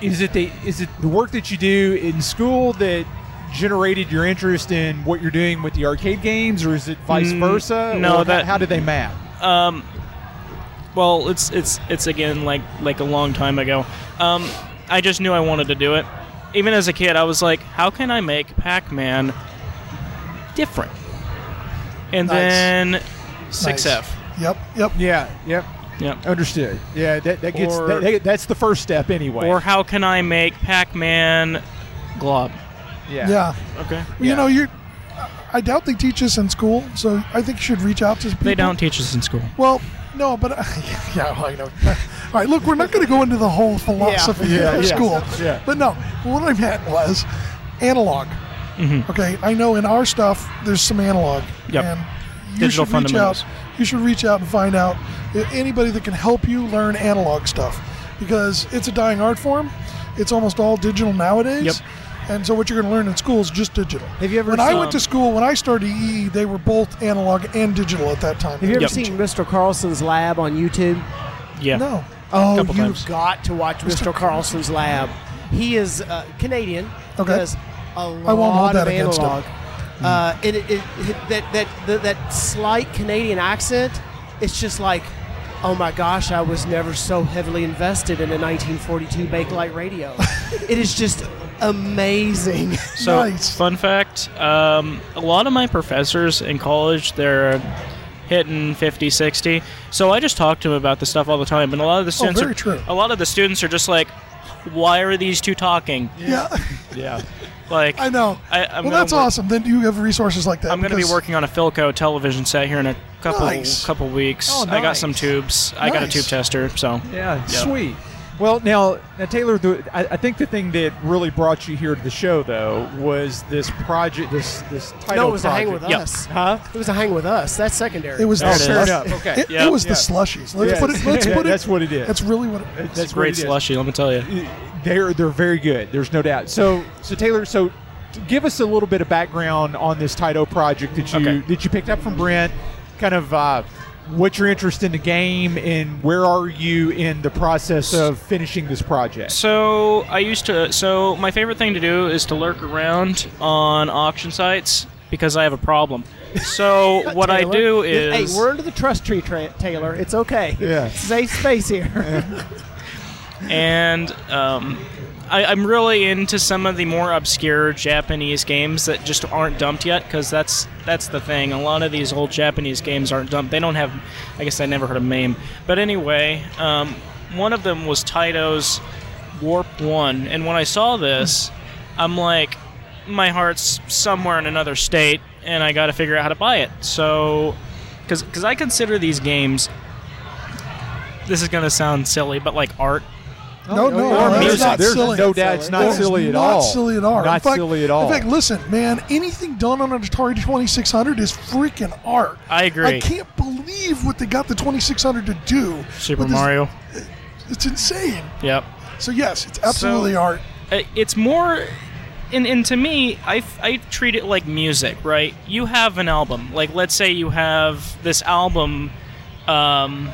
Speaker 3: is it the is it the work that you do in school that generated your interest in what you're doing with the arcade games, or is it vice
Speaker 7: Mm,
Speaker 3: versa?
Speaker 7: no,
Speaker 3: Or how-
Speaker 7: that-
Speaker 3: how did they map?
Speaker 7: Um, well, it's it's it's again like like a long time ago. Um, I just knew I wanted to do it. Even as a kid, I was like, how can I make Pac-Man different? And
Speaker 6: Nice.
Speaker 7: then
Speaker 6: Nice.
Speaker 7: 6F.
Speaker 6: Yep, yep.
Speaker 3: Yeah. Yep.
Speaker 7: Yep.
Speaker 3: Understood. Yeah. That that gets
Speaker 7: Or-
Speaker 3: that, that- that's the first step anyway.
Speaker 7: Or how can I make Pac-Man glob?
Speaker 3: yeah.
Speaker 6: Yeah.
Speaker 7: Okay.
Speaker 3: Yeah.
Speaker 6: You know, you I doubt they teach us in school, so I think you should reach out to people.
Speaker 7: They don't teach us in school.
Speaker 6: Well, no, but uh, yeah, well, you know. All right, look, we're not going to go into the whole philosophy
Speaker 3: Yeah,
Speaker 6: of
Speaker 3: yeah,
Speaker 6: school,
Speaker 3: yeah.
Speaker 6: but no, what I meant was, analog. Okay, I know in our stuff there's some analog.
Speaker 7: Mm-hmm. Yep.
Speaker 6: And you
Speaker 7: Digital
Speaker 6: should reach
Speaker 7: fundamentals.
Speaker 6: out. You should reach out and find out i- anybody that can help you learn analog stuff because it's a dying art form. It's almost all digital nowadays.
Speaker 7: Yep.
Speaker 6: And so what you're going to learn in school is just digital.
Speaker 2: Have you ever
Speaker 6: When I went to
Speaker 2: seen-
Speaker 6: school, when I started EE, they were both analog and digital at that time.
Speaker 2: Have you ever
Speaker 7: Yep.
Speaker 2: seen Mr. Carlson's lab on YouTube?
Speaker 7: Yeah.
Speaker 6: No.
Speaker 2: Oh,
Speaker 7: Couple
Speaker 2: you've
Speaker 7: times.
Speaker 2: got to watch Mr. Carlson's lab. He is uh, Canadian.
Speaker 6: Okay.
Speaker 2: Does a lot
Speaker 6: won't hold that
Speaker 2: of
Speaker 6: against him. Mm.
Speaker 2: analog. Uh, and it, it, it- that, that, that, that slight Canadian accent, it's just like, oh my gosh, I was never so heavily invested in a 1942 Bakelite radio. it is just amazing.
Speaker 7: So,
Speaker 6: Nice.
Speaker 7: fun fact um, a lot of my professors in college, they're hitting 50, 60. So, I just talk to them about this stuff all the time. And a lot of
Speaker 2: Oh,
Speaker 7: the students,
Speaker 6: Oh, very
Speaker 7: are,
Speaker 6: true.
Speaker 7: A lot of the students are just like, why are these two talking?
Speaker 6: Yeah,
Speaker 3: Yeah.
Speaker 7: Like,
Speaker 6: I know.
Speaker 7: I- I'm
Speaker 6: well,
Speaker 7: gonna
Speaker 6: that's
Speaker 7: work-
Speaker 6: awesome. Then you have resources like that.
Speaker 7: I'm going to be
Speaker 6: because-
Speaker 7: working on a Philco television set here in a couple
Speaker 6: Nice.
Speaker 7: couple weeks.
Speaker 3: Oh,
Speaker 7: I got
Speaker 3: nice.
Speaker 7: some tubes. I got a
Speaker 6: Nice.
Speaker 7: tube tester. So
Speaker 3: Yeah, sweet. Well, now, now Taylor, the, I, I think the thing that really brought you here to the show, though, was this project, this this title.
Speaker 2: no, it was a
Speaker 3: project.
Speaker 2: hang with
Speaker 7: Yep.
Speaker 2: us.
Speaker 3: Huh?
Speaker 2: It was a hang with us. That's secondary.
Speaker 6: It was
Speaker 3: Oh,
Speaker 6: the
Speaker 7: it
Speaker 3: fair
Speaker 7: is.
Speaker 3: enough.
Speaker 6: slushies.
Speaker 3: Okay.
Speaker 6: It,
Speaker 7: Yeah.
Speaker 6: it was the
Speaker 3: Yeah.
Speaker 6: slushies. Let's
Speaker 3: Yes.
Speaker 6: put it. Let's
Speaker 3: Yeah,
Speaker 6: put it.
Speaker 3: that's what it is.
Speaker 6: That's really what. It,
Speaker 3: That's
Speaker 7: it's
Speaker 3: what
Speaker 7: great
Speaker 3: it is.
Speaker 7: slushy, let me tell you.
Speaker 3: They're they're very good. There's no doubt. So so Taylor, so t- give us a little bit of background on this Taito project that you
Speaker 7: Okay.
Speaker 3: that you picked up from Brent. Kind of uh, what your interest in the game and where are you in the process of finishing this project?
Speaker 7: So I used to. So my favorite thing to do is to lurk around on auction sites because I have a problem. So what I
Speaker 2: Taylor.
Speaker 7: do
Speaker 2: Hey,
Speaker 7: is
Speaker 2: we're under the trust tree, tra- Taylor. It's okay.
Speaker 3: Yeah.
Speaker 2: Safe space here.
Speaker 7: and um, I, I'm really into some of the more obscure Japanese games that just aren't dumped yet, because that's that's the thing. A lot of these old Japanese games aren't dumped. They don't have. I guess I never heard of MAME, but anyway, um, one of them was Taito's Warp One, and when I saw this, I'm like, my heart's somewhere in another state, and I got to figure out how to buy it. So, because I consider these games. This is gonna sound silly, but like art.
Speaker 6: no, no,
Speaker 3: Or
Speaker 6: no,
Speaker 3: music.
Speaker 6: that's not
Speaker 3: There's
Speaker 6: silly.
Speaker 3: no doubt it's not
Speaker 6: That's
Speaker 3: silly at
Speaker 6: not
Speaker 3: all.
Speaker 6: silly at all.
Speaker 3: Not
Speaker 6: in fact,
Speaker 3: silly at all.
Speaker 6: In fact, listen, man. Anything done on an Atari 2600 is freaking art.
Speaker 7: I agree.
Speaker 6: I can't believe what they got the 2600 to do.
Speaker 7: Super
Speaker 6: with this-
Speaker 7: Mario.
Speaker 6: It's insane.
Speaker 7: Yep.
Speaker 6: So yes, it's absolutely
Speaker 7: So-
Speaker 6: art.
Speaker 7: Uh, It's more, and, and to me, I, f- I treat it like music, right? You have an album. Like, let's say you have this album um,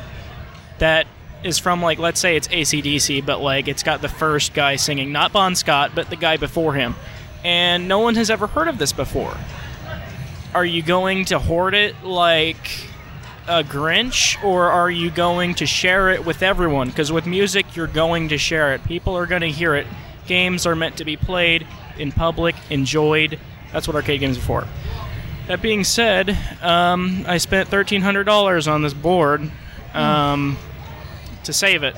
Speaker 7: that is from, like, let's say it's ACDC, but, like, it's got the first guy singing, not Bon Scott, but the guy before him. And no one has ever heard of this before. Are you going to hoard it like a Grinch, or are you going to share it with everyone? Because with music, you're going to share it. People are going to hear it. Games are meant to be played in public, enjoyed. That's what arcade games are for. That being said, um, I spent $1,300 on this board um, to save it,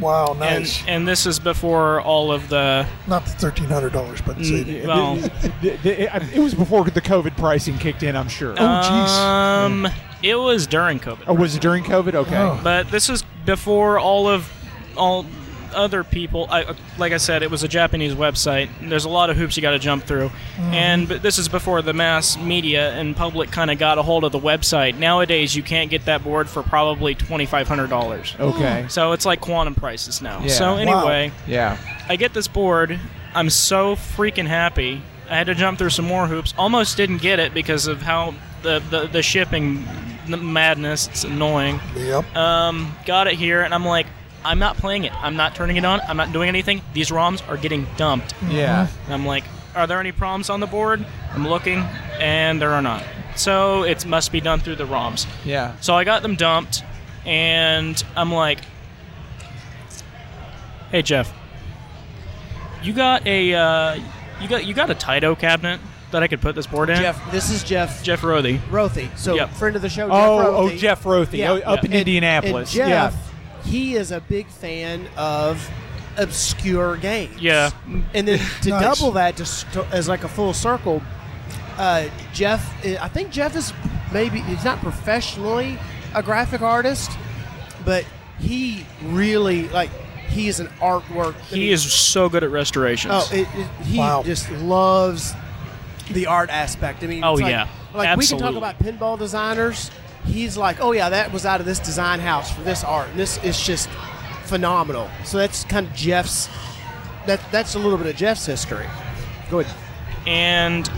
Speaker 6: Wow,
Speaker 7: and
Speaker 6: nice.
Speaker 7: and this is before all of the
Speaker 6: not the $1,300, but it's
Speaker 7: Mm, well.
Speaker 3: Th- th- it was before the COVID pricing kicked in, I'm sure.
Speaker 6: Oh, jeez.
Speaker 7: Um, it was during COVID.
Speaker 3: Oh, was it during COVID? Okay.
Speaker 6: Oh.
Speaker 7: but this is before all of all other people I, like i said it was a japanese website there's a lot of hoops you got to jump through and but this is before the mass media and public kind of got a hold of the website nowadays you can't get that board for probably $2500
Speaker 3: Okay.
Speaker 7: so it's like quantum prices now
Speaker 3: Yeah.
Speaker 7: so
Speaker 3: Wow.
Speaker 7: anyway
Speaker 3: Yeah.
Speaker 7: I get this board. I'm so freaking happy. I had to jump through some more hoops. Almost didn't get it because of how the, the, the shipping the madness. It's annoying.
Speaker 6: Yep.
Speaker 7: Um, got it here, and I'm like, I'm not playing it. I'm not turning it on. I'm not doing anything. These ROMs are getting dumped.
Speaker 3: Yeah.
Speaker 7: And I'm like, are there any problems on the board? I'm looking, and there are not. So it must be done through the ROMs.
Speaker 3: Yeah.
Speaker 7: So I got them dumped, and I'm like, "Hey Jeff, you got a uh, you got you got a Taito cabinet that I could put this board in?"
Speaker 2: Jeff, this is Jeff
Speaker 7: Jeff Rothie.
Speaker 2: Rothy. So
Speaker 7: Yep.
Speaker 2: friend of the show. Jeff
Speaker 3: Oh, oh,
Speaker 2: Rothy.
Speaker 3: Jeff Rothy,
Speaker 2: Yeah.
Speaker 3: oh, up in
Speaker 2: And-
Speaker 3: Indianapolis.
Speaker 2: and Jeff,
Speaker 3: yeah.
Speaker 2: he is a big fan of obscure games.
Speaker 7: Yeah.
Speaker 2: And then to
Speaker 6: Nice.
Speaker 2: double that just to, as like a full circle, uh, Jeff, I think Jeff is maybe he's not professionally a graphic artist, but he really like he is an artwork. that
Speaker 7: He is so good at restorations.
Speaker 2: Oh, it, it, he
Speaker 6: Wow.
Speaker 2: just loves the art aspect. I mean,
Speaker 7: Oh,
Speaker 2: it's like,
Speaker 7: yeah.
Speaker 2: like we
Speaker 7: Absolutely.
Speaker 2: can talk about pinball designers. He's like, oh yeah, that was out of this design house for this art. And this is just phenomenal. So that's kind of Jeff's. That that's a little bit of Jeff's history. Go ahead.
Speaker 7: and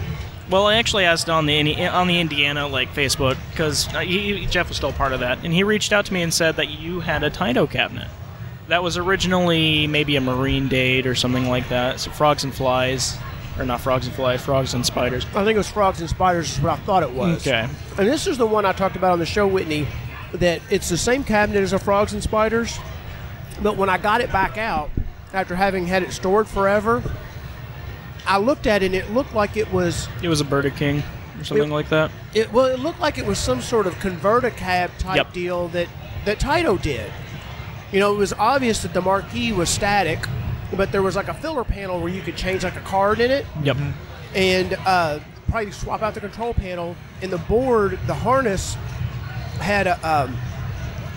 Speaker 7: well, I actually asked on the Indi- on the Indiana like Facebook because Jeff was still part of that, and he reached out to me and said that you had a Taito cabinet that was originally maybe a Marine date or something like that. So frogs and flies, or not frogs and flies, frogs and spiders.
Speaker 2: I think it was frogs and spiders is what I thought it was.
Speaker 7: Okay.
Speaker 2: And this is the one I talked about on the show, Whitney. That it's the same cabinet as a frogs and spiders, but when I got it back out after having had it stored forever, I looked at it and it looked like it was
Speaker 7: It was a Burger King or something like that.
Speaker 2: It well, it looked like it was some sort of converticab type
Speaker 7: Yep.
Speaker 2: deal that that Taito did. You know, it was obvious that the marquee was static, but there was like a filler panel where you could change like a card in it
Speaker 7: Yep.
Speaker 2: and uh, probably swap out the control panel. And the board, the harness had a. Um,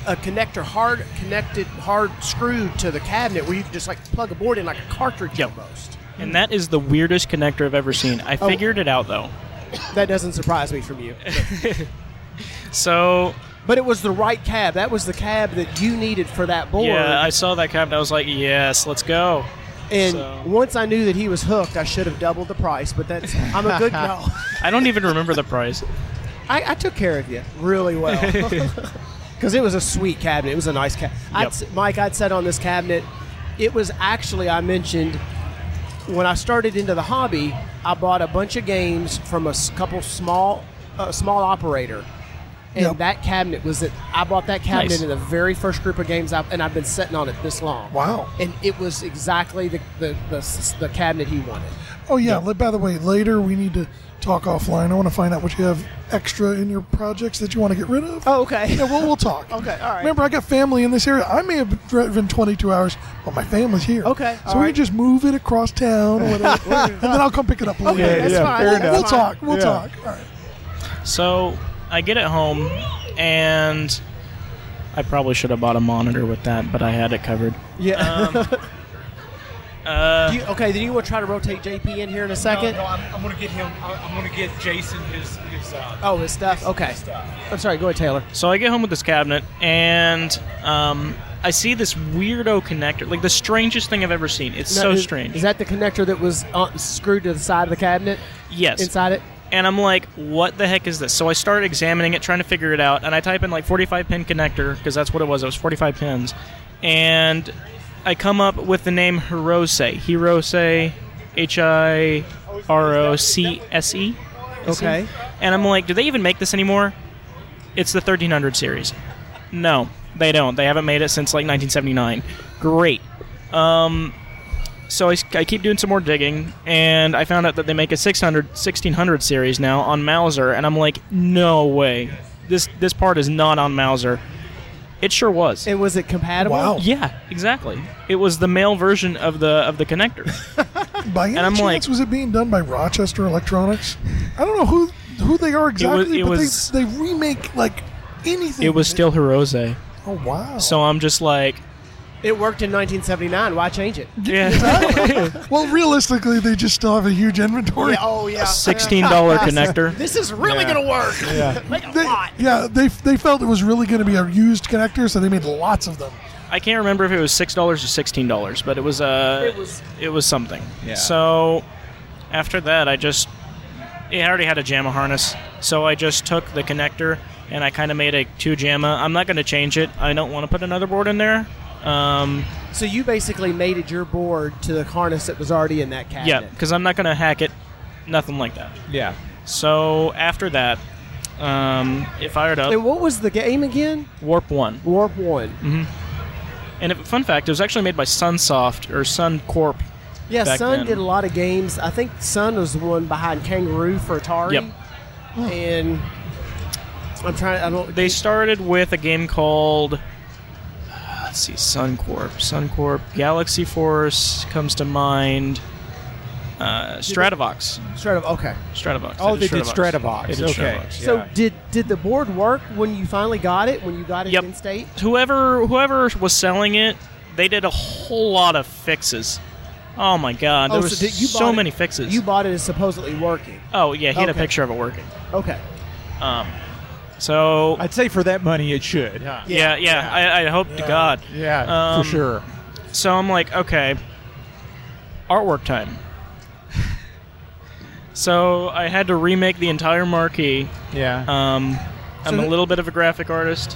Speaker 2: a connector hard connected hard screwed to the cabinet where you could just like plug a board in like a cartridge
Speaker 7: Yep.
Speaker 2: almost.
Speaker 7: And that is the weirdest connector I've ever seen. I
Speaker 2: Oh.
Speaker 7: figured it out though.
Speaker 2: That doesn't surprise me from you.
Speaker 7: So
Speaker 2: But it was the right cab. That was the cab that you needed for that board.
Speaker 7: yeah, I saw that cabinet. I was like, yes, let's go.
Speaker 2: And
Speaker 7: So-
Speaker 2: once I knew that he was hooked, I should have doubled the price. But that's I'm a good no.
Speaker 7: I don't even remember the price.
Speaker 2: I, I took care of you really well because it was a sweet cabinet. It was a nice cabinet.
Speaker 7: Yep.
Speaker 2: Mike, I'd said on this cabinet, it was actually I mentioned when I started into the hobby, I bought a bunch of games from a s- couple small uh, small operator. And
Speaker 6: Yep.
Speaker 2: that cabinet was it. I bought that cabinet
Speaker 7: Nice.
Speaker 2: in the very first group of games, I've, and I've been sitting on it this long.
Speaker 6: Wow.
Speaker 2: And it was exactly the the, the, s- the cabinet he wanted.
Speaker 6: Oh yeah. li- By the way, later we need to talk offline. I want to find out what you have extra in your projects that you want to get rid of.
Speaker 2: Oh, okay.
Speaker 6: Yeah, we'll, we'll talk.
Speaker 2: Okay, all right.
Speaker 6: Remember, I got family in this area. I may have driven 22 hours, but my family's here.
Speaker 2: Okay,
Speaker 6: So
Speaker 2: all
Speaker 6: we
Speaker 2: right.
Speaker 6: can just move it across town or whatever, and then I'll come pick it up later.
Speaker 2: Okay, that's
Speaker 3: yeah,
Speaker 2: fine.
Speaker 3: fair
Speaker 6: We'll,
Speaker 2: that's
Speaker 6: we'll
Speaker 2: fine.
Speaker 6: talk. We'll
Speaker 3: Yeah.
Speaker 6: talk. All right.
Speaker 7: So I get it home, and I probably should have bought a monitor with that, but I had it covered.
Speaker 2: Yeah.
Speaker 7: Uh,
Speaker 2: Um, Do you- okay, then you want to try to rotate JP in here in
Speaker 9: No,
Speaker 2: a second?
Speaker 9: no, I'm, I'm gonna get him. I- I'm gonna get Jason his his. Uh,
Speaker 2: Oh, his stuff. Okay. I'm sorry. Go ahead, Taylor.
Speaker 7: so I get home with this cabinet, and um, I see this weirdo connector, like the strangest thing I've ever seen. It's
Speaker 2: No,
Speaker 7: so
Speaker 2: is-
Speaker 7: strange.
Speaker 2: Is that the connector that was uh, screwed to the side of the cabinet?
Speaker 7: yes.
Speaker 2: Inside it.
Speaker 7: And I'm like, what the heck is this? So I started examining it, trying to figure it out, and I type in like 45 pin connector because that's what it was. It was 45 pins, and I come up with the name Hirose. Hirose, H I R O C S E.
Speaker 2: Okay.
Speaker 7: And I'm like, do they even make this anymore? It's the 1300 series. No, they don't. They haven't made it since like 1979. Great. Um, so I, s- I keep doing some more digging, and I found out that they make a 600, 1600 series now on Mauser, and I'm like, no way. This this part is not on Mauser. It sure was.
Speaker 2: And was it compatible?
Speaker 6: Wow.
Speaker 7: yeah, exactly. It was the male version of the of the connector.
Speaker 6: By any
Speaker 7: I'm
Speaker 6: chance,
Speaker 7: like-
Speaker 6: was it being done by Rochester Electronics? I don't know who who they are exactly,
Speaker 7: it
Speaker 6: but
Speaker 7: was-
Speaker 6: they, they remake like anything.
Speaker 7: it was
Speaker 6: They-
Speaker 7: still Hirose.
Speaker 6: Oh wow.
Speaker 7: So I'm just like,
Speaker 2: It worked in 1979. Why change it?
Speaker 7: yeah,
Speaker 6: well, realistically, they just still have a huge inventory.
Speaker 2: Oh yeah.
Speaker 7: sixteen dollar connector.
Speaker 2: This is really gonna work.
Speaker 6: They- yeah, they, they felt it was really going to be a used connector, so they made lots of them.
Speaker 7: I can't remember if it was six dollars or sixteen dollars, but it was uh, it was something.
Speaker 3: Yeah.
Speaker 7: So after that, I just I already had a JAMA harness, so I just took the connector and I kind of made a two JAMA. I'm not going to change it. I don't want to put another board in there. Um,
Speaker 2: So you basically mated your board to the harness that was already in that
Speaker 7: yeah,
Speaker 2: cabinet.
Speaker 7: because I'm not going to hack it. Nothing like that.
Speaker 3: Yeah.
Speaker 7: So after that, um, it fired up
Speaker 2: And what was the game again?
Speaker 7: Warp One. Mm-hmm.
Speaker 2: Warp One.
Speaker 7: And if, fun fact, it was actually made by Sunsoft or Sun Corp.
Speaker 2: Yeah,
Speaker 7: back
Speaker 2: Sun
Speaker 7: then.
Speaker 2: did a lot of games. I think Sun was the one behind Kangaroo for Atari.
Speaker 7: Yep.
Speaker 2: And I'm trying. I don't.
Speaker 7: They started with a game called uh, let's see, SunCorp, SunCorp, Galaxy Force comes to mind. Uh, Stratovox,
Speaker 2: Straight up. Okay.
Speaker 7: Stratovox.
Speaker 3: Oh, they did Stratovox.
Speaker 7: They did
Speaker 3: okay.
Speaker 7: Stratovox.
Speaker 2: So
Speaker 3: Yeah.
Speaker 2: did did the board work when you finally got it? When you got it
Speaker 7: Yep.
Speaker 2: in state?
Speaker 7: Whoever whoever was selling it, they did a whole lot of fixes. Oh my god, there
Speaker 2: Oh,
Speaker 7: was
Speaker 2: so did- you
Speaker 7: so
Speaker 2: bought it-
Speaker 7: many fixes.
Speaker 2: You bought it as supposedly working.
Speaker 7: oh yeah, he had
Speaker 2: Okay.
Speaker 7: a picture of it working.
Speaker 2: Okay.
Speaker 7: Um, so
Speaker 3: I'd say for that money, it should. huh?
Speaker 7: yeah, yeah, I, I hope to God.
Speaker 3: Yeah,
Speaker 7: Um,
Speaker 3: for sure.
Speaker 7: So I'm like, okay, artwork time. so I had to remake the entire marquee.
Speaker 3: Yeah.
Speaker 7: Um, I'm a
Speaker 2: who-
Speaker 7: little bit of a graphic artist.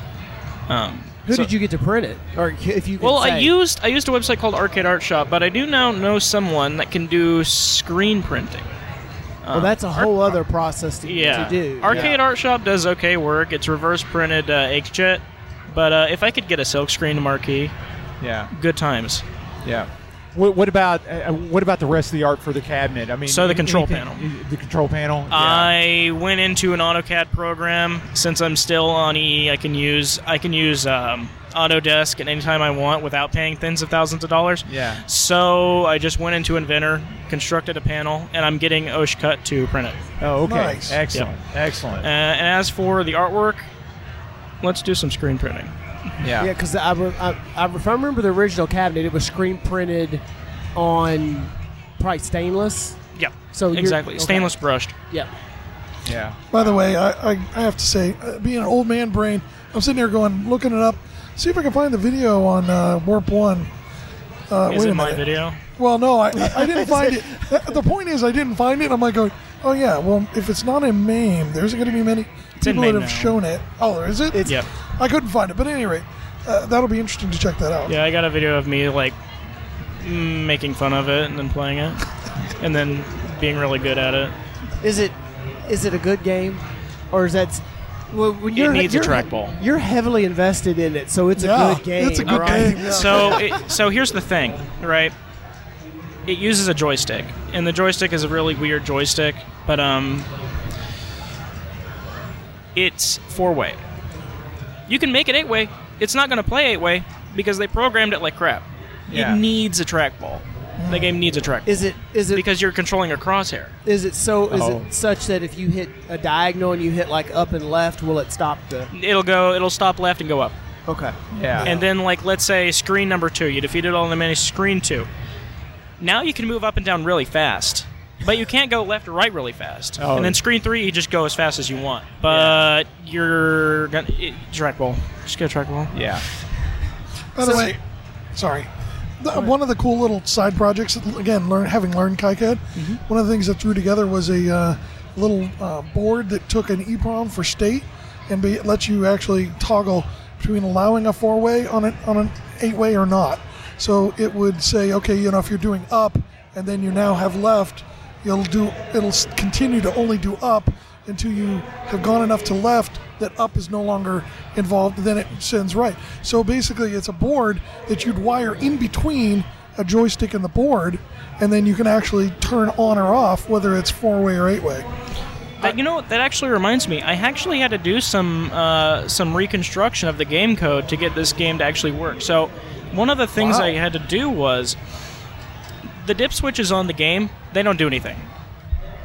Speaker 7: Um,
Speaker 2: Who
Speaker 7: so-
Speaker 2: did you get to print it? Or if you could
Speaker 7: Well, I
Speaker 2: say.
Speaker 7: used I used a website called Arcade Art Shop, but I do now know someone that can do screen printing. Um,
Speaker 2: Well, that's a whole other process to,
Speaker 7: uh, Yeah,
Speaker 2: to do.
Speaker 7: Arcade
Speaker 2: yeah.
Speaker 7: Art Shop does okay work. It's reverse printed uh, inkjet, but uh, if I could get a silkscreen marquee,
Speaker 3: yeah.
Speaker 7: good times.
Speaker 3: Yeah. What, what about uh, what about the rest of the art for the cabinet? I mean,
Speaker 7: So the
Speaker 3: anything-
Speaker 7: control panel.
Speaker 3: The control panel. yeah.
Speaker 7: I went into an AutoCAD program. Since I'm still on EE, I can use I can use um, Autodesk at any time I want without paying tens of thousands of dollars.
Speaker 3: Yeah.
Speaker 7: So I just went into Inventor, constructed a panel, and I'm getting Oshcut to print it.
Speaker 3: Oh, okay.
Speaker 6: Nice.
Speaker 3: Excellent. Excellent.
Speaker 7: Uh, and as for the artwork, let's do some screen printing.
Speaker 3: yeah.
Speaker 2: Yeah, because I, re- I, I, if I remember the original cabinet, it was screen printed on probably stainless.
Speaker 7: Yeah.
Speaker 2: So you're-
Speaker 7: exactly,
Speaker 2: okay.
Speaker 7: stainless brushed.
Speaker 2: Yeah.
Speaker 3: Yeah.
Speaker 6: By the way, I, I, I have to say, uh, being an old man brain, I'm sitting there going, looking it up, see if I can find the video on uh, Warp One. Uh,
Speaker 7: Is
Speaker 6: wait
Speaker 7: it
Speaker 6: a
Speaker 7: my
Speaker 6: minute.
Speaker 7: video?
Speaker 6: Well, no, I, I I didn't find it. Th- The point is, I didn't find it. I'm like, going, oh yeah, well, if it's not in MAME, there's going to be many
Speaker 7: in
Speaker 6: people that
Speaker 7: MAME
Speaker 6: have
Speaker 7: now.
Speaker 6: shown it. Oh, there is it?
Speaker 2: It's-
Speaker 7: Yep.
Speaker 6: I couldn't find it, but at any rate, uh, that'll be interesting to check that out.
Speaker 7: Yeah, I got a video of me like mm, making fun of it and then playing it, and then being really good at it.
Speaker 2: Is it is it a good game, or is that s- well, when you're,
Speaker 7: needs a
Speaker 2: you're-
Speaker 7: trackball.
Speaker 2: You're heavily invested in it, so it's
Speaker 6: Yeah,
Speaker 2: a good game.
Speaker 6: it's a good
Speaker 2: right?
Speaker 6: game, yeah.
Speaker 7: So, it, so here's the thing, right? It uses a joystick, and the joystick is a really weird joystick, but um, it's four way. You can make it eight way. It's not going to play eight way because they programmed it like crap.
Speaker 3: Yeah.
Speaker 7: It needs a trackball. The game needs a trackball
Speaker 2: Is it is it
Speaker 7: because you're controlling a crosshair.
Speaker 2: is it so is
Speaker 3: Oh.
Speaker 2: it such that if you hit a diagonal and you hit like up and left, will it stop the?
Speaker 7: It'll go. It'll stop left and go up.
Speaker 2: Okay.
Speaker 3: Yeah.
Speaker 7: And then, like, let's say screen number two, you defeated all the mini screen two. Now you can move up and down really fast, but you can't go left or right really fast.
Speaker 3: Oh.
Speaker 7: And then screen three, you just go as fast as you want. But you're gonna it, trackball. Just go trackball.
Speaker 3: yeah.
Speaker 6: By the way, sorry. The- one of the cool little side projects, again, learn, having learned KiCad, one of the things that threw together was a uh, little uh, board that took an EEPROM for state and be, it lets you actually toggle between allowing a four way on an, on an eight way or not. So it would say, okay, you know, if you're doing up and then you now have left, you'll do it'll s- continue to only do up until you have gone enough to left that up is no longer involved then it sends right so basically it's a board that you'd wire in between a joystick and the board and then you can actually turn on or off whether it's four way or eight way
Speaker 7: That, you know what? That actually reminds me. I actually had to do some uh, some reconstruction of the game code to get this game to actually work. So, one of the things
Speaker 6: Wow.
Speaker 7: I had to do was the dip switches on the game. They don't do anything.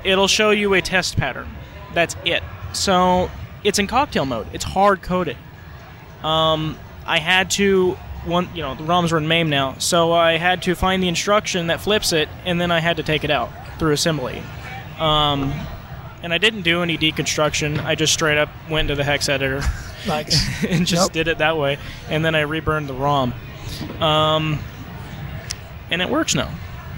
Speaker 7: It'll show you a test pattern. That's it. So it's in cocktail mode. It's hard coded. Um, I had to one. You know the ROMs are in MAME now, so I had to find the instruction that flips it, and then I had to take it out through assembly. Um, and I didn't do any deconstruction. I just straight up went to the hex editor
Speaker 6: nice
Speaker 7: and just
Speaker 6: Yep.
Speaker 7: did it that way. And then I reburned the ROM. Um, and it works now.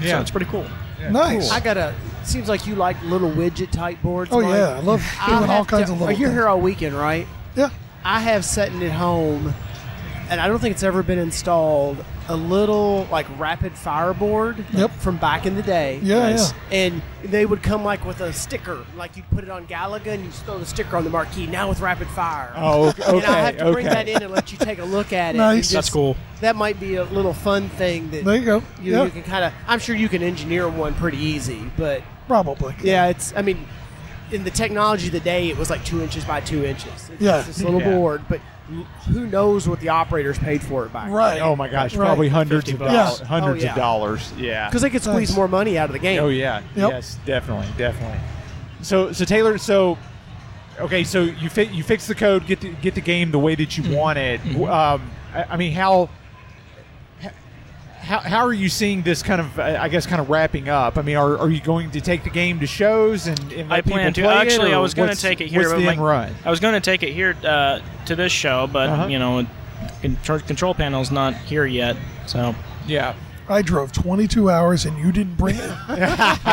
Speaker 7: So
Speaker 3: Yeah.
Speaker 7: it's pretty cool.
Speaker 6: nice
Speaker 2: I gotta. Seems like you like little widget type boards.
Speaker 6: oh
Speaker 2: Mike.
Speaker 6: yeah i love
Speaker 2: I'll
Speaker 6: doing all
Speaker 2: have
Speaker 6: kinds
Speaker 2: to-
Speaker 6: of little
Speaker 2: You're
Speaker 6: things.
Speaker 2: here all weekend, right?
Speaker 6: yeah
Speaker 2: I have sitting at home, and I don't think it's ever been installed. A little like rapid fire board
Speaker 6: Yep.
Speaker 2: from back in the day.
Speaker 6: yeah
Speaker 7: Nice.
Speaker 6: yeah
Speaker 2: And they would come like with a sticker, like you'd put it on Galaga and you throw the sticker on the marquee. Now with rapid fire.
Speaker 3: Oh, okay.
Speaker 2: and I have to
Speaker 3: okay.
Speaker 2: bring that in and let you take a look at it.
Speaker 6: Nice.
Speaker 2: and just-
Speaker 7: That's cool.
Speaker 2: That might be a little fun thing that
Speaker 6: there you go
Speaker 2: you,
Speaker 6: yeah
Speaker 2: you can kind of. I'm sure you can engineer one pretty easy, but
Speaker 6: probably
Speaker 2: yeah, it's. I mean, in the technology of the day, it was like two inches by two inches. It's
Speaker 6: Yeah.
Speaker 2: just this little
Speaker 3: Yeah.
Speaker 2: board, but who knows what the operators paid for it back?
Speaker 6: right
Speaker 3: Oh my gosh,
Speaker 6: Right.
Speaker 3: probably hundreds of
Speaker 7: bucks.
Speaker 3: dollars.
Speaker 6: Yeah.
Speaker 3: Hundreds
Speaker 2: Oh, yeah.
Speaker 3: of dollars. Yeah.
Speaker 2: Because they could squeeze
Speaker 6: Nice.
Speaker 2: more money out of the game.
Speaker 3: Oh yeah.
Speaker 6: Yep.
Speaker 3: Yes, definitely, definitely. So so Taylor, so okay, so you fi- you fix the code,
Speaker 2: Mm-hmm.
Speaker 3: get the, get the game the way that you want it. Um, I, I mean, how how, how are you seeing this kind of, uh, I guess, kind of wrapping up? I mean, are, are you going to take the game to shows and, and let
Speaker 7: I plan to
Speaker 3: people play it,
Speaker 7: actually. I
Speaker 3: or
Speaker 7: was going
Speaker 3: what's-
Speaker 7: to take it here.
Speaker 3: What's
Speaker 7: but
Speaker 3: the
Speaker 7: my-
Speaker 3: end run?
Speaker 7: I was going to take it here uh, to this show, but
Speaker 3: Uh-huh.
Speaker 7: you know, control, control panel's not here yet. So
Speaker 3: Yeah,
Speaker 6: I drove 22 hours and you didn't bring it.
Speaker 7: you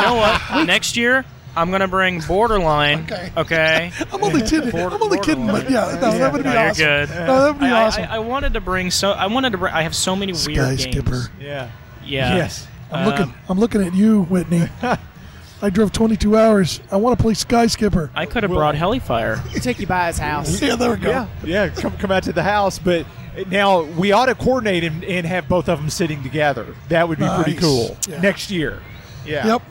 Speaker 7: know what? Next year I'm going to bring Borderline.
Speaker 6: Okay.
Speaker 7: okay?
Speaker 6: I'm only kidding.
Speaker 7: Border-
Speaker 6: I'm only kidding. But yeah, no, Oh, that would be
Speaker 7: No, you're
Speaker 6: awesome.
Speaker 7: good.
Speaker 6: No, that would be
Speaker 7: I, I-
Speaker 6: awesome.
Speaker 7: I, I wanted to bring so I wanted to bring. I have so many
Speaker 6: Sky
Speaker 7: weird games.
Speaker 6: Skipper.
Speaker 3: yeah,
Speaker 7: Yeah.
Speaker 3: yes.
Speaker 6: I'm looking.
Speaker 7: Um,
Speaker 6: I'm looking at you, Whitney. I drove 22 hours. I want to play Sky Skipper.
Speaker 7: I could have brought Hellfire.
Speaker 2: Take you by his house.
Speaker 6: Yeah, there we go.
Speaker 3: Yeah, yeah. Come come out to the house, but now we ought to coordinate and, and have both of them sitting together. That would be pretty
Speaker 6: Nice.
Speaker 3: cool
Speaker 6: Yeah.
Speaker 3: next year. Yeah.
Speaker 6: Yep.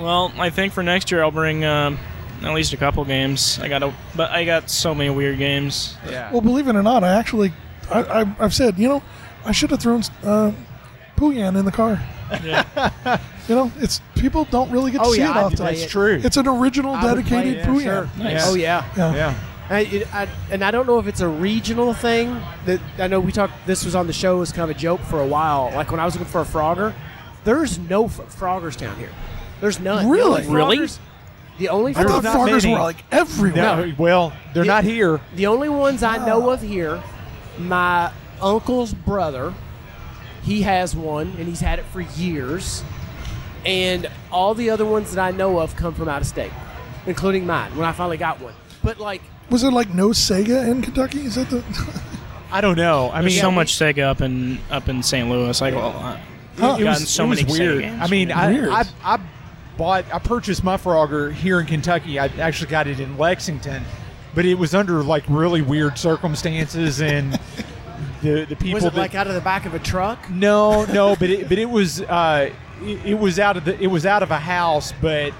Speaker 7: Well, I think for next year I'll bring um, at least a couple games. I got a, but I got so many weird games.
Speaker 3: Yeah.
Speaker 6: Well, believe it or not, I actually, I, I, I've said, you know, I should have thrown uh, Puyan in the car.
Speaker 7: Yeah.
Speaker 6: You know, it's people don't really get to
Speaker 2: Oh,
Speaker 6: see
Speaker 2: yeah,
Speaker 6: it
Speaker 2: I'd
Speaker 6: often.
Speaker 2: play
Speaker 3: That's
Speaker 2: it.
Speaker 3: true.
Speaker 6: It's an original,
Speaker 2: I would play
Speaker 6: dedicated
Speaker 2: it,
Speaker 6: Puyan.
Speaker 2: sure.
Speaker 7: Nice.
Speaker 2: Oh yeah.
Speaker 6: Yeah.
Speaker 3: yeah.
Speaker 2: I, it- I, and I don't know if it's a regional thing. That I know we talked. This was on the show as kind of a joke for a while. Like when I was looking for a Frogger, there's no f- Froggers down here. There's none. The
Speaker 6: Really?
Speaker 2: only
Speaker 7: Really?
Speaker 2: Froggers- The only
Speaker 6: I thought
Speaker 2: Froggers,
Speaker 3: not
Speaker 6: Foggers
Speaker 3: many.
Speaker 6: were like everywhere.
Speaker 3: No, well, they're
Speaker 2: Yeah.
Speaker 3: not here.
Speaker 2: the only ones I know of here. My uncle's brother, he has one, and he's had it for years. And all the other ones that I know of come from out of state, including mine. When I finally got one, but like
Speaker 6: Was there like no Sega in Kentucky? Is that the?
Speaker 3: I don't know. I
Speaker 7: There's
Speaker 3: mean,
Speaker 7: so much Sega up in up in St. Louis. Like, well, uh,
Speaker 6: Huh.
Speaker 7: gotten so many Sega
Speaker 3: weird.
Speaker 7: games
Speaker 3: I mean,
Speaker 7: from
Speaker 3: I,
Speaker 6: Weird.
Speaker 3: I I bought I purchased my Frogger here in Kentucky. I actually got it in Lexington, but it was under like really weird circumstances and the the people
Speaker 2: was it
Speaker 3: that,
Speaker 2: like out of the back of a truck?
Speaker 3: No, no, but it, but it was uh, it, it was out of the it was out of a house, but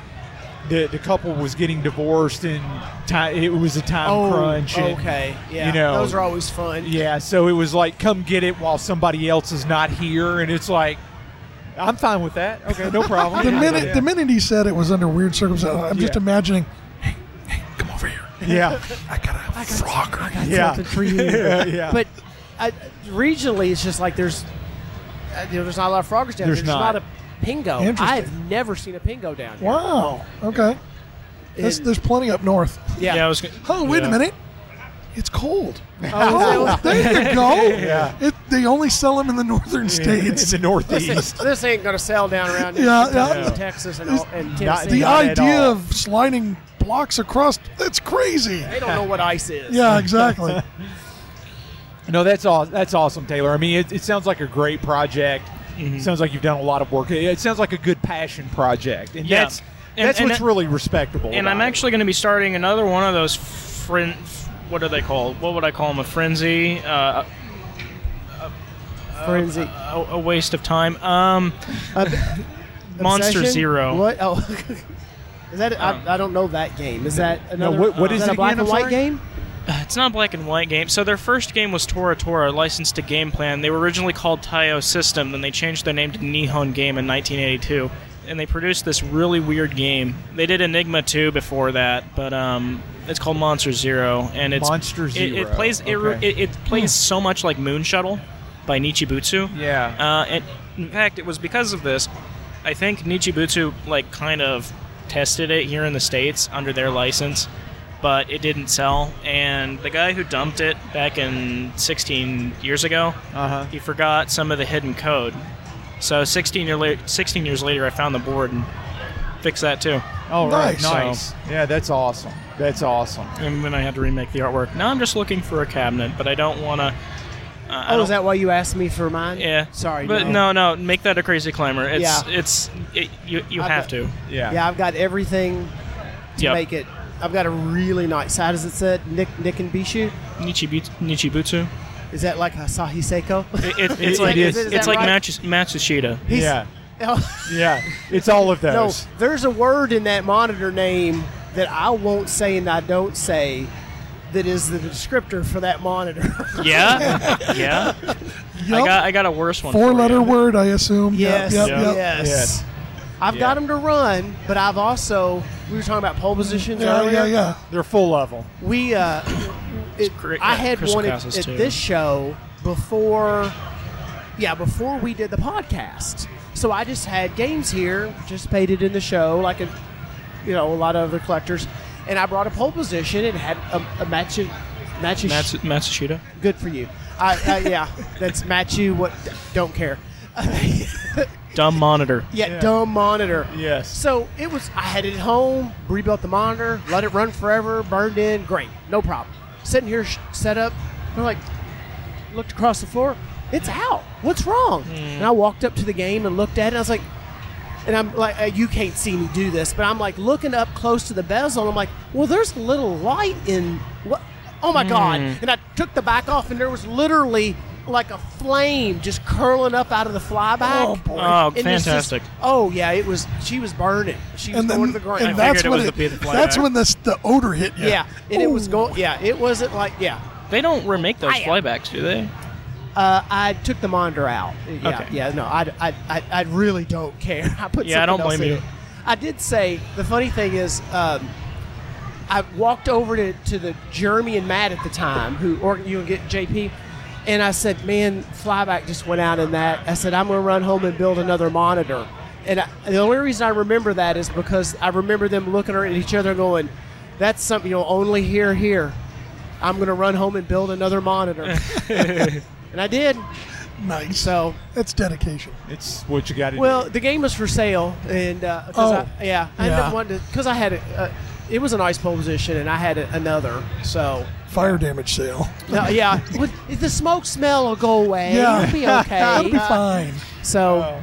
Speaker 3: the the couple was getting divorced and ti it was a time
Speaker 7: Oh,
Speaker 3: crunch. and,
Speaker 2: Oh, Okay, yeah.
Speaker 3: you know,
Speaker 2: those are always fun.
Speaker 3: yeah. So it was like, come get it while somebody else is not here, and it's like, I'm fine with that. Okay, no
Speaker 2: Oh,
Speaker 3: problem.
Speaker 6: The
Speaker 3: Yeah,
Speaker 6: minute
Speaker 3: yeah.
Speaker 6: the minute he said it was under weird circumstances, I'm just
Speaker 3: Yeah.
Speaker 6: imagining. Hey, hey, come over here.
Speaker 3: yeah,
Speaker 6: I got a frogger.
Speaker 3: yeah,
Speaker 2: Something for you.
Speaker 3: yeah, yeah.
Speaker 2: But I, regionally, it's just like there's, uh, you know, there's not a lot of froggers down here.
Speaker 3: There's
Speaker 2: There's not.
Speaker 3: not.
Speaker 2: a pingo.
Speaker 6: Interesting.
Speaker 2: I've never seen a pingo down here.
Speaker 6: Wow. Okay. That's,
Speaker 2: And-
Speaker 6: there's plenty up north.
Speaker 2: yeah.
Speaker 7: yeah, I was. g-
Speaker 6: Oh, wait
Speaker 7: yeah.
Speaker 6: a minute. It's cold.
Speaker 2: Oh,
Speaker 6: Oh,
Speaker 2: is that what-
Speaker 6: there you go.
Speaker 3: Yeah.
Speaker 6: It, they only sell them in the northern
Speaker 3: it's
Speaker 6: states.
Speaker 3: the
Speaker 2: this,
Speaker 3: northeast.
Speaker 2: this ain't gonna sell down around in
Speaker 6: Yeah,
Speaker 2: Kentucky
Speaker 6: yeah.
Speaker 2: and Texas and, all, and
Speaker 3: Not-
Speaker 2: Tennessee.
Speaker 6: The
Speaker 3: Not at
Speaker 6: idea
Speaker 3: all.
Speaker 6: of sliding blocks across, that's crazy.
Speaker 2: they don't know what ice is.
Speaker 6: Yeah, exactly.
Speaker 3: No, that's aw- that's awesome, Taylor. I mean, it, it sounds like a great project.
Speaker 7: Mm-hmm.
Speaker 3: Sounds like you've done a lot of work. It, it sounds like a good passion project, and
Speaker 7: Yeah.
Speaker 3: that's
Speaker 7: And-
Speaker 3: that's
Speaker 7: and
Speaker 3: what's
Speaker 7: it-
Speaker 3: really respectable.
Speaker 7: And
Speaker 3: about
Speaker 7: I'm
Speaker 3: it.
Speaker 7: actually going to be starting another one of those fren. What are they called? What would I call them? A frenzy? Uh,
Speaker 2: Forensic.
Speaker 7: a, a waste of time? Um, Monster
Speaker 2: Obsession?
Speaker 7: Zero. Um,
Speaker 2: What? Oh. Is that? I, I don't know that game. Is that another?
Speaker 3: what- what
Speaker 2: uh,
Speaker 3: is
Speaker 2: that
Speaker 3: it
Speaker 2: a black
Speaker 3: again?
Speaker 2: and
Speaker 3: I'm
Speaker 2: white
Speaker 3: sorry?
Speaker 2: game?
Speaker 7: It's not a black and white game. So their first game was Tora Tora, licensed to Game Plan. They were originally called Taio System, then they changed their name to Nihon Game in 1982. And they produced this really weird game. They did Enigma 2 before that, but um, it's called Monster Zero, and it's
Speaker 3: Monster
Speaker 7: it- It,
Speaker 3: Zero,
Speaker 7: plays it, re-
Speaker 3: okay.
Speaker 7: it, it plays so much like Moon Shuttle by Nichibutsu.
Speaker 3: yeah.
Speaker 7: Uh, and in fact, it was because of this. I think Nichibutsu like kind of tested it here in the states under their license, but it didn't sell. And the guy who dumped it back in 16 years ago,
Speaker 3: Uh-huh.
Speaker 7: he forgot some of the hidden code. So 16 year la- 16 years later, I found the board and fixed that too.
Speaker 3: Oh,
Speaker 6: Nice.
Speaker 3: right. Nice. Yeah, that's awesome. That's awesome.
Speaker 7: And then I had to remake the artwork. Now I'm just looking for a cabinet, but I don't want to. Uh, I
Speaker 2: Oh,
Speaker 7: don't-
Speaker 2: is that why you asked me for mine?
Speaker 7: Yeah.
Speaker 2: Sorry.
Speaker 7: But no, no, make that a crazy climber. It's
Speaker 2: Yeah.
Speaker 7: it's it, you you
Speaker 2: I
Speaker 7: have
Speaker 2: bet.
Speaker 7: to.
Speaker 3: Yeah.
Speaker 2: Yeah, I've got everything to
Speaker 7: Yep.
Speaker 2: make it. I've got a really nice. How does it say? Nick Nick and Bishu.
Speaker 7: Nichibu- Nichibutsu.
Speaker 2: Is that like Asahi Seiko?
Speaker 7: It, it,
Speaker 3: It-
Speaker 7: it's like
Speaker 3: it is.
Speaker 7: it's
Speaker 2: Is that
Speaker 7: like
Speaker 2: right?
Speaker 7: Matsu- Matsushita.
Speaker 2: He's-
Speaker 3: yeah.
Speaker 2: Oh,
Speaker 3: Yeah. It's all of
Speaker 2: no,
Speaker 3: those.
Speaker 2: there's a word in that monitor name that I won't say and I don't say. That is the descriptor for that monitor.
Speaker 7: Yeah, yeah. I
Speaker 6: Yup.
Speaker 7: got I got a worse one.
Speaker 6: Four
Speaker 7: for
Speaker 6: letter
Speaker 7: you.
Speaker 6: word, I assume.
Speaker 2: yes,
Speaker 6: Yep, yep, yep.
Speaker 2: yes,
Speaker 3: Yes.
Speaker 2: I've got
Speaker 3: Yeah.
Speaker 2: them to run, but I've also we were talking about pole positions
Speaker 6: Yeah,
Speaker 2: earlier.
Speaker 6: yeah, yeah.
Speaker 3: They're full of them.
Speaker 2: We, uh, it,
Speaker 7: cri-
Speaker 2: I
Speaker 7: yeah,
Speaker 2: had
Speaker 7: crystal
Speaker 2: one at,
Speaker 7: castles
Speaker 2: at
Speaker 7: too.
Speaker 2: this show before Yeah, before we did the podcast. So I just had games here, participated in the show, like a, you know, a lot of other collectors, and I brought a pole position and had a, a match, match,
Speaker 10: Mats- Matsushita.
Speaker 2: good for you. I, I, yeah, that's match you. What? Don't care.
Speaker 10: Dumb monitor.
Speaker 2: yeah, dumb monitor.
Speaker 3: Yes.
Speaker 2: So it was. I had it at home, rebuilt the monitor, let it run forever, burned in, great, no problem. Sitting here, sh- set up. I'm like, looked across the floor. It's out. What's wrong? And I walked up to the game and looked at it. And I was like, and I'm like, uh, you can't see me do this, but I'm like looking up close to the bezel. And I'm like, well, there's a little light in what? Oh my god! And I took the back off, and there was literally like a flame just curling up out of the flyback.
Speaker 6: Oh, boy.
Speaker 10: Oh,
Speaker 2: And it's just-
Speaker 10: fantastic.
Speaker 2: oh yeah, it was. She was burning. She was
Speaker 6: and then
Speaker 2: going to the ground.
Speaker 6: and
Speaker 10: I figured
Speaker 6: that's
Speaker 10: it
Speaker 6: when
Speaker 10: was
Speaker 6: it,
Speaker 10: the- the
Speaker 6: that's
Speaker 10: flyback.
Speaker 6: when the, the odor hit you.
Speaker 2: yeah. and it was going. Yeah, it wasn't like yeah.
Speaker 10: They don't remake those
Speaker 2: Hiya.
Speaker 10: flybacks, do they?
Speaker 2: Uh, I took the monitor out. Yeah,
Speaker 10: Okay.
Speaker 2: yeah. No, I, I, I, I really don't care. I put
Speaker 10: Yeah, I don't
Speaker 2: something else
Speaker 10: blame
Speaker 2: in
Speaker 10: you.
Speaker 2: it. I did say the funny thing is, um, I walked over to, to the Jeremy and Matt at the time, who or you and get JP, and I said, "Man, flyback just went out in that." I said, "I'm going to run home and build another monitor." And I, the only reason I remember that is because I remember them looking at each other, going, "That's something you'll only hear here." I'm going to run home and build another monitor, and I did.
Speaker 6: Nice.
Speaker 2: So
Speaker 6: that's dedication.
Speaker 3: It's what you got to
Speaker 2: well, the game was for sale, and uh, 'cause I, yeah, I ended
Speaker 6: Oh. Yeah.
Speaker 2: up wanting because I had a, uh, it was an ice pole position, and I had a, another. So
Speaker 6: Fire damage sale.
Speaker 2: no, Uh, yeah, with, if the smoke smell will go away.
Speaker 6: Yeah.
Speaker 2: it'll be okay. Uh,
Speaker 6: That'll be fine.
Speaker 2: So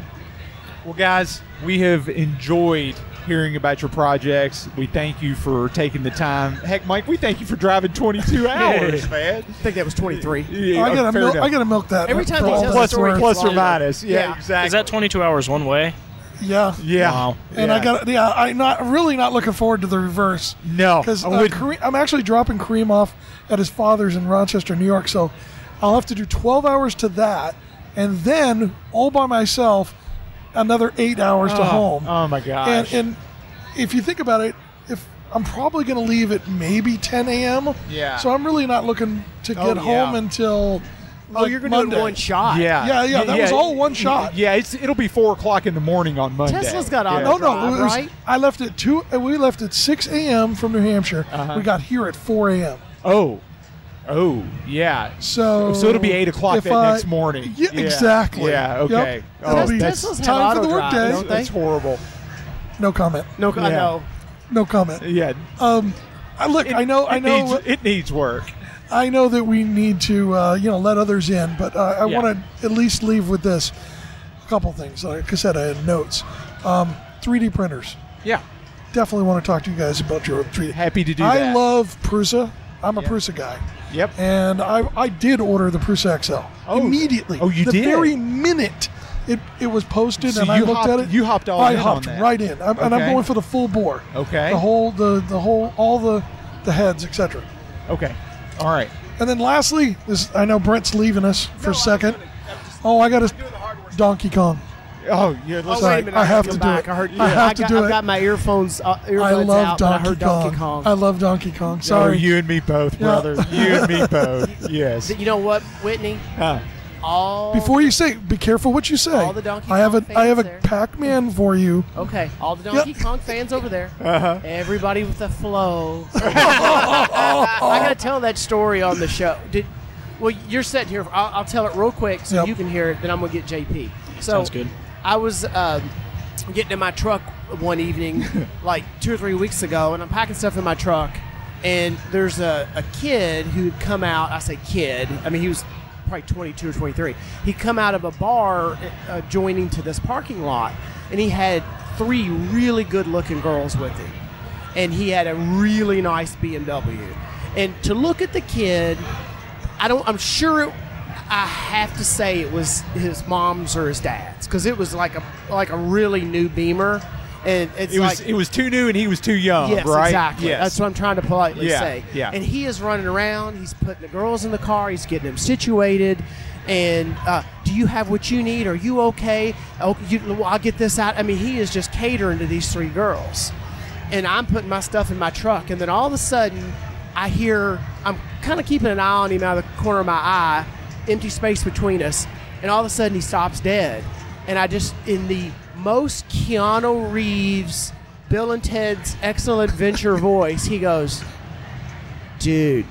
Speaker 3: Well, guys, we have enjoyed hearing about your projects. We thank you for taking the time. Heck, Mike, we thank you for driving 22 hours, man.
Speaker 2: I think that was twenty three.
Speaker 3: Yeah,
Speaker 6: I gotta
Speaker 3: fair
Speaker 6: milk,
Speaker 3: enough.
Speaker 6: I gotta milk that.
Speaker 2: Every time
Speaker 6: for
Speaker 2: he
Speaker 6: all
Speaker 2: tells
Speaker 6: that
Speaker 2: a
Speaker 3: plus,
Speaker 6: it's
Speaker 2: story,
Speaker 6: worth.
Speaker 2: it's
Speaker 3: plus or
Speaker 2: long.
Speaker 3: minus. Yeah,
Speaker 2: Yeah.
Speaker 3: exactly.
Speaker 10: Is that 22 hours one way?
Speaker 6: Yeah.
Speaker 3: Yeah.
Speaker 10: Wow.
Speaker 6: And I got yeah, I not really not looking forward to the reverse.
Speaker 3: No,
Speaker 6: because
Speaker 3: I
Speaker 6: uh,
Speaker 3: wouldn't.
Speaker 6: Kareem, I'm actually dropping Kareem off at his father's in Rochester, New York. So I'll have to do 12 hours to that, and then all by myself, another eight hours to
Speaker 3: Oh,
Speaker 6: home.
Speaker 3: oh my
Speaker 6: And,
Speaker 3: gosh.
Speaker 6: and if you think about it, if I'm probably going to leave at maybe 10 a.m.
Speaker 3: Yeah.
Speaker 6: So I'm really not looking to get
Speaker 3: Oh, yeah.
Speaker 6: home until.
Speaker 2: Oh, you're gonna do it in one shot.
Speaker 3: Yeah.
Speaker 6: Yeah, yeah, that was all one shot.
Speaker 3: Yeah, it's it'll be four o'clock in the morning on Monday.
Speaker 2: Tesla's got on
Speaker 3: Yeah.
Speaker 6: No,
Speaker 2: the-
Speaker 6: no, it
Speaker 2: drive,
Speaker 6: was-
Speaker 2: right?
Speaker 6: I left at two. We left at six a.m. from New Hampshire. We got here at four a.m.
Speaker 3: Uh-huh. Oh, oh, yeah.
Speaker 6: So,
Speaker 3: So it'll be eight o'clock
Speaker 6: if
Speaker 3: that
Speaker 6: I-
Speaker 3: next morning.
Speaker 6: Yeah, exactly.
Speaker 3: Yeah. Okay.
Speaker 6: Yep.
Speaker 3: Oh,
Speaker 6: It'll be
Speaker 3: that's,
Speaker 2: Teslas have
Speaker 6: time for the
Speaker 2: auto drive,
Speaker 6: workday.
Speaker 2: don't they?
Speaker 3: that's horrible.
Speaker 6: No comment.
Speaker 2: No, I
Speaker 3: Yeah.
Speaker 2: know.
Speaker 6: No comment.
Speaker 3: Yeah.
Speaker 6: Um, I, look, I know,
Speaker 3: It
Speaker 6: I know,
Speaker 3: needs- it needs work.
Speaker 6: I know that we need to, uh, you know, let others in, but uh, I
Speaker 3: Yeah.
Speaker 6: want to at least leave with this. A couple things. Like I said, I had notes. Um, 3D printers.
Speaker 3: Yeah.
Speaker 6: Definitely want to talk to you guys about your 3D.
Speaker 3: Happy to do
Speaker 6: I
Speaker 3: that.
Speaker 6: love Prusa. I'm a Prusa guy.
Speaker 3: Yep.
Speaker 6: And I, I did order the Prusa XL
Speaker 3: Oh.
Speaker 6: immediately.
Speaker 3: Oh, you
Speaker 6: the
Speaker 3: did?
Speaker 6: very minute it, it was posted
Speaker 3: So
Speaker 6: and I
Speaker 3: you
Speaker 6: looked at
Speaker 3: hopped-
Speaker 6: it.
Speaker 3: you hopped all
Speaker 6: I
Speaker 3: in on
Speaker 6: hopped
Speaker 3: that.
Speaker 6: right in, I'm, and
Speaker 3: Okay.
Speaker 6: I'm going for the full bore.
Speaker 3: Okay.
Speaker 6: The whole the the whole all the the heads etc.
Speaker 3: Okay. All right.
Speaker 6: And then lastly, this I know Brent's leaving us for a second. oh, I got a Donkey Kong.
Speaker 3: Oh, yeah.
Speaker 2: Oh,
Speaker 3: Let's
Speaker 6: Sorry,
Speaker 2: wait a minute,
Speaker 6: I
Speaker 2: gotta
Speaker 6: have
Speaker 2: go
Speaker 6: to do
Speaker 2: back.
Speaker 6: it.
Speaker 2: I heard.
Speaker 6: I have to
Speaker 2: got,
Speaker 6: do
Speaker 2: I
Speaker 6: it.
Speaker 2: got my earphones. Uh, earbuds
Speaker 6: I love
Speaker 2: out, and I
Speaker 6: Donkey
Speaker 2: heard
Speaker 6: Kong.
Speaker 2: Donkey Kong.
Speaker 6: I love Donkey Kong.
Speaker 3: Sorry,
Speaker 6: Sorry.
Speaker 3: Oh, you and me both, brother. You and me both. Yes.
Speaker 2: you know what, Whitney?
Speaker 3: Huh.
Speaker 2: All
Speaker 6: Before you say, be careful what you say.
Speaker 2: All the Donkey
Speaker 6: I have
Speaker 2: Kong
Speaker 6: a I have a
Speaker 2: fans there.
Speaker 6: Pac-Man for you.
Speaker 2: Okay, all the Donkey Kong fans over there.
Speaker 10: Uh-huh.
Speaker 2: Everybody with the flow. I gotta tell that story on the show. Did well? You're sitting here. I'll, I'll tell it real quick so
Speaker 6: Yep.
Speaker 2: you can hear it. Then I'm gonna get JP. So
Speaker 10: Sounds good.
Speaker 2: I was um, getting in my truck one evening, like two or three weeks ago, and I'm packing stuff in my truck. And there's a, a kid who'd come out. I say kid. I mean, he was probably 22 or 23. He'd come out of a bar uh, adjoining to this parking lot, and he had three really good-looking girls with him, and he had a really nice BMW. And to look at the kid I don't. I'm sure. It, I have to say it was his mom's or his dad's because it was like a like a really new Beamer, and it's
Speaker 3: It was
Speaker 2: like
Speaker 3: it was too new and he was too young,
Speaker 2: yes,
Speaker 3: right?
Speaker 2: exactly.
Speaker 3: Yes.
Speaker 2: That's what I'm trying to politely
Speaker 3: Yeah,
Speaker 2: say.
Speaker 3: yeah.
Speaker 2: And he is running around. He's putting the girls in the car. He's getting them situated. And uh, do you have what you need? Are you okay? Oh, you, well, I'll get this out. I mean, he is just catering to these three girls. And I'm putting my stuff in my truck. And then all of a sudden, I hear I'm kind of keeping an eye on him out of the corner of my eye, empty space between us. and all of a sudden he stops dead. And I just, in the most Keanu Reeves, Bill and Ted's Excellent Adventure voice, he goes, "Dude,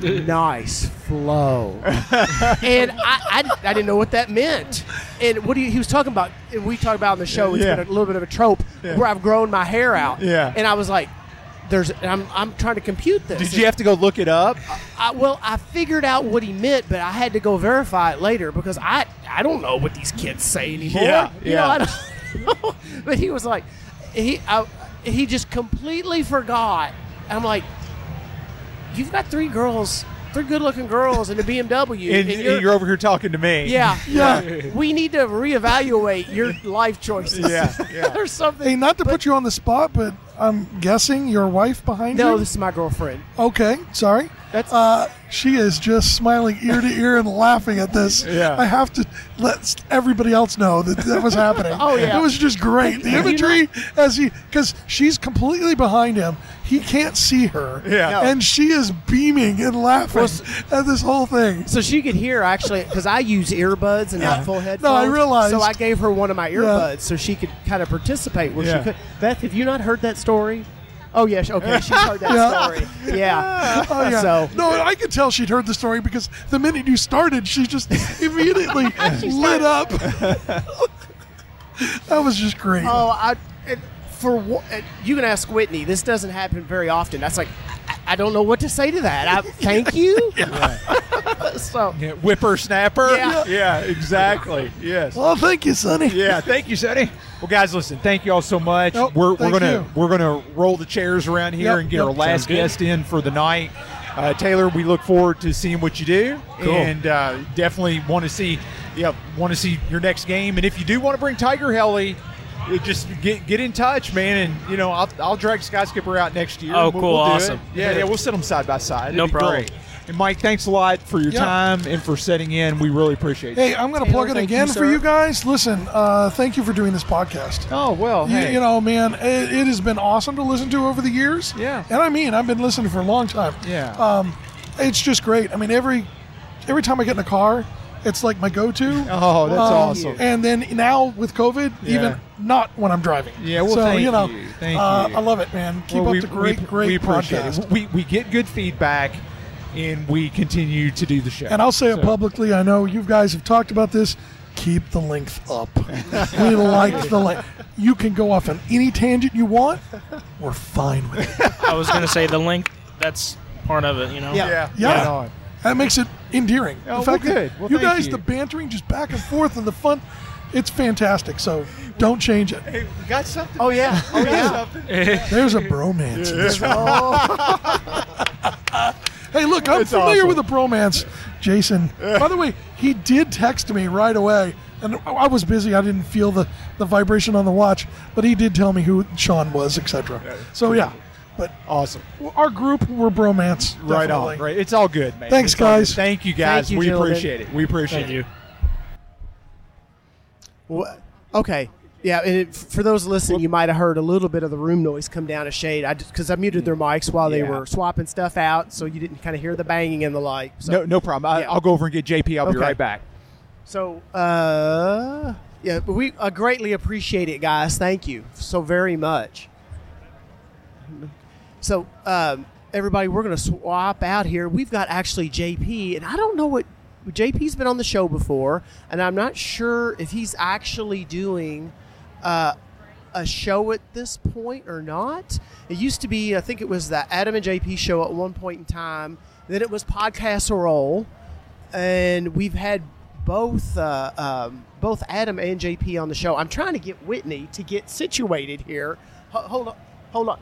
Speaker 2: nice flow." and I, I, I didn't know what that meant. And what do you, he was talking about? And we talked about in the show. It's
Speaker 3: Yeah.
Speaker 2: been a little bit of a trope where I've grown my hair out.
Speaker 3: Yeah.
Speaker 2: And I was like, "There's," and I'm, I'm trying to compute this.
Speaker 3: Did you have to go look it up?
Speaker 2: I, well, I figured out what he meant, but I had to go verify it later because I I don't know what these kids say anymore.
Speaker 3: Yeah,
Speaker 2: You know, I don't- but he was like, he I, he just completely forgot. And I'm like, you've got three girls, three good-looking girls in a BMW,
Speaker 3: And, and you're, over here talking to me.
Speaker 2: yeah, yeah. We need to reevaluate your life choices.
Speaker 3: Yeah, yeah.
Speaker 2: or something.
Speaker 6: Hey, not to put you on the spot, but I'm guessing your wife behind you.
Speaker 2: No, this is my girlfriend.
Speaker 6: Okay, sorry.
Speaker 2: That's-
Speaker 6: uh, she is just smiling ear to ear and laughing at this.
Speaker 3: Yeah.
Speaker 6: I have to let s- everybody else know that that was happening.
Speaker 2: Oh, yeah.
Speaker 6: it was just great. The imagery as he because she's completely behind him. He can't see her.
Speaker 3: Yeah. No.
Speaker 6: and she is beaming and laughing at this whole thing.
Speaker 2: So she could hear actually because I use earbuds and not full headphones.
Speaker 6: No, I realized.
Speaker 2: So I gave her one of my earbuds so she could kind of participate where
Speaker 3: Yeah.
Speaker 2: she could. Beth, have you not heard that story? Oh yeah, she- okay, she's heard that
Speaker 6: Yeah.
Speaker 2: story. Yeah.
Speaker 6: Oh, yeah.
Speaker 2: So
Speaker 6: No, I could tell she'd heard the story because the minute you started, she just immediately lit up. that was just great.
Speaker 2: oh, I it, for wha- it, you can ask Whitney. This doesn't happen very often. That's like I, I don't know what to say to that. I thank you. so
Speaker 3: Yeah, whippersnapper.
Speaker 2: Yeah.
Speaker 3: yeah exactly. Yes.
Speaker 6: Well, Oh, thank you, Sonny.
Speaker 3: Yeah, thank you, Sonny. Well, guys, listen, thank you all so much.
Speaker 6: Nope,
Speaker 3: we're we're
Speaker 6: thank
Speaker 3: gonna
Speaker 6: you.
Speaker 3: we're gonna roll the chairs around here
Speaker 6: Yep,
Speaker 3: and get
Speaker 6: yep.
Speaker 3: our last
Speaker 6: Sounds good.
Speaker 3: guest in for the night. Uh, Taylor, we look forward to seeing what you do, and uh, definitely want to see yeah want to see your next game. And if you do want to bring Tiger Helly. it Just get get in touch, man, and you know I'll, I'll drag Skyskipper out next year.
Speaker 10: Oh,
Speaker 3: and
Speaker 10: cool,
Speaker 3: do it.
Speaker 10: awesome.
Speaker 3: Yeah, yeah, we'll sit them side by side.
Speaker 10: No
Speaker 3: It'd be
Speaker 10: problem.
Speaker 3: great. And Mike, thanks a lot for your
Speaker 6: Yeah.
Speaker 3: time and for setting in. We really appreciate it.
Speaker 6: Hey, I'm going to plug it
Speaker 2: thank you,
Speaker 6: again for
Speaker 2: sir.
Speaker 6: you guys. Listen, uh, thank you for doing this podcast.
Speaker 3: Oh well,
Speaker 6: You-
Speaker 3: hey.
Speaker 6: You, know, man, it, it has been awesome to listen to over the years.
Speaker 3: Yeah.
Speaker 6: And I mean, I've been listening for a long time.
Speaker 3: Yeah.
Speaker 6: Um, it's just great. I mean, every every time I get in a car, it's like my go-to.
Speaker 3: Oh, that's
Speaker 6: Um,
Speaker 3: awesome.
Speaker 6: And then now with COVID,
Speaker 3: Yeah.
Speaker 6: even not when I'm driving.
Speaker 3: Yeah, well,
Speaker 6: so,
Speaker 3: thank
Speaker 6: you know,
Speaker 3: you. Thank
Speaker 6: uh,
Speaker 3: you.
Speaker 6: I love it, man. Keep
Speaker 3: Well,
Speaker 6: up
Speaker 3: we-
Speaker 6: the great,
Speaker 3: we,
Speaker 6: great
Speaker 3: we appreciate
Speaker 6: podcast.
Speaker 3: It. We, we get good feedback, and we continue to do the show.
Speaker 6: And I'll say
Speaker 3: So-
Speaker 6: it publicly. I know you guys have talked about this. Keep the length up. we like the length. You can go off on any tangent you want. We're fine with it.
Speaker 10: I was gonna say the link. That's part of it, you know.
Speaker 3: Yeah,
Speaker 6: Yeah.
Speaker 3: right on.
Speaker 6: That makes it endearing.
Speaker 3: Oh,
Speaker 6: In fact,
Speaker 3: well,
Speaker 6: that
Speaker 3: good. Well,
Speaker 6: you
Speaker 3: thank
Speaker 6: guys,
Speaker 3: you.
Speaker 6: the bantering just back and forth and the fun, it's fantastic. So don't change it.
Speaker 3: Hey, we got something.
Speaker 2: oh yeah, oh yeah.
Speaker 3: something.
Speaker 6: There's a bromance in this room.
Speaker 3: Oh,
Speaker 6: hey, look, I'm
Speaker 3: That's
Speaker 6: familiar with
Speaker 3: awesome.
Speaker 6: a bromance, Jason. By the way, he did text me right away, and I was busy. I didn't feel the, the vibration on the watch, but he did tell me who Sean was, etc. So, yeah. But
Speaker 3: Awesome.
Speaker 6: our group were bromance.
Speaker 3: Right
Speaker 6: definitely.
Speaker 3: on. Right. It's all good, man.
Speaker 6: Thanks,
Speaker 3: It's all good.
Speaker 6: guys.
Speaker 3: Thank you, guys.
Speaker 2: Thank you,
Speaker 3: we
Speaker 2: gentlemen.
Speaker 3: appreciate it. We appreciate
Speaker 10: Thank
Speaker 3: it.
Speaker 10: you.
Speaker 2: Wha- Okay. Yeah, and it, for those listening, you might have heard a little bit of the room noise come down a shade. I because I muted their mics while they
Speaker 3: Yeah.
Speaker 2: were swapping stuff out, so you didn't kind of hear the banging and the like. So,
Speaker 3: No, no problem. I,
Speaker 2: Yeah.
Speaker 3: I'll go over and get JP. I'll be
Speaker 2: Okay.
Speaker 3: right back.
Speaker 2: so uh, yeah, but we uh, greatly appreciate it, guys. Thank you so very much. So, um, everybody, we're going to swap out here. We've got actually JP, and I don't know what JP's been on the show before, and I'm not sure if he's actually doing uh, a show at this point or not. It used to be, I think it was the Adam and JP show at one point in time. Then it was Podcast Roll, and we've had both uh, um, both Adam and JP on the show. I'm trying to get Whitney to get situated here. Ho- hold on, hold on.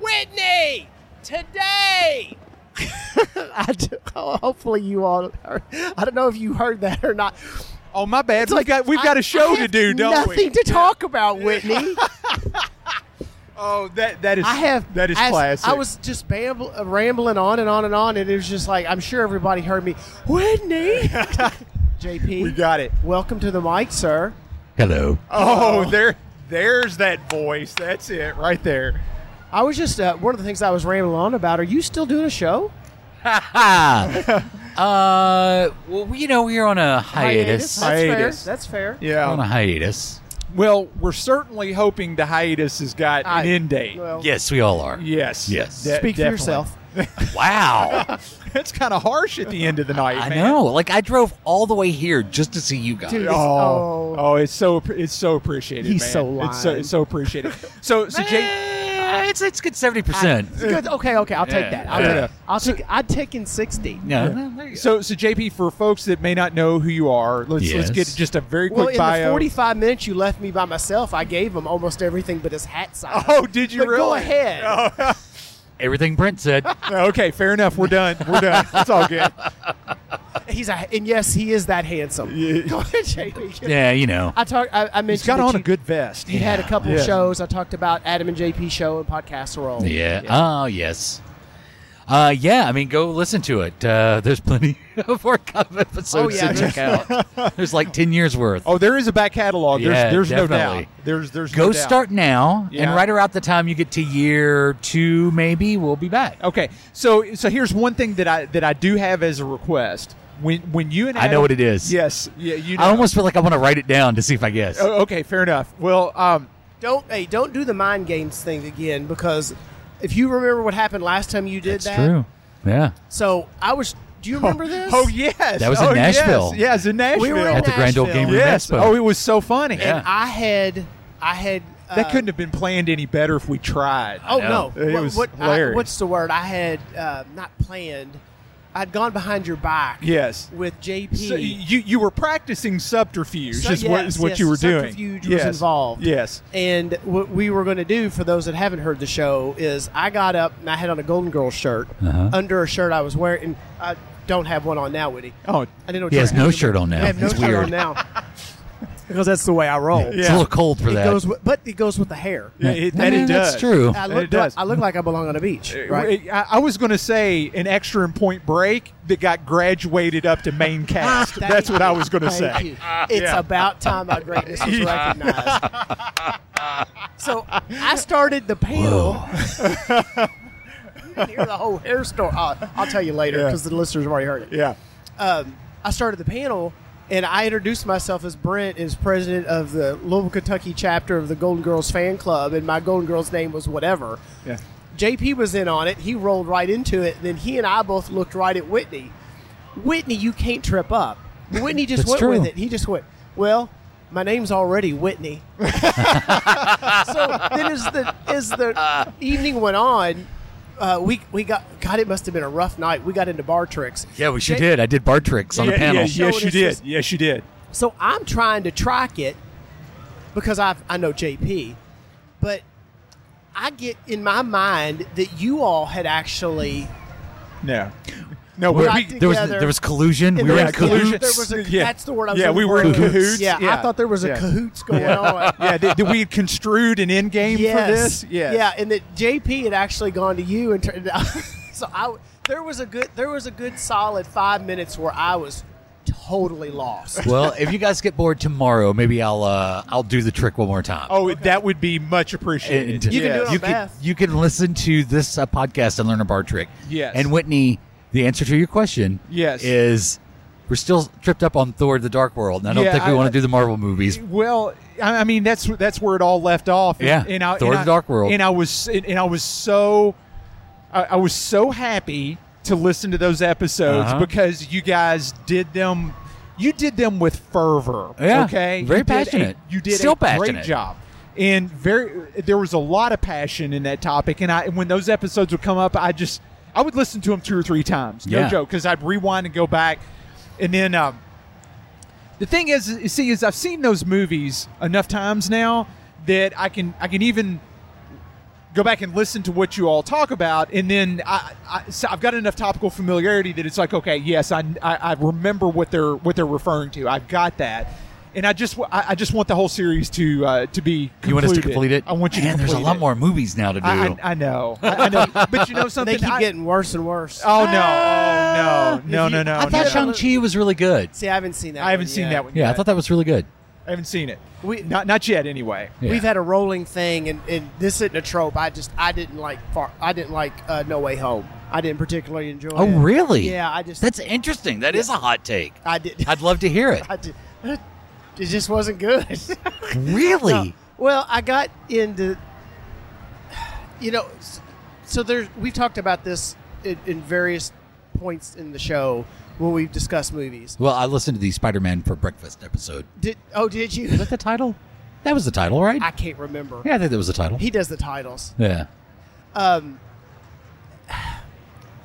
Speaker 2: Whitney today. I do, hopefully you all. Heard, I don't know if you heard that or not.
Speaker 3: Oh, my bad.
Speaker 2: It's
Speaker 3: we
Speaker 2: like,
Speaker 3: got we've
Speaker 2: I-
Speaker 3: got a show
Speaker 2: I
Speaker 3: to
Speaker 2: have
Speaker 3: do, don't
Speaker 2: nothing
Speaker 3: we?
Speaker 2: to talk about, Whitney.
Speaker 3: Oh, that that is
Speaker 2: I have.
Speaker 3: that is
Speaker 2: I,
Speaker 3: classic.
Speaker 2: I was just bamble, uh, rambling on and on and on, and it was just like I'm sure everybody heard me. Whitney, JP,
Speaker 3: we got it.
Speaker 2: welcome to the mic, sir.
Speaker 3: Oh, there there's that voice. That's it right there.
Speaker 2: I was just uh, one of the things I was rambling on about. Are you still doing a show?
Speaker 11: Uh, well, we- you know, we're on a hiatus.
Speaker 2: That's
Speaker 3: Hiatus.
Speaker 2: fair. That's fair.
Speaker 11: On a
Speaker 3: Yeah.
Speaker 11: hiatus.
Speaker 3: Well, we're certainly hoping the hiatus has got
Speaker 2: I-
Speaker 3: an end date.
Speaker 2: Well,
Speaker 11: Yes, we all are.
Speaker 3: Yes.
Speaker 11: Yes.
Speaker 3: De-
Speaker 2: speak for
Speaker 3: definitely.
Speaker 2: yourself.
Speaker 11: Wow.
Speaker 3: That's kind of harsh at the end of the night.
Speaker 11: I
Speaker 3: man.
Speaker 11: know. Like I drove all the way here just to see you guys.
Speaker 2: Dude,
Speaker 3: Oh,
Speaker 2: Oh.
Speaker 3: oh, it's so it's so appreciated.
Speaker 2: He's
Speaker 3: man.
Speaker 2: so
Speaker 3: It's so
Speaker 2: lying.
Speaker 3: it's so appreciated. So so Jay,
Speaker 11: Eh, it's it's good seventy percent.
Speaker 2: It's good. Okay, okay. I'll take that. I'll,
Speaker 11: Yeah.
Speaker 2: take, I'll take. I'd take in sixty.
Speaker 11: No.
Speaker 3: so so JP, for folks that may not know who you are, let's let's
Speaker 11: Yes.
Speaker 3: get just a very quick
Speaker 2: Well, in
Speaker 3: bio.
Speaker 2: the forty-five minutes you left me by myself, I gave him almost everything but his hat size.
Speaker 3: Oh, did you
Speaker 2: But
Speaker 3: really? Oh,
Speaker 2: go ahead.
Speaker 11: Everything Brent said.
Speaker 3: okay, fair enough. We're done. We're done. It's all good.
Speaker 2: He's a, and yes, he is that handsome. Go ahead, JP.
Speaker 11: yeah, you know.
Speaker 2: I talked. I, I mentioned
Speaker 3: He's got
Speaker 2: that
Speaker 3: on a
Speaker 2: you-
Speaker 3: good vest.
Speaker 2: You had a couple
Speaker 3: Yeah.
Speaker 2: of shows. I talked about Adam and JP show and podcast roll.
Speaker 11: Yeah. Oh yes. Uh, yeah, I mean, go listen to it. Uh, there's plenty of our cup episodes
Speaker 2: yeah,
Speaker 11: to check out. There's like ten years worth.
Speaker 3: Oh, there is a back catalog. There's
Speaker 11: Yeah,
Speaker 3: there's no
Speaker 11: definitely.
Speaker 3: doubt. There's there's
Speaker 11: Go
Speaker 3: no doubt.
Speaker 11: start now,
Speaker 3: Yeah.
Speaker 11: and right around the time you get to year two, maybe we'll be back.
Speaker 3: Okay, so so here's one thing that I that I do have as a request. When when you and
Speaker 11: I know
Speaker 3: Adam-
Speaker 11: what it is.
Speaker 3: Yes, yeah, you. Know.
Speaker 11: I almost feel like I want to write it down to see if I guess.
Speaker 3: Oh, okay, fair enough. Well, um,
Speaker 2: Don't hey, don't do the mind games thing again because if you remember what happened last time you did
Speaker 11: It's
Speaker 2: that.
Speaker 11: true. Yeah.
Speaker 2: So I was. Do you remember this?
Speaker 3: oh yes,
Speaker 11: That was in
Speaker 3: Oh, yes.
Speaker 11: Nashville.
Speaker 3: Yeah, it's in Nashville.
Speaker 2: We were in
Speaker 11: At the Grand Ole
Speaker 2: Nashville.
Speaker 11: Game Room
Speaker 3: yes.
Speaker 11: Expo.
Speaker 3: Oh, it was so funny.
Speaker 11: Yeah.
Speaker 2: And I had, I had. Uh,
Speaker 3: That couldn't have been planned any better if we tried.
Speaker 2: Oh
Speaker 11: know.
Speaker 2: no!
Speaker 3: It
Speaker 2: what,
Speaker 3: was
Speaker 2: what, I-
Speaker 3: hilarious.
Speaker 2: what's the word? I had uh, not planned. I'd gone behind your back.
Speaker 3: Yes.
Speaker 2: With JP.
Speaker 3: So you you were practicing subterfuge.
Speaker 2: So-
Speaker 3: is what
Speaker 2: yes,
Speaker 3: is what
Speaker 2: yes,
Speaker 3: you were doing.
Speaker 2: subterfuge was involved.
Speaker 3: Yes.
Speaker 2: And what we were going to do for those that haven't heard the show is I got up and I had on a Golden Girl shirt
Speaker 11: Uh-huh.
Speaker 2: under a shirt I was wearing. And I don't have one on now, Woody.
Speaker 3: Oh,
Speaker 2: I didn't know what
Speaker 11: He
Speaker 2: you
Speaker 11: has
Speaker 2: were
Speaker 11: no
Speaker 2: asking
Speaker 11: shirt
Speaker 2: me.
Speaker 11: on now.
Speaker 2: I have no
Speaker 11: It's
Speaker 2: shirt
Speaker 11: weird.
Speaker 2: on now. because that's the way I roll.
Speaker 11: It's a little cold for
Speaker 2: It
Speaker 11: that.
Speaker 2: goes with, but it goes with the hair.
Speaker 3: Yeah, it- that
Speaker 11: Yeah,
Speaker 3: it
Speaker 11: that's
Speaker 3: does.
Speaker 11: true.
Speaker 2: I
Speaker 3: And
Speaker 2: look,
Speaker 3: it does.
Speaker 2: I look like I belong on a beach, right?
Speaker 3: Right. I, I was going to say an extra in Point Break that got graduated up to main cast.
Speaker 2: Ah, Thank
Speaker 3: That's what I
Speaker 2: you.
Speaker 3: was going to
Speaker 2: Thank
Speaker 3: say.
Speaker 2: you.
Speaker 11: Ah,
Speaker 2: It's about time my greatness is recognized. so I started the panel. You didn't hear the whole hair story. Uh, I'll tell you later
Speaker 3: Yeah.
Speaker 2: because the listeners have already heard it.
Speaker 3: Yeah.
Speaker 2: Um, I started the panel and I introduced myself as Brent, as president of the Louisville, Kentucky chapter of the Golden Girls fan club, and my Golden Girls name was whatever.
Speaker 3: Yeah.
Speaker 2: JP was in on it. He rolled right into it. Then he and I both looked right at Whitney. Whitney, you can't trip up. Whitney just
Speaker 11: That's
Speaker 2: went
Speaker 11: true.
Speaker 2: with it. He just went, well, my name's already Whitney. so then, as the as the evening went on, uh, we we got God. It must have been a rough night. We got into bar tricks.
Speaker 11: Yeah, we sure
Speaker 2: Jay-
Speaker 11: did. I did bar tricks on
Speaker 3: Yeah,
Speaker 11: a panel.
Speaker 3: yeah, yes,
Speaker 2: Showed
Speaker 3: you did.
Speaker 2: us this-
Speaker 3: Yes, you did.
Speaker 2: So I'm trying to track it because I I know JP, but I get in my mind that you all had actually
Speaker 3: No. No,
Speaker 2: We're-
Speaker 3: we-
Speaker 2: I
Speaker 11: There was
Speaker 2: together.
Speaker 11: there was collusion.
Speaker 2: And
Speaker 11: We were in
Speaker 2: there was-
Speaker 11: collusion.
Speaker 2: There was a,
Speaker 3: Yeah.
Speaker 2: That's the word I was
Speaker 3: Yeah,
Speaker 2: looking
Speaker 3: we
Speaker 2: for.
Speaker 3: were in cahoots.
Speaker 2: Yeah, I
Speaker 3: Yeah.
Speaker 2: thought there was a
Speaker 3: Yeah.
Speaker 2: cahoots going on.
Speaker 3: yeah, did, did we had construed an end game
Speaker 2: yes.
Speaker 3: for this? Yes.
Speaker 2: Yeah, and that JP had actually gone to you and turned out. so I there was a good there was a good solid five minutes where I was totally lost.
Speaker 11: well, if you guys get bored tomorrow, maybe I'll uh, I'll do the trick one more time.
Speaker 3: Oh, that would be much
Speaker 11: And
Speaker 3: appreciated.
Speaker 2: You can do it on
Speaker 11: you can,
Speaker 2: Beth.
Speaker 11: you can listen to this uh, podcast and learn a bar trick.
Speaker 3: Yes.
Speaker 11: And Whitney, the answer to your question
Speaker 3: Yes.
Speaker 11: is we're still tripped up on Thor: The Dark World, and I don't
Speaker 3: Yeah,
Speaker 11: think we
Speaker 3: I-
Speaker 11: want to do the Marvel movies.
Speaker 3: Well, I I mean that's that's where it all left off. And-
Speaker 11: Yeah.
Speaker 3: and I,
Speaker 11: Thor
Speaker 3: and
Speaker 11: the
Speaker 3: I-
Speaker 11: Dark World.
Speaker 3: And I was and, and I was so I, I was so happy to listen to those episodes
Speaker 11: Uh-huh.
Speaker 3: because you guys did them. You did them with fervor.
Speaker 11: Yeah.
Speaker 3: Okay.
Speaker 11: Very
Speaker 3: You did a-
Speaker 11: passionate.
Speaker 3: you did
Speaker 11: Still
Speaker 3: a
Speaker 11: passionate.
Speaker 3: great job. And very, there was a lot of passion in that topic. And I, when those episodes would come up, I just, I would listen to them two or three times. No
Speaker 11: Yeah.
Speaker 3: joke, because I'd rewind and go back, and then um, the thing is, you see, is I've seen those movies enough times now that I can I can even go back and listen to what you all talk about, and then I, I so I've got enough topical familiarity that it's like, okay, yes, I, I, I remember what they're what they're referring to. I've got that. And I just wa- I I just want the whole series to uh, to be concluded.
Speaker 11: You want us to complete it?
Speaker 3: I want you
Speaker 11: Man,
Speaker 3: to complete
Speaker 11: there's a lot
Speaker 3: it.
Speaker 11: more movies now to do.
Speaker 3: I, I, I know, I, I know, but you know
Speaker 2: they
Speaker 3: something.
Speaker 2: keep
Speaker 3: I-
Speaker 2: getting worse and worse.
Speaker 3: oh no, oh no, no,
Speaker 2: If
Speaker 3: no,
Speaker 2: you-
Speaker 3: no.
Speaker 11: I
Speaker 3: no.
Speaker 11: thought Shang Chi was really good.
Speaker 2: See, I haven't seen that.
Speaker 3: I haven't
Speaker 2: one
Speaker 3: seen
Speaker 2: yet.
Speaker 3: that one.
Speaker 11: Yeah, I
Speaker 3: yet.
Speaker 11: thought that was really good.
Speaker 3: I haven't seen it.
Speaker 2: We-
Speaker 3: not not yet anyway.
Speaker 11: Yeah.
Speaker 2: We've had a rolling thing, and, and this isn't a trope. I just I didn't like far. I didn't like uh, No Way Home. I didn't particularly enjoy.
Speaker 11: Oh,
Speaker 2: it.
Speaker 11: really?
Speaker 2: Yeah, I just
Speaker 11: That's interesting. That is a hot take.
Speaker 2: I did.
Speaker 11: I'd love to hear it.
Speaker 2: I did. It just wasn't good.
Speaker 11: Really?
Speaker 2: No. Well, I got into, you know, s- so there's we've talked about this in, in various points in the show when we've discussed movies.
Speaker 11: Well, I listened to the Spider-Man for Breakfast episode.
Speaker 2: Did oh did you?
Speaker 11: Is that the title? That was the title, right?
Speaker 2: I can't remember.
Speaker 11: yeah, I think that was the title.
Speaker 2: He does the titles.
Speaker 11: yeah.
Speaker 2: Um, I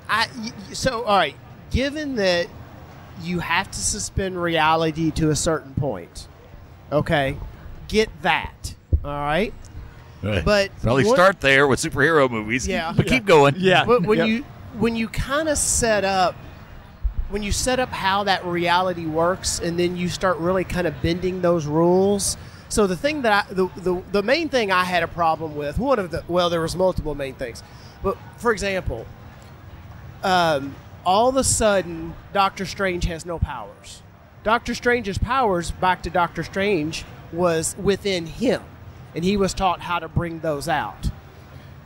Speaker 2: y- y- so all right. Given that you have to suspend reality to a certain point, okay, get that. All right. But
Speaker 11: probably
Speaker 2: what-
Speaker 11: start there with superhero movies.
Speaker 2: Yeah.
Speaker 11: but keep going.
Speaker 4: Yeah.
Speaker 2: But when
Speaker 4: Yep.
Speaker 2: you when you kind of set up when you set up how that reality works and then you start really kind of bending those rules. So the thing that I the, the the main thing I had a problem with, one of the well there was multiple main things. But for example, um, all of a sudden Doctor Strange has no powers. Doctor Strange's powers back to Doctor Strange was within him and he was taught how to bring those out.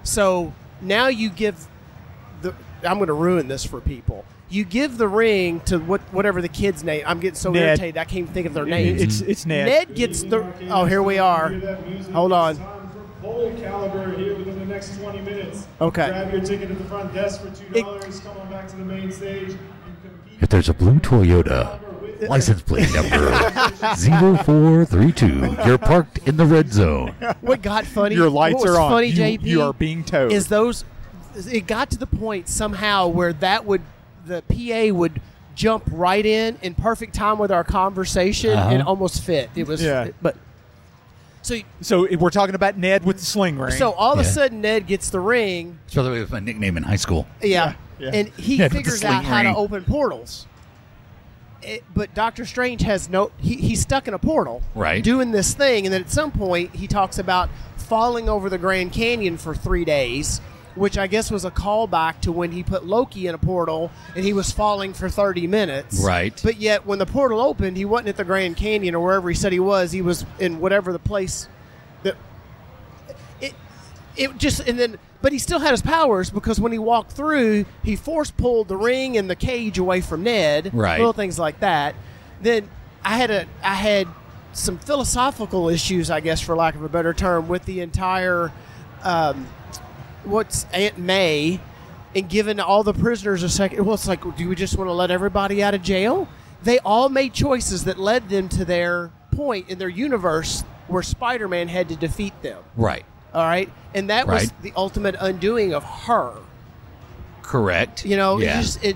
Speaker 2: So now you give the I'm going to ruin this for people. You give the ring to what whatever the kid's name. I'm getting so
Speaker 4: Ned.
Speaker 2: irritated I can't even think of their name.
Speaker 4: It's it's Ned.
Speaker 2: Ned gets the Oh, here we are. Hold on.
Speaker 12: Full caliber here within the next 20 minutes.
Speaker 2: Okay.
Speaker 12: Grab your ticket at the front desk for $2. Come on back to the main stage.
Speaker 11: If there's a blue Toyota, license plate number 0432, you're parked in the red zone.
Speaker 2: What got funny?
Speaker 3: Your lights
Speaker 2: what was
Speaker 3: are on.
Speaker 2: Funny,
Speaker 3: You-
Speaker 2: JP.
Speaker 3: you are being towed.
Speaker 2: Is those? It got to the point somehow where that would the PA would jump right in in perfect time with our conversation
Speaker 3: Uh-huh.
Speaker 2: and almost fit. It was.
Speaker 3: Yeah.
Speaker 2: But so
Speaker 3: so we're talking about Ned with the sling ring.
Speaker 2: so all of a
Speaker 11: Yeah.
Speaker 2: sudden Ned gets the ring.
Speaker 11: It's by the way, it was my nickname in high school.
Speaker 2: Yeah.
Speaker 3: Yeah.
Speaker 2: And he
Speaker 11: Yeah, with the
Speaker 2: figures
Speaker 11: sling
Speaker 2: out how to
Speaker 11: ring.
Speaker 2: open portals. It- but Doctor Strange has no. He, he's stuck in a portal.
Speaker 11: Right.
Speaker 2: Doing this thing. And then at some point, he talks about falling over the Grand Canyon for three days, which I guess was a callback to when he put Loki in a portal and he was falling for 30 minutes.
Speaker 11: Right.
Speaker 2: But yet, when the portal opened, he wasn't at the Grand Canyon or wherever he said he was. He was in whatever the place that it it just and then but he still had his powers because when he walked through he force pulled the ring and the cage away from ned
Speaker 11: Right.
Speaker 2: little things like that then i had a i had some philosophical issues i guess for lack of a better term with the entire um, what's aunt may and giving all the prisoners a second well it's like do we just want to let everybody out of jail they all made choices that led them to their point in their universe where spider-man had to defeat them
Speaker 11: Right.
Speaker 2: all right. And that was
Speaker 11: Right.
Speaker 2: the ultimate undoing of her.
Speaker 11: Correct.
Speaker 2: You know,
Speaker 11: yeah.
Speaker 2: it just it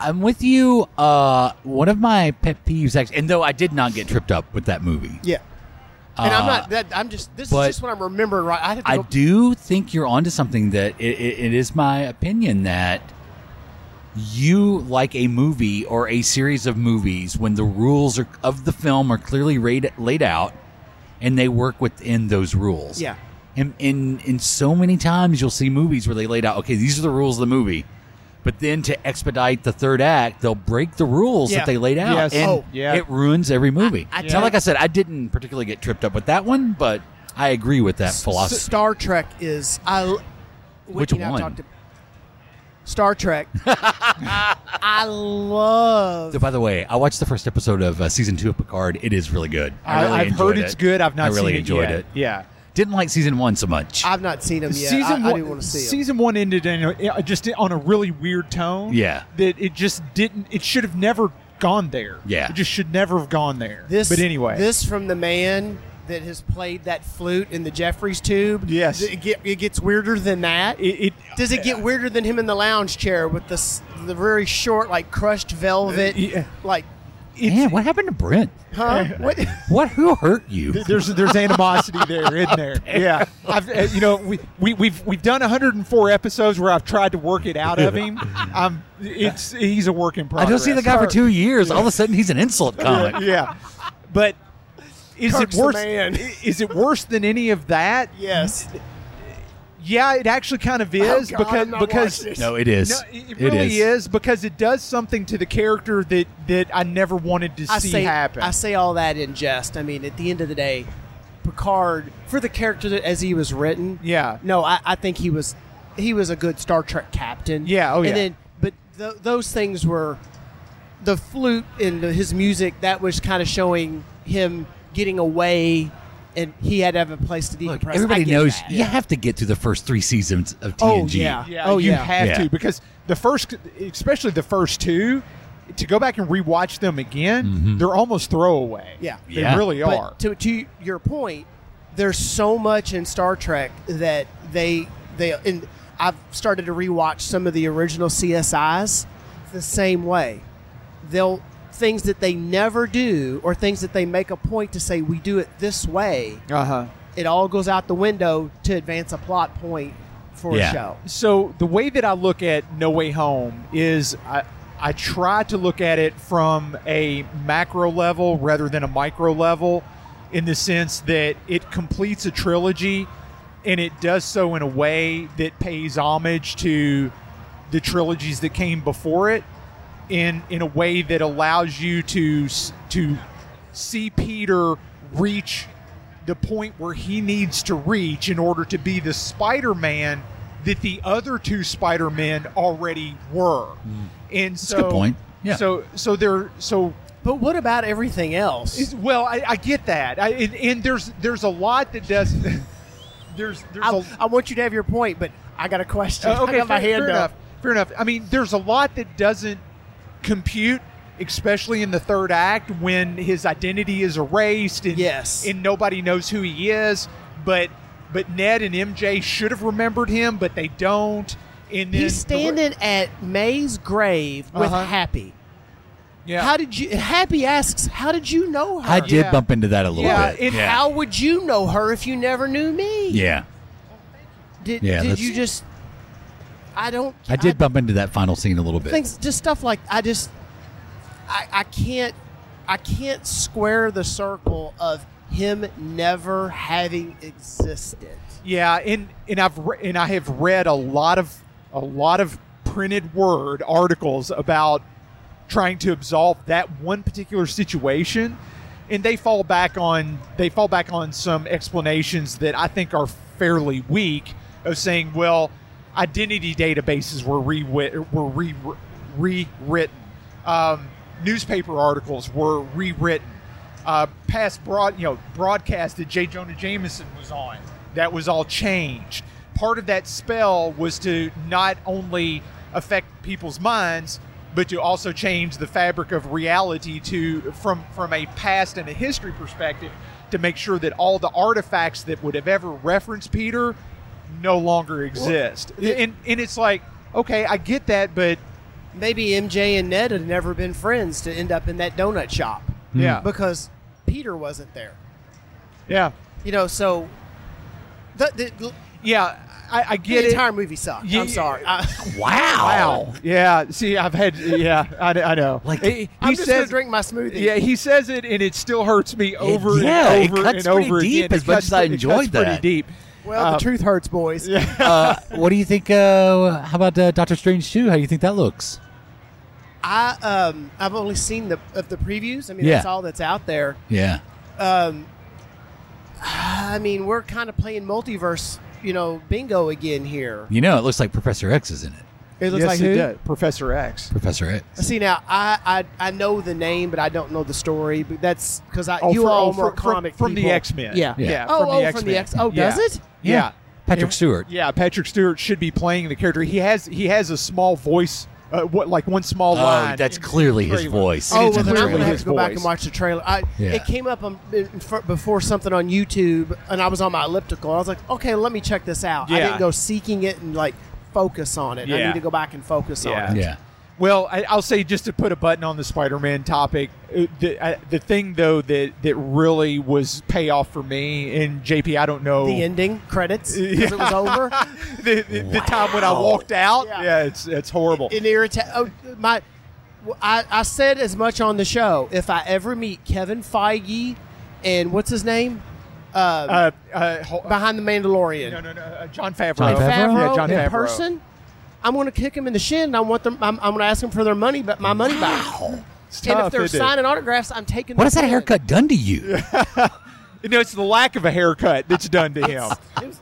Speaker 11: I'm with you. Uh, one of my pet peeves, actually, and though I did not get tripped up with that movie,
Speaker 2: yeah. And I'm
Speaker 11: Uh,
Speaker 2: not that I'm just this is
Speaker 11: but-
Speaker 2: just what I'm remembering right. I have to
Speaker 11: I
Speaker 2: go,
Speaker 11: do think you're onto something that it, it, it is my opinion that you like a movie or a series of movies when the rules are, of the film are clearly laid, laid out and they work within those rules.
Speaker 2: Yeah.
Speaker 11: And in in so many times you'll see movies where they laid out, okay, these are the rules of the movie. But then to expedite the third act, they'll break the rules
Speaker 2: Yeah.
Speaker 11: that they laid out,
Speaker 2: Yes.
Speaker 11: and
Speaker 2: Oh.
Speaker 3: Yeah.
Speaker 11: it ruins every movie.
Speaker 2: I- I
Speaker 11: Now,
Speaker 2: tell-
Speaker 11: like I said, I didn't particularly get tripped up with that one, but I agree with that
Speaker 2: S-
Speaker 11: philosophy.
Speaker 2: Star Trek is I
Speaker 11: Which
Speaker 2: Whitney and I
Speaker 11: one?
Speaker 2: talked to- Star Trek. I love
Speaker 11: Though, By the way, I watched the first episode of uh, season two of Picard. It is really good. I
Speaker 3: I,
Speaker 11: really
Speaker 3: I've heard
Speaker 11: enjoyed
Speaker 3: it's
Speaker 11: it.
Speaker 3: good. I've not
Speaker 11: I really
Speaker 3: seen
Speaker 11: enjoyed
Speaker 3: it, yet.
Speaker 11: it.
Speaker 3: Yeah.
Speaker 11: Didn't like season one so much.
Speaker 2: I've not seen them yet.
Speaker 3: Season
Speaker 2: I, I
Speaker 3: one,
Speaker 2: do want to see 'em.
Speaker 3: season one ended in a, uh, just on a really weird tone.
Speaker 11: Yeah.
Speaker 3: that it just didn't. It should have never gone there.
Speaker 11: Yeah.
Speaker 3: it just should never have gone there.
Speaker 2: This,
Speaker 3: but anyway,
Speaker 2: this from the man that has played that flute in the Jeffries tube.
Speaker 3: Yes.
Speaker 2: Th- it, get- it gets weirder than that.
Speaker 3: it, it
Speaker 2: Does it get weirder than him in the lounge chair with the s- the very short, like crushed velvet,
Speaker 3: Uh, yeah.
Speaker 2: like
Speaker 11: Man, what happened to Brent?
Speaker 2: huh? What?
Speaker 11: What? Who hurt you?
Speaker 3: there's there's animosity there, isn't there? Yeah, I've, uh, you know we, we we've we've done 104 episodes where I've tried to work it out of him. I'm it's he's a work in
Speaker 11: I
Speaker 3: progress.
Speaker 11: don't see the guy for two years. All of a sudden, he's an insult comic.
Speaker 3: Ah, yeah, but is
Speaker 2: Kirk's
Speaker 3: it
Speaker 2: the
Speaker 3: worse?
Speaker 2: man.
Speaker 3: Is it worse than any of that?
Speaker 2: yes. Oh,
Speaker 3: Yeah, it actually kind of is
Speaker 2: God,
Speaker 3: because
Speaker 2: I'm not
Speaker 3: because
Speaker 2: watching this.
Speaker 11: No, it is.
Speaker 3: No, it it really is. because it does something to the character that that I never wanted to
Speaker 2: I
Speaker 3: see
Speaker 2: say
Speaker 3: happen.
Speaker 2: I say all that in jest. I mean, at the end of the day, Picard for the character that, as he was written.
Speaker 3: yeah,
Speaker 2: No, I, I think he was he was a good Star Trek captain.
Speaker 3: Yeah, oh, yeah.
Speaker 2: And then, but th- those things were the flute and the, his music. That was kind of showing him getting away, and he had to have a place to decompress. I
Speaker 11: Everybody
Speaker 2: get
Speaker 11: knows
Speaker 2: that.
Speaker 11: you have to get through the first three seasons of TNG.
Speaker 3: Oh yeah,
Speaker 2: Oh,
Speaker 3: you
Speaker 2: yeah.
Speaker 3: have
Speaker 11: Yeah.
Speaker 3: to because the first, especially the first two, to go back and rewatch them again,
Speaker 11: Mm-hmm.
Speaker 3: they're almost throwaway.
Speaker 2: Yeah,
Speaker 3: they really
Speaker 2: But
Speaker 3: are.
Speaker 2: To, to your point, there's so much in Star Trek that they they and I've started to rewatch some of the original CSIs the same way. They'll things that they never do or things that they make a point to say we do it this way.
Speaker 3: Uh huh.
Speaker 2: It all goes out the window to advance a plot point for a show.
Speaker 3: So the way that I look at No Way Home is I I try to look at it from a macro level rather than a micro level in the sense that it completes a trilogy and it does so in a way that pays homage to the trilogies that came before it in in a way that allows you to s- to see Peter reach the point where he needs to reach in order to be the Spider-Man that the other two Spider-Men already were. And so
Speaker 11: Hmm. good point. Yeah.
Speaker 3: So so they're so
Speaker 2: But what about everything else?
Speaker 3: is- well, I, I get that, I, and, and there's there's a lot that does. There's there's
Speaker 2: I,
Speaker 3: a,
Speaker 2: I want you to have your point, but I got a question.
Speaker 3: uh,
Speaker 2: I got
Speaker 3: fair,
Speaker 2: my hand
Speaker 3: fair
Speaker 2: up.
Speaker 3: enough. Fair enough. I mean, there's a lot that doesn't compute, especially in the third act when his identity is erased and
Speaker 2: Yes.
Speaker 3: and nobody knows who he is. But but Ned and MJ should have remembered him, but they don't. And then
Speaker 2: He's standing at May's grave with
Speaker 3: Uh-huh.
Speaker 2: Happy.
Speaker 3: Yeah.
Speaker 2: How did you? Happy asks, "How did you know her?"
Speaker 11: I did
Speaker 3: Yeah.
Speaker 11: bump into that a little
Speaker 2: yeah,
Speaker 11: bit.
Speaker 2: and how would you know her if you never knew me?
Speaker 11: yeah.
Speaker 2: Did,
Speaker 11: Yeah,
Speaker 2: did
Speaker 11: that's-
Speaker 2: you just? I don't.
Speaker 11: I did bump into that final scene a little bit.
Speaker 2: things, just stuff like I just, I, I can't, I can't square the circle of him never having existed.
Speaker 3: Yeah, and and I've re- and I have read a lot of a lot of printed word articles about trying to absolve that one particular situation, and they fall back on they fall back on some explanations that I think are fairly weak of saying, well, identity databases were re were re rewritten, um, newspaper articles were rewritten, uh, past broad you know broadcast that J Jonah Jameson was on that was all changed. Part of that spell was to not only affect people's minds, but to also change the fabric of reality to from from a past and a history perspective to make sure that all the artifacts that would have ever referenced Peter no longer exist. and and it's like, okay, I get that, but
Speaker 2: Maybe MJ and Ned had never been friends to end up in that donut shop.
Speaker 11: Hmm.
Speaker 3: yeah.
Speaker 2: because Peter wasn't there.
Speaker 3: yeah.
Speaker 2: You know, so the, the,
Speaker 3: Yeah, I, I get
Speaker 2: the
Speaker 3: it.
Speaker 2: entire movie sucked.
Speaker 3: Yeah.
Speaker 2: I'm sorry. I,
Speaker 11: wow.
Speaker 3: Wow. Yeah. See, I've had. Yeah, I, I know.
Speaker 11: Like-
Speaker 3: he, he
Speaker 2: I'm just gonna
Speaker 3: says,
Speaker 2: drink my smoothie.
Speaker 3: Yeah, he says it, and it still hurts me over
Speaker 11: yeah, it
Speaker 3: and over
Speaker 11: cuts
Speaker 3: and over
Speaker 11: pretty deep
Speaker 3: again. It
Speaker 11: as much
Speaker 3: cuts
Speaker 11: as I
Speaker 3: pre- it
Speaker 11: enjoyed
Speaker 3: cuts
Speaker 11: that.
Speaker 3: Pretty deep.
Speaker 2: well, the
Speaker 3: um,
Speaker 2: truth hurts, boys.
Speaker 11: uh, what do you think? Uh, how about uh, Doctor Strange 2? How do you think that looks?
Speaker 2: I um, I've only seen the of the previews. I mean,
Speaker 11: Yeah.
Speaker 2: that's all that's out there.
Speaker 11: Yeah.
Speaker 2: Um, I mean, we're kind of playing multiverse, you know, bingo again here.
Speaker 11: You know, it looks like Professor X is in it.
Speaker 2: It looks
Speaker 3: yes,
Speaker 2: like
Speaker 3: it
Speaker 2: who?
Speaker 3: did. Professor X.
Speaker 11: Professor X.
Speaker 2: See now, I, I I know the name, but I don't know the story. But that's because I
Speaker 3: Oh,
Speaker 2: you
Speaker 3: for-
Speaker 2: all
Speaker 3: oh,
Speaker 2: were
Speaker 3: from- from-
Speaker 2: comic
Speaker 3: from the
Speaker 2: people.
Speaker 3: X-Men.
Speaker 2: Yeah.
Speaker 11: Yeah.
Speaker 3: Yeah,
Speaker 2: Oh,
Speaker 3: from the
Speaker 2: oh, from
Speaker 3: X-Men.
Speaker 2: the X. Oh, does
Speaker 3: Yeah.
Speaker 2: it?
Speaker 3: Yeah.
Speaker 11: Patrick Stewart.
Speaker 3: Yeah, Patrick Stewart should be playing the character. He has he has a small voice, uh, what like one small line.
Speaker 11: Oh, that's clearly his
Speaker 3: Trailer.
Speaker 11: voice.
Speaker 2: Oh,
Speaker 11: It's
Speaker 2: well,
Speaker 11: in the
Speaker 2: then I'm
Speaker 11: trailer.
Speaker 2: gonna have
Speaker 3: his
Speaker 2: to go back
Speaker 3: voice.
Speaker 2: and watch the trailer. I,
Speaker 11: Yeah.
Speaker 2: It came up um, in fr- before something on YouTube, and I was on my elliptical. I was like, okay, let me check this out. I
Speaker 3: Yeah.
Speaker 2: didn't go seeking it and like focus on it. I
Speaker 3: Yeah.
Speaker 2: need to go back and focus
Speaker 3: Yeah.
Speaker 2: on it.
Speaker 11: Yeah.
Speaker 3: Well, I, I'll say just to put a button on the Spider-Man topic, uh, the, I, the thing though that that really was payoff for me and JP, I don't know
Speaker 2: The ending credits because it was over.
Speaker 3: the, the, the time when I walked out.
Speaker 2: Yeah.
Speaker 3: Yeah, it's it's horrible.
Speaker 2: It irritated. Oh, my, I, I said as much on the show. If I ever meet Kevin Feige, and what's his name, uh,
Speaker 3: uh, uh, ho-
Speaker 2: behind the Mandalorian,
Speaker 3: no, no, no, uh, John Favreau.
Speaker 11: John Favreau?
Speaker 2: Favreau
Speaker 3: Yeah, John
Speaker 2: in
Speaker 3: Favreau.
Speaker 2: person, I'm going to kick him in the shin. And I want them. I'm, I'm going to ask them for their money, but my money back.
Speaker 3: It's
Speaker 2: And
Speaker 3: tough,
Speaker 2: if they're
Speaker 3: isn't it?
Speaker 2: signing autographs, I'm taking.
Speaker 11: What
Speaker 2: the
Speaker 11: has that
Speaker 2: pen.
Speaker 11: haircut done to you?
Speaker 3: You know, it's the lack of a haircut that's done to him.
Speaker 2: It was-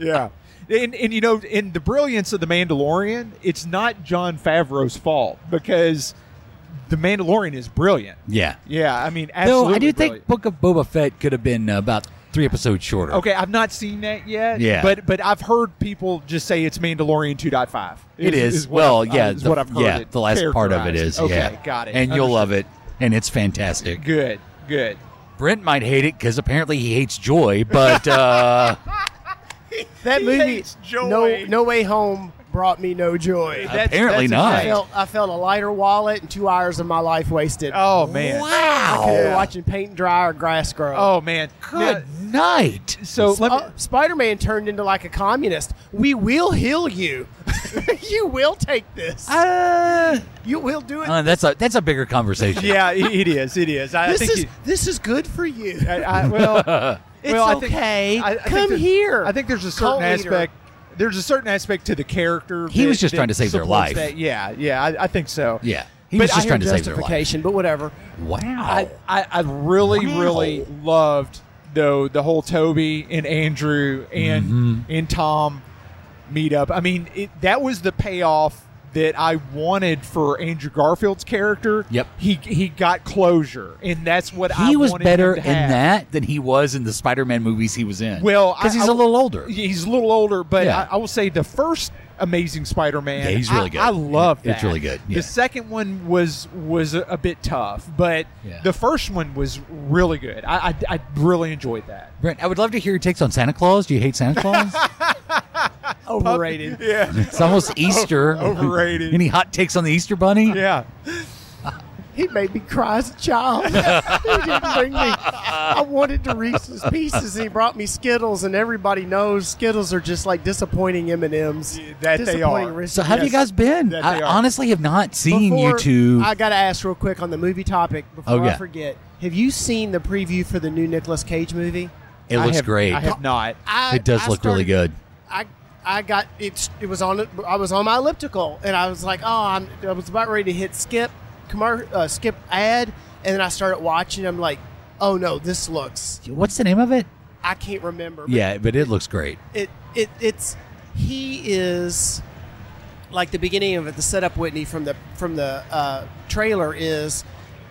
Speaker 3: yeah. and, and you know, in the brilliance of the Mandalorian, it's not John Favreau's fault because the Mandalorian is brilliant.
Speaker 11: Yeah.
Speaker 3: Yeah, I mean,
Speaker 11: Though
Speaker 3: absolutely.
Speaker 11: I do
Speaker 3: brilliant. Oh,
Speaker 11: think Book of Boba Fett could have been about three episodes shorter.
Speaker 3: Okay, I've not seen that yet.
Speaker 11: Yeah.
Speaker 3: but but I've heard people just say it's Mandalorian 2.5.
Speaker 11: It is.
Speaker 3: what
Speaker 11: well,
Speaker 3: I've- uh,
Speaker 11: yeah.
Speaker 3: is
Speaker 11: the-
Speaker 3: what I've heard.
Speaker 11: yeah,
Speaker 3: it
Speaker 11: the last part of it
Speaker 3: characterized.
Speaker 11: is.
Speaker 3: Okay,
Speaker 11: yeah.
Speaker 3: got it.
Speaker 11: And you'll love it, and it's fantastic.
Speaker 3: Good, good.
Speaker 11: Brent might hate it because apparently he hates joy, but uh,
Speaker 2: That movie,
Speaker 3: joy.
Speaker 2: No, no Way Home, brought me no joy.
Speaker 11: That's- Apparently that's a not.
Speaker 2: I
Speaker 11: fact.
Speaker 2: felt, I felt a lighter wallet and two hours of my life wasted.
Speaker 3: Oh man!
Speaker 2: I could
Speaker 3: Yeah.
Speaker 2: be watching paint dry or grass grow.
Speaker 3: Oh man!
Speaker 2: Good
Speaker 11: night.
Speaker 3: So let me,
Speaker 2: Spider-Man turned into like a communist. We will heal you. you will take this. you will do it.
Speaker 11: uh, that's a that's a bigger conversation.
Speaker 3: yeah, it it is. It is. I, I
Speaker 2: this
Speaker 3: think
Speaker 2: is
Speaker 3: you-
Speaker 2: this is good for you.
Speaker 3: I- well,
Speaker 2: it's
Speaker 3: well, I think-
Speaker 2: okay.
Speaker 3: I- I think
Speaker 2: Come
Speaker 3: there's-
Speaker 2: here.
Speaker 3: I think there's a certain
Speaker 2: Cult leader.
Speaker 3: aspect. There's a certain aspect to the character.
Speaker 11: He
Speaker 3: that-
Speaker 11: was just
Speaker 3: that
Speaker 11: trying to save their
Speaker 3: supports
Speaker 11: life.
Speaker 3: that. Yeah, yeah, I, I think so.
Speaker 11: Yeah. He
Speaker 3: But
Speaker 11: was
Speaker 3: I
Speaker 11: just
Speaker 3: hear
Speaker 11: trying to save their life.
Speaker 2: justification, but whatever.
Speaker 11: Wow.
Speaker 3: I, I, I really,
Speaker 11: Wow.
Speaker 3: really loved though the whole Toby and Andrew and
Speaker 11: Mm-hmm.
Speaker 3: and Tom meetup. I mean, it, that was the payoff that I wanted for Andrew Garfield's character.
Speaker 11: Yep.
Speaker 3: he he got closure, and that's what I
Speaker 11: he was
Speaker 3: wanted
Speaker 11: better
Speaker 3: him
Speaker 11: in
Speaker 3: to have.
Speaker 11: that than he was in the Spider-Man movies he was in.
Speaker 3: Well,
Speaker 11: because
Speaker 3: I-
Speaker 11: he's
Speaker 3: I-
Speaker 11: a little older.
Speaker 3: Yeah, He's a little older, but
Speaker 11: Yeah.
Speaker 3: I, I will say the first Amazing Spider-Man.
Speaker 11: Yeah, he's really
Speaker 3: I-
Speaker 11: good.
Speaker 3: I love
Speaker 11: Yeah,
Speaker 3: that.
Speaker 11: it's really good, yeah.
Speaker 3: The second one was was a, a bit tough, but
Speaker 11: Yeah.
Speaker 3: the first one was really good. I, I I really enjoyed that.
Speaker 11: Brent, I would love to hear your takes on Santa Claus. Do you hate Santa Claus?
Speaker 2: Overrated.
Speaker 3: Yeah,
Speaker 11: it's almost Easter.
Speaker 3: Overrated.
Speaker 11: Any hot takes on the Easter Bunny?
Speaker 3: yeah.
Speaker 2: He made me cry as a child. he didn't bring me. I wanted to Reese's Pieces. He brought me Skittles, and everybody knows Skittles are just like disappointing M and M's.
Speaker 3: That they are.
Speaker 11: So have you guys been?
Speaker 3: That
Speaker 11: I
Speaker 3: they are.
Speaker 11: honestly have not seen you
Speaker 2: Before-
Speaker 11: two.
Speaker 2: I gotta ask real quick on the movie topic before
Speaker 11: Oh, yeah.
Speaker 2: I forget. Have you seen the preview for the new Nicolas Cage movie?
Speaker 11: it
Speaker 3: I
Speaker 11: looks
Speaker 3: have-
Speaker 11: great.
Speaker 3: I have not.
Speaker 2: I,
Speaker 11: it does
Speaker 2: I
Speaker 11: look really good.
Speaker 2: started- I I got it's it was on I was on my elliptical and I was like oh I'm, I was about ready to hit skip commer- uh, skip ad and then I started watching I'm like oh no this looks
Speaker 11: What's the name of it?
Speaker 2: I can't remember but
Speaker 11: Yeah, but it looks great.
Speaker 2: it it it's he is like the beginning of it the setup Whitney from the from the uh, trailer is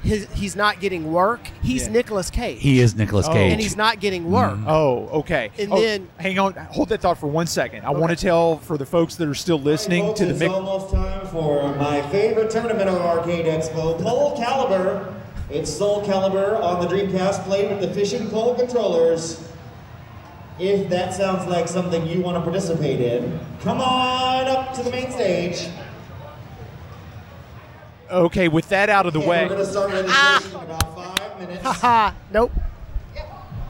Speaker 2: his, he's not getting work he's
Speaker 3: Yeah.
Speaker 2: Nicolas Cage
Speaker 11: He is Nicolas
Speaker 3: Oh.
Speaker 11: Cage.
Speaker 2: and he's not getting work
Speaker 11: Mm-hmm.
Speaker 3: Oh, okay.
Speaker 2: And
Speaker 3: Oh,
Speaker 2: then-
Speaker 3: hang on, hold that thought for one second. I want to tell for the folks that are still listening
Speaker 8: Folks,
Speaker 3: to the
Speaker 8: it's
Speaker 3: mix.
Speaker 8: almost time for my favorite tournament on Arcade Expo, Pole Caliber. It's Soul Calibur on the Dreamcast, played with the fishing pole controllers. If that sounds like something you want to participate in, come on up to the main stage.
Speaker 3: Okay, with that out of the
Speaker 8: and
Speaker 3: way.
Speaker 8: We're going to start registration in about five minutes.
Speaker 2: haha Ah. nope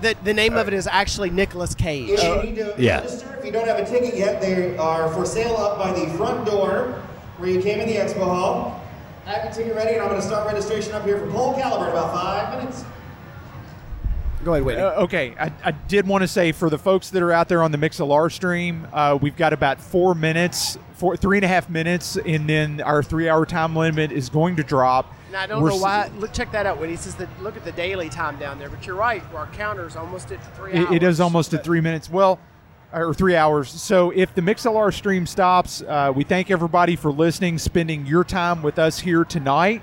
Speaker 2: the, the name of it is actually Nicolas Cage Uh,
Speaker 8: If
Speaker 3: Uh,
Speaker 8: you need to
Speaker 11: yeah.
Speaker 8: register, if you don't have a ticket yet, they are for sale up by the front door where you came in the expo hall. Have your ticket ready, and I'm going to start registration up here for Pole Caliber in about five minutes.
Speaker 2: go ahead Whitney
Speaker 3: Uh, okay, I, I did want to say for the folks that are out there on the MixLR stream, uh, we've got about four minutes, four, three and a half minutes, and then our three-hour time limit is going to drop.
Speaker 2: And I don't
Speaker 3: We're
Speaker 2: know
Speaker 3: s-
Speaker 2: why. Look, check that out, Whitney. It says that look at the daily time down there. But you're right. Our counter's almost at three.
Speaker 3: It, it is
Speaker 2: hours.
Speaker 3: almost at three minutes. Well, or three hours. So if the MixLR stream stops, uh, we thank everybody for listening, spending your time with us here tonight.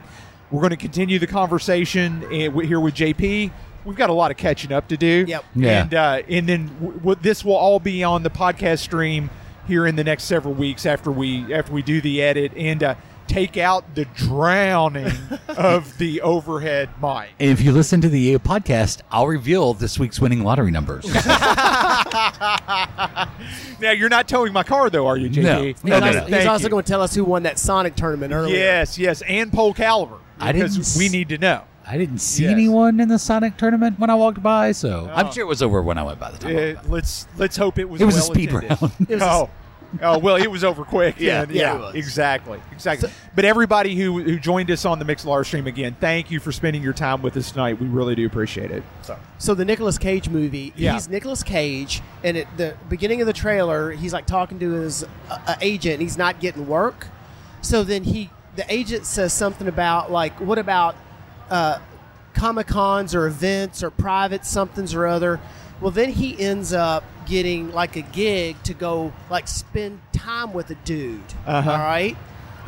Speaker 3: We're going to continue the conversation eh, w- here with JP. We've got a lot of catching up to do.
Speaker 2: Yep.
Speaker 11: Yeah.
Speaker 3: And, uh, and then w- w- this will all be on the podcast stream here in the next several weeks after we after we do the edit and uh, take out the drowning of the overhead mic.
Speaker 11: and if you listen to the podcast, I'll reveal this week's winning lottery numbers.
Speaker 3: Now you're not towing my car though, are you, JP?
Speaker 11: No. No,
Speaker 2: He's
Speaker 11: no,
Speaker 2: also,
Speaker 11: no.
Speaker 2: he's
Speaker 3: Thank
Speaker 2: also
Speaker 3: you.
Speaker 2: going to tell us who won that Sonic tournament earlier.
Speaker 3: Yes, yes, and pole caliber.
Speaker 11: I didn't
Speaker 3: because
Speaker 11: s-
Speaker 3: we need to know.
Speaker 11: I didn't see
Speaker 3: Yes.
Speaker 11: anyone in the Sonic tournament when I walked by, so I'm sure it was over when I went by the time. I
Speaker 3: Uh,
Speaker 11: walked by.
Speaker 3: let's let's hope it was.
Speaker 11: It was a
Speaker 3: well
Speaker 11: speed
Speaker 3: attended.
Speaker 11: round.
Speaker 2: It was a-
Speaker 3: oh, oh well, it was over quick.
Speaker 11: Yeah,
Speaker 3: then.
Speaker 11: yeah,
Speaker 3: yeah,
Speaker 11: it was.
Speaker 3: exactly, exactly. but everybody who who joined us on the MixLR stream again, thank you for spending your time with us tonight. We really do appreciate it. So
Speaker 2: So the Nicolas Cage movie.
Speaker 3: Yeah.
Speaker 2: He's Nicolas Cage, and at the beginning of the trailer, he's like talking to his uh, uh, agent. And he's not getting work. So then he, the agent says something about like, what about, uh, Comic Cons or events or private somethings or other. Well, then he ends up getting like a gig to go like spend time with a dude.
Speaker 3: Uh-huh.
Speaker 2: all right.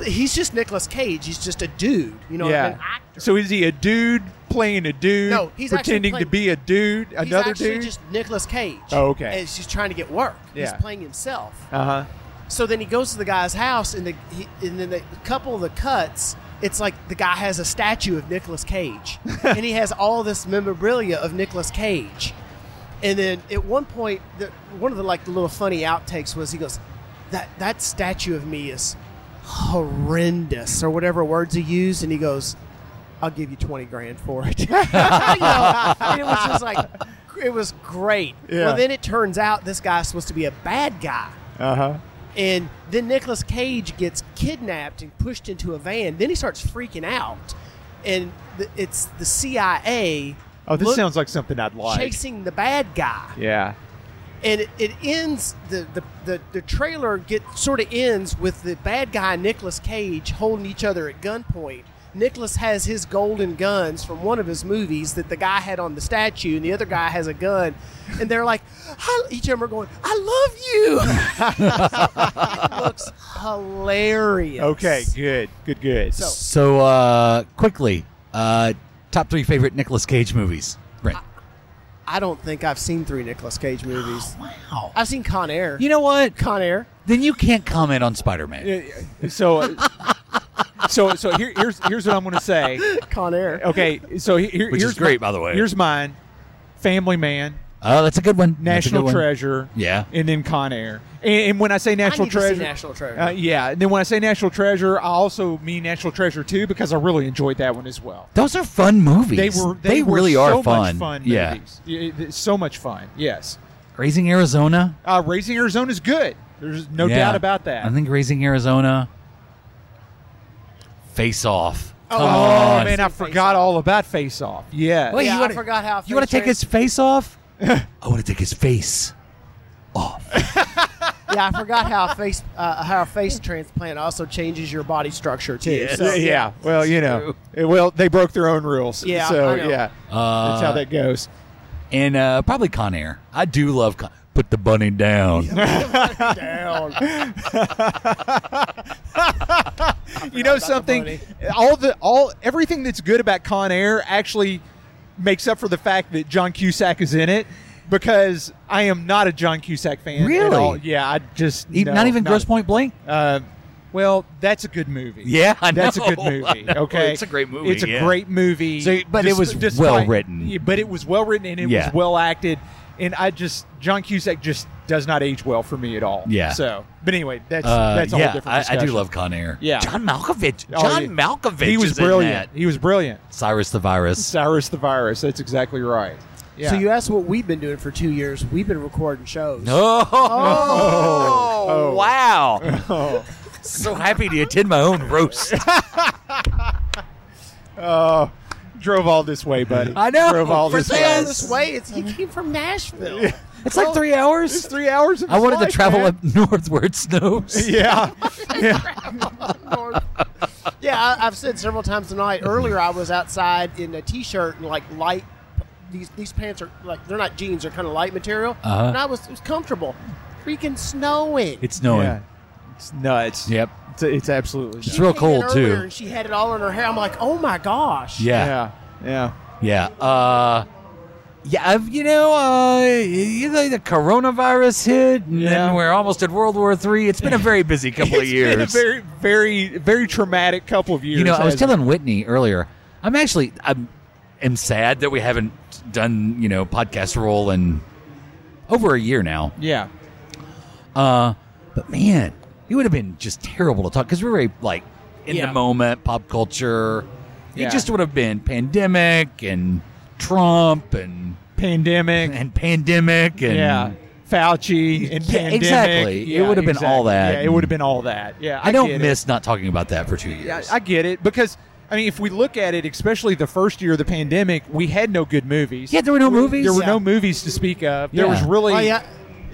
Speaker 2: He's just Nicolas Cage. He's just a dude. You know,
Speaker 3: yeah.
Speaker 2: an actor.
Speaker 3: So is he a dude playing a dude?
Speaker 2: No, he's actually
Speaker 3: pretending
Speaker 2: playing-
Speaker 3: to be a dude,
Speaker 2: He's
Speaker 3: another
Speaker 2: actually
Speaker 3: dude.
Speaker 2: just Nicolas Cage.
Speaker 3: Oh, okay.
Speaker 2: And he's just trying to get work.
Speaker 3: Yeah.
Speaker 2: He's playing himself.
Speaker 3: uh huh.
Speaker 2: So then he goes to the guy's house, and the he, and then the couple of the cuts, it's like the guy has a statue of Nicolas Cage, and he has all this memorabilia of Nicolas Cage. And then at one point, the, one of the like the little funny outtakes was he goes, "That that statue of me is horrendous," or whatever words he used, and he goes, "I'll give you twenty grand for it." You know, and it was just like it was great.
Speaker 3: Yeah.
Speaker 2: Well, then it turns out this guy's supposed to be a bad guy.
Speaker 3: Uh huh.
Speaker 2: And then Nicolas Cage gets kidnapped and pushed into a van. Then he starts freaking out. And th- it's the CIA
Speaker 3: Oh, this
Speaker 2: look-
Speaker 3: sounds like something I'd like.
Speaker 2: chasing the bad guy.
Speaker 3: Yeah.
Speaker 2: And it, it ends, the, the, the, the trailer get, sort of ends with the bad guy and Nicolas Cage holding each other at gunpoint. Nicholas has his golden guns from one of his movies that the guy had on the statue, and the other guy has a gun. And they're like, I, each of them are going, I love you. it looks hilarious.
Speaker 3: Okay. Good. Good. Good.
Speaker 2: So-
Speaker 11: So uh, quickly, uh, top three favorite Nicolas Cage movies. Brent.
Speaker 2: I don't think I've seen three Nicolas Cage movies.
Speaker 11: wow.
Speaker 2: I've seen Con Air.
Speaker 11: You know what?
Speaker 2: Con Air.
Speaker 11: Then you can't comment on Spider Man.
Speaker 3: So, uh, so, so here, here's here's what I'm going to say.
Speaker 2: Con Air.
Speaker 3: Okay. So he- here,
Speaker 11: Which is
Speaker 3: here's
Speaker 11: great,
Speaker 3: my-
Speaker 11: by the way.
Speaker 3: Here's mine. Family Man,
Speaker 11: Oh, that's a good one. That's a
Speaker 3: National
Speaker 11: good one.
Speaker 3: Treasure,
Speaker 11: Yeah.
Speaker 3: and then Con Air. And, and when I say National
Speaker 2: need to see
Speaker 3: Treasure,
Speaker 2: National Treasure.
Speaker 3: uh, yeah. And then when I say National Treasure, I also mean National Treasure too because I really enjoyed that one as well.
Speaker 11: Those are fun movies.
Speaker 3: They were they, were
Speaker 11: really
Speaker 3: so
Speaker 11: are
Speaker 3: much
Speaker 11: fun.
Speaker 3: fun
Speaker 11: yeah.
Speaker 3: movies. Y- y- So much fun. Yes.
Speaker 11: Raising Arizona.
Speaker 3: Uh, Raising Arizona is good. There's no
Speaker 11: Yeah.
Speaker 3: doubt about that.
Speaker 11: I think Raising Arizona. Face Off.
Speaker 3: Oh,
Speaker 11: Come on.
Speaker 3: man, I forgot all about Face Off. Yeah.
Speaker 11: Wait,
Speaker 2: yeah,
Speaker 11: you wanna-
Speaker 2: I forgot how.
Speaker 11: you want
Speaker 2: Face
Speaker 11: to take
Speaker 2: Train-
Speaker 11: his face off? I want to take his face.
Speaker 2: yeah, I forgot how a face uh, how a face transplant also changes your body structure too.
Speaker 3: Yeah,
Speaker 2: So,
Speaker 3: yeah. Well, you know. eh, Well, they broke their own rules.
Speaker 2: Yeah,
Speaker 3: So
Speaker 2: I know.
Speaker 3: yeah.
Speaker 11: Uh,
Speaker 3: That's how that goes.
Speaker 11: And uh, probably Con Air. I do love Con. Put the bunny down.
Speaker 3: you know something? All the all everything that's good about Con Air actually makes up for the fact that John Cusack is in it because I am not a John Cusack fan. At
Speaker 11: Really?
Speaker 3: all. Yeah. I just
Speaker 11: E-
Speaker 3: no,
Speaker 11: not even Gross Point Blank.
Speaker 3: Uh, well, that's a good movie.
Speaker 11: Yeah, I
Speaker 3: that's
Speaker 11: know.
Speaker 3: a good movie.
Speaker 11: I know.
Speaker 3: Okay,
Speaker 11: It's a great movie,
Speaker 3: It's a
Speaker 11: yeah.
Speaker 3: great movie.
Speaker 11: So, but it was well-written.
Speaker 3: yeah, But it was well written and it
Speaker 11: Yeah.
Speaker 3: was well acted. And I just John Cusack just does not age well for me at all.
Speaker 11: Yeah.
Speaker 3: So, but anyway, that's
Speaker 11: Uh,
Speaker 3: that's a
Speaker 11: yeah,
Speaker 3: whole different.
Speaker 11: I, I do
Speaker 3: discussion.
Speaker 11: love Con Air.
Speaker 3: Yeah.
Speaker 11: John Malkovich.
Speaker 3: Oh,
Speaker 11: John
Speaker 3: yeah.
Speaker 11: Malkovich.
Speaker 3: He was
Speaker 11: is in
Speaker 3: brilliant. He was brilliant.
Speaker 11: that. Cyrus the Virus.
Speaker 3: Cyrus the Virus. That's exactly right. Yeah.
Speaker 2: So you asked what we've been doing for two years. We've been recording shows.
Speaker 11: No.
Speaker 2: Oh.
Speaker 3: Oh.
Speaker 11: wow.
Speaker 3: Oh.
Speaker 11: so happy to attend my own roast.
Speaker 3: Oh. drove all this way, buddy.
Speaker 11: I know,
Speaker 3: Drove all
Speaker 11: for
Speaker 3: this
Speaker 2: All
Speaker 11: this.
Speaker 3: way.
Speaker 2: this way, it's, he came from Nashville.
Speaker 11: It's like three
Speaker 3: It's
Speaker 11: hours.
Speaker 3: three hours. Of
Speaker 11: I
Speaker 3: his
Speaker 11: wanted to
Speaker 3: life,
Speaker 11: travel
Speaker 3: man.
Speaker 11: up northward, Snopes.
Speaker 3: Yeah. yeah.
Speaker 2: Yeah, I, I've said several times tonight. Earlier, I was outside in a t-shirt and like light. These these pants are like they're not jeans; they're kind of light material,
Speaker 11: Uh-huh.
Speaker 2: and I was it was comfortable. Freaking snowing.
Speaker 11: It's snowing.
Speaker 3: Yeah. It's nuts.
Speaker 11: Yep.
Speaker 3: It's, it's absolutely
Speaker 11: It's
Speaker 3: nuts.
Speaker 11: real
Speaker 2: Came in
Speaker 11: cold
Speaker 2: earlier,
Speaker 11: too.
Speaker 2: And she had it all in her hair. I'm like, oh my gosh.
Speaker 11: Yeah.
Speaker 3: Yeah. Yeah.
Speaker 11: Yeah. Uh, yeah. I've- You know, uh, you know, the coronavirus hit, and
Speaker 3: Yeah.
Speaker 11: then we're almost at World War Three. It's been a very busy couple of
Speaker 3: It's
Speaker 11: years.
Speaker 3: been a very, very, very traumatic couple of years.
Speaker 11: you know, I was
Speaker 3: hasn't it?
Speaker 11: telling Whitney earlier. I'm actually I'm am sad that we haven't done you know podcast roll in over a year now.
Speaker 3: Yeah.
Speaker 11: Uh, but man, it would have been just terrible to talk because we were like in
Speaker 3: Yeah.
Speaker 11: the moment, pop culture.
Speaker 3: Yeah.
Speaker 11: It just would have been pandemic and Trump and
Speaker 3: Pandemic.
Speaker 11: and pandemic and
Speaker 3: yeah. Fauci and
Speaker 11: Yeah,
Speaker 3: pandemic.
Speaker 11: exactly. It would have been all that.
Speaker 3: Yeah, it would have been all that. Yeah.
Speaker 11: I,
Speaker 3: get
Speaker 11: don't
Speaker 3: it.
Speaker 11: miss not talking about that for two
Speaker 3: Yeah,
Speaker 11: years.
Speaker 3: I get it because I mean, if we look at it, especially the first year of the pandemic, we had no good movies.
Speaker 11: Yeah, there were no movies.
Speaker 3: There were
Speaker 11: Yeah.
Speaker 3: no movies to speak of. There
Speaker 11: Yeah.
Speaker 3: was really.
Speaker 2: Oh, yeah.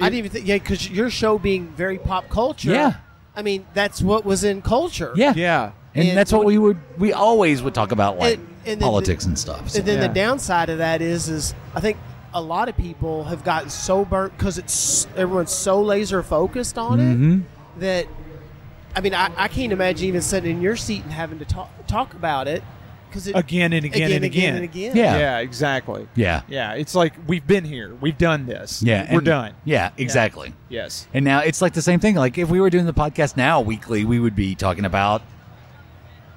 Speaker 2: I didn't even think, yeah, because your show being very pop culture.
Speaker 11: Yeah.
Speaker 2: I mean, that's what was in culture.
Speaker 11: yeah,
Speaker 3: Yeah.
Speaker 11: and
Speaker 2: And
Speaker 11: that's what we would we always would talk about. Like
Speaker 2: And And then
Speaker 11: politics
Speaker 2: the-
Speaker 11: and stuff. so.
Speaker 2: And then the downside of that is, is I think a lot of people have gotten so burnt because it's everyone's so laser focused on
Speaker 11: Mhm.
Speaker 2: it
Speaker 3: Mm-hmm.
Speaker 2: that, I mean, I, I can't imagine even sitting in your seat and having to talk talk about it because
Speaker 3: again and again, and again
Speaker 2: and again.
Speaker 3: yeah, exactly.
Speaker 11: Yeah.
Speaker 3: yeah. It's like we've been here, we've done this.
Speaker 11: Yeah,
Speaker 3: we're
Speaker 11: and-
Speaker 3: done.
Speaker 11: Yeah, exactly.
Speaker 3: Yes.
Speaker 11: And now it's like the same thing. Like if we were doing the podcast now weekly, we would be talking about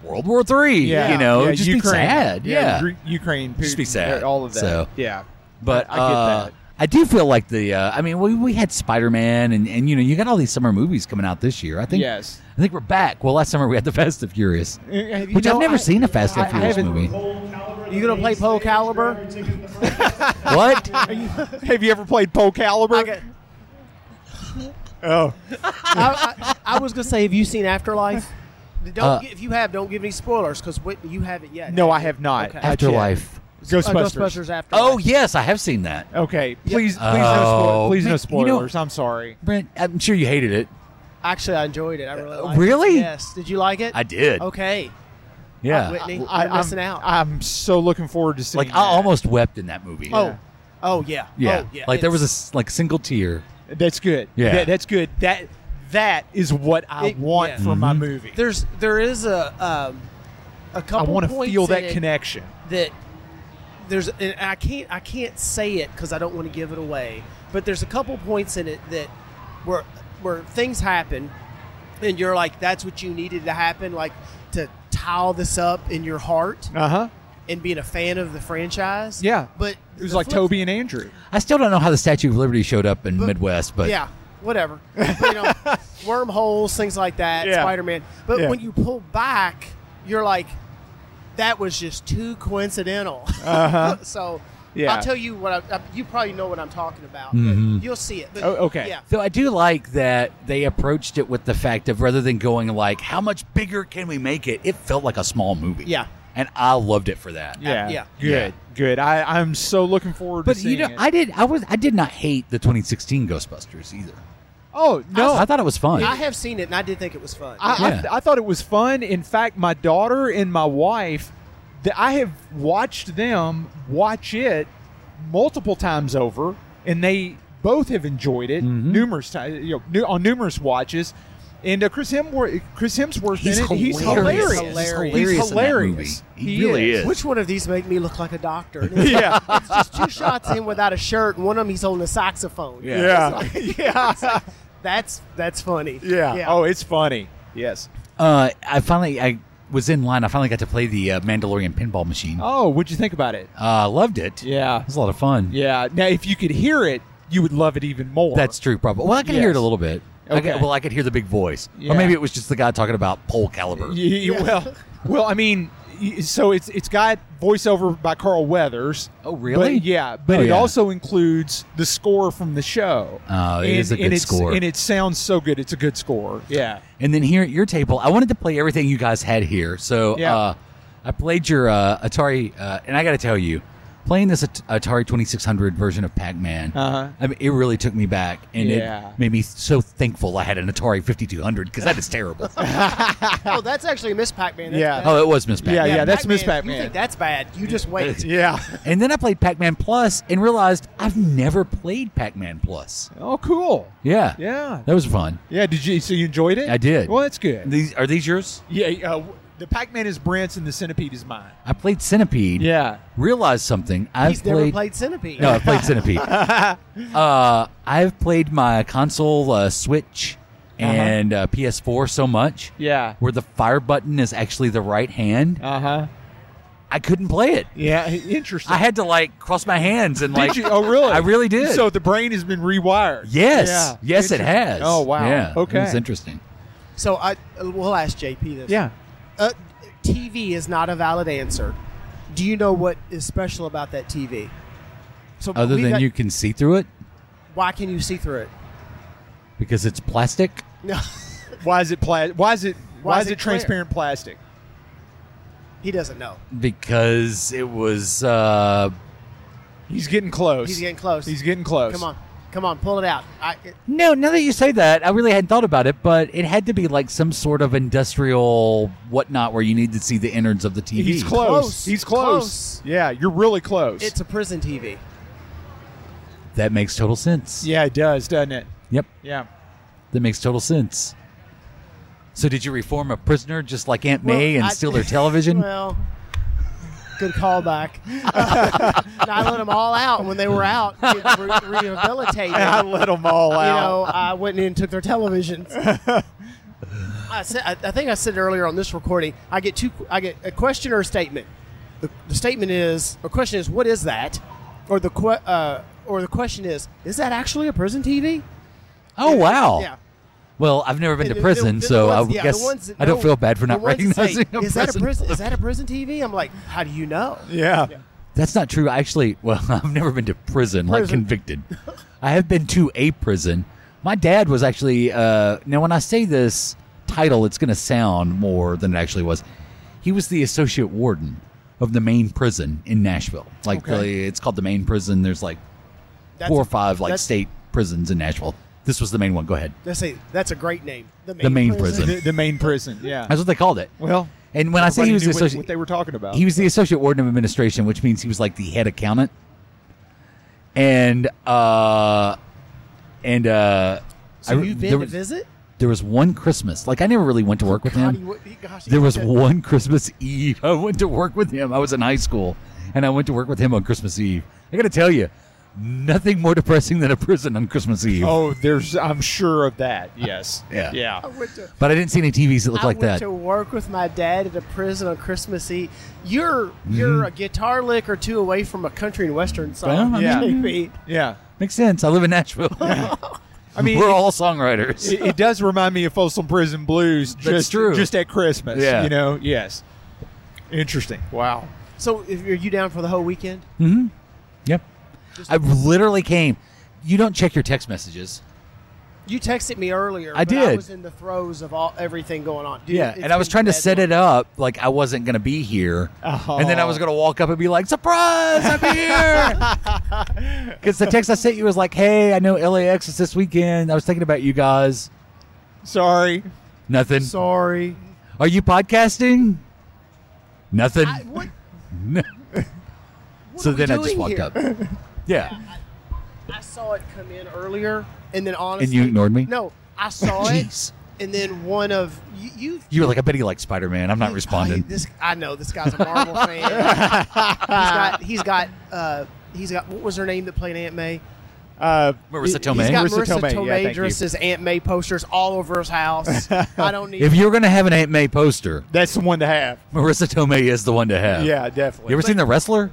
Speaker 11: World War Three.
Speaker 3: Yeah.
Speaker 11: you know,
Speaker 3: Yeah,
Speaker 11: just be
Speaker 3: Ukraine.
Speaker 11: sad.
Speaker 3: Yeah,
Speaker 11: Yeah,
Speaker 3: Ugr- Ukraine,
Speaker 11: just be
Speaker 3: Putin, uh,
Speaker 11: sad.
Speaker 3: all of that.
Speaker 11: So,
Speaker 3: Yeah.
Speaker 11: but
Speaker 3: I- I get
Speaker 11: uh,
Speaker 3: that.
Speaker 11: I do feel like the. Uh, I mean, we, we had Spider Man, and, and you know, you got all these summer movies coming out this year. I think.
Speaker 3: Yes.
Speaker 11: I think we're back. Well, last summer we had the Fast and Furious,
Speaker 3: Uh, have you
Speaker 11: which
Speaker 3: know,
Speaker 11: I've never
Speaker 3: I-
Speaker 11: seen a Fast
Speaker 3: I-
Speaker 11: and
Speaker 3: I
Speaker 11: Furious
Speaker 3: haven't-
Speaker 11: movie.
Speaker 2: You gonna play Pole Caliber?
Speaker 11: what?
Speaker 3: Have you ever played Poe Caliber? oh,
Speaker 2: I, I, I was gonna say, have you seen Afterlife? Don't
Speaker 3: Uh,
Speaker 2: gi- if you have, don't give any spoilers because Whitney, you haven't yet.
Speaker 3: no, I have not.
Speaker 2: Okay.
Speaker 3: I checked.
Speaker 11: Afterlife.
Speaker 3: Ghostbusters.
Speaker 2: Uh, Ghostbusters Afterlife.
Speaker 11: Oh yes, I have seen that.
Speaker 3: Okay, Uh, please, please,
Speaker 11: Oh.
Speaker 3: no, spoil-
Speaker 11: Man,
Speaker 3: please no
Speaker 11: you know-
Speaker 3: spoilers. I'm sorry.
Speaker 11: Brent, I'm sure you hated it.
Speaker 2: Actually, I enjoyed it. I really
Speaker 3: Uh,
Speaker 2: liked
Speaker 11: really?
Speaker 2: It. Yes. Did you like it?
Speaker 11: I did.
Speaker 2: Okay. Uh,
Speaker 11: Yeah.
Speaker 2: Whitney, you're
Speaker 3: I- I'm-
Speaker 2: missing out.
Speaker 3: I'm so looking forward to seeing.
Speaker 11: Like I almost wept in that movie.
Speaker 2: Oh, oh yeah.
Speaker 11: yeah.
Speaker 2: Oh, yeah.
Speaker 11: Like there was a
Speaker 2: It's-
Speaker 11: s- like single tear.
Speaker 3: That's good.
Speaker 11: Yeah.
Speaker 3: That- that's good. That that is what I
Speaker 2: It-
Speaker 3: want
Speaker 2: yeah.
Speaker 3: from my
Speaker 11: Mhm.
Speaker 3: movie.
Speaker 2: There's there is a um, a
Speaker 3: I
Speaker 2: couple.
Speaker 3: want to
Speaker 2: points
Speaker 3: feel
Speaker 2: in
Speaker 3: that
Speaker 2: it
Speaker 3: connection.
Speaker 2: That there's and I can't I can't say it because I don't want to give it away. But there's a couple points in it that where where things happen, and you're like, that's what you needed to happen, like to tile this up in your heart
Speaker 3: Uh huh.
Speaker 2: and being a fan of the franchise.
Speaker 3: Yeah.
Speaker 2: But
Speaker 3: It was
Speaker 2: the
Speaker 3: like
Speaker 2: flip-
Speaker 3: Toby and Andrew.
Speaker 11: I still don't know how the Statue of Liberty showed up in Midwest, but
Speaker 2: yeah, whatever. But, you know, wormholes, things like that.
Speaker 3: Yeah.
Speaker 2: Spider Man. But
Speaker 3: Yeah.
Speaker 2: when you pull back, you're like, that was just too coincidental.
Speaker 3: Uh-huh.
Speaker 2: so.
Speaker 3: Yeah. Mm-hmm.
Speaker 2: I'll tell you what I, I, you probably know what I'm talking about. but
Speaker 11: Mhm.
Speaker 2: You'll see it. But,
Speaker 3: Oh, okay.
Speaker 2: Yeah.
Speaker 11: Though I do like that they approached it with the fact of rather than going like, how much bigger can we make it? It felt like a small movie.
Speaker 2: Yeah.
Speaker 11: And I loved it for that.
Speaker 3: Yeah.
Speaker 2: yeah.
Speaker 3: Good. Good. I I'm so looking forward
Speaker 11: But
Speaker 3: to
Speaker 11: you
Speaker 3: seeing
Speaker 11: know,
Speaker 3: it.
Speaker 11: I did. I was. I did not hate the 2016 Ghostbusters either.
Speaker 3: oh no.
Speaker 11: I thought it was fun.
Speaker 2: I have seen it and I did think it was fun.
Speaker 3: I,
Speaker 11: Yeah.
Speaker 3: I, I thought it was fun. In fact, my daughter and my wife, th- I have watched them watch it multiple times over, and they both have enjoyed it
Speaker 11: Mhm.
Speaker 3: numerous times, you know, nu- on numerous watches. And uh, Chris Hemsworth, Chris Hemsworth,
Speaker 11: He's
Speaker 3: in it, he's
Speaker 11: hilarious.
Speaker 3: hilarious.
Speaker 11: He's hilarious
Speaker 3: He's
Speaker 11: in that
Speaker 3: hilarious.
Speaker 11: movie. He really is.
Speaker 2: Which one of these make me look like a doctor?
Speaker 3: Yeah.
Speaker 2: it's just two shots in without a shirt, and one of them he's holding a saxophone.
Speaker 11: Yeah.
Speaker 3: Yeah.
Speaker 2: yeah. That's that's funny.
Speaker 3: yeah.
Speaker 2: yeah.
Speaker 3: Oh, it's funny. Yes.
Speaker 11: Uh, I finally. I was in line. I finally got to play the uh, Mandalorian pinball machine. Uh,
Speaker 3: Oh, what'd you think about it?
Speaker 11: I Uh, loved it.
Speaker 3: Yeah.
Speaker 11: It was a lot of fun.
Speaker 3: Yeah. Now, if you could hear it, you would love it even more.
Speaker 11: That's true, probably. Well, I could hear
Speaker 3: Yes.
Speaker 11: it a little bit. I could-
Speaker 3: Okay.
Speaker 11: well, I could hear the big voice,
Speaker 3: Yeah.
Speaker 11: or maybe it was just the guy talking about pole caliber.
Speaker 3: Y- y- Well, well, I mean, y- so it's it's got voiceover by Carl Weathers.
Speaker 11: Oh, really?
Speaker 3: But, yeah, but
Speaker 11: Oh,
Speaker 3: it
Speaker 11: yeah.
Speaker 3: also includes the score from the show.
Speaker 11: Oh, it
Speaker 3: and,
Speaker 11: is a good
Speaker 3: and it's-
Speaker 11: score.
Speaker 3: and it sounds so good. It's a good score. Yeah,
Speaker 11: And then here at your table, I wanted to play everything you guys had here. So
Speaker 3: Yeah.
Speaker 11: uh, I played your uh, Atari, uh, and I got to tell you, playing this At- Atari 2600 version of Pac Man,
Speaker 3: Uh-huh.
Speaker 11: I mean, it really took me back. And
Speaker 3: Yeah.
Speaker 11: it made me so thankful I had an Atari 5200 because that is terrible.
Speaker 2: Oh, that's actually Miss Pac-Man. That's
Speaker 3: Yeah.
Speaker 2: bad.
Speaker 11: oh, it was Miss Pac Man.
Speaker 3: Yeah, yeah, that's Miss
Speaker 2: You
Speaker 3: Pac-Man.
Speaker 2: think that's bad? You just wait.
Speaker 3: yeah.
Speaker 11: And then I played Pac Man Plus and realized I've never played Pac Man Plus.
Speaker 3: Oh, cool.
Speaker 11: Yeah.
Speaker 3: Yeah,
Speaker 11: That was fun.
Speaker 3: yeah. Did you? So you enjoyed it?
Speaker 11: I did.
Speaker 3: Well, that's good.
Speaker 11: These Are these yours?
Speaker 3: yeah, uh, w- the Pac-Man is Brent's and the Centipede is mine.
Speaker 11: I played Centipede.
Speaker 3: Yeah.
Speaker 11: Realized something. I've
Speaker 2: He's never played Centipede.
Speaker 11: No, I played Centipede. uh, I've played my console uh, Switch
Speaker 2: Uh-huh.
Speaker 11: and uh, PS4 so much
Speaker 3: Yeah.
Speaker 11: where the fire button is actually the right hand.
Speaker 3: Uh huh.
Speaker 11: I couldn't play it.
Speaker 3: Yeah. Interesting.
Speaker 11: I had to like cross my hands and like.
Speaker 3: did you? Oh, really?
Speaker 11: I really did.
Speaker 3: So the brain has been rewired.
Speaker 11: yes,
Speaker 3: Yeah.
Speaker 11: yes, it
Speaker 3: Interesting.
Speaker 11: has.
Speaker 3: Oh, wow.
Speaker 11: Yeah,
Speaker 3: Okay.
Speaker 11: it's interesting.
Speaker 2: So I we'll ask JP this.
Speaker 3: Yeah.
Speaker 2: Uh, TV is not a valid answer. Do you know what is special about that TV? So
Speaker 11: Other
Speaker 2: we
Speaker 11: than
Speaker 2: got-
Speaker 11: you can see through it
Speaker 2: why can you see through it?
Speaker 11: because it's plastic.
Speaker 2: No,
Speaker 3: Why is it pla- Why is it? Why, is it,
Speaker 2: clear?
Speaker 3: transparent plastic?
Speaker 2: he doesn't know.
Speaker 11: Because it was. Uh,
Speaker 3: He's getting close.
Speaker 2: He's getting close.
Speaker 3: He's getting close.
Speaker 2: Come on. Come on, pull it out. I,
Speaker 11: No, now that you say that, I really hadn't thought about it, but it had to be like some sort of industrial whatnot where you need to see the innards of the TV.
Speaker 4: He's close. He's close. Yeah, you're really close.
Speaker 2: it's a prison TV.
Speaker 11: That makes total sense.
Speaker 3: Yeah, it does, doesn't it?
Speaker 11: Yep.
Speaker 3: Yeah.
Speaker 11: That makes total sense. So, did you reform a prisoner just like Aunt
Speaker 2: Well,
Speaker 11: May and
Speaker 2: I-
Speaker 11: steal their television?
Speaker 2: well, good callback. And I let them all out when they were out, get re- rehabilitated.
Speaker 3: I let 'em all
Speaker 2: You know,
Speaker 3: out.
Speaker 2: I went in and took their televisions. I, said, I, I think I said earlier on this recording. I get two. I get a question or a statement. The, the statement is, or question is, what is that? Or the que- uh, or the question is, is that actually a prison TV?
Speaker 11: Oh, wow.
Speaker 2: Yeah.
Speaker 11: Well, I've never been
Speaker 2: And
Speaker 11: to
Speaker 2: the- the-
Speaker 11: prison,
Speaker 2: the- the
Speaker 11: so
Speaker 2: ones-
Speaker 11: I
Speaker 2: yeah, the
Speaker 11: guess
Speaker 2: ones that
Speaker 11: I don't
Speaker 2: know-
Speaker 11: feel bad for
Speaker 2: the
Speaker 11: not
Speaker 2: ones that say,
Speaker 11: recognizing a
Speaker 2: is that a
Speaker 11: prison.
Speaker 2: prison? Is that a prison TV? I'm like, how do you know?
Speaker 3: Yeah.
Speaker 11: That's not true. I Actually, well, I've never been to prison, like
Speaker 2: Prison.
Speaker 11: convicted. I have been to a prison. My dad was actually, uh, now when I say this title, it's going to sound more than it actually was. He was the associate warden of the main prison in Nashville. Like,
Speaker 2: Okay.
Speaker 11: the, it's called the main prison. There's like
Speaker 2: That's
Speaker 11: four
Speaker 2: a-
Speaker 11: or five, like,
Speaker 2: that's-
Speaker 11: state prisons in Nashville. This was the main one. Go ahead.
Speaker 2: Let's say that's a great name. The main,
Speaker 11: The main prison.
Speaker 3: The, the main prison. Yeah.
Speaker 11: That's what they called it.
Speaker 3: Well,
Speaker 11: and when I say he was the
Speaker 3: everybody knew
Speaker 11: associate,
Speaker 3: what, what they were talking about.
Speaker 11: He was the associate warden of administration, which means he was like the head accountant. And uh, and uh,
Speaker 2: So
Speaker 11: I-
Speaker 2: you've been
Speaker 11: there
Speaker 2: to
Speaker 11: was-
Speaker 2: visit?
Speaker 11: There was one Christmas. Like I never really went to work with
Speaker 2: God,
Speaker 11: him.
Speaker 2: he would- he- gosh, he
Speaker 11: there
Speaker 2: would
Speaker 11: was
Speaker 2: have-
Speaker 11: one Christmas Eve I went to work with him. I was in high school, and I went to work with him on Christmas Eve. I got to tell you, nothing more depressing than a prison on Christmas Eve.
Speaker 3: Oh, there's. I'm sure of that. Yes.
Speaker 11: Yeah.
Speaker 3: Yeah.
Speaker 2: I went to,
Speaker 11: But I didn't see any TVs that looked
Speaker 2: I
Speaker 11: like
Speaker 2: went
Speaker 11: that.
Speaker 2: to work with my dad at a prison on Christmas Eve. You're
Speaker 11: Mm-hmm.
Speaker 2: you're a guitar lick or two away from a country and western song.
Speaker 11: Well, I Yeah. mean-
Speaker 2: Maybe.
Speaker 3: Yeah.
Speaker 11: Makes sense. I live in Nashville.
Speaker 3: I mean,
Speaker 11: we're all songwriters.
Speaker 3: It, it does remind me of Folsom Prison Blues. Just,
Speaker 11: That's true.
Speaker 3: Just at Christmas.
Speaker 11: Yeah.
Speaker 3: You know. Yes. Interesting. Wow.
Speaker 2: So if, are you down for the whole weekend?
Speaker 11: hmm Yep. I literally came. You don't check your text messages.
Speaker 2: You texted me earlier.
Speaker 11: I
Speaker 2: but I
Speaker 11: did.
Speaker 2: was in the throes of all everything going on. Dude,
Speaker 11: yeah,
Speaker 2: it's
Speaker 11: and I was
Speaker 2: been
Speaker 11: trying to
Speaker 2: bad
Speaker 11: set
Speaker 2: luck.
Speaker 11: it up like I wasn't going to be here, and then I
Speaker 2: Oh.
Speaker 11: was going to walk up and be like, "Surprise, I'm here!" Because the text I sent you was like, "Hey, I know LAX is this weekend. I was thinking about you guys.
Speaker 3: Sorry.
Speaker 11: Nothing.
Speaker 2: Sorry.
Speaker 11: Are you podcasting? Nothing.
Speaker 2: I, what,
Speaker 11: No. so
Speaker 2: are we
Speaker 11: then I just
Speaker 2: doing
Speaker 11: walked
Speaker 2: here?
Speaker 11: up. Yeah,
Speaker 2: I saw it come in earlier, and then honestly,
Speaker 11: you ignored me?
Speaker 2: No, I saw
Speaker 11: Jeez.
Speaker 2: it, and then one of you. you
Speaker 11: you were like, "I bet he likes Spider Man." I'm not responding.
Speaker 2: Oh, this I know this guy's a Marvel fan. he's got he's got uh, he's got what was her name that played Aunt May?
Speaker 3: Uh,
Speaker 11: Marissa Tomei.
Speaker 2: He's got
Speaker 3: Marissa
Speaker 2: Marissa,
Speaker 3: Tomei, yeah,
Speaker 2: Tomei
Speaker 3: thank you.
Speaker 2: dressed as Aunt May posters all over his house. I don't need.
Speaker 11: if you're going to have an Aunt May poster,
Speaker 3: that's the one to have.
Speaker 11: Marissa Tomei is the one to have.
Speaker 3: Yeah,
Speaker 11: You
Speaker 3: definitely.
Speaker 11: ever seen The Wrestler?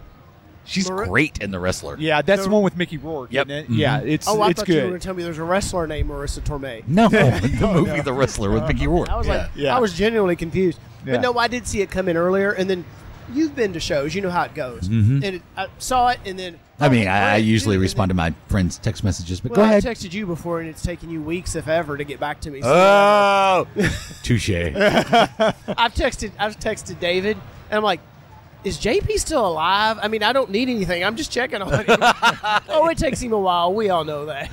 Speaker 11: She's
Speaker 2: Mari-
Speaker 11: great in The Wrestler.
Speaker 3: yeah, that's the, one with Mickey Rourke.
Speaker 11: Yep.
Speaker 3: isn't it?
Speaker 11: Mhm.
Speaker 3: Yeah, it's
Speaker 2: oh, I
Speaker 3: it's
Speaker 2: thought you were going
Speaker 3: good.
Speaker 2: to tell me there's a wrestler named Marissa Tomei.
Speaker 11: No, the movie The Wrestler with Mickey Rourke.
Speaker 2: I was like,
Speaker 3: Yeah.
Speaker 2: I was genuinely confused.
Speaker 3: Yeah.
Speaker 2: But no, I did see it come in earlier, and then you've been to shows, you know how it goes.
Speaker 11: Mhm.
Speaker 2: And it, I saw it, and then
Speaker 11: I mean, I, I usually
Speaker 2: Dude, and
Speaker 11: respond to
Speaker 2: then-
Speaker 11: my friends' text messages, but
Speaker 2: well,
Speaker 11: go ahead.
Speaker 2: I texted you before, and it's taken you weeks, if ever, to get back to me. So,
Speaker 11: oh, touche.
Speaker 2: I've texted, I've texted David, and I'm like. Is JP still alive? I mean, I don't need anything. I'm just checking on him. oh, it takes him a while. We all know that.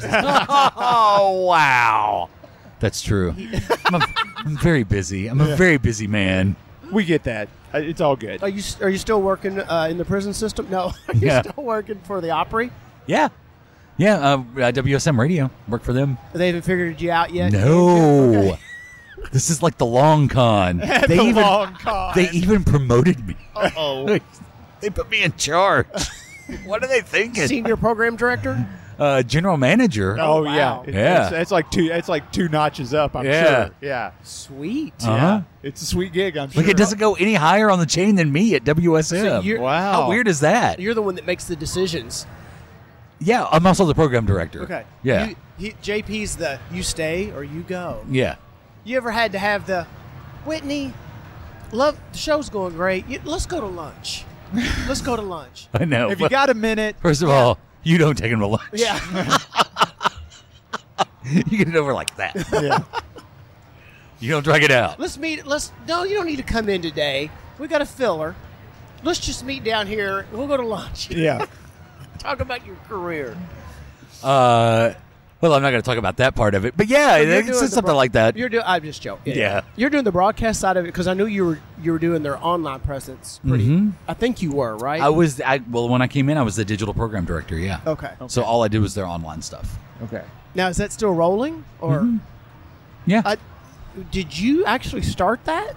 Speaker 11: oh wow, that's true. I'm, a, I'm very busy. I'm a very busy man.
Speaker 3: We get that. Uh, It's all good.
Speaker 2: Are you are you still working uh, in the prison system? No, are you
Speaker 11: Yeah.
Speaker 2: still working for the Opry?
Speaker 11: Yeah, yeah. Uh, uh, WSM Radio work for them.
Speaker 2: They haven't figured you out yet.
Speaker 11: No, this is like the long con. they
Speaker 3: the
Speaker 11: even
Speaker 3: long con.
Speaker 11: they even promoted me.
Speaker 2: Oh,
Speaker 11: they put me in charge. what are they thinking?
Speaker 2: senior program director.
Speaker 11: uh, general manager.
Speaker 3: oh yeah,
Speaker 2: wow.
Speaker 3: It-
Speaker 11: Yeah.
Speaker 3: It's, it's like two. It's like two notches up. I'm
Speaker 11: Yeah.
Speaker 3: sure. Yeah.
Speaker 2: Sweet.
Speaker 11: Uh-huh.
Speaker 3: It's a sweet gig. I'm sure.
Speaker 11: Like it doesn't go any higher on the chain than me at WSM.
Speaker 2: So you're-
Speaker 3: Wow.
Speaker 11: How weird is that?
Speaker 2: You're the one that makes the decisions.
Speaker 11: Yeah, I'm also the program director. Yeah.
Speaker 2: You, he, JP's the you stay or you go.
Speaker 11: yeah.
Speaker 2: You ever had to have the Whitney? Love the show's going great. You, let's go to lunch. let's go to lunch.
Speaker 11: I know.
Speaker 3: If you got a minute,
Speaker 11: First of all, you don't take him to lunch.
Speaker 2: Yeah.
Speaker 11: you get it over like that.
Speaker 3: Yeah.
Speaker 11: You don't drag it out.
Speaker 2: let's meet. Let's no. You don't need to come in today. We got a filler. Let's just meet down here. We'll go to lunch.
Speaker 3: yeah.
Speaker 2: Talk about your career.
Speaker 11: Uh, well, I'm not going to talk about that part of it, but yeah,
Speaker 2: So you're
Speaker 11: it's
Speaker 2: doing the
Speaker 11: something
Speaker 2: broad-
Speaker 11: like that.
Speaker 2: You're doing. I'm just joking.
Speaker 11: Yeah.
Speaker 2: You're doing the broadcast side of it because I knew you were you were doing their online presence. Pretty.
Speaker 11: Mhm.
Speaker 2: I think you were right.
Speaker 11: I was I, well when I came in, I was the digital program director. Yeah.
Speaker 2: Okay.
Speaker 11: So all I did was their online stuff.
Speaker 3: Okay. Mm-hmm.
Speaker 2: Now is that still rolling or?
Speaker 11: Yeah.
Speaker 2: I, did you actually start that?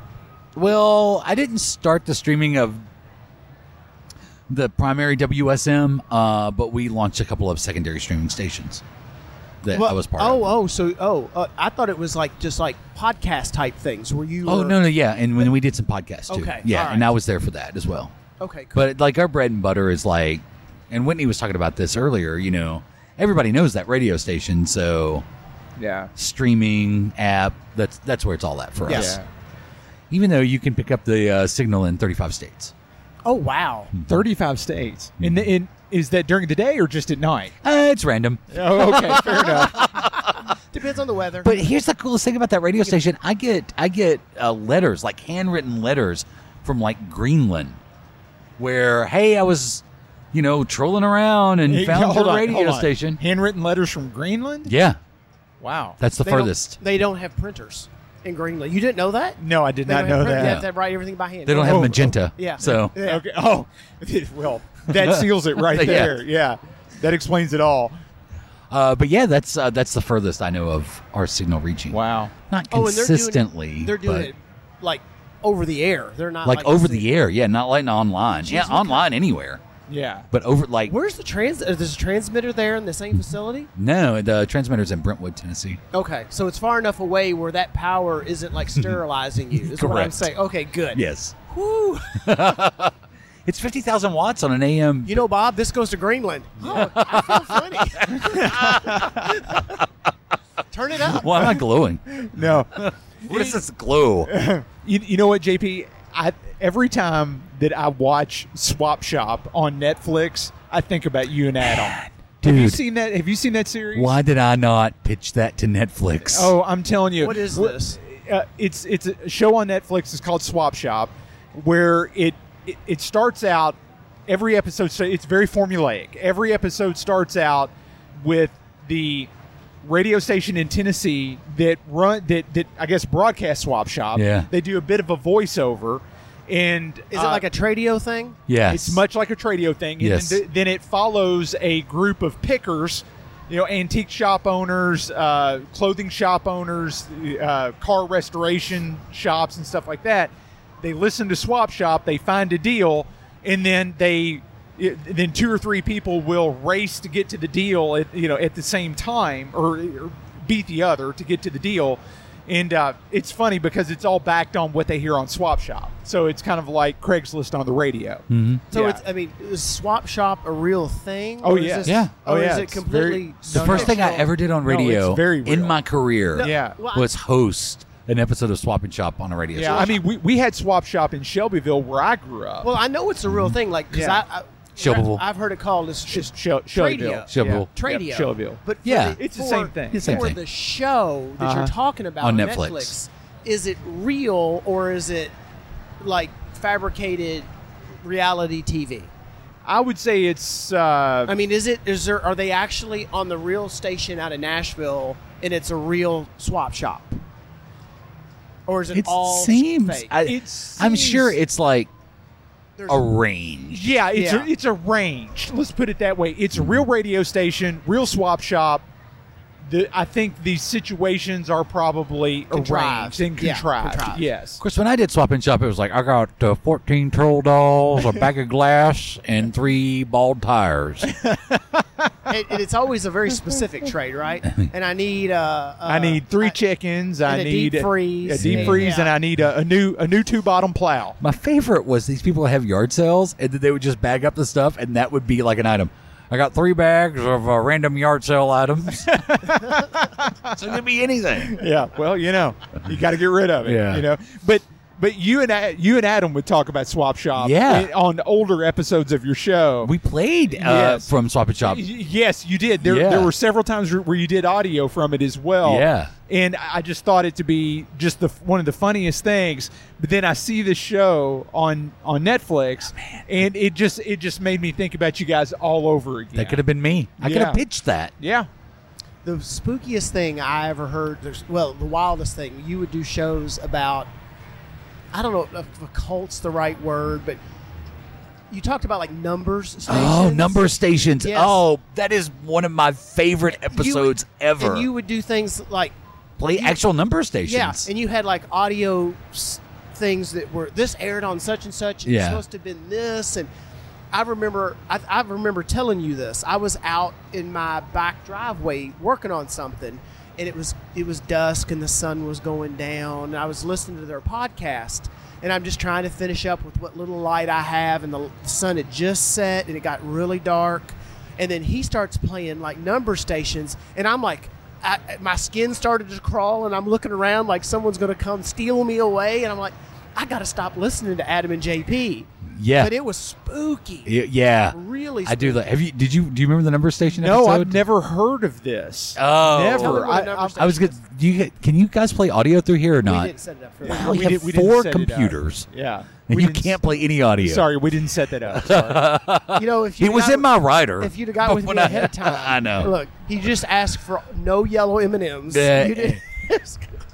Speaker 11: Well, I didn't start the streaming of the primary WSM, uh, but we launched a couple of secondary streaming stations that I
Speaker 2: Well,
Speaker 11: was part of.
Speaker 2: oh, oh, so oh, uh, I thought it was like just like podcast type things. Were you?
Speaker 11: Oh
Speaker 2: were-
Speaker 11: no, no, yeah, and when we did some podcasts too,
Speaker 2: Okay,
Speaker 11: yeah,
Speaker 2: all
Speaker 11: and
Speaker 2: right.
Speaker 11: I was there for that as well.
Speaker 2: Okay, cool.
Speaker 11: But like our bread and butter is like, and Whitney was talking about this earlier. You know, everybody knows that radio station, so
Speaker 3: Yeah.
Speaker 11: streaming app. That's that's where it's all at for
Speaker 2: Yeah.
Speaker 11: us.
Speaker 2: Yeah.
Speaker 11: Even though you can pick up the uh, signal in 35 states.
Speaker 2: Oh wow.
Speaker 11: Hmm.
Speaker 3: 35 states. And, the, and is that during the day or just at night?
Speaker 11: Uh, it's random.
Speaker 3: Oh, okay, fair enough.
Speaker 2: Depends on the weather.
Speaker 11: But here's the coolest thing about that radio station. I get I get uh, letters, like handwritten letters from like Greenland, where hey, I was, you know, trolling around and
Speaker 3: Hey,
Speaker 11: found
Speaker 3: hold
Speaker 11: your
Speaker 3: on,
Speaker 11: radio
Speaker 3: hold on.
Speaker 11: station.
Speaker 3: Handwritten letters from Greenland?
Speaker 11: Yeah,
Speaker 3: Wow.
Speaker 11: that's the
Speaker 2: They don't-
Speaker 11: furthest.
Speaker 2: they don't have printers in Greenland. You didn't know that?
Speaker 3: No, I did
Speaker 2: They
Speaker 3: not
Speaker 2: don't
Speaker 3: know
Speaker 2: have printers.
Speaker 3: that.
Speaker 2: You have to write everything by hand.
Speaker 11: They don't have
Speaker 2: Oh,
Speaker 11: magenta.
Speaker 2: Yeah.
Speaker 11: So
Speaker 2: Yeah.
Speaker 3: Okay. Oh, well, that seals it right
Speaker 11: Yeah.
Speaker 3: there. Yeah. That explains it all.
Speaker 11: Uh, but yeah, that's uh, that's the furthest I know of our signal reaching.
Speaker 3: Wow,
Speaker 11: not
Speaker 2: Oh, and they're doing it-
Speaker 11: consistently.
Speaker 2: They're doing,
Speaker 11: but
Speaker 2: it like over the air. They're not
Speaker 11: like,
Speaker 2: like
Speaker 11: over the air. Yeah, not like online.
Speaker 2: Jeez,
Speaker 11: yeah,
Speaker 2: what
Speaker 11: online anywhere.
Speaker 3: Yeah.
Speaker 11: But over like
Speaker 2: Where's the trans? uh, There's a transmitter there in the same facility.
Speaker 11: no, the transmitter's in Brentwood, Tennessee.
Speaker 2: Okay, so it's far enough away where that power isn't like sterilizing you. Is what I'm
Speaker 11: Correct.
Speaker 2: saying. Okay, good.
Speaker 11: Yes,
Speaker 2: Whew.
Speaker 11: it's fifty thousand watts on an AM.
Speaker 2: You know, Bob, this goes to Greenland. Oh, I feel funny. Turn it up.
Speaker 11: Well, I'm not glowing.
Speaker 3: No.
Speaker 11: What is this glow?
Speaker 3: you, you know what, JP? I every time that I watch Swap Shop on Netflix, I think about you and Adam. Have you
Speaker 11: Dude.
Speaker 3: seen that? Have you seen that series?
Speaker 11: Why did I not pitch that to Netflix?
Speaker 3: Oh, I'm telling you.
Speaker 2: What is
Speaker 3: Wh-
Speaker 2: this?
Speaker 3: Uh, it's it's a show on Netflix. It's called Swap Shop, where it it, it starts out every episode. So it's very formulaic. Every episode starts out with the radio station in Tennessee that run that that I guess broadcast Swap Shop.
Speaker 11: Yeah.
Speaker 3: they do a bit of a voiceover, and
Speaker 2: Is it
Speaker 3: uh,
Speaker 2: like a tradio thing?
Speaker 11: yes,
Speaker 3: it's much like a tradio thing. And
Speaker 11: Yes.
Speaker 3: then, then it follows a group of pickers, you know, antique shop owners, uh, clothing shop owners, uh, car restoration shops, and stuff like that. They listen to Swap Shop, they find a deal, and then they it- then two or three people will race to get to the deal at you know at the same time or, or beat the other to get to the deal and uh, it's funny because it's all backed on what they hear on swap shop so it's kind of like craigslist on the radio
Speaker 2: So
Speaker 3: Yeah.
Speaker 2: it's, I mean, is Swap Shop a real thing?
Speaker 3: Oh,
Speaker 2: Or is
Speaker 3: yeah.
Speaker 2: this-
Speaker 11: Yeah.
Speaker 2: Or
Speaker 3: Oh, yeah,
Speaker 2: is it
Speaker 3: it's very-
Speaker 2: completely?
Speaker 11: the first thing I ever did on radio
Speaker 3: it's very
Speaker 11: in
Speaker 3: real.
Speaker 11: my career
Speaker 3: yeah
Speaker 2: Well,
Speaker 11: was host an episode of Swap and Shop on a radio
Speaker 3: yeah i
Speaker 11: station.
Speaker 3: mean we, we had swap shop in shelbyville where i grew up
Speaker 2: Well, I know it's a real thing. Like, because
Speaker 3: Mm-hmm. Yeah.
Speaker 2: I, I
Speaker 11: Shelbyville.
Speaker 2: I've heard it called it's just
Speaker 3: Shel- shelbyville
Speaker 2: Tradio.
Speaker 11: Shelbyville.
Speaker 3: Yeah.
Speaker 2: Tradio.
Speaker 3: Yep, shelbyville
Speaker 2: But for
Speaker 11: Yeah.
Speaker 2: the,
Speaker 3: It's the
Speaker 2: for-
Speaker 3: same thing.
Speaker 11: Same
Speaker 2: for
Speaker 11: thing.
Speaker 2: the show that
Speaker 3: Uh-huh.
Speaker 2: you're talking about
Speaker 11: On
Speaker 2: on
Speaker 11: Netflix.
Speaker 2: Netflix, is it real or is it like fabricated reality TV?
Speaker 3: i would say it's uh,
Speaker 2: I mean, is it is there are they actually on the real station out of Nashville and it's a real swap shop, or is it,
Speaker 11: it
Speaker 2: all
Speaker 11: seems.
Speaker 2: fake?
Speaker 11: I,
Speaker 3: It
Speaker 11: I'm sure
Speaker 3: seems-
Speaker 11: it's like
Speaker 2: There's-
Speaker 11: arranged.
Speaker 3: Yeah, it's
Speaker 2: Yeah.
Speaker 3: A, it's arranged. Let's put it that way. It's a real radio station, real swap shop. The, I think these situations are probably arranged
Speaker 2: Contrived.
Speaker 3: and
Speaker 2: Yeah,
Speaker 3: contrived.
Speaker 2: contrived.
Speaker 11: Of
Speaker 3: Yes.
Speaker 11: course, when I did swap and shop, it was like I got uh, 14 troll dolls, a bag of glass, and three bald tires.
Speaker 2: and, and it's always a very specific trade, right? And I need uh, uh
Speaker 3: I need three
Speaker 2: I-
Speaker 3: chick-ins. I
Speaker 2: and a
Speaker 3: need
Speaker 2: deep freeze.
Speaker 3: a deep
Speaker 2: Yeah.
Speaker 3: freeze, and
Speaker 2: Yeah.
Speaker 3: I need a, a new a new two bottom plow.
Speaker 11: My favorite was these people have yard sales, and then they would just bag up the stuff, and that would be like an item. I got three bags of uh, random yard sale items. uh, so it could be anything.
Speaker 3: yeah. Well, you know, you got to get rid of it.
Speaker 11: Yeah.
Speaker 3: You know, but But you and I, you and Adam would talk about Swap Shop,
Speaker 11: Yeah.
Speaker 3: in- on older episodes of your show.
Speaker 11: We played uh,
Speaker 3: Yes.
Speaker 11: from Swap and Shop.
Speaker 3: Y- Yes, you did. There,
Speaker 11: Yeah.
Speaker 3: there were several times where you did audio from it as well.
Speaker 11: Yeah.
Speaker 3: and I I just thought it to be just the one of the funniest things. But then I see this show on on
Speaker 11: Oh,
Speaker 3: Netflix, and it just it just made me think about you guys all over again.
Speaker 11: That could have been me. I could
Speaker 3: Yeah.
Speaker 11: have pitched that.
Speaker 3: Yeah.
Speaker 2: The spookiest thing I ever heard, there's, well, the wildest thing, you would do shows about, I don't know if a cult's the right word, but you talked about like numbers stations.
Speaker 11: Oh, number stations.
Speaker 2: Yes.
Speaker 11: Oh, that is one of my favorite episodes ever.
Speaker 2: And you would do things like
Speaker 11: Play actual number stations.
Speaker 2: Yeah, and you had like audio s- things that were this aired on such and such. and It's
Speaker 11: Yeah.
Speaker 2: supposed to have been this, and I remember I, I remember telling you this. I was out in my back driveway working on something, and it was it was dusk and the sun was going down. And I was listening to their podcast. And I'm just trying to finish up with what little light I have, and the the sun had just set, and it got really dark and then he starts playing like number stations and i'm like I, my skin started to crawl and i'm looking around like someone's going to come steal me away and i'm like i gotta stop listening to adam and jp
Speaker 11: Yeah.
Speaker 2: but it was spooky
Speaker 11: Y- yeah.
Speaker 2: really
Speaker 11: I do.
Speaker 2: spooky.
Speaker 11: Like, have you? Did you? Do you remember the number station?
Speaker 3: No,
Speaker 11: episode?
Speaker 3: I've never heard of this.
Speaker 11: Oh,
Speaker 3: Never.
Speaker 2: Tell me what the number
Speaker 11: I was good. Do you get- can you guys play audio through here or
Speaker 2: we
Speaker 11: not?
Speaker 2: didn't set it up for
Speaker 11: Wow,
Speaker 2: that
Speaker 11: we,
Speaker 3: We
Speaker 11: have
Speaker 3: did- we didn't
Speaker 11: four
Speaker 3: set it up.
Speaker 11: computers.
Speaker 3: Yeah.
Speaker 11: and
Speaker 3: We
Speaker 11: you
Speaker 3: didn't
Speaker 11: can't play any audio.
Speaker 3: Sorry, we didn't set that up. Sorry.
Speaker 2: you know if you
Speaker 11: It was
Speaker 2: got
Speaker 11: in my rider,
Speaker 2: if you'd have got
Speaker 11: but
Speaker 2: with me
Speaker 11: when I-
Speaker 2: ahead of time
Speaker 11: I know.
Speaker 2: look he just asked for no yellow m&ms
Speaker 11: Yeah.
Speaker 2: You did-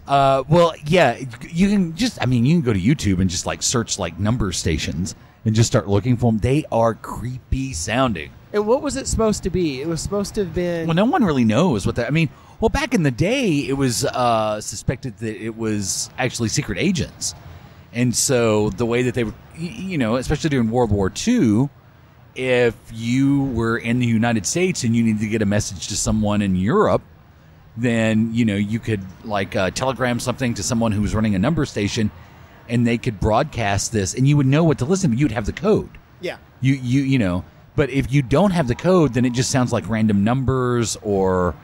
Speaker 11: Uh, well, yeah, you can just. I mean, you can go to YouTube and just like search like number stations and just start looking for them. They are creepy sounding.
Speaker 2: and what was it supposed to be it was supposed to have been
Speaker 11: Well, no one really knows what that. I mean, well, back in the day, it was uh, suspected that it was actually secret agents, and so the way that they were, y- you know, especially during World War II, if you were in the United States and you needed to get a message to someone in Europe, then you know you could like uh, telegram something to someone who was running a number station, and they could broadcast this, and you would know what to listen, but you'd have the code
Speaker 2: yeah
Speaker 11: you you you know but if you don't have the code then it just sounds like random numbers or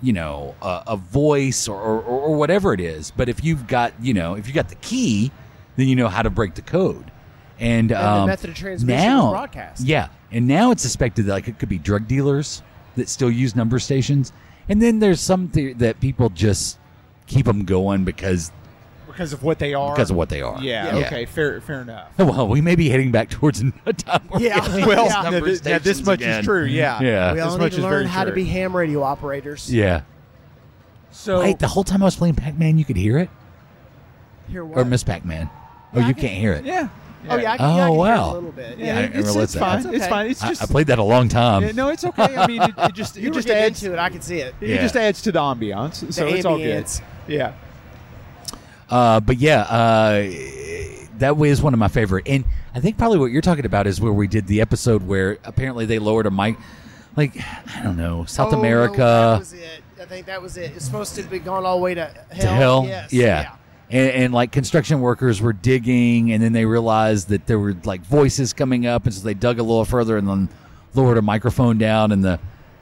Speaker 11: you know a, a voice or, or or whatever it is but if you've got you know if you got the key then you know how to break the code and,
Speaker 2: the
Speaker 11: um,
Speaker 2: method of transmission is
Speaker 11: now,
Speaker 2: broadcast.
Speaker 11: yeah and now it's suspected that like it could be drug dealers that still use number stations and then there's some theory that people just keep them going because
Speaker 3: because of what they are.
Speaker 11: because of what they are
Speaker 3: Yeah, Okay. Fair. Fair enough.
Speaker 11: well we may be heading back towards a time where
Speaker 2: Yeah.
Speaker 11: we have
Speaker 2: Well,
Speaker 11: these
Speaker 2: now
Speaker 11: number
Speaker 3: th- now this
Speaker 11: stations
Speaker 3: much is
Speaker 11: again.
Speaker 3: true, yeah.
Speaker 11: yeah
Speaker 2: we
Speaker 3: This
Speaker 2: all
Speaker 3: much
Speaker 2: need to
Speaker 3: is very
Speaker 2: learn how to
Speaker 3: true.
Speaker 2: be ham radio operators
Speaker 11: Yeah.
Speaker 3: So
Speaker 11: Wait, the whole time I was playing Pac Man, you could hear it?
Speaker 2: Hear what?
Speaker 11: Or Miss Pac Man? Oh,
Speaker 2: Yeah, I
Speaker 11: you
Speaker 2: can-
Speaker 11: can't hear it?
Speaker 3: yeah.
Speaker 2: Oh yeah,
Speaker 11: Oh,
Speaker 2: I can, yeah, I can hear
Speaker 11: wow.
Speaker 2: a little bit.
Speaker 3: Yeah,
Speaker 2: Yeah,
Speaker 11: I didn't
Speaker 3: it's,
Speaker 11: realize
Speaker 3: it's
Speaker 11: that.
Speaker 3: fine.
Speaker 2: That's
Speaker 3: It's
Speaker 2: okay.
Speaker 3: fine. It's
Speaker 11: I,
Speaker 3: just
Speaker 11: I played that a long time.
Speaker 3: Yeah, no, it's okay. I mean, it, it just
Speaker 2: you
Speaker 3: it
Speaker 2: just
Speaker 3: just
Speaker 2: get
Speaker 3: adds
Speaker 2: into it. I can see it.
Speaker 3: It
Speaker 11: Yeah.
Speaker 3: just adds to the ambiance, so it's all good.
Speaker 2: ambience.
Speaker 3: Yeah,
Speaker 11: Uh, but yeah, uh, that was one of my favorite. And I think probably what you're talking about is where we did the episode where apparently they lowered a mic. Like, I don't know, South
Speaker 2: Oh, no, that
Speaker 11: America
Speaker 2: was it. I think that was it. It's supposed to be gone all the way to hell.
Speaker 11: to hell.
Speaker 2: Yes.
Speaker 11: yeah. And, and like construction workers were digging, and then they realized that there were like voices coming up, and so they dug a little further and then lowered a microphone down, and the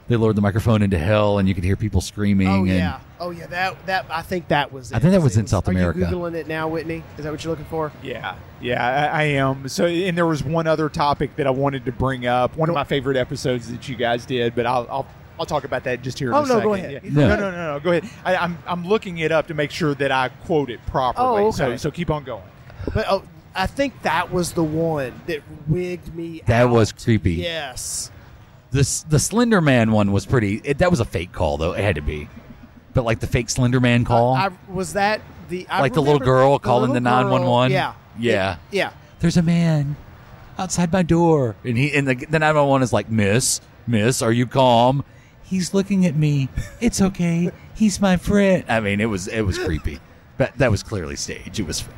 Speaker 11: they lowered the microphone into hell, and you could hear people screaming.
Speaker 2: Oh
Speaker 11: and,
Speaker 2: yeah. Oh yeah. That that I think that was. It.
Speaker 11: I think that was
Speaker 2: It
Speaker 11: in South America.
Speaker 2: Are you googling it now, Whitney? Is that what you're looking for?
Speaker 3: yeah, yeah. I, I am. So, and there was one other topic that I wanted to bring up. One of my favorite episodes that you guys did, but I'll I'll, I'll talk about that just here.
Speaker 2: Oh,
Speaker 3: in a
Speaker 2: no,
Speaker 3: second.
Speaker 2: go ahead.
Speaker 3: Yeah.
Speaker 11: No.
Speaker 3: No, no, no, no. Go ahead. I, I'm I'm looking it up to make sure that I quote it properly.
Speaker 2: Oh,
Speaker 3: So
Speaker 2: okay.
Speaker 3: so keep on going.
Speaker 2: But oh, I think that was the one that wigged me.
Speaker 11: That
Speaker 2: out.
Speaker 11: was creepy.
Speaker 2: Yes.
Speaker 11: The s- the Slender Man one was pretty. It, that was a fake call though. It had to be, but like the fake Slender Man call,
Speaker 2: I, was that the I
Speaker 11: like the little
Speaker 2: remember
Speaker 11: girl calling the
Speaker 2: little girl-
Speaker 11: nine one one.
Speaker 2: Yeah.
Speaker 11: yeah.
Speaker 2: Yeah.
Speaker 11: There's a man outside my door, and he and the the nine one one is like, Miss, Miss, are you calm? He's looking at me. It's okay. He's my friend. I mean, it was it was creepy, but that was clearly staged. It was fake.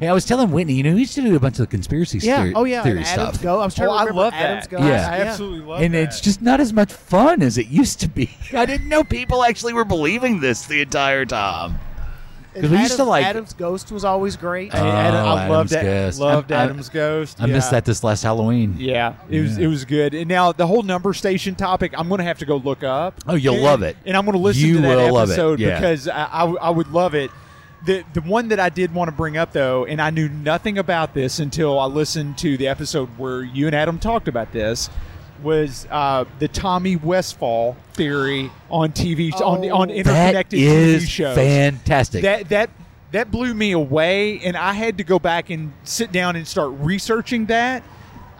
Speaker 11: Hey, I was telling Whitney, you know, we used to do a bunch of conspiracy
Speaker 2: Yeah.
Speaker 11: theory,
Speaker 2: Oh yeah.
Speaker 11: theory
Speaker 2: and Adam's
Speaker 11: stuff.
Speaker 2: go. I was trying
Speaker 3: Oh,
Speaker 2: to
Speaker 3: I
Speaker 2: remember
Speaker 3: love that.
Speaker 2: Adam's go.
Speaker 11: Yeah.
Speaker 3: I absolutely love.
Speaker 11: and
Speaker 3: that.
Speaker 11: it's just not as much fun as it used to be. I didn't know people actually were believing this the entire time.
Speaker 2: And
Speaker 11: 'Cause we used
Speaker 2: Adam's-
Speaker 11: to, like-
Speaker 2: Adam's ghost was always great.
Speaker 3: I, I, I
Speaker 11: Oh,
Speaker 3: loved
Speaker 11: Adam's
Speaker 3: that.
Speaker 11: Ghost.
Speaker 3: Loved
Speaker 11: I- I-
Speaker 3: Adam's Ghost.
Speaker 11: I missed
Speaker 3: Yeah.
Speaker 11: that this last Halloween.
Speaker 3: Yeah, it was
Speaker 11: Yeah.
Speaker 3: it was good. And now the whole number station topic, I'm going to have to go look up.
Speaker 11: Oh, you'll
Speaker 3: And-
Speaker 11: love it.
Speaker 3: and I'm going to listen
Speaker 11: You
Speaker 3: to that
Speaker 11: will love it,
Speaker 3: episode
Speaker 11: yeah.
Speaker 3: because I, I w- I would love it. The the one that I did want to bring up though, and I knew nothing about this until I listened to the episode where you and Adam talked about this, was uh, the Tommy Westfall theory on TV on on interconnected
Speaker 11: Oh. is
Speaker 3: TV shows.
Speaker 11: fantastic.
Speaker 3: That that that blew me away, and I had to go back and sit down and start researching that.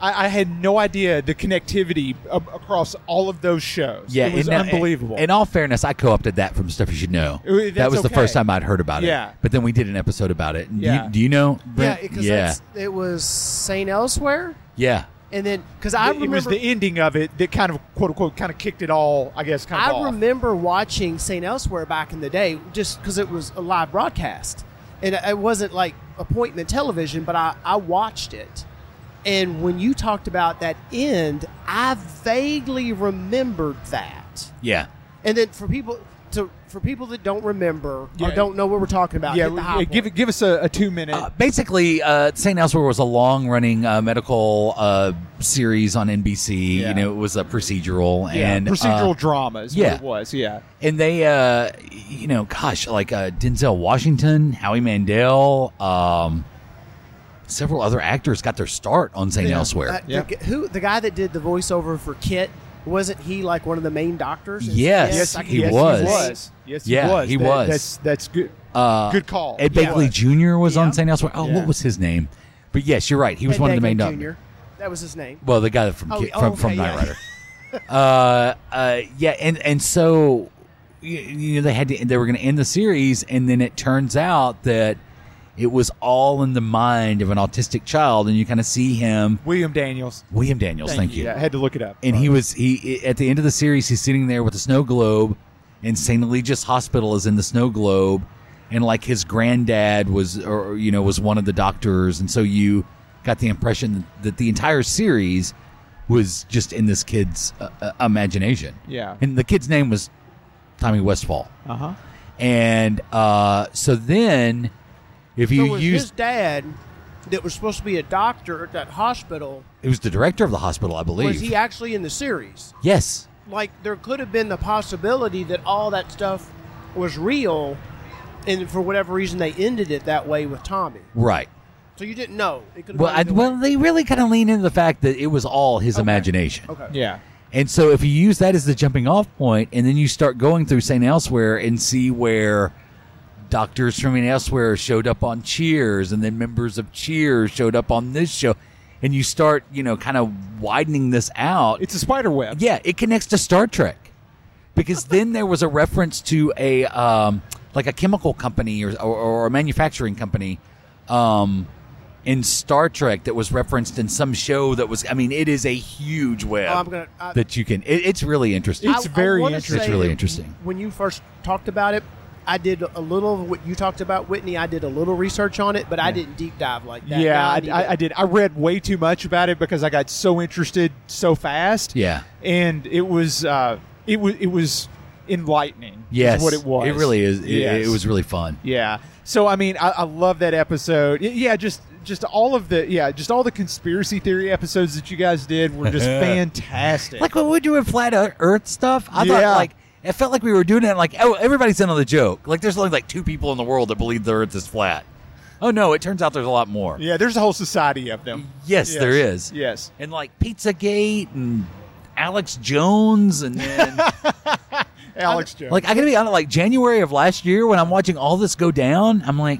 Speaker 3: I, I had no idea the connectivity a- across all of those shows.
Speaker 11: yeah,
Speaker 3: it was
Speaker 11: and now-
Speaker 3: unbelievable.
Speaker 11: In all fairness, I co-opted that from stuff you should know.
Speaker 3: Ooh, that's
Speaker 11: that was the
Speaker 3: okay.
Speaker 11: first time I'd heard about it.
Speaker 3: Yeah.
Speaker 11: but then we did an episode about it. And you-
Speaker 2: Yeah.
Speaker 11: do you know?
Speaker 2: Yeah,
Speaker 11: Brent?
Speaker 2: because
Speaker 11: yeah,
Speaker 2: that's- it was St. Elsewhere,
Speaker 11: yeah.
Speaker 2: and then because I
Speaker 3: it was
Speaker 2: remember
Speaker 3: the ending of it that kind of quote unquote kind of kicked it all. I guess kind of.
Speaker 2: I
Speaker 3: off.
Speaker 2: remember watching St. Elsewhere back in the day just because it was a live broadcast. And it wasn't like appointment television, but I, I watched it. And when you talked about that end, I vaguely remembered that.
Speaker 11: Yeah.
Speaker 2: And then for people to for people that don't remember
Speaker 3: Yeah.
Speaker 2: or don't know what we're talking about,
Speaker 3: Yeah,
Speaker 2: hit the high
Speaker 3: yeah, give give us a, a two minute.
Speaker 11: Basically, uh, St. Elsewhere was a long running uh, medical uh, series on NBC. You know, it was a procedural
Speaker 3: yeah,
Speaker 11: and uh,
Speaker 3: procedural drama is
Speaker 11: yeah.
Speaker 3: what it was. Yeah,
Speaker 11: and they uh you know gosh like uh denzel washington howie mandel um several other actors got their start on st elsewhere
Speaker 2: Uh, the, g- who the guy that did the voiceover for Kit wasn't he like one of the main doctors?
Speaker 11: Yes,
Speaker 2: I can
Speaker 11: he
Speaker 2: remember
Speaker 11: was.
Speaker 2: his name.
Speaker 11: was. Yes, he Yeah, was. he That- was. that's-
Speaker 3: that's good.
Speaker 11: uh
Speaker 3: Good call.
Speaker 11: ed
Speaker 3: Yeah.
Speaker 11: bagley jr was on st elsewhere oh what was his name but yes you're right he was
Speaker 2: Ed
Speaker 11: one of the main
Speaker 2: Dakin
Speaker 11: doc-
Speaker 2: Jr. That was his name.
Speaker 11: well the guy from
Speaker 2: Oh,
Speaker 11: Kid-
Speaker 2: oh,
Speaker 11: from, from
Speaker 2: okay,
Speaker 11: Knight
Speaker 2: yeah.
Speaker 11: rider uh uh yeah and and so you, you know they had to they were going to end the series and then it turns out that it was all in the mind of an autistic child and you kind of see him
Speaker 3: William Daniels.
Speaker 11: William Daniels, thank, you.
Speaker 3: Yeah, I had to look it up.
Speaker 11: And he was he at the end of the series, he's sitting there with a snow globe, and St. Allegius Hospital is in the snow globe, and like his granddad was, or you know, was one of the doctors, and so you got the impression that the entire series was just in this kid's uh, uh, imagination.
Speaker 3: Yeah.
Speaker 11: and the kid's name was Tommy Westfall,
Speaker 3: Uh
Speaker 2: Uh-huh.
Speaker 3: huh.
Speaker 11: and uh, so then if
Speaker 2: So
Speaker 11: you
Speaker 2: it was
Speaker 11: use
Speaker 2: his dad that was supposed to be a doctor at that hospital.
Speaker 11: it was the director of the hospital, I believe.
Speaker 2: Was he actually in the series?
Speaker 11: yes,
Speaker 2: Like there could have been the possibility that all that stuff was real, and for whatever reason they ended it that way with Tommy.
Speaker 11: right.
Speaker 2: So you didn't know. It could have
Speaker 11: Well,
Speaker 2: gone
Speaker 11: I,
Speaker 2: either
Speaker 11: well, they really kind of lean into the fact that it was all his imagination.
Speaker 2: Okay.
Speaker 3: Yeah.
Speaker 11: And so if you use that as the jumping off point and then you start going through St. Elsewhere and see where doctors from elsewhere showed up on Cheers and then members of Cheers showed up on this show and you start, you know, kind of widening this out.
Speaker 3: It's a spider web.
Speaker 11: Yeah, it connects to Star Trek. Because then there was a reference to a um, like a chemical company or, or, or a manufacturing company um, in Star Trek that was referenced in some show that was I mean it is a huge web
Speaker 2: Oh, I'm gonna- I-
Speaker 11: that you can it, it's really interesting.
Speaker 2: I- I wanna
Speaker 11: It's
Speaker 2: say
Speaker 11: really
Speaker 2: that
Speaker 11: interesting.
Speaker 2: When you first talked about it, I did a little of what you talked about, Whitney. I did a little research on it, but I didn't deep dive like that.
Speaker 3: yeah,
Speaker 2: Now
Speaker 3: I,
Speaker 2: need
Speaker 3: I,
Speaker 2: it.
Speaker 3: I did. I read way too much about it because I got so interested so fast.
Speaker 11: Yeah.
Speaker 3: and it was uh, it was it was enlightening. is
Speaker 11: Yes.
Speaker 3: what it was.
Speaker 11: It really is it,
Speaker 3: Yes.
Speaker 11: it was really fun.
Speaker 3: Yeah. So I mean, I, I love that episode. Y- Yeah, just just all of the yeah, just all the conspiracy theory episodes that you guys did were just fantastic.
Speaker 11: Like when we were doing flat Earth stuff, I
Speaker 3: Yeah.
Speaker 11: thought like it felt like we were doing it like oh everybody's in on the joke. Like there's only like two people in the world that believe the Earth is flat. Oh no, it turns out there's a lot more.
Speaker 3: yeah, there's a whole society of them.
Speaker 11: Yes, there is.
Speaker 3: Yes.
Speaker 11: And like Pizzagate
Speaker 3: Mm.
Speaker 11: and Alex Jones and then
Speaker 3: Alex Jones.
Speaker 11: like I gotta be honest, like January of last year when I'm watching all this go down, I'm like,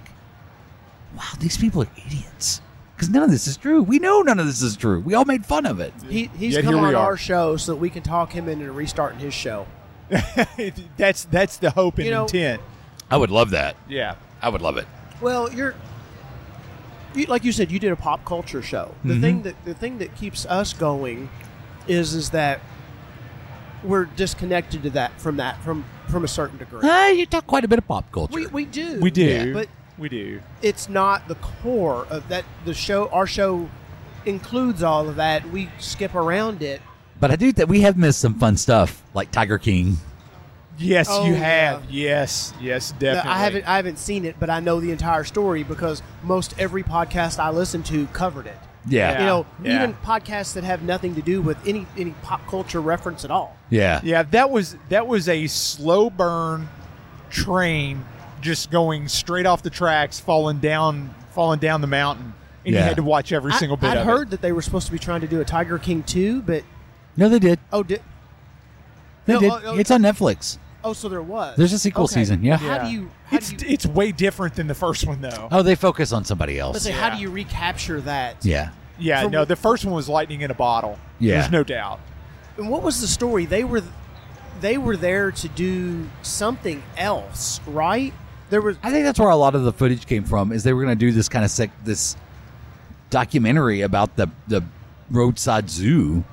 Speaker 11: wow, these people are idiots. Because none of this is true. We know none of this is true. We all made fun of it.
Speaker 2: He, he's
Speaker 11: Yet
Speaker 2: come
Speaker 11: here we
Speaker 2: on
Speaker 11: are.
Speaker 2: our show so that we can talk him into restarting his show.
Speaker 3: that's that's the hope and
Speaker 2: You know-
Speaker 3: intent.
Speaker 11: I would love that.
Speaker 3: Yeah.
Speaker 11: I would love it.
Speaker 2: Well, you're you, like you said, you did a pop culture show.
Speaker 3: Mm-hmm.
Speaker 2: The
Speaker 11: Mhm.
Speaker 2: thing that the thing that keeps us going is is that we're disconnected to that from that from from a certain degree.
Speaker 11: Ah, you talk quite a bit of pop culture.
Speaker 2: We, we do
Speaker 11: We do. Yeah.
Speaker 2: but
Speaker 3: we do.
Speaker 2: It's not the core of that. The show, our show, includes all of that. We skip around it.
Speaker 11: But I do think we have missed some fun stuff like Tiger King.
Speaker 3: Yes,
Speaker 2: Oh,
Speaker 3: you
Speaker 2: yeah.
Speaker 3: have. Yes, yes, definitely.
Speaker 2: I haven't I haven't seen it, but I know the entire story because most every podcast I listen to covered it.
Speaker 11: Yeah.
Speaker 2: you know,
Speaker 3: Yeah.
Speaker 2: even podcasts that have nothing to do with any any pop culture reference at all.
Speaker 11: Yeah.
Speaker 3: Yeah, that was that was a slow burn train just going straight off the tracks, falling down, falling down the mountain, and you
Speaker 11: Yeah.
Speaker 3: had to watch every
Speaker 2: I-
Speaker 3: single bit
Speaker 2: I'd
Speaker 3: of
Speaker 2: heard that they were supposed to be trying to do a Tiger King 2, but
Speaker 11: No, they did.
Speaker 2: oh, did,
Speaker 11: They
Speaker 2: No,
Speaker 11: did.
Speaker 2: oh, oh,
Speaker 11: it's on Netflix.
Speaker 2: oh, so there was.
Speaker 11: There's a sequel
Speaker 2: Okay.
Speaker 11: season. Yeah.
Speaker 2: How do you?
Speaker 3: it. It's it's way different than the first one though.
Speaker 11: Oh, they focus on somebody
Speaker 2: Let's
Speaker 11: else.
Speaker 2: say, how do you recapture that?
Speaker 11: Yeah.
Speaker 3: Yeah,
Speaker 2: From-
Speaker 3: no, the first one was lightning in a bottle.
Speaker 11: Yeah.
Speaker 3: There's no doubt.
Speaker 2: Oh, And what was the story? They were, they were there to do something else, right? There was.
Speaker 11: I think that's where a lot of the footage came from. Is they were going to do this kind of sec- this documentary about the the roadside zoo,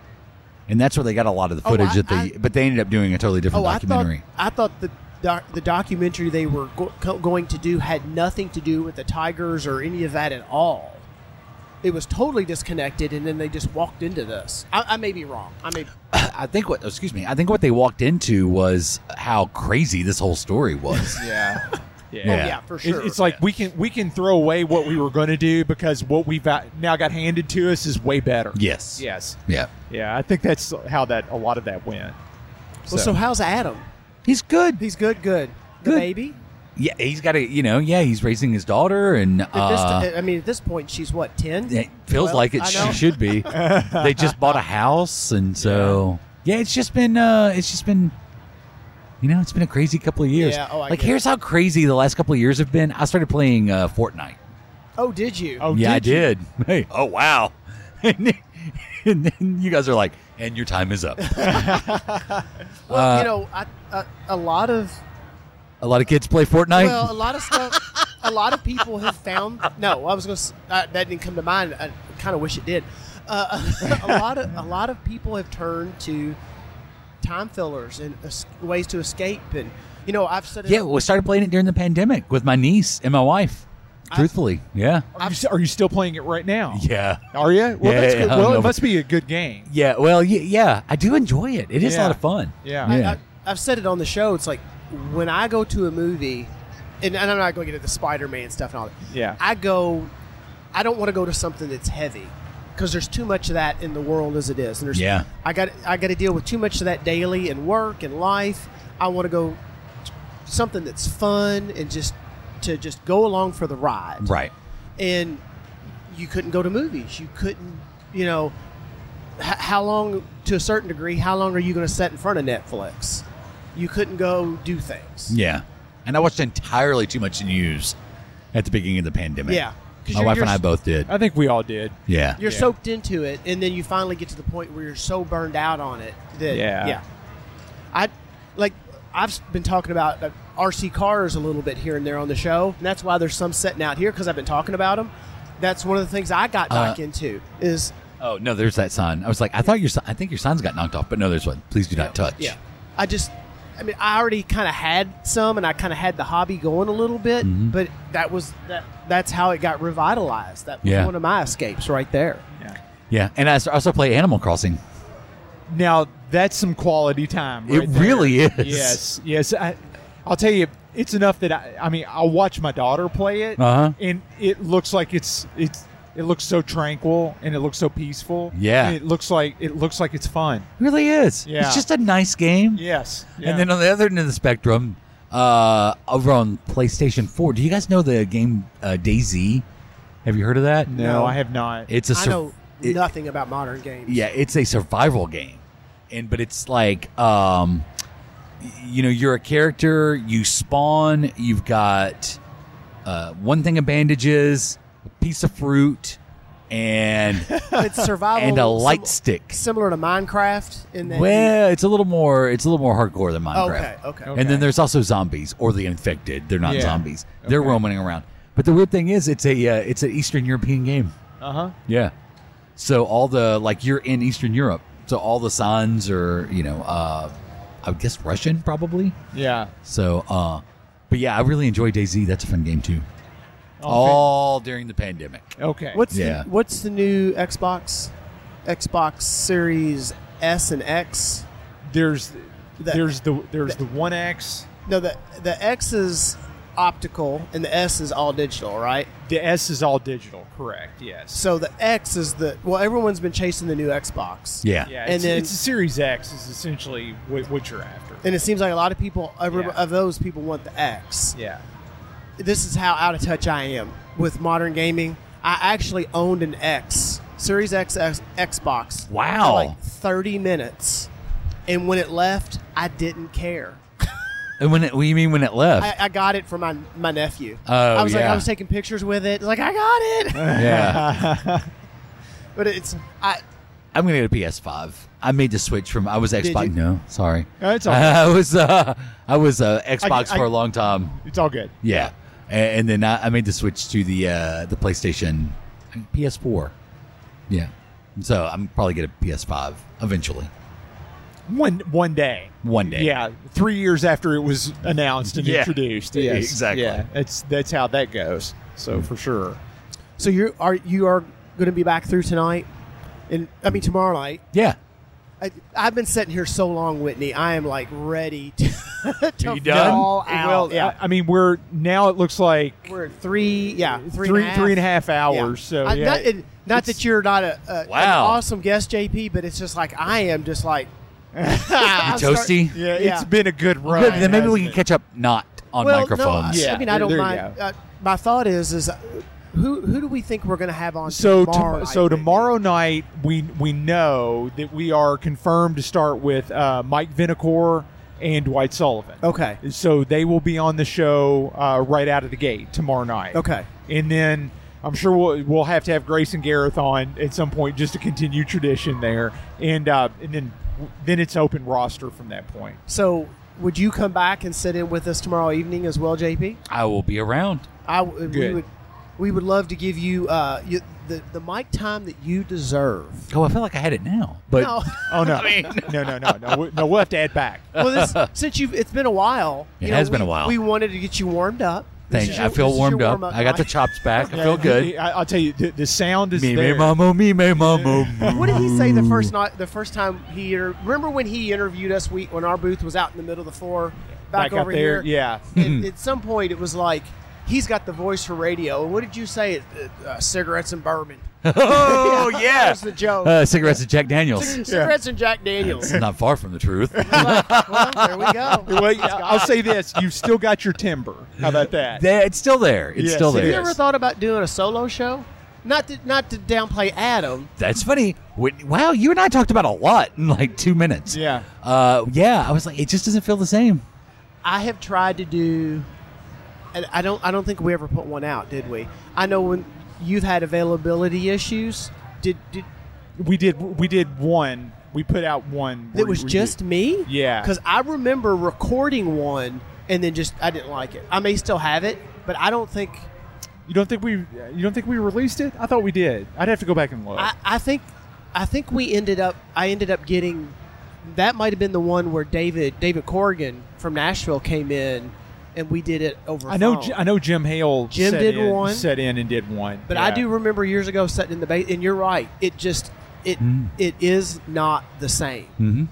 Speaker 11: and that's where they got a lot of the
Speaker 2: Oh,
Speaker 11: footage
Speaker 2: I-
Speaker 11: that they. but they ended up doing a totally different
Speaker 2: oh,
Speaker 11: documentary.
Speaker 2: I thought I thought the doc, the documentary they were go- co- going to do had nothing to do with the tigers or any of that at all. It was totally disconnected, and then they just walked into this. I, I may be wrong. I may.
Speaker 11: I, think what excuse me. I think what they walked into was how crazy this whole story was.
Speaker 3: Yeah.
Speaker 11: Yeah. Oh, yeah,
Speaker 2: for
Speaker 3: It's-
Speaker 2: sure.
Speaker 3: It's like we can we can throw away what we were going to do because what we've got- now got handed to us is way better.
Speaker 11: Yes.
Speaker 3: Yes.
Speaker 11: yeah.
Speaker 3: Yeah, I think that's how that a lot of that went.
Speaker 2: Well, so how's Adam?
Speaker 11: He's good.
Speaker 2: He's good. Good. The
Speaker 11: Good.
Speaker 2: baby.
Speaker 11: Yeah, he's got a you know yeah he's raising his daughter and
Speaker 2: At this
Speaker 11: uh,
Speaker 2: t- I mean, at this point, she's what ten.
Speaker 11: it feels like it she should be. they just bought a house and so yeah, it's just been uh it's just been you know it's been a crazy couple of years.
Speaker 2: Yeah, oh, I
Speaker 11: like
Speaker 2: get
Speaker 11: here's
Speaker 2: it.
Speaker 11: how crazy the last couple of years have been. I started playing uh, Fortnite.
Speaker 2: Oh, did you?
Speaker 3: Oh
Speaker 11: yeah,
Speaker 3: did you?
Speaker 11: I did. Hey, oh wow. and, then, and then you guys are like, and your time is up.
Speaker 2: Well,
Speaker 11: Uh,
Speaker 2: you know, I, I, a lot of
Speaker 11: a lot of kids play Fortnite.
Speaker 2: well, a lot of stuff. a lot of people have found. No, I was going to. Uh, that didn't come to mind. I kind of wish it did. Uh, a lot of a lot of people have turned to time fillers and es- ways to escape. And you know, I've said it.
Speaker 11: yeah, we started playing it during the pandemic with my niece and my wife. Truthfully, yeah,
Speaker 3: Are you, are you still playing it right now?
Speaker 11: yeah.
Speaker 3: Are you? Well,
Speaker 11: Yeah,
Speaker 3: that's good.
Speaker 11: I don't
Speaker 3: well,
Speaker 11: know,
Speaker 3: it
Speaker 11: but-
Speaker 3: must be a good game.
Speaker 11: Yeah, well, y- yeah, I do enjoy it. It is
Speaker 3: Yeah.
Speaker 11: a lot of fun.
Speaker 3: Yeah.
Speaker 2: I, I, I've said it on the show. It's like when I go to a movie, and, and I'm not going to get into the Spider-Man stuff and all that.
Speaker 3: Yeah.
Speaker 2: I go. I don't want to go to something that's heavy because there's too much of that in the world as it is, and there's
Speaker 11: Yeah.
Speaker 2: I got I got to deal with too much of that daily and work and life. I want to go something that's fun and just to just go along for the ride.
Speaker 11: Right.
Speaker 2: And you couldn't go to movies. You couldn't, you know, h- how long to a certain degree? How long are you going to sit in front of Netflix? You couldn't go do things.
Speaker 11: Yeah. And I watched entirely too much news at the beginning of the pandemic.
Speaker 2: Yeah. 'Cause
Speaker 11: My
Speaker 2: you're-
Speaker 11: wife and
Speaker 2: you're- uh,
Speaker 11: I both did.
Speaker 3: I think we all did.
Speaker 11: Yeah.
Speaker 2: You're
Speaker 3: Yeah.
Speaker 2: soaked into it, and then you finally get to the point where you're so burned out on it that
Speaker 3: Yeah.
Speaker 2: yeah. I like I've been talking about uh, RC cars a little bit here and there on the show, and that's why there's some setting out here because I've been talking about them. That's one of the things I got back
Speaker 11: Uh,
Speaker 2: into is
Speaker 11: Oh, no, there's that sign. I was like, I thought your si- I think your signs got knocked off, but no, there's one. Please do not touch.
Speaker 2: yeah. I just I mean I already kind of had some, and I kind of had the hobby going a little bit,
Speaker 11: Mhm.
Speaker 2: but that was that that's how it got revitalized. That was
Speaker 11: Yeah.
Speaker 2: one of my escapes right there.
Speaker 11: Yeah. And I s- also play Animal Crossing.
Speaker 3: Now that's some quality time.
Speaker 11: It
Speaker 3: right there.
Speaker 11: really is.
Speaker 3: Yes, yes. I, I'll tell you, it's enough that I. I mean, I'll watch my daughter play it,
Speaker 11: Uh-huh.
Speaker 3: and it looks like it's it's it looks so tranquil and it looks so peaceful.
Speaker 11: Yeah.
Speaker 3: and it looks like it looks like it's fun.
Speaker 11: It really is.
Speaker 3: Yeah.
Speaker 11: It's just a nice game.
Speaker 3: Yes,
Speaker 11: And then on the other end of the spectrum, uh, over on PlayStation 4, do you guys know the game uh, DayZ? Have you heard of that?
Speaker 3: no, I have not.
Speaker 11: It's a
Speaker 2: I
Speaker 11: sur-
Speaker 2: know
Speaker 11: it-
Speaker 2: nothing about modern games.
Speaker 11: yeah it's a survival game and but it's like um you know you're a character you spawn you've got uh, one thing of bandages a piece of fruit and
Speaker 2: it's survival
Speaker 11: and a light
Speaker 2: sim-
Speaker 11: stick
Speaker 2: similar to Minecraft in that you-
Speaker 11: well it's a little more it's a little more hardcore than minecraft
Speaker 2: Okay, okay.
Speaker 11: and
Speaker 3: Okay.
Speaker 11: then there's also zombies or the infected they're not
Speaker 3: Yeah.
Speaker 11: zombies they're
Speaker 3: Okay.
Speaker 11: roaming around but the weird thing is it's a uh, it's an eastern european game
Speaker 3: uh huh.
Speaker 11: yeah. So all the like you're in Eastern Europe, so all the signs are you know, uh, I would guess Russian probably.
Speaker 3: Yeah.
Speaker 11: So, uh, but yeah, I really enjoy DayZ. That's a fun game too.
Speaker 3: Oh,
Speaker 11: All during the pandemic.
Speaker 3: Okay.
Speaker 2: What's
Speaker 11: Yeah.
Speaker 2: the, what's the new Xbox Xbox Series S and X?
Speaker 3: There's
Speaker 2: The-
Speaker 3: there's the there's the one X.
Speaker 2: No, the the X is optical and the S is all digital, right?
Speaker 3: The S is all digital. Correct. Yes.
Speaker 2: So the X is the well, everyone's been chasing the new Xbox.
Speaker 11: Yeah.
Speaker 3: yeah,
Speaker 2: and
Speaker 3: it's,
Speaker 2: then-
Speaker 3: it's a Series X is essentially what, what you're after.
Speaker 2: And it seems like a lot of people every,
Speaker 3: Yeah.
Speaker 2: of those people want the X.
Speaker 3: Yeah.
Speaker 2: this is how out of touch I am with modern gaming. I actually owned an X Series X, X Xbox.
Speaker 11: Wow.
Speaker 2: for like thirty minutes, and when it left, I didn't care.
Speaker 11: And when it, what do you mean when it left?
Speaker 2: I, I got it for my my nephew.
Speaker 11: Oh,
Speaker 2: I was like,
Speaker 11: yeah.
Speaker 2: I was taking pictures with it. Like, I got it.
Speaker 11: Yeah.
Speaker 2: but it's I.
Speaker 11: I'm gonna get a PS5. I made the switch from I was
Speaker 2: Did
Speaker 11: Xbox.
Speaker 2: you?
Speaker 11: No, sorry.
Speaker 3: Oh, it's all
Speaker 11: I
Speaker 3: right.
Speaker 11: was uh, I was uh, Xbox
Speaker 3: I-
Speaker 11: for a long time.
Speaker 3: It's all good.
Speaker 11: Yeah, A- and, then I, I made the switch to the uh, the PlayStation, PS4. Yeah, so I'm probably get a PS5 eventually,
Speaker 3: One one day.
Speaker 11: one day.
Speaker 3: Yeah, three years after it was announced and
Speaker 11: Yeah.
Speaker 3: introduced.
Speaker 11: Yeah,
Speaker 3: Yes.
Speaker 11: exactly. Mm.
Speaker 3: Yeah, that's that's how that goes. So for sure.
Speaker 2: So you are you are going to be back through tonight, and I mean tomorrow night.
Speaker 11: Yeah.
Speaker 2: I, I've been sitting here so long, Whitney. I am like ready to, to
Speaker 3: You done?
Speaker 2: fall out.
Speaker 3: Well,
Speaker 2: yeah,
Speaker 3: I, I mean, we're now it looks like
Speaker 2: we're at three. Yeah, three,
Speaker 3: three three and a half hours.
Speaker 2: Yeah.
Speaker 3: So
Speaker 2: I-
Speaker 3: yeah,
Speaker 2: not, it- not that you're not a, a an
Speaker 3: Wow.
Speaker 2: awesome guest, JP, but it's just like I am, just like
Speaker 11: You toasty?
Speaker 3: yeah,
Speaker 2: yeah.
Speaker 3: it's been a good run.
Speaker 11: Good, then maybe we can
Speaker 3: hasn't
Speaker 11: catch up not on
Speaker 2: well,
Speaker 11: microphones.
Speaker 2: No, I- I mean, I don't
Speaker 3: there you
Speaker 2: mind. Uh, my thought is, is uh, who who do we think we're going to have on
Speaker 3: it. So
Speaker 2: tomorrow?
Speaker 3: tom-
Speaker 2: night?
Speaker 3: so tomorrow night we we know that we are confirmed to start with uh, Mike Vinacore and Dwight Sullivan.
Speaker 2: Okay.
Speaker 3: So they will be on the show uh, right out of the gate tomorrow night.
Speaker 2: Okay.
Speaker 3: And then I'm sure we'll, we'll have to have Grayson Gareth on at some point just to continue tradition there. And uh, and then then it's open roster from that point.
Speaker 2: So would you come back and sit in with us tomorrow evening as well, JP?
Speaker 11: I will be around.
Speaker 2: I w- we
Speaker 11: Good.
Speaker 2: would we would love to give you, uh, you the the mic time that you deserve.
Speaker 11: Oh, I feel like I had it now, but
Speaker 2: No.
Speaker 3: Oh no, no, no, no, no, we- no. We'll have to add back.
Speaker 2: well, this, since you've it's been a while.
Speaker 11: It
Speaker 2: you know,
Speaker 11: has been
Speaker 2: we-
Speaker 11: a while.
Speaker 2: We wanted to get you warmed up. This
Speaker 11: Thank
Speaker 2: is
Speaker 11: you. I
Speaker 2: your-
Speaker 11: feel
Speaker 2: this is your
Speaker 11: warmed up.
Speaker 2: warm-up
Speaker 11: I got the
Speaker 2: mic.
Speaker 11: chops back. I
Speaker 3: Yeah,
Speaker 11: feel good.
Speaker 3: I, will tell you, the, the sound is
Speaker 11: Me, me,
Speaker 3: there.
Speaker 11: mama, me, me, mama.
Speaker 2: What did he say the first night? The first time he inter- remember when he interviewed us? We when our booth was out in the middle of the floor, back,
Speaker 3: Back up
Speaker 2: over
Speaker 3: there,
Speaker 2: here.
Speaker 3: yeah.
Speaker 2: And at some point, it was like he's got the voice for radio. And what did you say? Uh, uh, cigarettes and bourbon.
Speaker 11: Oh yeah,
Speaker 2: that was the joke.
Speaker 11: Uh, cigarettes and Jack Daniels.
Speaker 2: Cig- Cigarettes and Jack Daniels.
Speaker 11: It's not far from the truth.
Speaker 2: well, there we go.
Speaker 3: Well, yeah, I'll say this: you've still got your timber. How about that?
Speaker 11: There- it's still there. It's
Speaker 3: Yes,
Speaker 11: still
Speaker 2: Have
Speaker 11: there.
Speaker 2: you ever thought about doing a solo show? Not to, not to downplay Adam.
Speaker 11: That's funny. When, wow, you and I talked about a lot in like two minutes.
Speaker 3: Yeah.
Speaker 11: Uh, yeah, I was like, it just doesn't feel the same.
Speaker 2: I have tried to do, and I don't. I don't think we ever put one out, did we? I know when you've had availability issues. Did did
Speaker 3: We did. We did one. We put out one.
Speaker 2: that
Speaker 3: where
Speaker 2: was
Speaker 3: we
Speaker 2: just
Speaker 3: did-
Speaker 2: me?
Speaker 3: Yeah.
Speaker 2: Because I remember recording one and then just I didn't like it. I may still have it, but I don't think
Speaker 3: You don't think we? You don't think we released it? I thought we did. I'd have to go back and look.
Speaker 2: I, I think I think we ended up I ended up getting that might have been the one where David David Corrigan from Nashville came in and we did it over.
Speaker 3: I know.
Speaker 2: phone.
Speaker 3: J- I know. Jim Hale.
Speaker 2: Jim
Speaker 3: set
Speaker 2: did
Speaker 3: in-
Speaker 2: one.
Speaker 3: Set in and did one.
Speaker 2: But
Speaker 3: Yeah.
Speaker 2: I do remember years ago sitting in the base, and you're right. It just it
Speaker 3: Mm.
Speaker 2: it is not the same.
Speaker 11: Mm-hmm.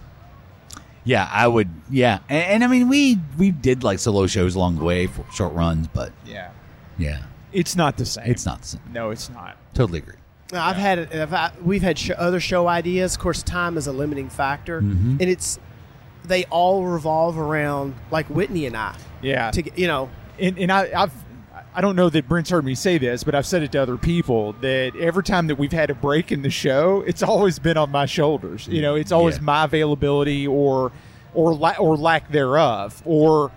Speaker 11: Yeah, I would. Yeah, and, and I mean, we we did like solo shows along the way, for short runs, but
Speaker 3: Yeah.
Speaker 11: yeah,
Speaker 3: It's not the same.
Speaker 11: it's not the same.
Speaker 3: No, it's not.
Speaker 11: Totally agree.
Speaker 2: Now, I've had I've, I, we've had sh- other show ideas. Of course, time is a limiting factor,
Speaker 3: Mm-hmm.
Speaker 11: Mhm.
Speaker 2: and it's they all revolve around like Whitney and I.
Speaker 3: Yeah.
Speaker 2: To get- you know,
Speaker 3: and, and I, I've I don't know that Brent's heard me say this, but I've said it to other people that every time that we've had a break in the show, it's always been on my shoulders. You know, it's always
Speaker 11: Yeah.
Speaker 3: my availability or or la- or lack thereof, or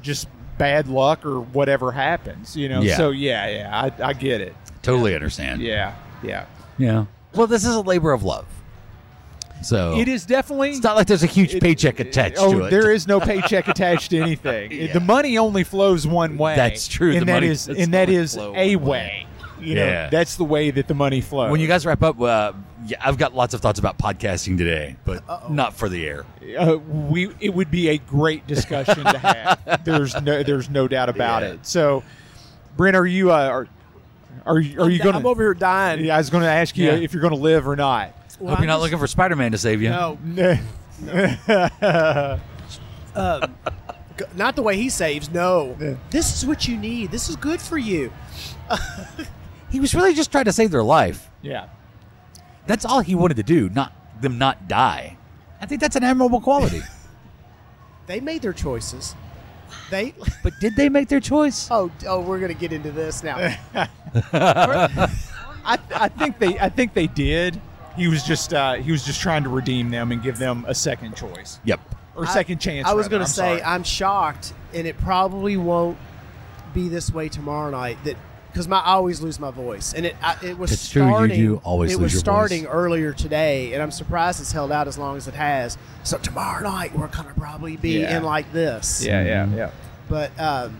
Speaker 3: just bad luck or whatever happens. You know,
Speaker 11: Yeah.
Speaker 3: so yeah, yeah, I, I get it.
Speaker 11: Totally understand.
Speaker 3: Yeah, yeah,
Speaker 11: Yeah. Well, this is a labor of love.
Speaker 2: Oh.
Speaker 11: So
Speaker 3: it is definitely.
Speaker 11: It's not like there's a huge paycheck attached
Speaker 3: Oh,
Speaker 11: to it.
Speaker 3: there is no paycheck attached to anything. The money only flows one way.
Speaker 11: That's true. The
Speaker 3: and that
Speaker 11: money
Speaker 3: is
Speaker 11: does
Speaker 3: and that
Speaker 11: only
Speaker 3: is
Speaker 11: flow
Speaker 3: a
Speaker 11: one
Speaker 3: way. You know,
Speaker 11: Yeah.
Speaker 3: that's the way that the money flows.
Speaker 11: When you guys wrap up, uh, yeah, I've got lots of thoughts about podcasting today, but not for the air.
Speaker 3: uh, we it would be a great discussion to have. There's no there's no doubt about
Speaker 11: Yeah.
Speaker 3: it. So, Brent, are you uh, are are you, are you going?
Speaker 2: I'm over here dying.
Speaker 3: Yeah, I was going to ask you
Speaker 11: Yeah.
Speaker 3: if you're going to live or not.
Speaker 2: Well,
Speaker 11: Hope you're
Speaker 2: I'm
Speaker 11: not
Speaker 2: just-
Speaker 11: looking for Spider Man to save you.
Speaker 2: No, Um, g- not the way he saves. No, this is what you need. This is good for you.
Speaker 11: He was really just trying to save their life.
Speaker 3: yeah,
Speaker 11: That's all he wanted to do, not them not die. I think that's an admirable quality.
Speaker 2: They made their choices. They
Speaker 11: But did they make their choice?
Speaker 13: Oh, oh, we're gonna get into this now.
Speaker 3: I, I think they I think they did. He was just uh, he was just trying to redeem them and give them a second choice.
Speaker 11: Yep.
Speaker 3: Or
Speaker 2: I-
Speaker 3: second chance.
Speaker 2: I was
Speaker 3: rather.
Speaker 2: gonna
Speaker 3: I'm
Speaker 2: say
Speaker 3: sorry.
Speaker 2: I'm shocked, and it probably won't be this way tomorrow night. That because my I always lose my voice, and it I, it was
Speaker 11: It's true, you
Speaker 2: starting.
Speaker 11: do always
Speaker 2: it
Speaker 11: lose
Speaker 2: was
Speaker 11: your voice.
Speaker 2: starting earlier today, and I'm surprised it's held out as long as it has. So tomorrow night we're gonna probably be
Speaker 11: Yeah.
Speaker 2: in like this.
Speaker 11: Yeah, yeah, yeah.
Speaker 2: But um,
Speaker 11: Mm-hmm.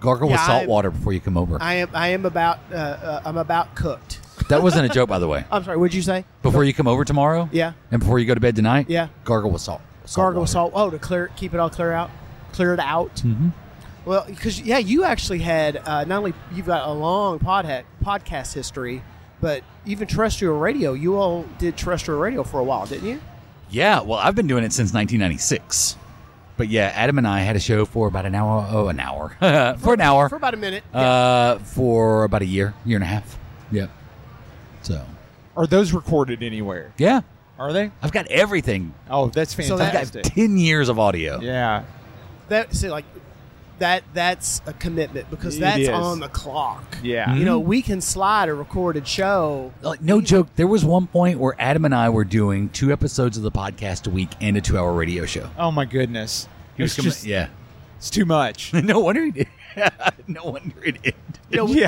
Speaker 11: Gargle with
Speaker 2: Yeah,
Speaker 11: salt
Speaker 2: I-
Speaker 11: water before you come over.
Speaker 2: I am I am about uh, uh, I'm about cooked.
Speaker 11: that wasn't a joke, by the way.
Speaker 2: I'm sorry. What'd you say?
Speaker 11: Before you come over tomorrow,
Speaker 2: Yeah.
Speaker 11: and before you go to bed tonight,
Speaker 2: Yeah.
Speaker 11: gargle with salt.
Speaker 2: Gargle with salt. Oh, to clear keep it all clear out, clear it out.
Speaker 11: Mm-hmm.
Speaker 2: Well, because yeah, you actually had uh, not only you've got a long podhead, podcast history, but even terrestrial radio. You all did terrestrial radio for a while, didn't you?
Speaker 11: Yeah, well, I've been doing it since 1996. But yeah, Adam and I had a show for about an hour. Oh, an hour for an hour
Speaker 2: for about a minute.
Speaker 11: Uh, for about a year, year and a half. Yep. So
Speaker 3: Are those recorded anywhere?
Speaker 11: yeah,
Speaker 3: Are they?
Speaker 11: I've got everything.
Speaker 3: Oh, that's
Speaker 2: So that-
Speaker 11: I've got ten years of audio.
Speaker 3: Yeah.
Speaker 2: That see, like that that's a commitment because
Speaker 11: It
Speaker 2: that's
Speaker 11: is.
Speaker 2: on the clock.
Speaker 3: Yeah.
Speaker 2: You know,
Speaker 11: Mhm.
Speaker 2: we can slide a recorded show.
Speaker 11: Like no joke, there was one point where Adam and I were doing two episodes of the podcast a week and a two-hour radio show.
Speaker 3: Oh my goodness.
Speaker 11: He was
Speaker 3: It's
Speaker 11: coming-
Speaker 3: just-
Speaker 11: yeah.
Speaker 3: It's too much.
Speaker 11: no wonder he did. no wonder it ended.
Speaker 2: You know, we-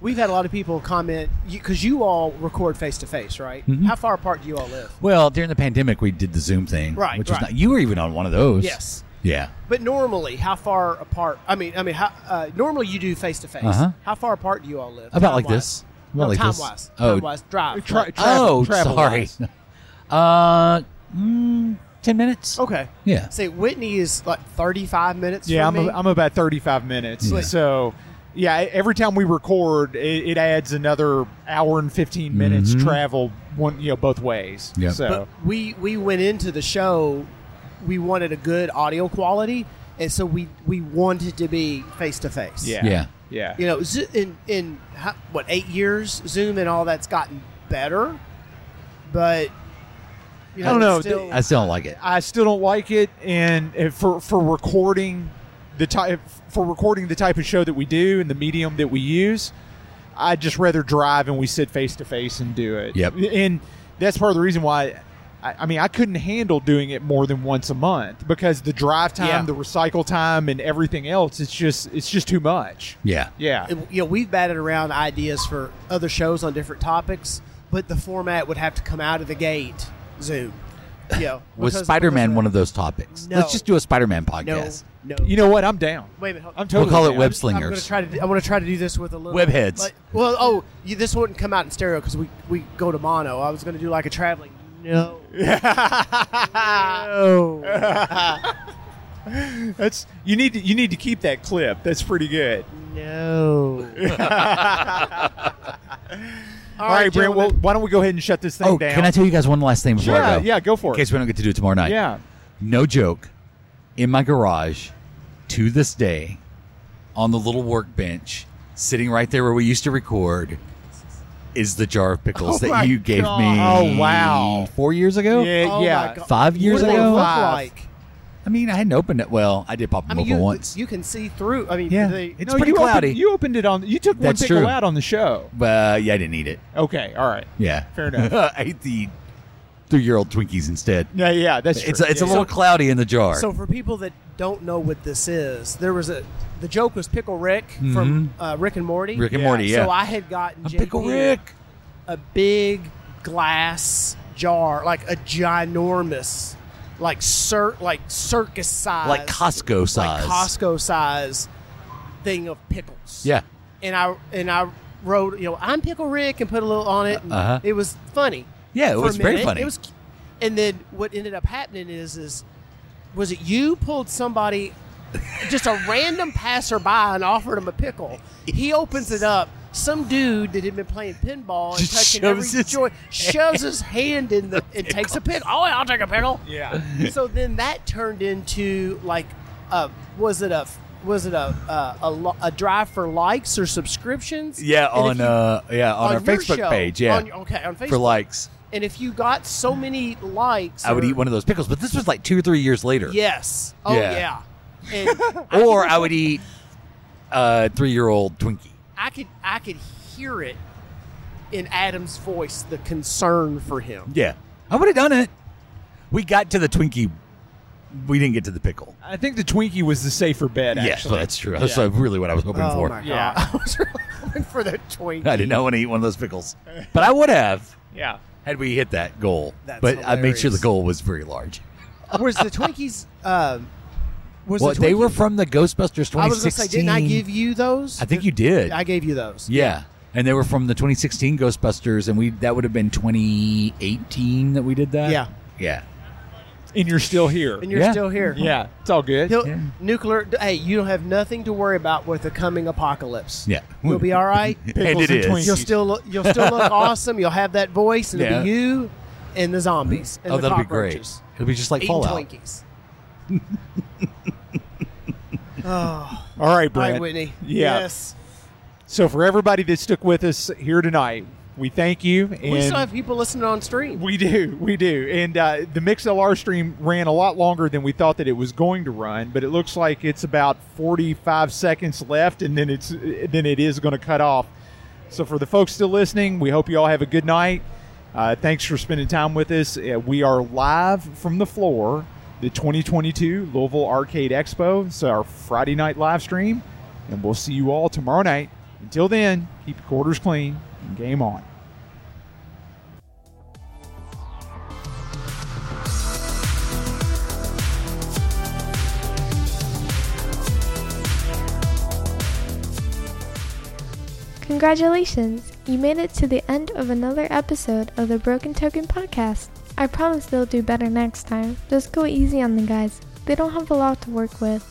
Speaker 2: We've had a lot of people comment because you, all record face to face, right?
Speaker 11: Mhm.
Speaker 2: How far apart do you all live?
Speaker 11: Well, during the pandemic, we did the Zoom thing,
Speaker 2: Right,
Speaker 11: Which was
Speaker 2: right.
Speaker 11: not. You were even on one of those.
Speaker 2: Yes.
Speaker 11: Yeah.
Speaker 2: But normally, how far apart? I mean, I mean, how, uh, normally you do face to face.
Speaker 11: Uh-huh.
Speaker 2: How far apart do you all live?
Speaker 11: About like
Speaker 2: time-wise?
Speaker 11: this. About
Speaker 2: no,
Speaker 11: like
Speaker 2: time
Speaker 11: this.
Speaker 2: wise.
Speaker 11: Oh.
Speaker 2: Time wise. Drive.
Speaker 11: Tra- oh, sorry. Uh, mm, ten minutes.
Speaker 2: Okay.
Speaker 11: Yeah.
Speaker 2: Say Whitney is like thirty-five minutes.
Speaker 3: Yeah,
Speaker 2: from
Speaker 3: I'm,
Speaker 2: me.
Speaker 3: I'm about 35 minutes.
Speaker 2: Yeah.
Speaker 3: So, yeah, e, every time we record, it, it adds another hour and 15 minutes
Speaker 11: Mhm.
Speaker 3: travel one, you know, both ways.
Speaker 11: Yeah.
Speaker 3: So,
Speaker 2: But we we went into the show, we wanted a good audio quality, and so we we wanted to be face to face.
Speaker 3: Yeah. Yeah. Yeah.
Speaker 2: You know, Zo- in in how, what eight years, Zoom and all that's gotten better, but you know,
Speaker 3: I don't know.
Speaker 2: it's still-
Speaker 11: I still don't like it.
Speaker 3: I still don't like it, and and for for recording the type for recording the type of show that we do and the medium that we use, I'd just rather drive and we sit face to face and do it.
Speaker 11: Yep.
Speaker 3: And that's part of the reason why. I I mean, I couldn't handle doing it more than once a month because the drive time,
Speaker 2: Yeah.
Speaker 3: the recycle time, and everything else—it's just—it's just too much.
Speaker 11: Yeah.
Speaker 3: Yeah.
Speaker 2: And, you know, we've batted around ideas for other shows on different topics, but the format would have to come out of the gate Zoom. You know,
Speaker 11: Was
Speaker 2: because-
Speaker 11: Spider Man one of those topics?
Speaker 2: No.
Speaker 11: Let's just do a Spider Man
Speaker 2: No,
Speaker 11: podcast.
Speaker 2: no.
Speaker 3: You know what? I'm down.
Speaker 2: Wait a minute. hold-
Speaker 3: I'm totally
Speaker 11: We'll call it
Speaker 3: down.
Speaker 11: web
Speaker 3: I'm-
Speaker 2: I'm gonna
Speaker 11: slingers.
Speaker 2: try to. Do, I want to try to do this with a little
Speaker 11: Webheads.
Speaker 2: like- well, oh, you, this wouldn't come out in stereo because we we go to mono. I was going to do like a traveling. No. no.
Speaker 3: That's you need to you need to keep that clip. That's pretty good.
Speaker 2: No.
Speaker 3: All right, Brent. Well, why don't we go ahead and shut this thing
Speaker 11: Oh,
Speaker 3: down?
Speaker 11: can I tell you guys one last thing before
Speaker 3: Yeah,
Speaker 11: I go?
Speaker 3: yeah, go for
Speaker 11: In
Speaker 3: it.
Speaker 11: case we don't get to do it tomorrow night.
Speaker 3: Yeah.
Speaker 11: No joke. In my garage, to this day, on the little workbench, sitting right there where we used to record, is the jar of pickles
Speaker 3: Oh my
Speaker 11: that you gave
Speaker 3: God.
Speaker 11: me.
Speaker 3: Oh, wow.
Speaker 11: Four years ago?
Speaker 3: Yeah, Oh, my yeah. God.
Speaker 11: Five
Speaker 3: What
Speaker 11: years
Speaker 3: do they
Speaker 11: ago?
Speaker 3: look Five.
Speaker 2: like?
Speaker 11: I mean, I hadn't opened it. Well, I did pop them
Speaker 2: I mean,
Speaker 11: open
Speaker 2: you,
Speaker 11: once.
Speaker 2: you can see through. I mean,
Speaker 11: Yeah.
Speaker 2: they,
Speaker 11: It's pretty
Speaker 3: you
Speaker 11: cloudy.
Speaker 3: Opened, you opened it on. You took
Speaker 11: That's
Speaker 3: one pickle
Speaker 11: true.
Speaker 3: out on the show.
Speaker 11: But yeah, I didn't eat it.
Speaker 3: Okay. All right.
Speaker 11: Yeah.
Speaker 3: Fair enough.
Speaker 11: I ate the three year old Twinkies instead.
Speaker 3: Yeah.
Speaker 2: Uh,
Speaker 3: Yeah. That's
Speaker 11: It's,
Speaker 3: true.
Speaker 11: it's a
Speaker 3: Yeah.
Speaker 11: little cloudy in the jar.
Speaker 2: So for people that don't know what this is, there was a the joke was Pickle Rick from uh, Rick and Morty.
Speaker 11: Mm-hmm. Rick and Yeah. Morty, yeah.
Speaker 2: So I had gotten
Speaker 11: I'm
Speaker 2: JP
Speaker 11: Pickle Rick.
Speaker 2: a big glass jar, like a ginormous, like cir- like circus size,
Speaker 11: like Costco size.
Speaker 2: Costco size thing of pickles.
Speaker 11: Yeah.
Speaker 2: And I and I wrote, you know, I'm Pickle Rick and put a little on it. and
Speaker 11: Uh-huh.
Speaker 2: It was funny.
Speaker 11: Yeah, it
Speaker 2: for a
Speaker 11: was very
Speaker 2: minute.
Speaker 11: funny.
Speaker 2: It was, and then what ended up happening is is was it you pulled somebody, just a random passerby, and offered him a pickle. He opens it up. Some dude that had been playing pinball and
Speaker 11: Just
Speaker 2: touching
Speaker 11: shoves
Speaker 2: every
Speaker 11: his
Speaker 2: joint shoves his hand in the and takes a pickle. Oh, I'll take a pickle.
Speaker 3: Yeah.
Speaker 2: so then that turned into like, uh, was it a was it a uh, a, lo- a drive for likes or subscriptions?
Speaker 11: Yeah,
Speaker 2: And if
Speaker 11: on
Speaker 2: you-
Speaker 11: uh, yeah, on, our
Speaker 2: your
Speaker 11: Facebook
Speaker 2: show,
Speaker 11: page. Yeah,
Speaker 2: on your- okay, on Facebook
Speaker 11: for likes.
Speaker 2: And if you got so many likes,
Speaker 11: I would
Speaker 2: or-
Speaker 11: eat one of those pickles, but this was like two or three years later.
Speaker 2: Yes. Oh yeah.
Speaker 11: Yeah.
Speaker 2: And I
Speaker 11: or
Speaker 2: could-
Speaker 11: I would eat a three-year-old Twinkie.
Speaker 2: I could I could hear it in Adam's voice, the concern for him.
Speaker 11: Yeah, I would have done it. We got to the Twinkie. We didn't get to the pickle.
Speaker 3: I think the Twinkie was the safer bet.
Speaker 11: Yeah,
Speaker 3: Actually,
Speaker 11: that's true. That's uh, really what I was hoping
Speaker 2: oh
Speaker 11: for.
Speaker 2: my god! I was really hoping for the Twinkie.
Speaker 11: I did not want to eat one of those pickles, but I would have
Speaker 2: Yeah.
Speaker 11: had we hit that goal.
Speaker 2: That's
Speaker 11: but I made sure
Speaker 2: hilarious.
Speaker 11: the goal was very large.
Speaker 2: Was the Twinkies? Um, was
Speaker 11: well,
Speaker 2: the Twinkies,
Speaker 11: they were from the Ghostbusters 2016.
Speaker 2: I was gonna say, didn't I give you those?
Speaker 11: I think you did.
Speaker 2: I gave you those.
Speaker 11: Yeah. And they were from the 2016 Ghostbusters, and we that would have been 2018 that we did that.
Speaker 2: Yeah.
Speaker 11: Yeah.
Speaker 3: and you're still here.
Speaker 2: And you're still here.
Speaker 3: Yeah, it's all good.
Speaker 2: He'll- Nuclear. Hey, you don't have nothing to worry about with the coming apocalypse.
Speaker 11: Yeah.
Speaker 2: You'll be all right.
Speaker 11: And Pickles it and is. Twinkies.
Speaker 2: You'll still look, you'll still look awesome. You'll have that voice, and it'll be
Speaker 11: Yeah.
Speaker 2: you and the zombies and
Speaker 11: oh,
Speaker 2: the
Speaker 11: that'd be great.
Speaker 2: cockroaches.
Speaker 11: It'll be just like
Speaker 2: eating
Speaker 11: Fallout.
Speaker 2: Twinkies. oh.
Speaker 3: All right, Brent.
Speaker 2: Hi, Whitney.
Speaker 3: Yeah.
Speaker 2: Yes.
Speaker 3: So for everybody that stuck with us here tonight, we thank you. And
Speaker 2: we still have people listening on stream.
Speaker 3: We do, we do. And uh, the MixLR stream ran a lot longer than we thought that it was going to run, but it looks like it's about 45 seconds left, and then it's then it is going to cut off. So for the folks still listening, we hope you all have a good night. Uh, thanks for spending time with us. Uh, we are live from the floor, the 2022 Louisville Arcade Expo. It's our Friday night live stream, and we'll see you all tomorrow night. Until then, keep your quarters clean and game on.
Speaker 1: Congratulations! You made it to the end of another episode of the Broken Token Podcast. I promise they'll do better next time. Just go easy on the guys, they don't have a lot to work with.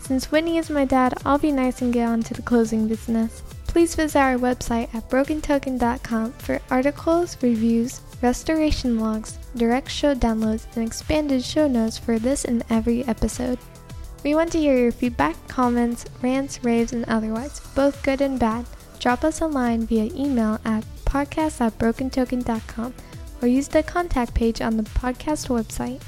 Speaker 1: Since Whitney is my dad, I'll be nice and get on to the closing business. Please visit our website at brokentoken.com for articles, reviews, restoration logs, direct show downloads, and expanded show notes for this and every episode. We want to hear your feedback, comments, rants, raves, and otherwise, both good and bad. Drop us a line via email at podcast at brokentoken.com or use the contact page on the podcast website.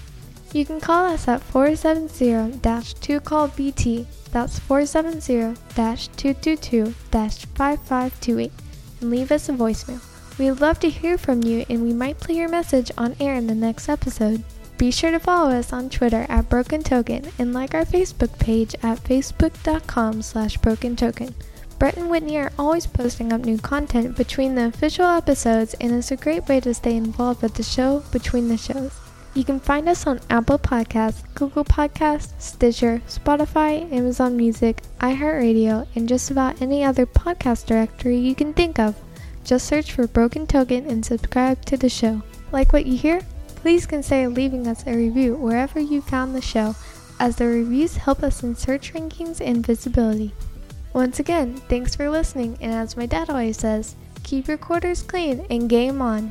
Speaker 1: You can call us at 470-2CALL-BT, that's 470-222-5528, and leave us a voicemail. We'd love to hear from you and we might play your message on air in the next episode. Be sure to follow us on Twitter at Broken Token and like our Facebook page at facebook.com slash broken token. Brett and Whitney are always posting up new content between the official episodes and it's a great way to stay involved with the show between the shows. You can find us on Apple Podcasts, Google Podcasts, Stitcher, Spotify, Amazon Music, iHeartRadio, and just about any other podcast directory you can think of. Just search for Broken Token and subscribe to the show. Like what you hear? Please consider leaving us a review wherever you found the show, as the reviews help us in search rankings and visibility. Once again, thanks for listening, and as my dad always says, keep your quarters clean and game on.